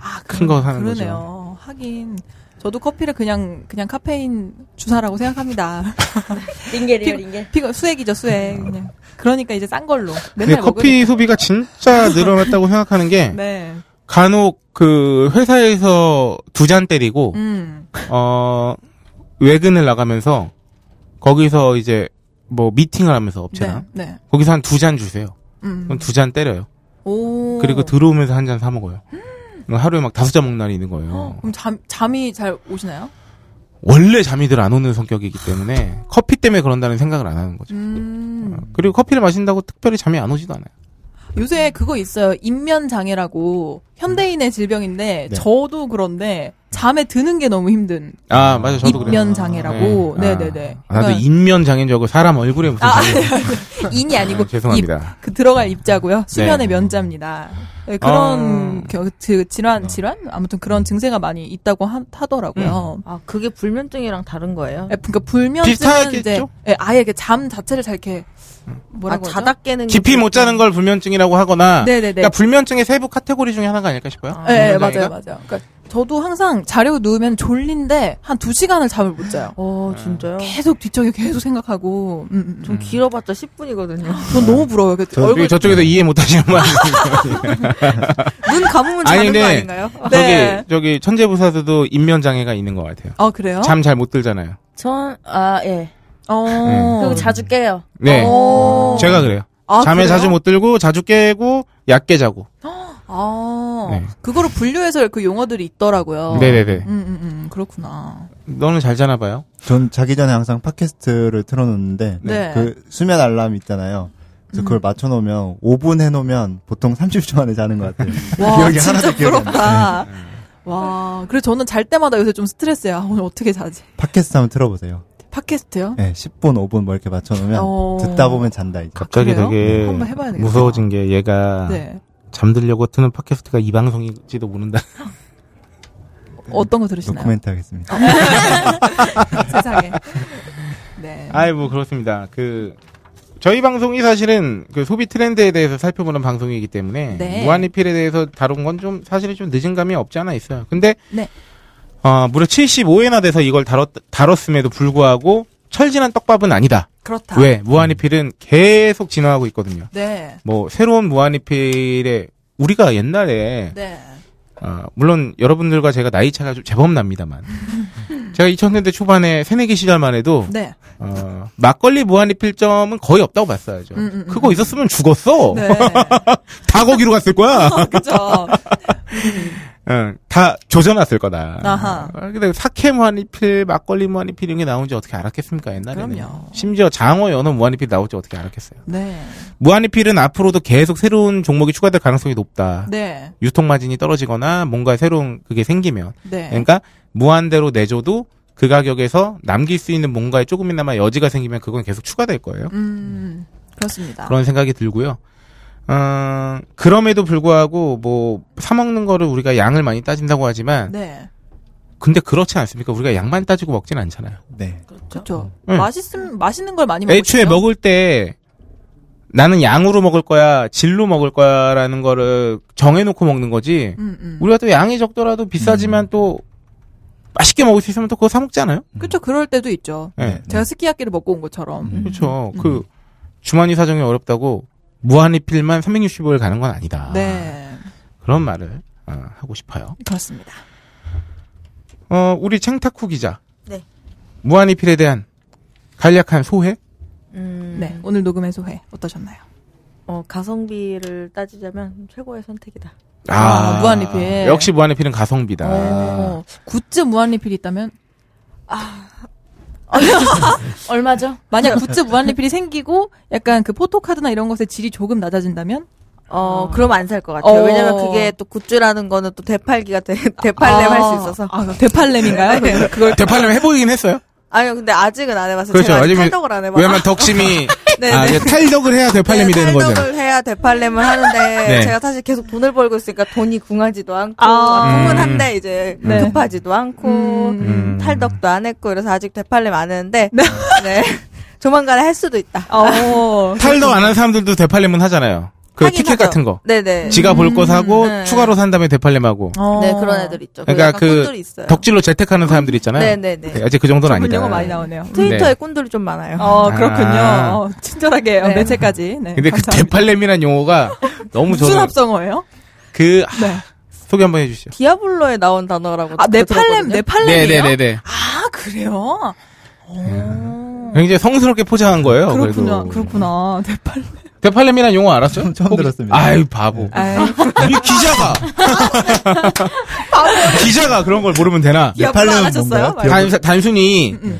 [SPEAKER 5] 아,
[SPEAKER 4] 큰거 사는 거죠.
[SPEAKER 5] 그러네요. 하긴 저도 커피를 그냥 그냥 카페인 주사라고 생각합니다.
[SPEAKER 1] 링겔이요,
[SPEAKER 5] 피-
[SPEAKER 1] 링겔.
[SPEAKER 5] 피거 수액이죠, 수액. 그냥. 그러니까 이제 싼 걸로
[SPEAKER 4] 근데
[SPEAKER 5] 맨날
[SPEAKER 4] 커피 소비가 진짜 늘어났다고 생각하는 게
[SPEAKER 5] 먹으니까. 네.
[SPEAKER 4] 간혹 그 회사에서 두 잔 때리고
[SPEAKER 5] 음.
[SPEAKER 4] 어 외근을 나가면서 거기서 이제 뭐 미팅을 하면서 업체랑
[SPEAKER 5] 네. 네.
[SPEAKER 4] 거기서 한 두 잔 주세요.
[SPEAKER 5] 음.
[SPEAKER 4] 그럼 두 잔 때려요.
[SPEAKER 5] 오. 음.
[SPEAKER 4] 그리고 들어오면서 한 잔 사 먹어요. 뭐 하루에 막 다섯 잔 먹는 날이 있는 거예요.
[SPEAKER 5] 그럼 잠 잠이 잘 오시나요?
[SPEAKER 4] 원래 잠이 들 안 오는 성격이기 때문에 커피 때문에 그런다는 생각을 안 하는 거죠. 어,
[SPEAKER 5] 음.
[SPEAKER 4] 그리고 커피를 마신다고 특별히 잠이 안 오지도 않아요.
[SPEAKER 5] 요새 그거 있어요. 인면 장애라고 현대인의 질병인데
[SPEAKER 4] 네.
[SPEAKER 5] 저도 그런데 잠에 드는 게 너무 힘든
[SPEAKER 4] 아 맞아 저도 그래요.
[SPEAKER 5] 인면 장애라고.
[SPEAKER 4] 네.
[SPEAKER 5] 네,
[SPEAKER 4] 아.
[SPEAKER 5] 네, 네.
[SPEAKER 4] 아, 나도 인면 장애인 줄 알고 사람 얼굴에 무슨
[SPEAKER 5] 아,
[SPEAKER 4] 장애.
[SPEAKER 5] 인이 아니고
[SPEAKER 4] 아, 죄송합니다.
[SPEAKER 5] 입, 그 들어갈 입자고요. 수면의
[SPEAKER 4] 네.
[SPEAKER 5] 면자입니다. 네, 그런
[SPEAKER 4] 아.
[SPEAKER 5] 겨- 그 질환 질환 아무튼 그런 증세가 많이 있다고 하, 하더라고요.
[SPEAKER 8] 아, 그게 불면증이랑 다른 거예요?
[SPEAKER 5] 예,
[SPEAKER 1] 네,
[SPEAKER 5] 그러니까 불면증은
[SPEAKER 4] 음. 비슷하겠죠?
[SPEAKER 5] 이제 예, 아예 이렇게 잠 자체를 잘 이렇게
[SPEAKER 8] 아,
[SPEAKER 5] 뭐라고
[SPEAKER 8] 자다 깨는 게
[SPEAKER 4] 깊이 못 자는 걸 불면증이라고 하거나
[SPEAKER 5] 네네네.
[SPEAKER 4] 그러니까 불면증의 세부 카테고리 중에 하나가 아닐까 싶어요.
[SPEAKER 5] 예, 예,
[SPEAKER 4] 불면증인가?
[SPEAKER 5] 맞아요, 맞아요. 그러니까 저도 항상 자려고 누우면 졸린데 한 두 시간을 잠을 못 자요.
[SPEAKER 8] 어, 진짜요?
[SPEAKER 4] 음.
[SPEAKER 5] 계속 뒤척이 계속 생각하고. 음, 음.
[SPEAKER 8] 좀 길어봤자 10분이거든요.
[SPEAKER 5] 전 너무 부러워요. 그
[SPEAKER 7] 저-
[SPEAKER 5] 얼굴
[SPEAKER 4] 그리고 저쪽에서 이해 못하시는 말.
[SPEAKER 8] 눈 감으면
[SPEAKER 4] 아니,
[SPEAKER 8] 자는
[SPEAKER 4] 근데-
[SPEAKER 8] 거 아닌가요?
[SPEAKER 5] 네.
[SPEAKER 4] 저기 저기 천재부사도 인면 장애가 있는 것 같아요.
[SPEAKER 5] 어 그래요?
[SPEAKER 4] 잠 잘 못 들잖아요.
[SPEAKER 1] 전, 아, 예.
[SPEAKER 5] 어.
[SPEAKER 1] 그리고 자주 깨요.
[SPEAKER 4] 음. 네,
[SPEAKER 5] 어.
[SPEAKER 4] 제가 그래요.
[SPEAKER 5] 아,
[SPEAKER 4] 잠에
[SPEAKER 5] 그래요?
[SPEAKER 4] 자주 못 들고 자주 깨고 얕게 자고.
[SPEAKER 5] 아,
[SPEAKER 4] 네.
[SPEAKER 5] 그거로 분류해서 그 용어들이 있더라고요.
[SPEAKER 4] 네네네.
[SPEAKER 5] 음, 음, 음, 그렇구나.
[SPEAKER 4] 너는 잘 자나 봐요.
[SPEAKER 7] 전 자기 전에 항상 팟캐스트를 틀어놓는데
[SPEAKER 5] 네. 음.
[SPEAKER 7] 그 수면 알람 있잖아요. 그래서 그걸 맞춰놓으면 5분 해놓으면 보통 30초 안에 자는 것 같아요.
[SPEAKER 5] 와,
[SPEAKER 7] 기억이
[SPEAKER 5] 진짜
[SPEAKER 7] 하나도 기억이 안 나.
[SPEAKER 5] 부럽다. 와, 그래서 저는 잘 때마다 요새 좀 스트레스예요. 아, 오늘 어떻게 자지?
[SPEAKER 7] 팟캐스트 한번 틀어보세요.
[SPEAKER 5] 팟캐스트요?
[SPEAKER 7] 네, 10분, 5분 뭐 이렇게 맞춰놓으면
[SPEAKER 5] 어.
[SPEAKER 7] 듣다 보면 잔다 이제.
[SPEAKER 4] 갑자기
[SPEAKER 5] 그래요?
[SPEAKER 4] 되게
[SPEAKER 5] 한번 해봐야 되겠다.
[SPEAKER 4] 무서워진 게
[SPEAKER 7] 아.
[SPEAKER 4] 얘가
[SPEAKER 5] 네.
[SPEAKER 4] 잠들려고 트는 팟캐스트가 이 방송일지도 모른다.
[SPEAKER 5] 어떤 거 들으시나요?
[SPEAKER 7] 노코멘트 하겠습니다.
[SPEAKER 5] 어? 세상에. 네.
[SPEAKER 4] 아이 뭐 그렇습니다. 그 저희 방송이 사실은 그 소비 트렌드에 대해서 살펴보는 방송이기 때문에
[SPEAKER 5] 네.
[SPEAKER 4] 무한리필에 대해서 다룬 건 좀 사실은 좀 늦은 감이 없지 않아 있어요. 근데
[SPEAKER 5] 네.
[SPEAKER 4] 어, 무려 75회나 돼서 이걸 다뤘, 다뤘음에도 불구하고 철진한 떡밥은 아니다.
[SPEAKER 5] 그렇다.
[SPEAKER 4] 왜 무한리필은 계속 진화하고 있거든요.
[SPEAKER 5] 네.
[SPEAKER 4] 뭐 새로운 무한리필에 우리가 옛날에
[SPEAKER 5] 네.
[SPEAKER 4] 아, 물론 여러분들과 제가 나이 차가 좀 제법 납니다만 제가 2000년대 초반에 새내기 시절만 해도
[SPEAKER 5] 네.
[SPEAKER 4] 어, 막걸리 무한리필점은 거의 없다고 봤어야죠.
[SPEAKER 5] 음, 음, 음.
[SPEAKER 4] 그거 있었으면 죽었어.
[SPEAKER 5] 네.
[SPEAKER 4] 다 거기로 갔을 거야.
[SPEAKER 5] 그죠.
[SPEAKER 4] 응, 다 조져놨을 거다.
[SPEAKER 5] 아하.
[SPEAKER 4] 어, 근데 사케 무한리필, 막걸리 무한리필 이런 게 나온지 어떻게 알았겠습니까 옛날에는.
[SPEAKER 5] 그럼요.
[SPEAKER 4] 심지어 장어, 연어 무한리필 나올지 어떻게 알았겠어요.
[SPEAKER 5] 네.
[SPEAKER 4] 무한리필은 앞으로도 계속 새로운 종목이 추가될 가능성이 높다.
[SPEAKER 5] 네.
[SPEAKER 4] 유통 마진이 떨어지거나 뭔가 새로운 그게 생기면
[SPEAKER 5] 네.
[SPEAKER 4] 그러니까 무한대로 내줘도 그 가격에서 남길 수 있는 뭔가에 조금이나마 여지가 생기면 그건 계속 추가될 거예요.
[SPEAKER 5] 음. 그렇습니다.
[SPEAKER 4] 그런 생각이 들고요. 어, 그럼에도 불구하고 뭐 사먹는 거를 우리가 양을 많이 따진다고 하지만
[SPEAKER 5] 네.
[SPEAKER 4] 근데 그렇지 않습니까? 우리가 양만 따지고 먹진 않잖아요.
[SPEAKER 7] 네.
[SPEAKER 5] 그렇죠.
[SPEAKER 4] 응.
[SPEAKER 5] 맛있음 맛있는 걸 많이 먹고
[SPEAKER 4] 애초에
[SPEAKER 5] 싶죠?
[SPEAKER 4] 먹을 때 나는 양으로 먹을 거야, 질로 먹을 거야라는 거를 정해놓고 먹는 거지.
[SPEAKER 5] 음, 음.
[SPEAKER 4] 우리가 또 양이 적더라도 비싸지만 또 맛있게 먹을 수 있으면 또 그거 사 먹잖아요.
[SPEAKER 5] 그렇죠. 그럴 때도 있죠.
[SPEAKER 4] 예.
[SPEAKER 5] 제가 스키야끼를 먹고 온 것처럼.
[SPEAKER 7] 네. 음.
[SPEAKER 4] 그렇죠. 그 주머니 사정이 어렵다고 무한리필만 365일 가는 건 아니다.
[SPEAKER 5] 네.
[SPEAKER 4] 그런 말을 어, 하고 싶어요.
[SPEAKER 5] 그렇습니다.
[SPEAKER 4] 어, 우리 챙타쿠 기자.
[SPEAKER 6] 네.
[SPEAKER 4] 무한리필에 대한 간략한 소회?
[SPEAKER 8] 음,
[SPEAKER 5] 네. 오늘 녹음의 소회 어떠셨나요?
[SPEAKER 8] 어, 가성비를 따지자면 최고의 선택이다.
[SPEAKER 5] 아, 무한리필.
[SPEAKER 4] 역시 무한리필은 가성비다.
[SPEAKER 5] 어, 굿즈 무한리필이 있다면
[SPEAKER 8] 아.
[SPEAKER 1] 얼마죠?
[SPEAKER 5] 만약 굿즈 무한리필이 생기고 약간 그 포토카드나 이런 것의 질이 조금 낮아진다면
[SPEAKER 8] 어, 그럼 안 살 것 같아요.
[SPEAKER 5] 어.
[SPEAKER 8] 왜냐면 그게 또 굿즈라는 거는 또 대팔기가 대, 대팔렘 할 수 있어서. 네.
[SPEAKER 5] 아, 대팔렘인가요? 그걸
[SPEAKER 4] 대팔렘 해보이긴 했어요?
[SPEAKER 8] 아니요, 근데 아직은 안 해봤어요.
[SPEAKER 4] 그렇죠.
[SPEAKER 8] 제가 아직
[SPEAKER 4] 왜냐면-
[SPEAKER 8] 탈덕을 안 해봤어요.
[SPEAKER 4] 왜냐면 덕심이
[SPEAKER 8] 네,
[SPEAKER 4] 아,
[SPEAKER 8] 네.
[SPEAKER 4] 이제 탈덕을 해야 되팔렘이 되는 거죠.
[SPEAKER 8] 탈덕을 해야 대팔렘을 하는데
[SPEAKER 4] 네.
[SPEAKER 8] 제가 사실 계속 돈을 벌고 있으니까 돈이 궁하지도 않고
[SPEAKER 5] 아.
[SPEAKER 8] 궁은
[SPEAKER 4] 음.
[SPEAKER 8] 한데 이제
[SPEAKER 5] 네.
[SPEAKER 8] 급하지도 않고
[SPEAKER 4] 음.
[SPEAKER 8] 탈덕도 안 했고 그래서 아직 대팔렘 안 했는데 네. 조만간 할 수도 있다.
[SPEAKER 5] 어.
[SPEAKER 4] 탈덕 안 한 사람들도 되팔렘은 하잖아요. 그
[SPEAKER 8] 하긴
[SPEAKER 4] 티켓
[SPEAKER 8] 하죠.
[SPEAKER 4] 같은 거.
[SPEAKER 8] 네네.
[SPEAKER 4] 지가 볼 거 사고
[SPEAKER 8] 네.
[SPEAKER 4] 추가로 산 다음에 되팔렘하고.
[SPEAKER 5] 어.
[SPEAKER 8] 네 그런 애들 있죠.
[SPEAKER 4] 그러니까
[SPEAKER 8] 약간
[SPEAKER 4] 그
[SPEAKER 8] 꾼들이 있어요.
[SPEAKER 4] 덕질로 재택하는 사람들 있잖아요.
[SPEAKER 8] 네네네.
[SPEAKER 4] 네, 아직 그 정도는
[SPEAKER 5] 전문
[SPEAKER 4] 아니다.
[SPEAKER 5] 용어 많이 나오네요.
[SPEAKER 8] 트위터에
[SPEAKER 4] 네.
[SPEAKER 8] 꾼들이 좀 많아요.
[SPEAKER 5] 어, 그렇군요.
[SPEAKER 4] 아.
[SPEAKER 5] 어, 친절하게 어,
[SPEAKER 8] 네.
[SPEAKER 5] 매체까지. 네.
[SPEAKER 4] 근데 그
[SPEAKER 5] 감사합니다.
[SPEAKER 4] 되팔렘이란 용어가 너무
[SPEAKER 5] 무슨
[SPEAKER 4] 저는
[SPEAKER 5] 합성어예요?
[SPEAKER 4] 그 하,
[SPEAKER 5] 네.
[SPEAKER 4] 소개 한번 해주시죠.
[SPEAKER 8] 디아블로에 나온 단어라고.
[SPEAKER 5] 아, 네팔렘,
[SPEAKER 8] 들었거든요.
[SPEAKER 5] 네팔렘이에요?
[SPEAKER 4] 네네네네.
[SPEAKER 5] 아, 그래요? 오.
[SPEAKER 4] 굉장히 성스럽게 포장한 거예요.
[SPEAKER 5] 그렇구나,
[SPEAKER 4] 어, 그래도.
[SPEAKER 5] 그렇구나. 네팔.
[SPEAKER 4] 되팔렘이란 용어 알았죠?
[SPEAKER 7] 처음
[SPEAKER 4] 혹시-
[SPEAKER 7] 들었습니다.
[SPEAKER 4] 아유 바보.
[SPEAKER 5] 아이,
[SPEAKER 4] 이 기자가 기자가 그런 걸 모르면 되나?
[SPEAKER 5] 기억도 안 하셨어요?
[SPEAKER 4] 단, 단순히 그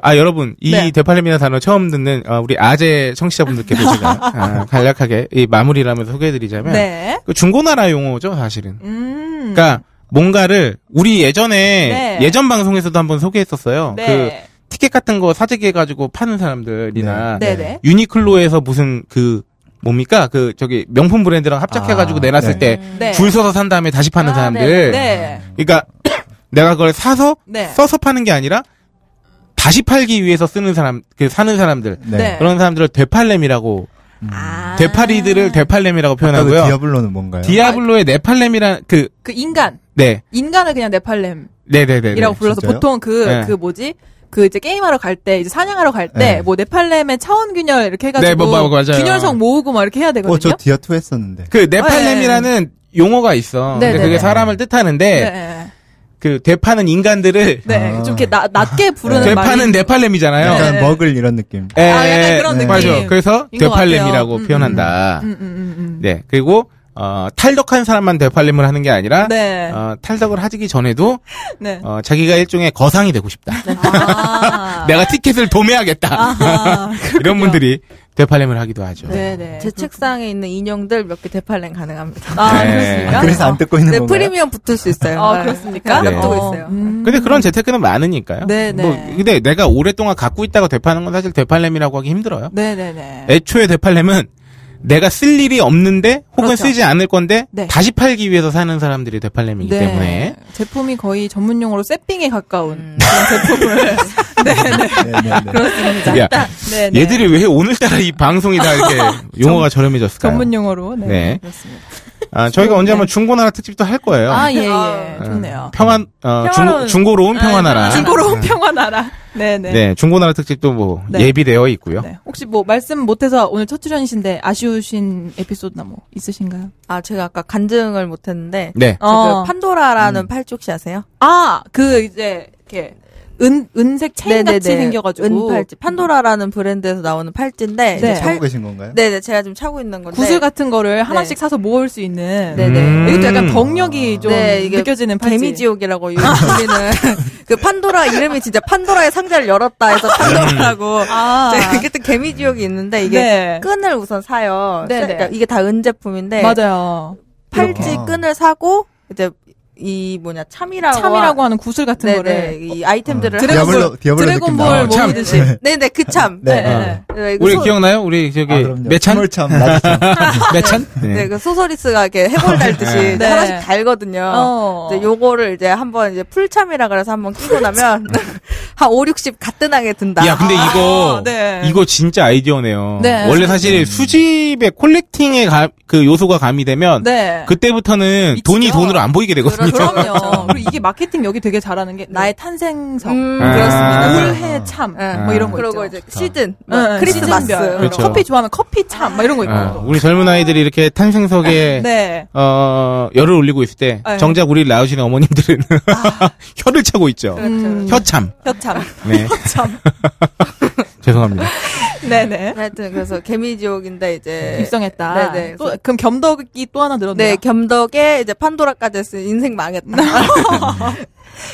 [SPEAKER 4] 아 여러분 이
[SPEAKER 5] 예. 음, 네.
[SPEAKER 4] 대팔렘이나 단어 처음 듣는 아, 우리 아재 청취자분들께도 제가 아, 간략하게 이 마무리를 하면서 소개해드리자면
[SPEAKER 5] 네.
[SPEAKER 4] 그 중고나라 용어죠 사실은.
[SPEAKER 5] 음.
[SPEAKER 4] 그러니까 뭔가를 우리 예전에
[SPEAKER 5] 네.
[SPEAKER 4] 예전 방송에서도 한번 소개했었어요.
[SPEAKER 5] 네.
[SPEAKER 4] 그 티켓 같은 거 사재기 해가지고 파는 사람들이나
[SPEAKER 5] 네. 네.
[SPEAKER 4] 유니클로에서 무슨 그 뭡니까 그 저기 명품 브랜드랑 합작해가지고
[SPEAKER 7] 아,
[SPEAKER 4] 내놨을
[SPEAKER 7] 네.
[SPEAKER 5] 네.
[SPEAKER 4] 때 줄 서서 산 다음에 다시 파는
[SPEAKER 8] 아,
[SPEAKER 4] 그 사람들.
[SPEAKER 5] 네.
[SPEAKER 4] 그러니까 내가 그걸 사서
[SPEAKER 5] 네.
[SPEAKER 4] 써서 파는 게 아니라 다시 팔기 위해서 쓰는 사람, 그 사는 사람들
[SPEAKER 7] 네.
[SPEAKER 5] 네.
[SPEAKER 4] 그런 사람들을 되팔렘이라고 음.
[SPEAKER 5] 아.
[SPEAKER 4] 되팔이들을 되팔렘이라고
[SPEAKER 7] 아까 그
[SPEAKER 4] 표현하고요.
[SPEAKER 7] 디아블로는 뭔가요?
[SPEAKER 4] 디아블로의 네팔렘이란 그
[SPEAKER 5] 그 인간.
[SPEAKER 4] 네.
[SPEAKER 5] 인간을 그냥 네팔렘.
[SPEAKER 4] 네네네.
[SPEAKER 5] 이라고 불러서
[SPEAKER 7] 진짜요?
[SPEAKER 5] 보통 그 그
[SPEAKER 4] 네.
[SPEAKER 5] 뭐지 그 이제 게임하러 갈 때 이제 사냥하러 갈 때
[SPEAKER 7] 네.
[SPEAKER 5] 뭐 네팔렘의 차원 균열 이렇게 해가지고
[SPEAKER 4] 네, 뭐, 뭐, 맞아요.
[SPEAKER 5] 균열성 모으고 막 이렇게 해야
[SPEAKER 7] 어,
[SPEAKER 5] 되거든요.
[SPEAKER 7] 저 디아2 했었는데.
[SPEAKER 4] 그 네팔렘이라는 용어가 있어. 근데
[SPEAKER 5] 예, 네네네.
[SPEAKER 4] 그게 사람을 뜻하는데
[SPEAKER 5] 네,
[SPEAKER 4] 그 되파는 인간들을
[SPEAKER 5] 네.
[SPEAKER 7] 아.
[SPEAKER 5] 좀 이렇게 나, 낮게 부르는
[SPEAKER 4] 되파는
[SPEAKER 5] 말이 음,
[SPEAKER 4] 네팔렘이잖아요.
[SPEAKER 7] 약간
[SPEAKER 5] 네.
[SPEAKER 7] 먹을 이런 느낌.
[SPEAKER 4] 예,
[SPEAKER 5] 아, 약간
[SPEAKER 4] 예,
[SPEAKER 5] 그런
[SPEAKER 4] 네.
[SPEAKER 7] 느낌.
[SPEAKER 4] 맞아. 그래서
[SPEAKER 5] 인것 같아요.
[SPEAKER 4] 되팔렘이라고
[SPEAKER 5] 음, 음,
[SPEAKER 4] 표현한다.
[SPEAKER 5] 음, 음, 음, 음.
[SPEAKER 4] 네. 그리고 어, 탈덕한 사람만 되팔렘을 하는 게 아니라
[SPEAKER 5] 네.
[SPEAKER 4] 어, 탈덕을 하기 전에도
[SPEAKER 5] 네.
[SPEAKER 4] 어, 자기가 일종의 거상이 되고 싶다.
[SPEAKER 5] 아.
[SPEAKER 4] 내가 티켓을 도매하겠다.
[SPEAKER 5] 아하.
[SPEAKER 4] 이런 분들이 되팔렘을 하기도 하죠.
[SPEAKER 5] 네, 네.
[SPEAKER 8] 제 책상에 있는 인형들 몇 개 대팔렘 가능합니다.
[SPEAKER 5] 아,
[SPEAKER 4] 네.
[SPEAKER 5] 그렇습니까?
[SPEAKER 7] 아, 그래서 안 뜯고 있는
[SPEAKER 8] 네,
[SPEAKER 7] 건가요?
[SPEAKER 8] 프리미엄 붙을 수 있어요.
[SPEAKER 5] 아, 그렇습니까?
[SPEAKER 4] 네.
[SPEAKER 8] 고
[SPEAKER 5] 어,
[SPEAKER 8] 있어요.
[SPEAKER 5] 음.
[SPEAKER 4] 근데 그런 재테크는 많으니까요.
[SPEAKER 5] 네, 네.
[SPEAKER 4] 뭐, 근데 내가 오랫동안 갖고 있다고 되파는 건 사실 되팔렘이라고 하기 힘들어요.
[SPEAKER 5] 네, 네, 네.
[SPEAKER 4] 애초에 되팔렘은 내가 쓸 일이 없는데 혹은
[SPEAKER 5] 그렇죠.
[SPEAKER 4] 쓰지 않을 건데
[SPEAKER 5] 네.
[SPEAKER 4] 다시 팔기 위해서 사는 사람들이 되팔렘이기
[SPEAKER 5] 네.
[SPEAKER 4] 때문에
[SPEAKER 5] 제품이 거의 전문 용어로 세핑에 가까운 그런 제품을
[SPEAKER 7] 네, 네, 네.
[SPEAKER 5] 그렇습니다.
[SPEAKER 4] 야,
[SPEAKER 5] 네, 네.
[SPEAKER 4] 얘들이 왜 오늘따라 이 방송이 다 이렇게 용어가 저렴해졌을까요?
[SPEAKER 5] 전문 용어로 네,
[SPEAKER 4] 네.
[SPEAKER 5] 그렇습니다.
[SPEAKER 4] 아, 저희가 언제 한번 중고나라 특집도 할 거예요.
[SPEAKER 5] 아, 예, 예.
[SPEAKER 8] 아,
[SPEAKER 5] 좋네요. 아,
[SPEAKER 4] 평안 어,
[SPEAKER 8] 평화로운-
[SPEAKER 4] 중, 고로운 음. 평화나라. 음.
[SPEAKER 5] 중고로운 평화 나라. 네, 네.
[SPEAKER 4] 네, 중고나라 특집도 뭐
[SPEAKER 5] 네.
[SPEAKER 4] 예비되어 있고요.
[SPEAKER 5] 네. 혹시 뭐 말씀 못해서 오늘 첫 출연이신데 아쉬우신 에피소드나 뭐 있으신가요?
[SPEAKER 8] 아, 제가 아까 간증을 못했는데.
[SPEAKER 4] 네.
[SPEAKER 8] 저
[SPEAKER 5] 어.
[SPEAKER 8] 그 판도라라는
[SPEAKER 7] 음.
[SPEAKER 8] 팔쪽시 아세요?
[SPEAKER 5] 아, 그 이제 이렇게 은 은색 체인 같이
[SPEAKER 8] 네네네.
[SPEAKER 5] 생겨가지고
[SPEAKER 8] 은팔찌 판도라라는 브랜드에서 나오는 팔찌인데
[SPEAKER 5] 네.
[SPEAKER 8] 이제
[SPEAKER 7] 차고
[SPEAKER 8] 팔-
[SPEAKER 7] 계신 건가요?
[SPEAKER 8] 네네 제가 지금 차고 있는 건데
[SPEAKER 5] 구슬 같은 거를 하나씩
[SPEAKER 8] 네.
[SPEAKER 5] 사서 모을 수 있는.
[SPEAKER 8] 네네.
[SPEAKER 4] 음.
[SPEAKER 5] 이것도 약간 덕력이 좀
[SPEAKER 8] 네, 이게
[SPEAKER 5] 느껴지는 팔찌.
[SPEAKER 8] 개미 지옥이라고 요즘 불리는 아. 그 판도라 이름이 진짜 판도라의 상자를 열었다 해서
[SPEAKER 7] 음.
[SPEAKER 8] 판도라라고
[SPEAKER 5] 아,
[SPEAKER 8] 제가 그때 개미 지옥이 있는데 이게
[SPEAKER 5] 네.
[SPEAKER 8] 끈을 우선 사요.
[SPEAKER 5] 네네.
[SPEAKER 8] 그러니까 이게 다 은제품인데
[SPEAKER 5] 맞아요.
[SPEAKER 8] 팔찌
[SPEAKER 7] 아.
[SPEAKER 8] 끈을 사고 이제 이 뭐냐 참이라고
[SPEAKER 5] 참이라고 하는 구슬 같은
[SPEAKER 8] 네네
[SPEAKER 5] 거를
[SPEAKER 8] 이
[SPEAKER 7] 어.
[SPEAKER 8] 아이템들을
[SPEAKER 5] 드래곤볼,
[SPEAKER 7] 디아블로- 디아블로 느낌
[SPEAKER 5] 드래곤볼
[SPEAKER 4] 나요. 참.
[SPEAKER 5] 모으듯이.
[SPEAKER 8] 네네 그참
[SPEAKER 7] 네.
[SPEAKER 5] 네.
[SPEAKER 4] 어.
[SPEAKER 8] 네, 그
[SPEAKER 4] 우리
[SPEAKER 8] 소-
[SPEAKER 4] 기억나요? 우리 저기
[SPEAKER 7] 아, 그럼요.
[SPEAKER 4] 매찬
[SPEAKER 7] 참, 나도 참.
[SPEAKER 4] 매찬?
[SPEAKER 8] 네, 그 소서리스가 이렇게 해골 달듯이
[SPEAKER 5] 네.
[SPEAKER 8] 하나씩 달거든요.
[SPEAKER 5] 어.
[SPEAKER 8] 이제 요거를 이제 한번 이제 풀참이라 그래서 한번 끼고 나면 한 5, 60 가뜩하게 든다.
[SPEAKER 4] 야, 근데 이거
[SPEAKER 5] 네.
[SPEAKER 4] 이거 진짜 아이디어네요.
[SPEAKER 5] 네.
[SPEAKER 4] 원래 사실 수집에 콜렉팅의 가- 그 요소가 가미되면
[SPEAKER 5] 네.
[SPEAKER 4] 그때부터는
[SPEAKER 5] 미치죠.
[SPEAKER 4] 돈이 돈으로 안 보이게 되거든요.
[SPEAKER 8] 그렇죠.
[SPEAKER 5] 그럼요. 그리고 이게 마케팅 여기 되게 잘하는 게 나의 탄생성.
[SPEAKER 8] 네. 음,
[SPEAKER 4] 아.
[SPEAKER 5] 그렇습니다.
[SPEAKER 4] 아.
[SPEAKER 5] 올해 참.
[SPEAKER 8] 네.
[SPEAKER 5] 뭐 이런 거
[SPEAKER 8] 그러고
[SPEAKER 5] 있죠. 네,
[SPEAKER 8] 이제 시즌, 뭐
[SPEAKER 5] 응, 응,
[SPEAKER 8] 크리스마스.
[SPEAKER 5] 음, 시즌별. 뭐
[SPEAKER 8] 이런
[SPEAKER 4] 그렇죠.
[SPEAKER 8] 거.
[SPEAKER 5] 커피 좋아하면 커피 참. 막 이런 거 있고.
[SPEAKER 4] 아, 우리 젊은 아이들이 이렇게 탄생석에
[SPEAKER 5] 네.
[SPEAKER 4] 어, 열을 올리고 있을 때
[SPEAKER 5] 네. 아.
[SPEAKER 4] 정작 우리 낳으시는 어머님들은 혀를 차고 있죠.
[SPEAKER 5] 음,
[SPEAKER 4] 혀참.
[SPEAKER 5] 협참.
[SPEAKER 4] 네.
[SPEAKER 5] 협참.
[SPEAKER 4] 죄송합니다.
[SPEAKER 5] 네네.
[SPEAKER 8] 하여튼 그래서 개미지옥인데 이제
[SPEAKER 5] 음, 입성했다.
[SPEAKER 8] 네. 네네.
[SPEAKER 5] 또, 그럼 겸덕이 또 하나 늘었네요.
[SPEAKER 8] 네, 겸덕에 이제 판도라까지 했으니 인생 망했다.
[SPEAKER 6] 음.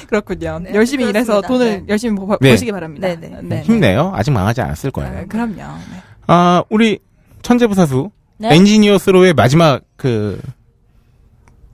[SPEAKER 5] 그렇군요.
[SPEAKER 8] 네,
[SPEAKER 5] 열심히 일해서
[SPEAKER 8] 그렇습니다.
[SPEAKER 5] 돈을
[SPEAKER 8] 네.
[SPEAKER 5] 열심히 버,
[SPEAKER 4] 네.
[SPEAKER 5] 시기 바랍니다.
[SPEAKER 8] 네네.
[SPEAKER 5] 네.
[SPEAKER 4] 힘내요. 아직 망하지 않았을 거예요.
[SPEAKER 5] 아, 그럼요. 네.
[SPEAKER 4] 아, 우리 천재부사수
[SPEAKER 1] 네.
[SPEAKER 4] 엔지니어스로의 마지막 그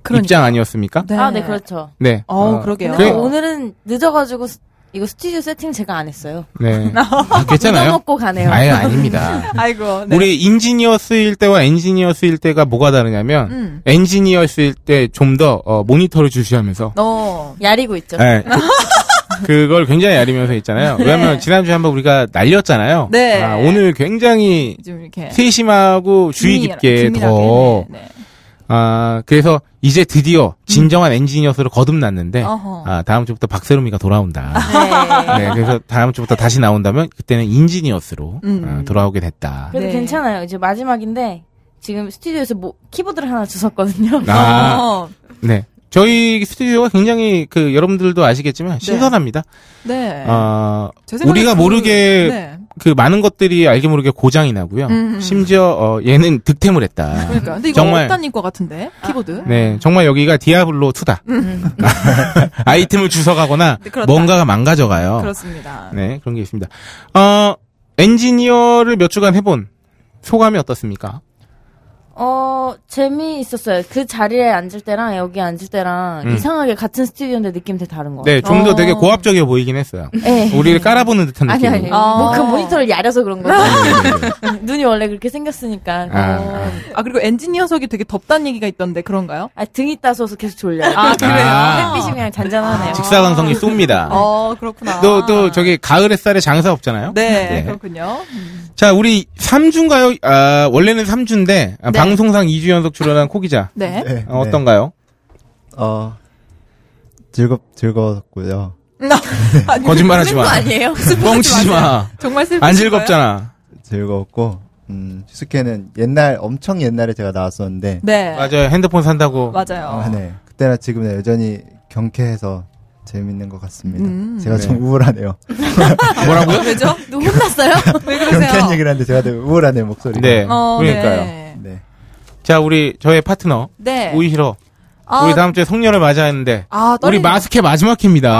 [SPEAKER 5] 그러니까.
[SPEAKER 4] 입장 아니었습니까?
[SPEAKER 5] 네.
[SPEAKER 1] 아, 네, 그렇죠.
[SPEAKER 4] 네.
[SPEAKER 5] 어우, 그러게요.
[SPEAKER 1] 근데
[SPEAKER 4] 그래.
[SPEAKER 1] 오늘은 늦어가지고 스- 이거 스튜디오 세팅 제가 안 했어요.
[SPEAKER 4] 네. 아, 괜찮아요?
[SPEAKER 1] 묻어먹고 가네요.
[SPEAKER 4] 아예 아닙니다.
[SPEAKER 5] 아이고. 네.
[SPEAKER 4] 우리 인지니어 쓰일 때와 엔지니어 쓰일 때가 뭐가 다르냐면
[SPEAKER 5] 음.
[SPEAKER 4] 엔지니어 쓰일 때 좀 더 어, 모니터를 주시하면서
[SPEAKER 5] 어.
[SPEAKER 1] 야리고 있죠.
[SPEAKER 4] 네, 그, 걸 굉장히 야리면서 있잖아요. 왜냐면 지난주에 한번 우리가 날렸잖아요.
[SPEAKER 5] 네.
[SPEAKER 4] 아, 오늘 굉장히
[SPEAKER 5] 좀 이렇게
[SPEAKER 4] 세심하고 주의 깊게
[SPEAKER 5] 하
[SPEAKER 4] 더
[SPEAKER 5] 네, 음.
[SPEAKER 4] 아, 그래서 이제 드디어 진정한 엔지니어스로 거듭났는데,
[SPEAKER 5] 어허.
[SPEAKER 4] 아, 다음 주부터 박세롬이가 돌아온다.
[SPEAKER 1] 네.
[SPEAKER 4] 네, 그래서 다음 주부터 다시 나온다면 그때는 인지니어스로
[SPEAKER 5] 음.
[SPEAKER 4] 아, 돌아오게 됐다.
[SPEAKER 1] 그래도
[SPEAKER 5] 네.
[SPEAKER 1] 괜찮아요. 이제 마지막인데 지금 스튜디오에서 뭐 키보드를 하나 주셨거든요.
[SPEAKER 5] 네.
[SPEAKER 4] 아,
[SPEAKER 5] 어.
[SPEAKER 4] 네. 저희 스튜디오가 굉장히 그 여러분들도 아시겠지만 신선합니다.
[SPEAKER 5] 네.
[SPEAKER 4] 아,
[SPEAKER 5] 제 생각에
[SPEAKER 4] 우리가
[SPEAKER 5] 그-
[SPEAKER 4] 모르게
[SPEAKER 5] 네.
[SPEAKER 4] 그 많은 것들이 알게 모르게 고장이 나고요.
[SPEAKER 5] 음.
[SPEAKER 4] 심지어 어, 얘는 득템을 했다.
[SPEAKER 5] 그러니까. 근데 이거
[SPEAKER 4] 정말-
[SPEAKER 5] 어떤 일것 같은데? 키보드.
[SPEAKER 4] 네, 정말 여기가 디아블로 2다. 아이템을 주워가거나
[SPEAKER 5] 음, 네, 그렇다.
[SPEAKER 4] 뭔가가 망가져가요.
[SPEAKER 5] 그렇습니다.
[SPEAKER 4] 네, 그런 게 있습니다. 어, 엔지니어를 몇 주간 해본 소감이 어떻습니까?
[SPEAKER 1] 어 재미 있었어요. 그 자리에 앉을 때랑 여기 앉을 때랑
[SPEAKER 4] 음.
[SPEAKER 1] 이상하게 같은 스튜디오인데 느낌 되게 다른 거 같아요.
[SPEAKER 4] 네, 좀 더
[SPEAKER 5] 어.
[SPEAKER 4] 되게 고압적이어 보이긴 했어요.
[SPEAKER 1] 네.
[SPEAKER 4] 우리를 네, 깔아보는 듯한
[SPEAKER 1] 아니
[SPEAKER 4] 느낌.
[SPEAKER 1] 아니.
[SPEAKER 5] 아.
[SPEAKER 1] 뭐그 모니터를 야려서 그런 거죠.
[SPEAKER 4] 아니.
[SPEAKER 1] 눈이 원래 그렇게 생겼으니까.
[SPEAKER 4] 아.
[SPEAKER 1] 어.
[SPEAKER 5] 아, 그리고 엔지니어석이 되게 덥다는 얘기가 있던데 그런가요?
[SPEAKER 1] 아, 등이 따서서 계속 졸려요.
[SPEAKER 4] 그래요? 아.
[SPEAKER 1] 햇빛이 그냥 잔잔하네요.
[SPEAKER 4] 직사광선이 쏩니다.
[SPEAKER 5] 어, 그렇구나.
[SPEAKER 4] 또, 또, 저기, 가을 햇살에 장사 없잖아요?
[SPEAKER 5] 네,
[SPEAKER 4] 네.
[SPEAKER 5] 그렇군요. 음.
[SPEAKER 4] 자, 우리 3주인가요? 아, 원래는 3주인데, 아,
[SPEAKER 5] 네.
[SPEAKER 4] 방송상 2주 연속 출연한 코기자.
[SPEAKER 5] 네.
[SPEAKER 7] 네,
[SPEAKER 4] 어, 어떤가요?
[SPEAKER 7] 네. 어, 즐겁 즐거웠고요.
[SPEAKER 5] 아니,
[SPEAKER 4] 네. 거짓말 하지
[SPEAKER 5] 웃는 거
[SPEAKER 4] 마.
[SPEAKER 5] 아니에요?
[SPEAKER 4] 뻥치지 마.
[SPEAKER 5] 정말 슬프
[SPEAKER 4] 안 즐겁잖아.
[SPEAKER 7] 즐거웠고 음, 슈스케는 옛날 엄청 옛날에 제가 나왔었는데
[SPEAKER 5] 네
[SPEAKER 4] 맞아요. 핸드폰 산다고.
[SPEAKER 5] 맞아요.
[SPEAKER 7] 아, 네. 그때나 지금이나 여전히 경쾌해서 재밌는 것 같습니다.
[SPEAKER 5] 음.
[SPEAKER 7] 제가
[SPEAKER 4] 네.
[SPEAKER 7] 좀 우울하네요.
[SPEAKER 4] 뭐라고요?
[SPEAKER 5] 왜죠? 누 혼났어요? 왜
[SPEAKER 7] 경쾌한
[SPEAKER 5] 그러세요?
[SPEAKER 7] 얘기를 하는데 제가 되게 우울하네요 목소리가.
[SPEAKER 4] 네.
[SPEAKER 5] 어,
[SPEAKER 4] 그러니까요.
[SPEAKER 5] 네.
[SPEAKER 7] 네.
[SPEAKER 4] 자, 우리, 저의 파트너.
[SPEAKER 5] 네.
[SPEAKER 4] 오이시러.
[SPEAKER 5] 아,
[SPEAKER 4] 우리 다음 주에 성녀를 맞이하는데.
[SPEAKER 5] 아,
[SPEAKER 4] 우리
[SPEAKER 5] 떨리네.
[SPEAKER 4] 마스케 마지막입니다.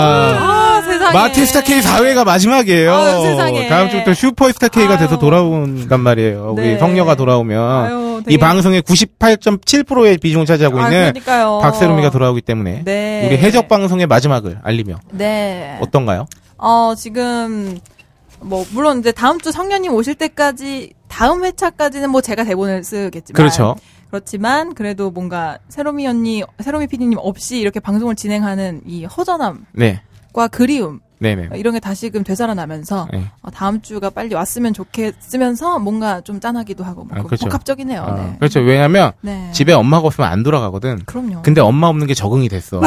[SPEAKER 5] 아, 세상에.
[SPEAKER 4] 마테스타 K 4회가 마지막이에요.
[SPEAKER 5] 아유, 세상에.
[SPEAKER 4] 다음 주부터 슈퍼스타 K가 돼서
[SPEAKER 5] 아유.
[SPEAKER 4] 돌아온단 말이에요.
[SPEAKER 5] 네.
[SPEAKER 4] 우리 성녀가 돌아오면
[SPEAKER 5] 아유, 되게-
[SPEAKER 4] 이 방송의 98.7%의 비중을 차지하고
[SPEAKER 5] 아,
[SPEAKER 4] 있는
[SPEAKER 5] 그러니까요.
[SPEAKER 4] 박세롬이가 돌아오기 때문에
[SPEAKER 5] 네.
[SPEAKER 4] 우리 해적 방송의 마지막을 알리며
[SPEAKER 5] 네.
[SPEAKER 4] 어떤가요?
[SPEAKER 5] 어, 지금 뭐 물론 이제 다음 주 성년님 오실 때까지 다음 회차까지는 뭐 제가 대본을 쓰겠지만
[SPEAKER 4] 그렇죠.
[SPEAKER 5] 그렇지만 그래도 뭔가 새로미 언니, 새로미 PD님 없이 이렇게 방송을 진행하는 이 허전함과
[SPEAKER 4] 네,
[SPEAKER 5] 그리움
[SPEAKER 4] 네, 네.
[SPEAKER 5] 이런 게 다시금 되살아나면서
[SPEAKER 4] 네.
[SPEAKER 5] 어, 다음 주가 빨리 왔으면 좋겠으면서 뭔가 좀 짠하기도 하고 뭐
[SPEAKER 4] 아, 그렇죠.
[SPEAKER 5] 복합적이네요.
[SPEAKER 4] 아,
[SPEAKER 5] 네.
[SPEAKER 4] 그렇죠. 왜냐하면
[SPEAKER 5] 네. 그렇죠.
[SPEAKER 4] 집에 엄마가 없으면 안 돌아가거든.
[SPEAKER 5] 그럼요.
[SPEAKER 4] 근데 엄마 없는 게 적응이 됐어.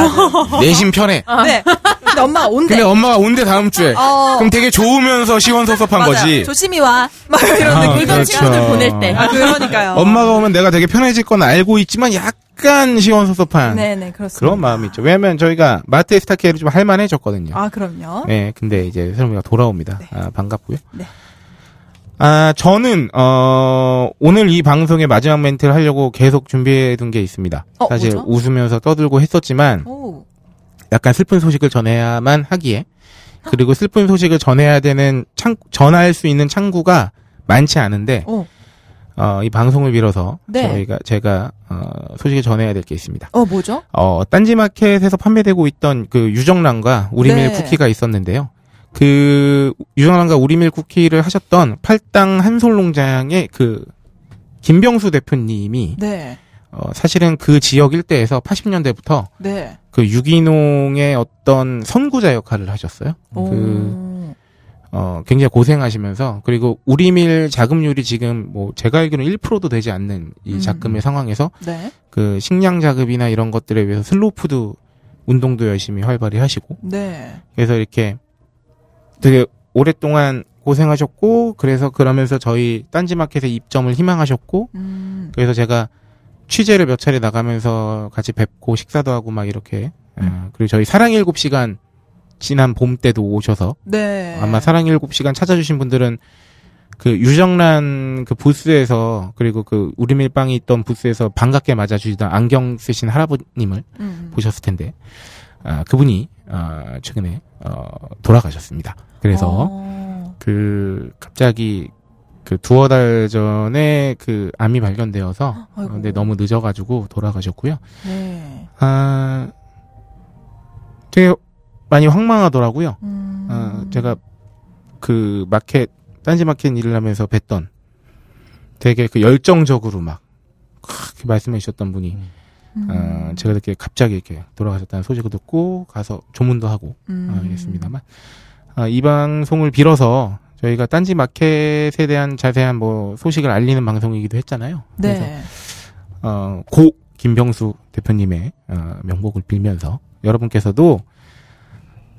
[SPEAKER 4] 내심 편해.
[SPEAKER 5] 네. 근데 엄마 온대.
[SPEAKER 4] 근데 엄마가 온대 다음 주에.
[SPEAKER 5] 어.
[SPEAKER 4] 그럼 되게 좋으면서 시원섭섭한
[SPEAKER 5] 맞아요.
[SPEAKER 4] 거지.
[SPEAKER 5] 조심히 와. 막 이런
[SPEAKER 4] 아,
[SPEAKER 5] 느낌.
[SPEAKER 4] 그렇죠. 친구들 보낼 때.
[SPEAKER 5] 아, 그러니까요.
[SPEAKER 4] 엄마가 오면 내가 되게 편해질 건 알고 있지만 약간 시원섭섭한
[SPEAKER 5] 네네 그렇습니다.
[SPEAKER 4] 그런 마음이 있죠. 왜냐면 저희가 마트의 스타케를 좀 할만해졌거든요.
[SPEAKER 5] 아 그럼요.
[SPEAKER 4] 네, 근데 이제 새롬이가 돌아옵니다. 아, 반갑고요.
[SPEAKER 5] 네.
[SPEAKER 4] 아, 저는 어, 오늘 이 방송의 마지막 멘트를 하려고 계속 준비해둔 게 있습니다.
[SPEAKER 5] 어,
[SPEAKER 4] 사실
[SPEAKER 5] 뭐죠? 어.
[SPEAKER 4] 웃으면서 떠들고 했었지만
[SPEAKER 5] 오.
[SPEAKER 4] 약간 슬픈 소식을 전해야만 하기에 그리고 슬픈 소식을 전해야 되는 창 전할 수 있는 창구가 많지 않은데
[SPEAKER 5] 오.
[SPEAKER 4] 어, 이 방송을 빌어서
[SPEAKER 5] 네.
[SPEAKER 4] 저희가 제가 어, 소식을 전해야 될 게 있습니다.
[SPEAKER 5] 어 뭐죠?
[SPEAKER 4] 어, 딴지마켓에서 판매되고 있던 그 유정란과 우리밀
[SPEAKER 5] 네.
[SPEAKER 4] 쿠키가 있었는데요. 그 유정란과 우리밀 쿠키를 하셨던 팔당 한솔농장의 그 김병수 대표님이
[SPEAKER 5] 네.
[SPEAKER 4] 어, 사실은 그 지역 일대에서 80년대부터
[SPEAKER 5] 네.
[SPEAKER 4] 그 유기농의 어떤 선구자 역할을 하셨어요.
[SPEAKER 5] 오.
[SPEAKER 4] 그 어, 굉장히 고생하시면서, 그리고 우리밀 자금률이 지금, 뭐, 제가 알기로는 1%도 되지 않는 이
[SPEAKER 5] 음.
[SPEAKER 4] 자금의 상황에서,
[SPEAKER 5] 네.
[SPEAKER 4] 그, 식량 자급이나 이런 것들에 위해서 슬로우푸드 운동도 열심히 활발히 하시고,
[SPEAKER 5] 네.
[SPEAKER 4] 그래서 이렇게 되게 오랫동안 고생하셨고, 그래서 그러면서 저희 딴지마켓에 입점을 희망하셨고,
[SPEAKER 5] 음.
[SPEAKER 4] 그래서 제가 취재를 몇 차례 나가면서 같이 뵙고 식사도 하고 막 이렇게, 아, 그리고 저희 사랑 7시간 지난 봄 때도 오셔서,
[SPEAKER 5] 네.
[SPEAKER 4] 아마 사랑 일곱 시간 찾아주신 분들은 그 유정란 그 부스에서 그리고 그 우리밀빵이 있던 부스에서 반갑게 맞아주시던 안경 쓰신 할아버님을
[SPEAKER 5] 음.
[SPEAKER 4] 보셨을 텐데 아, 그분이 아, 최근에 어, 돌아가셨습니다. 그래서
[SPEAKER 5] 어.
[SPEAKER 4] 그 갑자기 그 두어 달 전에 그 암이 발견되어서 어,
[SPEAKER 5] 아이고.
[SPEAKER 4] 근데 너무 늦어가지고 돌아가셨고요.
[SPEAKER 5] 네.
[SPEAKER 4] 아, 되게 많이 황망하더라고요.
[SPEAKER 5] 음.
[SPEAKER 4] 어, 제가 그 마켓 딴지 마켓 일을 하면서 뵀던 되게 그 열정적으로 막 그렇게 말씀해 주셨던 분이
[SPEAKER 5] 음.
[SPEAKER 4] 어, 제가 이렇게 갑자기 이렇게 돌아가셨다는 소식을 듣고 가서 조문도 하고
[SPEAKER 5] 음.
[SPEAKER 4] 어, 이랬습니다만 아, 이 방송을 빌어서 저희가 딴지 마켓에 대한 자세한 뭐 소식을 알리는 방송이기도 했잖아요. 그래서
[SPEAKER 5] 네.
[SPEAKER 4] 어, 고 김병수 대표님의 어, 명복을 빌면서 여러분께서도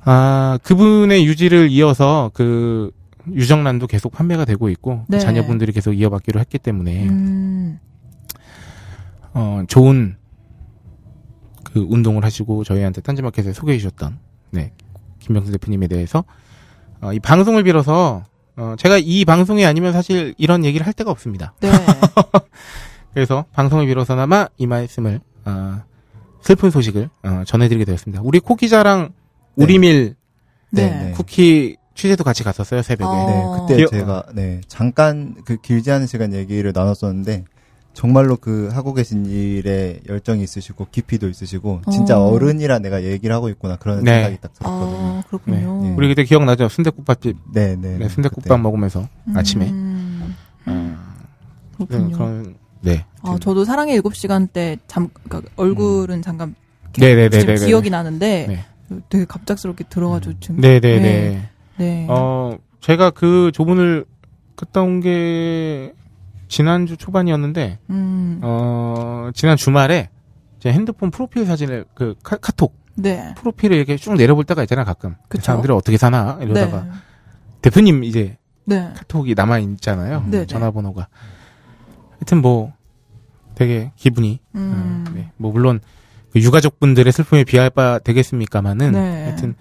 [SPEAKER 4] 아 그분의 유지를 이어서 그 유정란도 계속 판매가 되고 있고 그
[SPEAKER 5] 네.
[SPEAKER 4] 자녀분들이 계속 이어받기로 했기 때문에
[SPEAKER 5] 음.
[SPEAKER 4] 어, 좋은 그 운동을 하시고 저희한테 딴지마켓에 소개해 주셨던 네 김병수 대표님에 대해서 어, 이 방송을 빌어서 어, 제가 이 방송이 아니면 사실 이런 얘기를 할 데가 없습니다.
[SPEAKER 5] 네.
[SPEAKER 4] 그래서 방송을 빌어서나마 이 말씀을 어, 슬픈 소식을 어, 전해드리게 되었습니다. 우리 코기자랑
[SPEAKER 7] 네.
[SPEAKER 4] 우리밀
[SPEAKER 5] 네.
[SPEAKER 7] 네.
[SPEAKER 4] 쿠키 취재도 같이 갔었어요 새벽에.
[SPEAKER 5] 어.
[SPEAKER 7] 네, 그때
[SPEAKER 4] 기억-
[SPEAKER 7] 제가 네 잠깐 그 길지 않은 시간 얘기를 나눴었는데 정말로 그 하고 계신 일에 열정이 있으시고 깊이도 있으시고 진짜
[SPEAKER 5] 어.
[SPEAKER 7] 어. 른이라 내가 얘기를 하고 있구나 그런
[SPEAKER 4] 네.
[SPEAKER 7] 생각이 딱 들었거든요.
[SPEAKER 5] 아, 그렇군요.
[SPEAKER 7] 네, 네.
[SPEAKER 4] 우리 그때 기억나죠? 순대국밥집
[SPEAKER 7] 네, 네.
[SPEAKER 4] 네,
[SPEAKER 7] 네,
[SPEAKER 4] 순대국밥
[SPEAKER 7] 그때.
[SPEAKER 4] 먹으면서
[SPEAKER 5] 음.
[SPEAKER 4] 아침에 아,
[SPEAKER 5] 그렇군요.
[SPEAKER 4] 그런 네.
[SPEAKER 5] 아, 저도 사랑의 7시간 때 잠, 그러니까 얼굴은 잠깐 지금
[SPEAKER 4] 음. 네네네네.
[SPEAKER 5] 기억이 나는데
[SPEAKER 4] 네. 음.
[SPEAKER 5] 되게 갑작스럽게 들어가지고 지금
[SPEAKER 4] 네네네.
[SPEAKER 5] 네. 네.
[SPEAKER 4] 어 제가 그 조문을 갔다 온 게 지난주 초반이었는데
[SPEAKER 5] 음.
[SPEAKER 4] 어 지난 주말에 제 핸드폰 프로필 사진을 그 카, 카톡
[SPEAKER 5] 네.
[SPEAKER 4] 프로필을 이렇게 쭉 내려볼 때가 있잖아 가끔
[SPEAKER 5] 그쵸.
[SPEAKER 4] 사람들이 어떻게 사나 이러다가 대표님 이제
[SPEAKER 5] 네.
[SPEAKER 4] 카톡이 남아 있잖아요
[SPEAKER 5] 네, 네.
[SPEAKER 4] 전화번호가 하여튼 뭐 되게 기분이
[SPEAKER 5] 음.
[SPEAKER 4] 음, 네. 뭐 물론 그 유가족분들의 슬픔에 비할 바 되겠습니까마는
[SPEAKER 5] 네.
[SPEAKER 4] 하여튼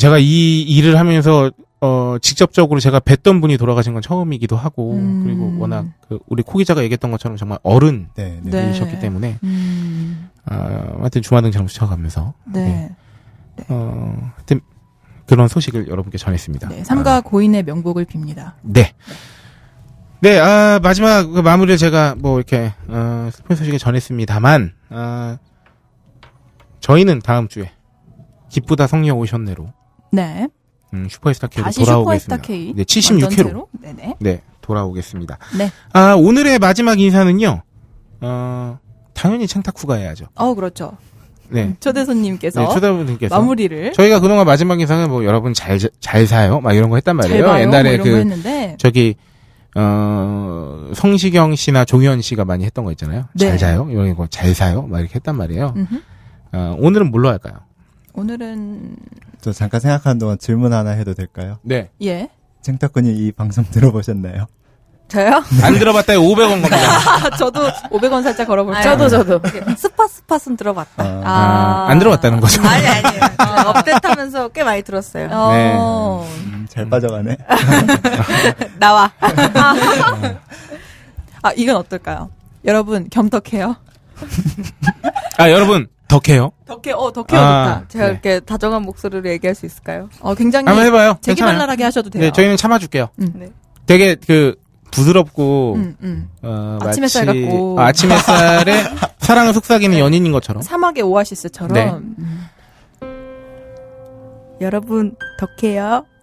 [SPEAKER 4] 제가 이 일을 하면서 어 직접적으로 제가 뵀던 분이 돌아가신 건 처음이기도 하고
[SPEAKER 5] 음.
[SPEAKER 4] 그리고 워낙 그 우리 코 기자가 얘기했던 것처럼 정말 어른이셨기
[SPEAKER 7] 네, 네.
[SPEAKER 5] 네.
[SPEAKER 4] 때문에
[SPEAKER 5] 음.
[SPEAKER 4] 아 하여튼 주마등처럼 스쳐가면서
[SPEAKER 5] 네.
[SPEAKER 4] 어, 하여튼 그런 소식을 여러분께 전했습니다.
[SPEAKER 5] 네. 삼가
[SPEAKER 4] 아,
[SPEAKER 5] 고인의 명복을 빕니다.
[SPEAKER 4] 네. 네, 아, 마지막 그 마무리를 제가 뭐 이렇게 어, 슬픈 소식을 전했습니다만 아, 저희는 다음 주에 기쁘다 성녀 오셨네로
[SPEAKER 5] 네.
[SPEAKER 4] 음, 슈퍼스타 K로
[SPEAKER 5] 다시
[SPEAKER 4] 돌아오겠습니다.
[SPEAKER 5] 슈퍼스타 K.
[SPEAKER 4] 네, 76회로
[SPEAKER 5] 완전체로? 네네.
[SPEAKER 4] 네 돌아오겠습니다.
[SPEAKER 5] 네.
[SPEAKER 4] 아 오늘의 마지막 인사는요. 어, 당연히 창타쿠가 해야죠.
[SPEAKER 5] 어, 그렇죠.
[SPEAKER 4] 네,
[SPEAKER 5] 초대 손님께서
[SPEAKER 4] 네 초대분들께서
[SPEAKER 5] 마무리를
[SPEAKER 4] 저희가 그동안 마지막 인상은 뭐 여러분 잘 잘 사요 막 이런 거 했단 말이에요.
[SPEAKER 5] 제발
[SPEAKER 4] 옛날에
[SPEAKER 5] 옛날에 뭐 이런
[SPEAKER 4] 그
[SPEAKER 5] 거 했는데
[SPEAKER 4] 저기 어 성시경 씨나 종현 씨가 많이 했던 거 있잖아요.
[SPEAKER 5] 네.
[SPEAKER 4] 잘 자요 이런 거 잘 사요 막 이렇게 했단 말이에요.
[SPEAKER 5] 음흠.
[SPEAKER 4] 어, 오늘은 뭘로 할까요?
[SPEAKER 5] 오늘은
[SPEAKER 7] 저 잠깐 생각하는 동안 질문 하나 해도 될까요?
[SPEAKER 4] 네.
[SPEAKER 5] 예.
[SPEAKER 7] 쟁탁군이 이 방송 들어보셨나요?
[SPEAKER 8] 저요?
[SPEAKER 4] 안 들어봤다에 500원 겁니다.
[SPEAKER 5] 아, 저도 500원 살짝 걸어볼게요.
[SPEAKER 6] 저도 저도.
[SPEAKER 8] 스팟 스팟은 들어봤다.
[SPEAKER 7] 아,
[SPEAKER 4] 아, 안 들어봤다는 거죠.
[SPEAKER 6] 아니 아니에요. 저 업데이트하면서 꽤 많이 들었어요.
[SPEAKER 5] 어.
[SPEAKER 4] 네.
[SPEAKER 7] 음, 잘 빠져가네.
[SPEAKER 6] 나와.
[SPEAKER 5] 아, 이건 어떨까요? 여러분, 겸덕해요.
[SPEAKER 4] 아 여러분 덕해요.
[SPEAKER 5] 덕해, 어, 덕해요,
[SPEAKER 4] 아,
[SPEAKER 5] 좋다.
[SPEAKER 6] 제가
[SPEAKER 4] 네.
[SPEAKER 6] 이렇게 다정한 목소리로 얘기할 수 있을까요?
[SPEAKER 5] 어, 굉장히
[SPEAKER 4] 한번 해봐요. 괜찮아요.
[SPEAKER 5] 재기발랄하게 하셔도 돼요.
[SPEAKER 4] 네, 저희는 참아줄게요.
[SPEAKER 5] 음.
[SPEAKER 6] 네.
[SPEAKER 4] 되게 그 부드럽고
[SPEAKER 5] 음, 음.
[SPEAKER 4] 어,
[SPEAKER 5] 아침 햇살
[SPEAKER 4] 마치-
[SPEAKER 5] 같고.
[SPEAKER 4] 아, 아침 햇살에 사랑을 속삭이는 연인인 것처럼.
[SPEAKER 5] 사막의 오아시스처럼.
[SPEAKER 4] 네.
[SPEAKER 5] 음.
[SPEAKER 6] 여러분 덕해요.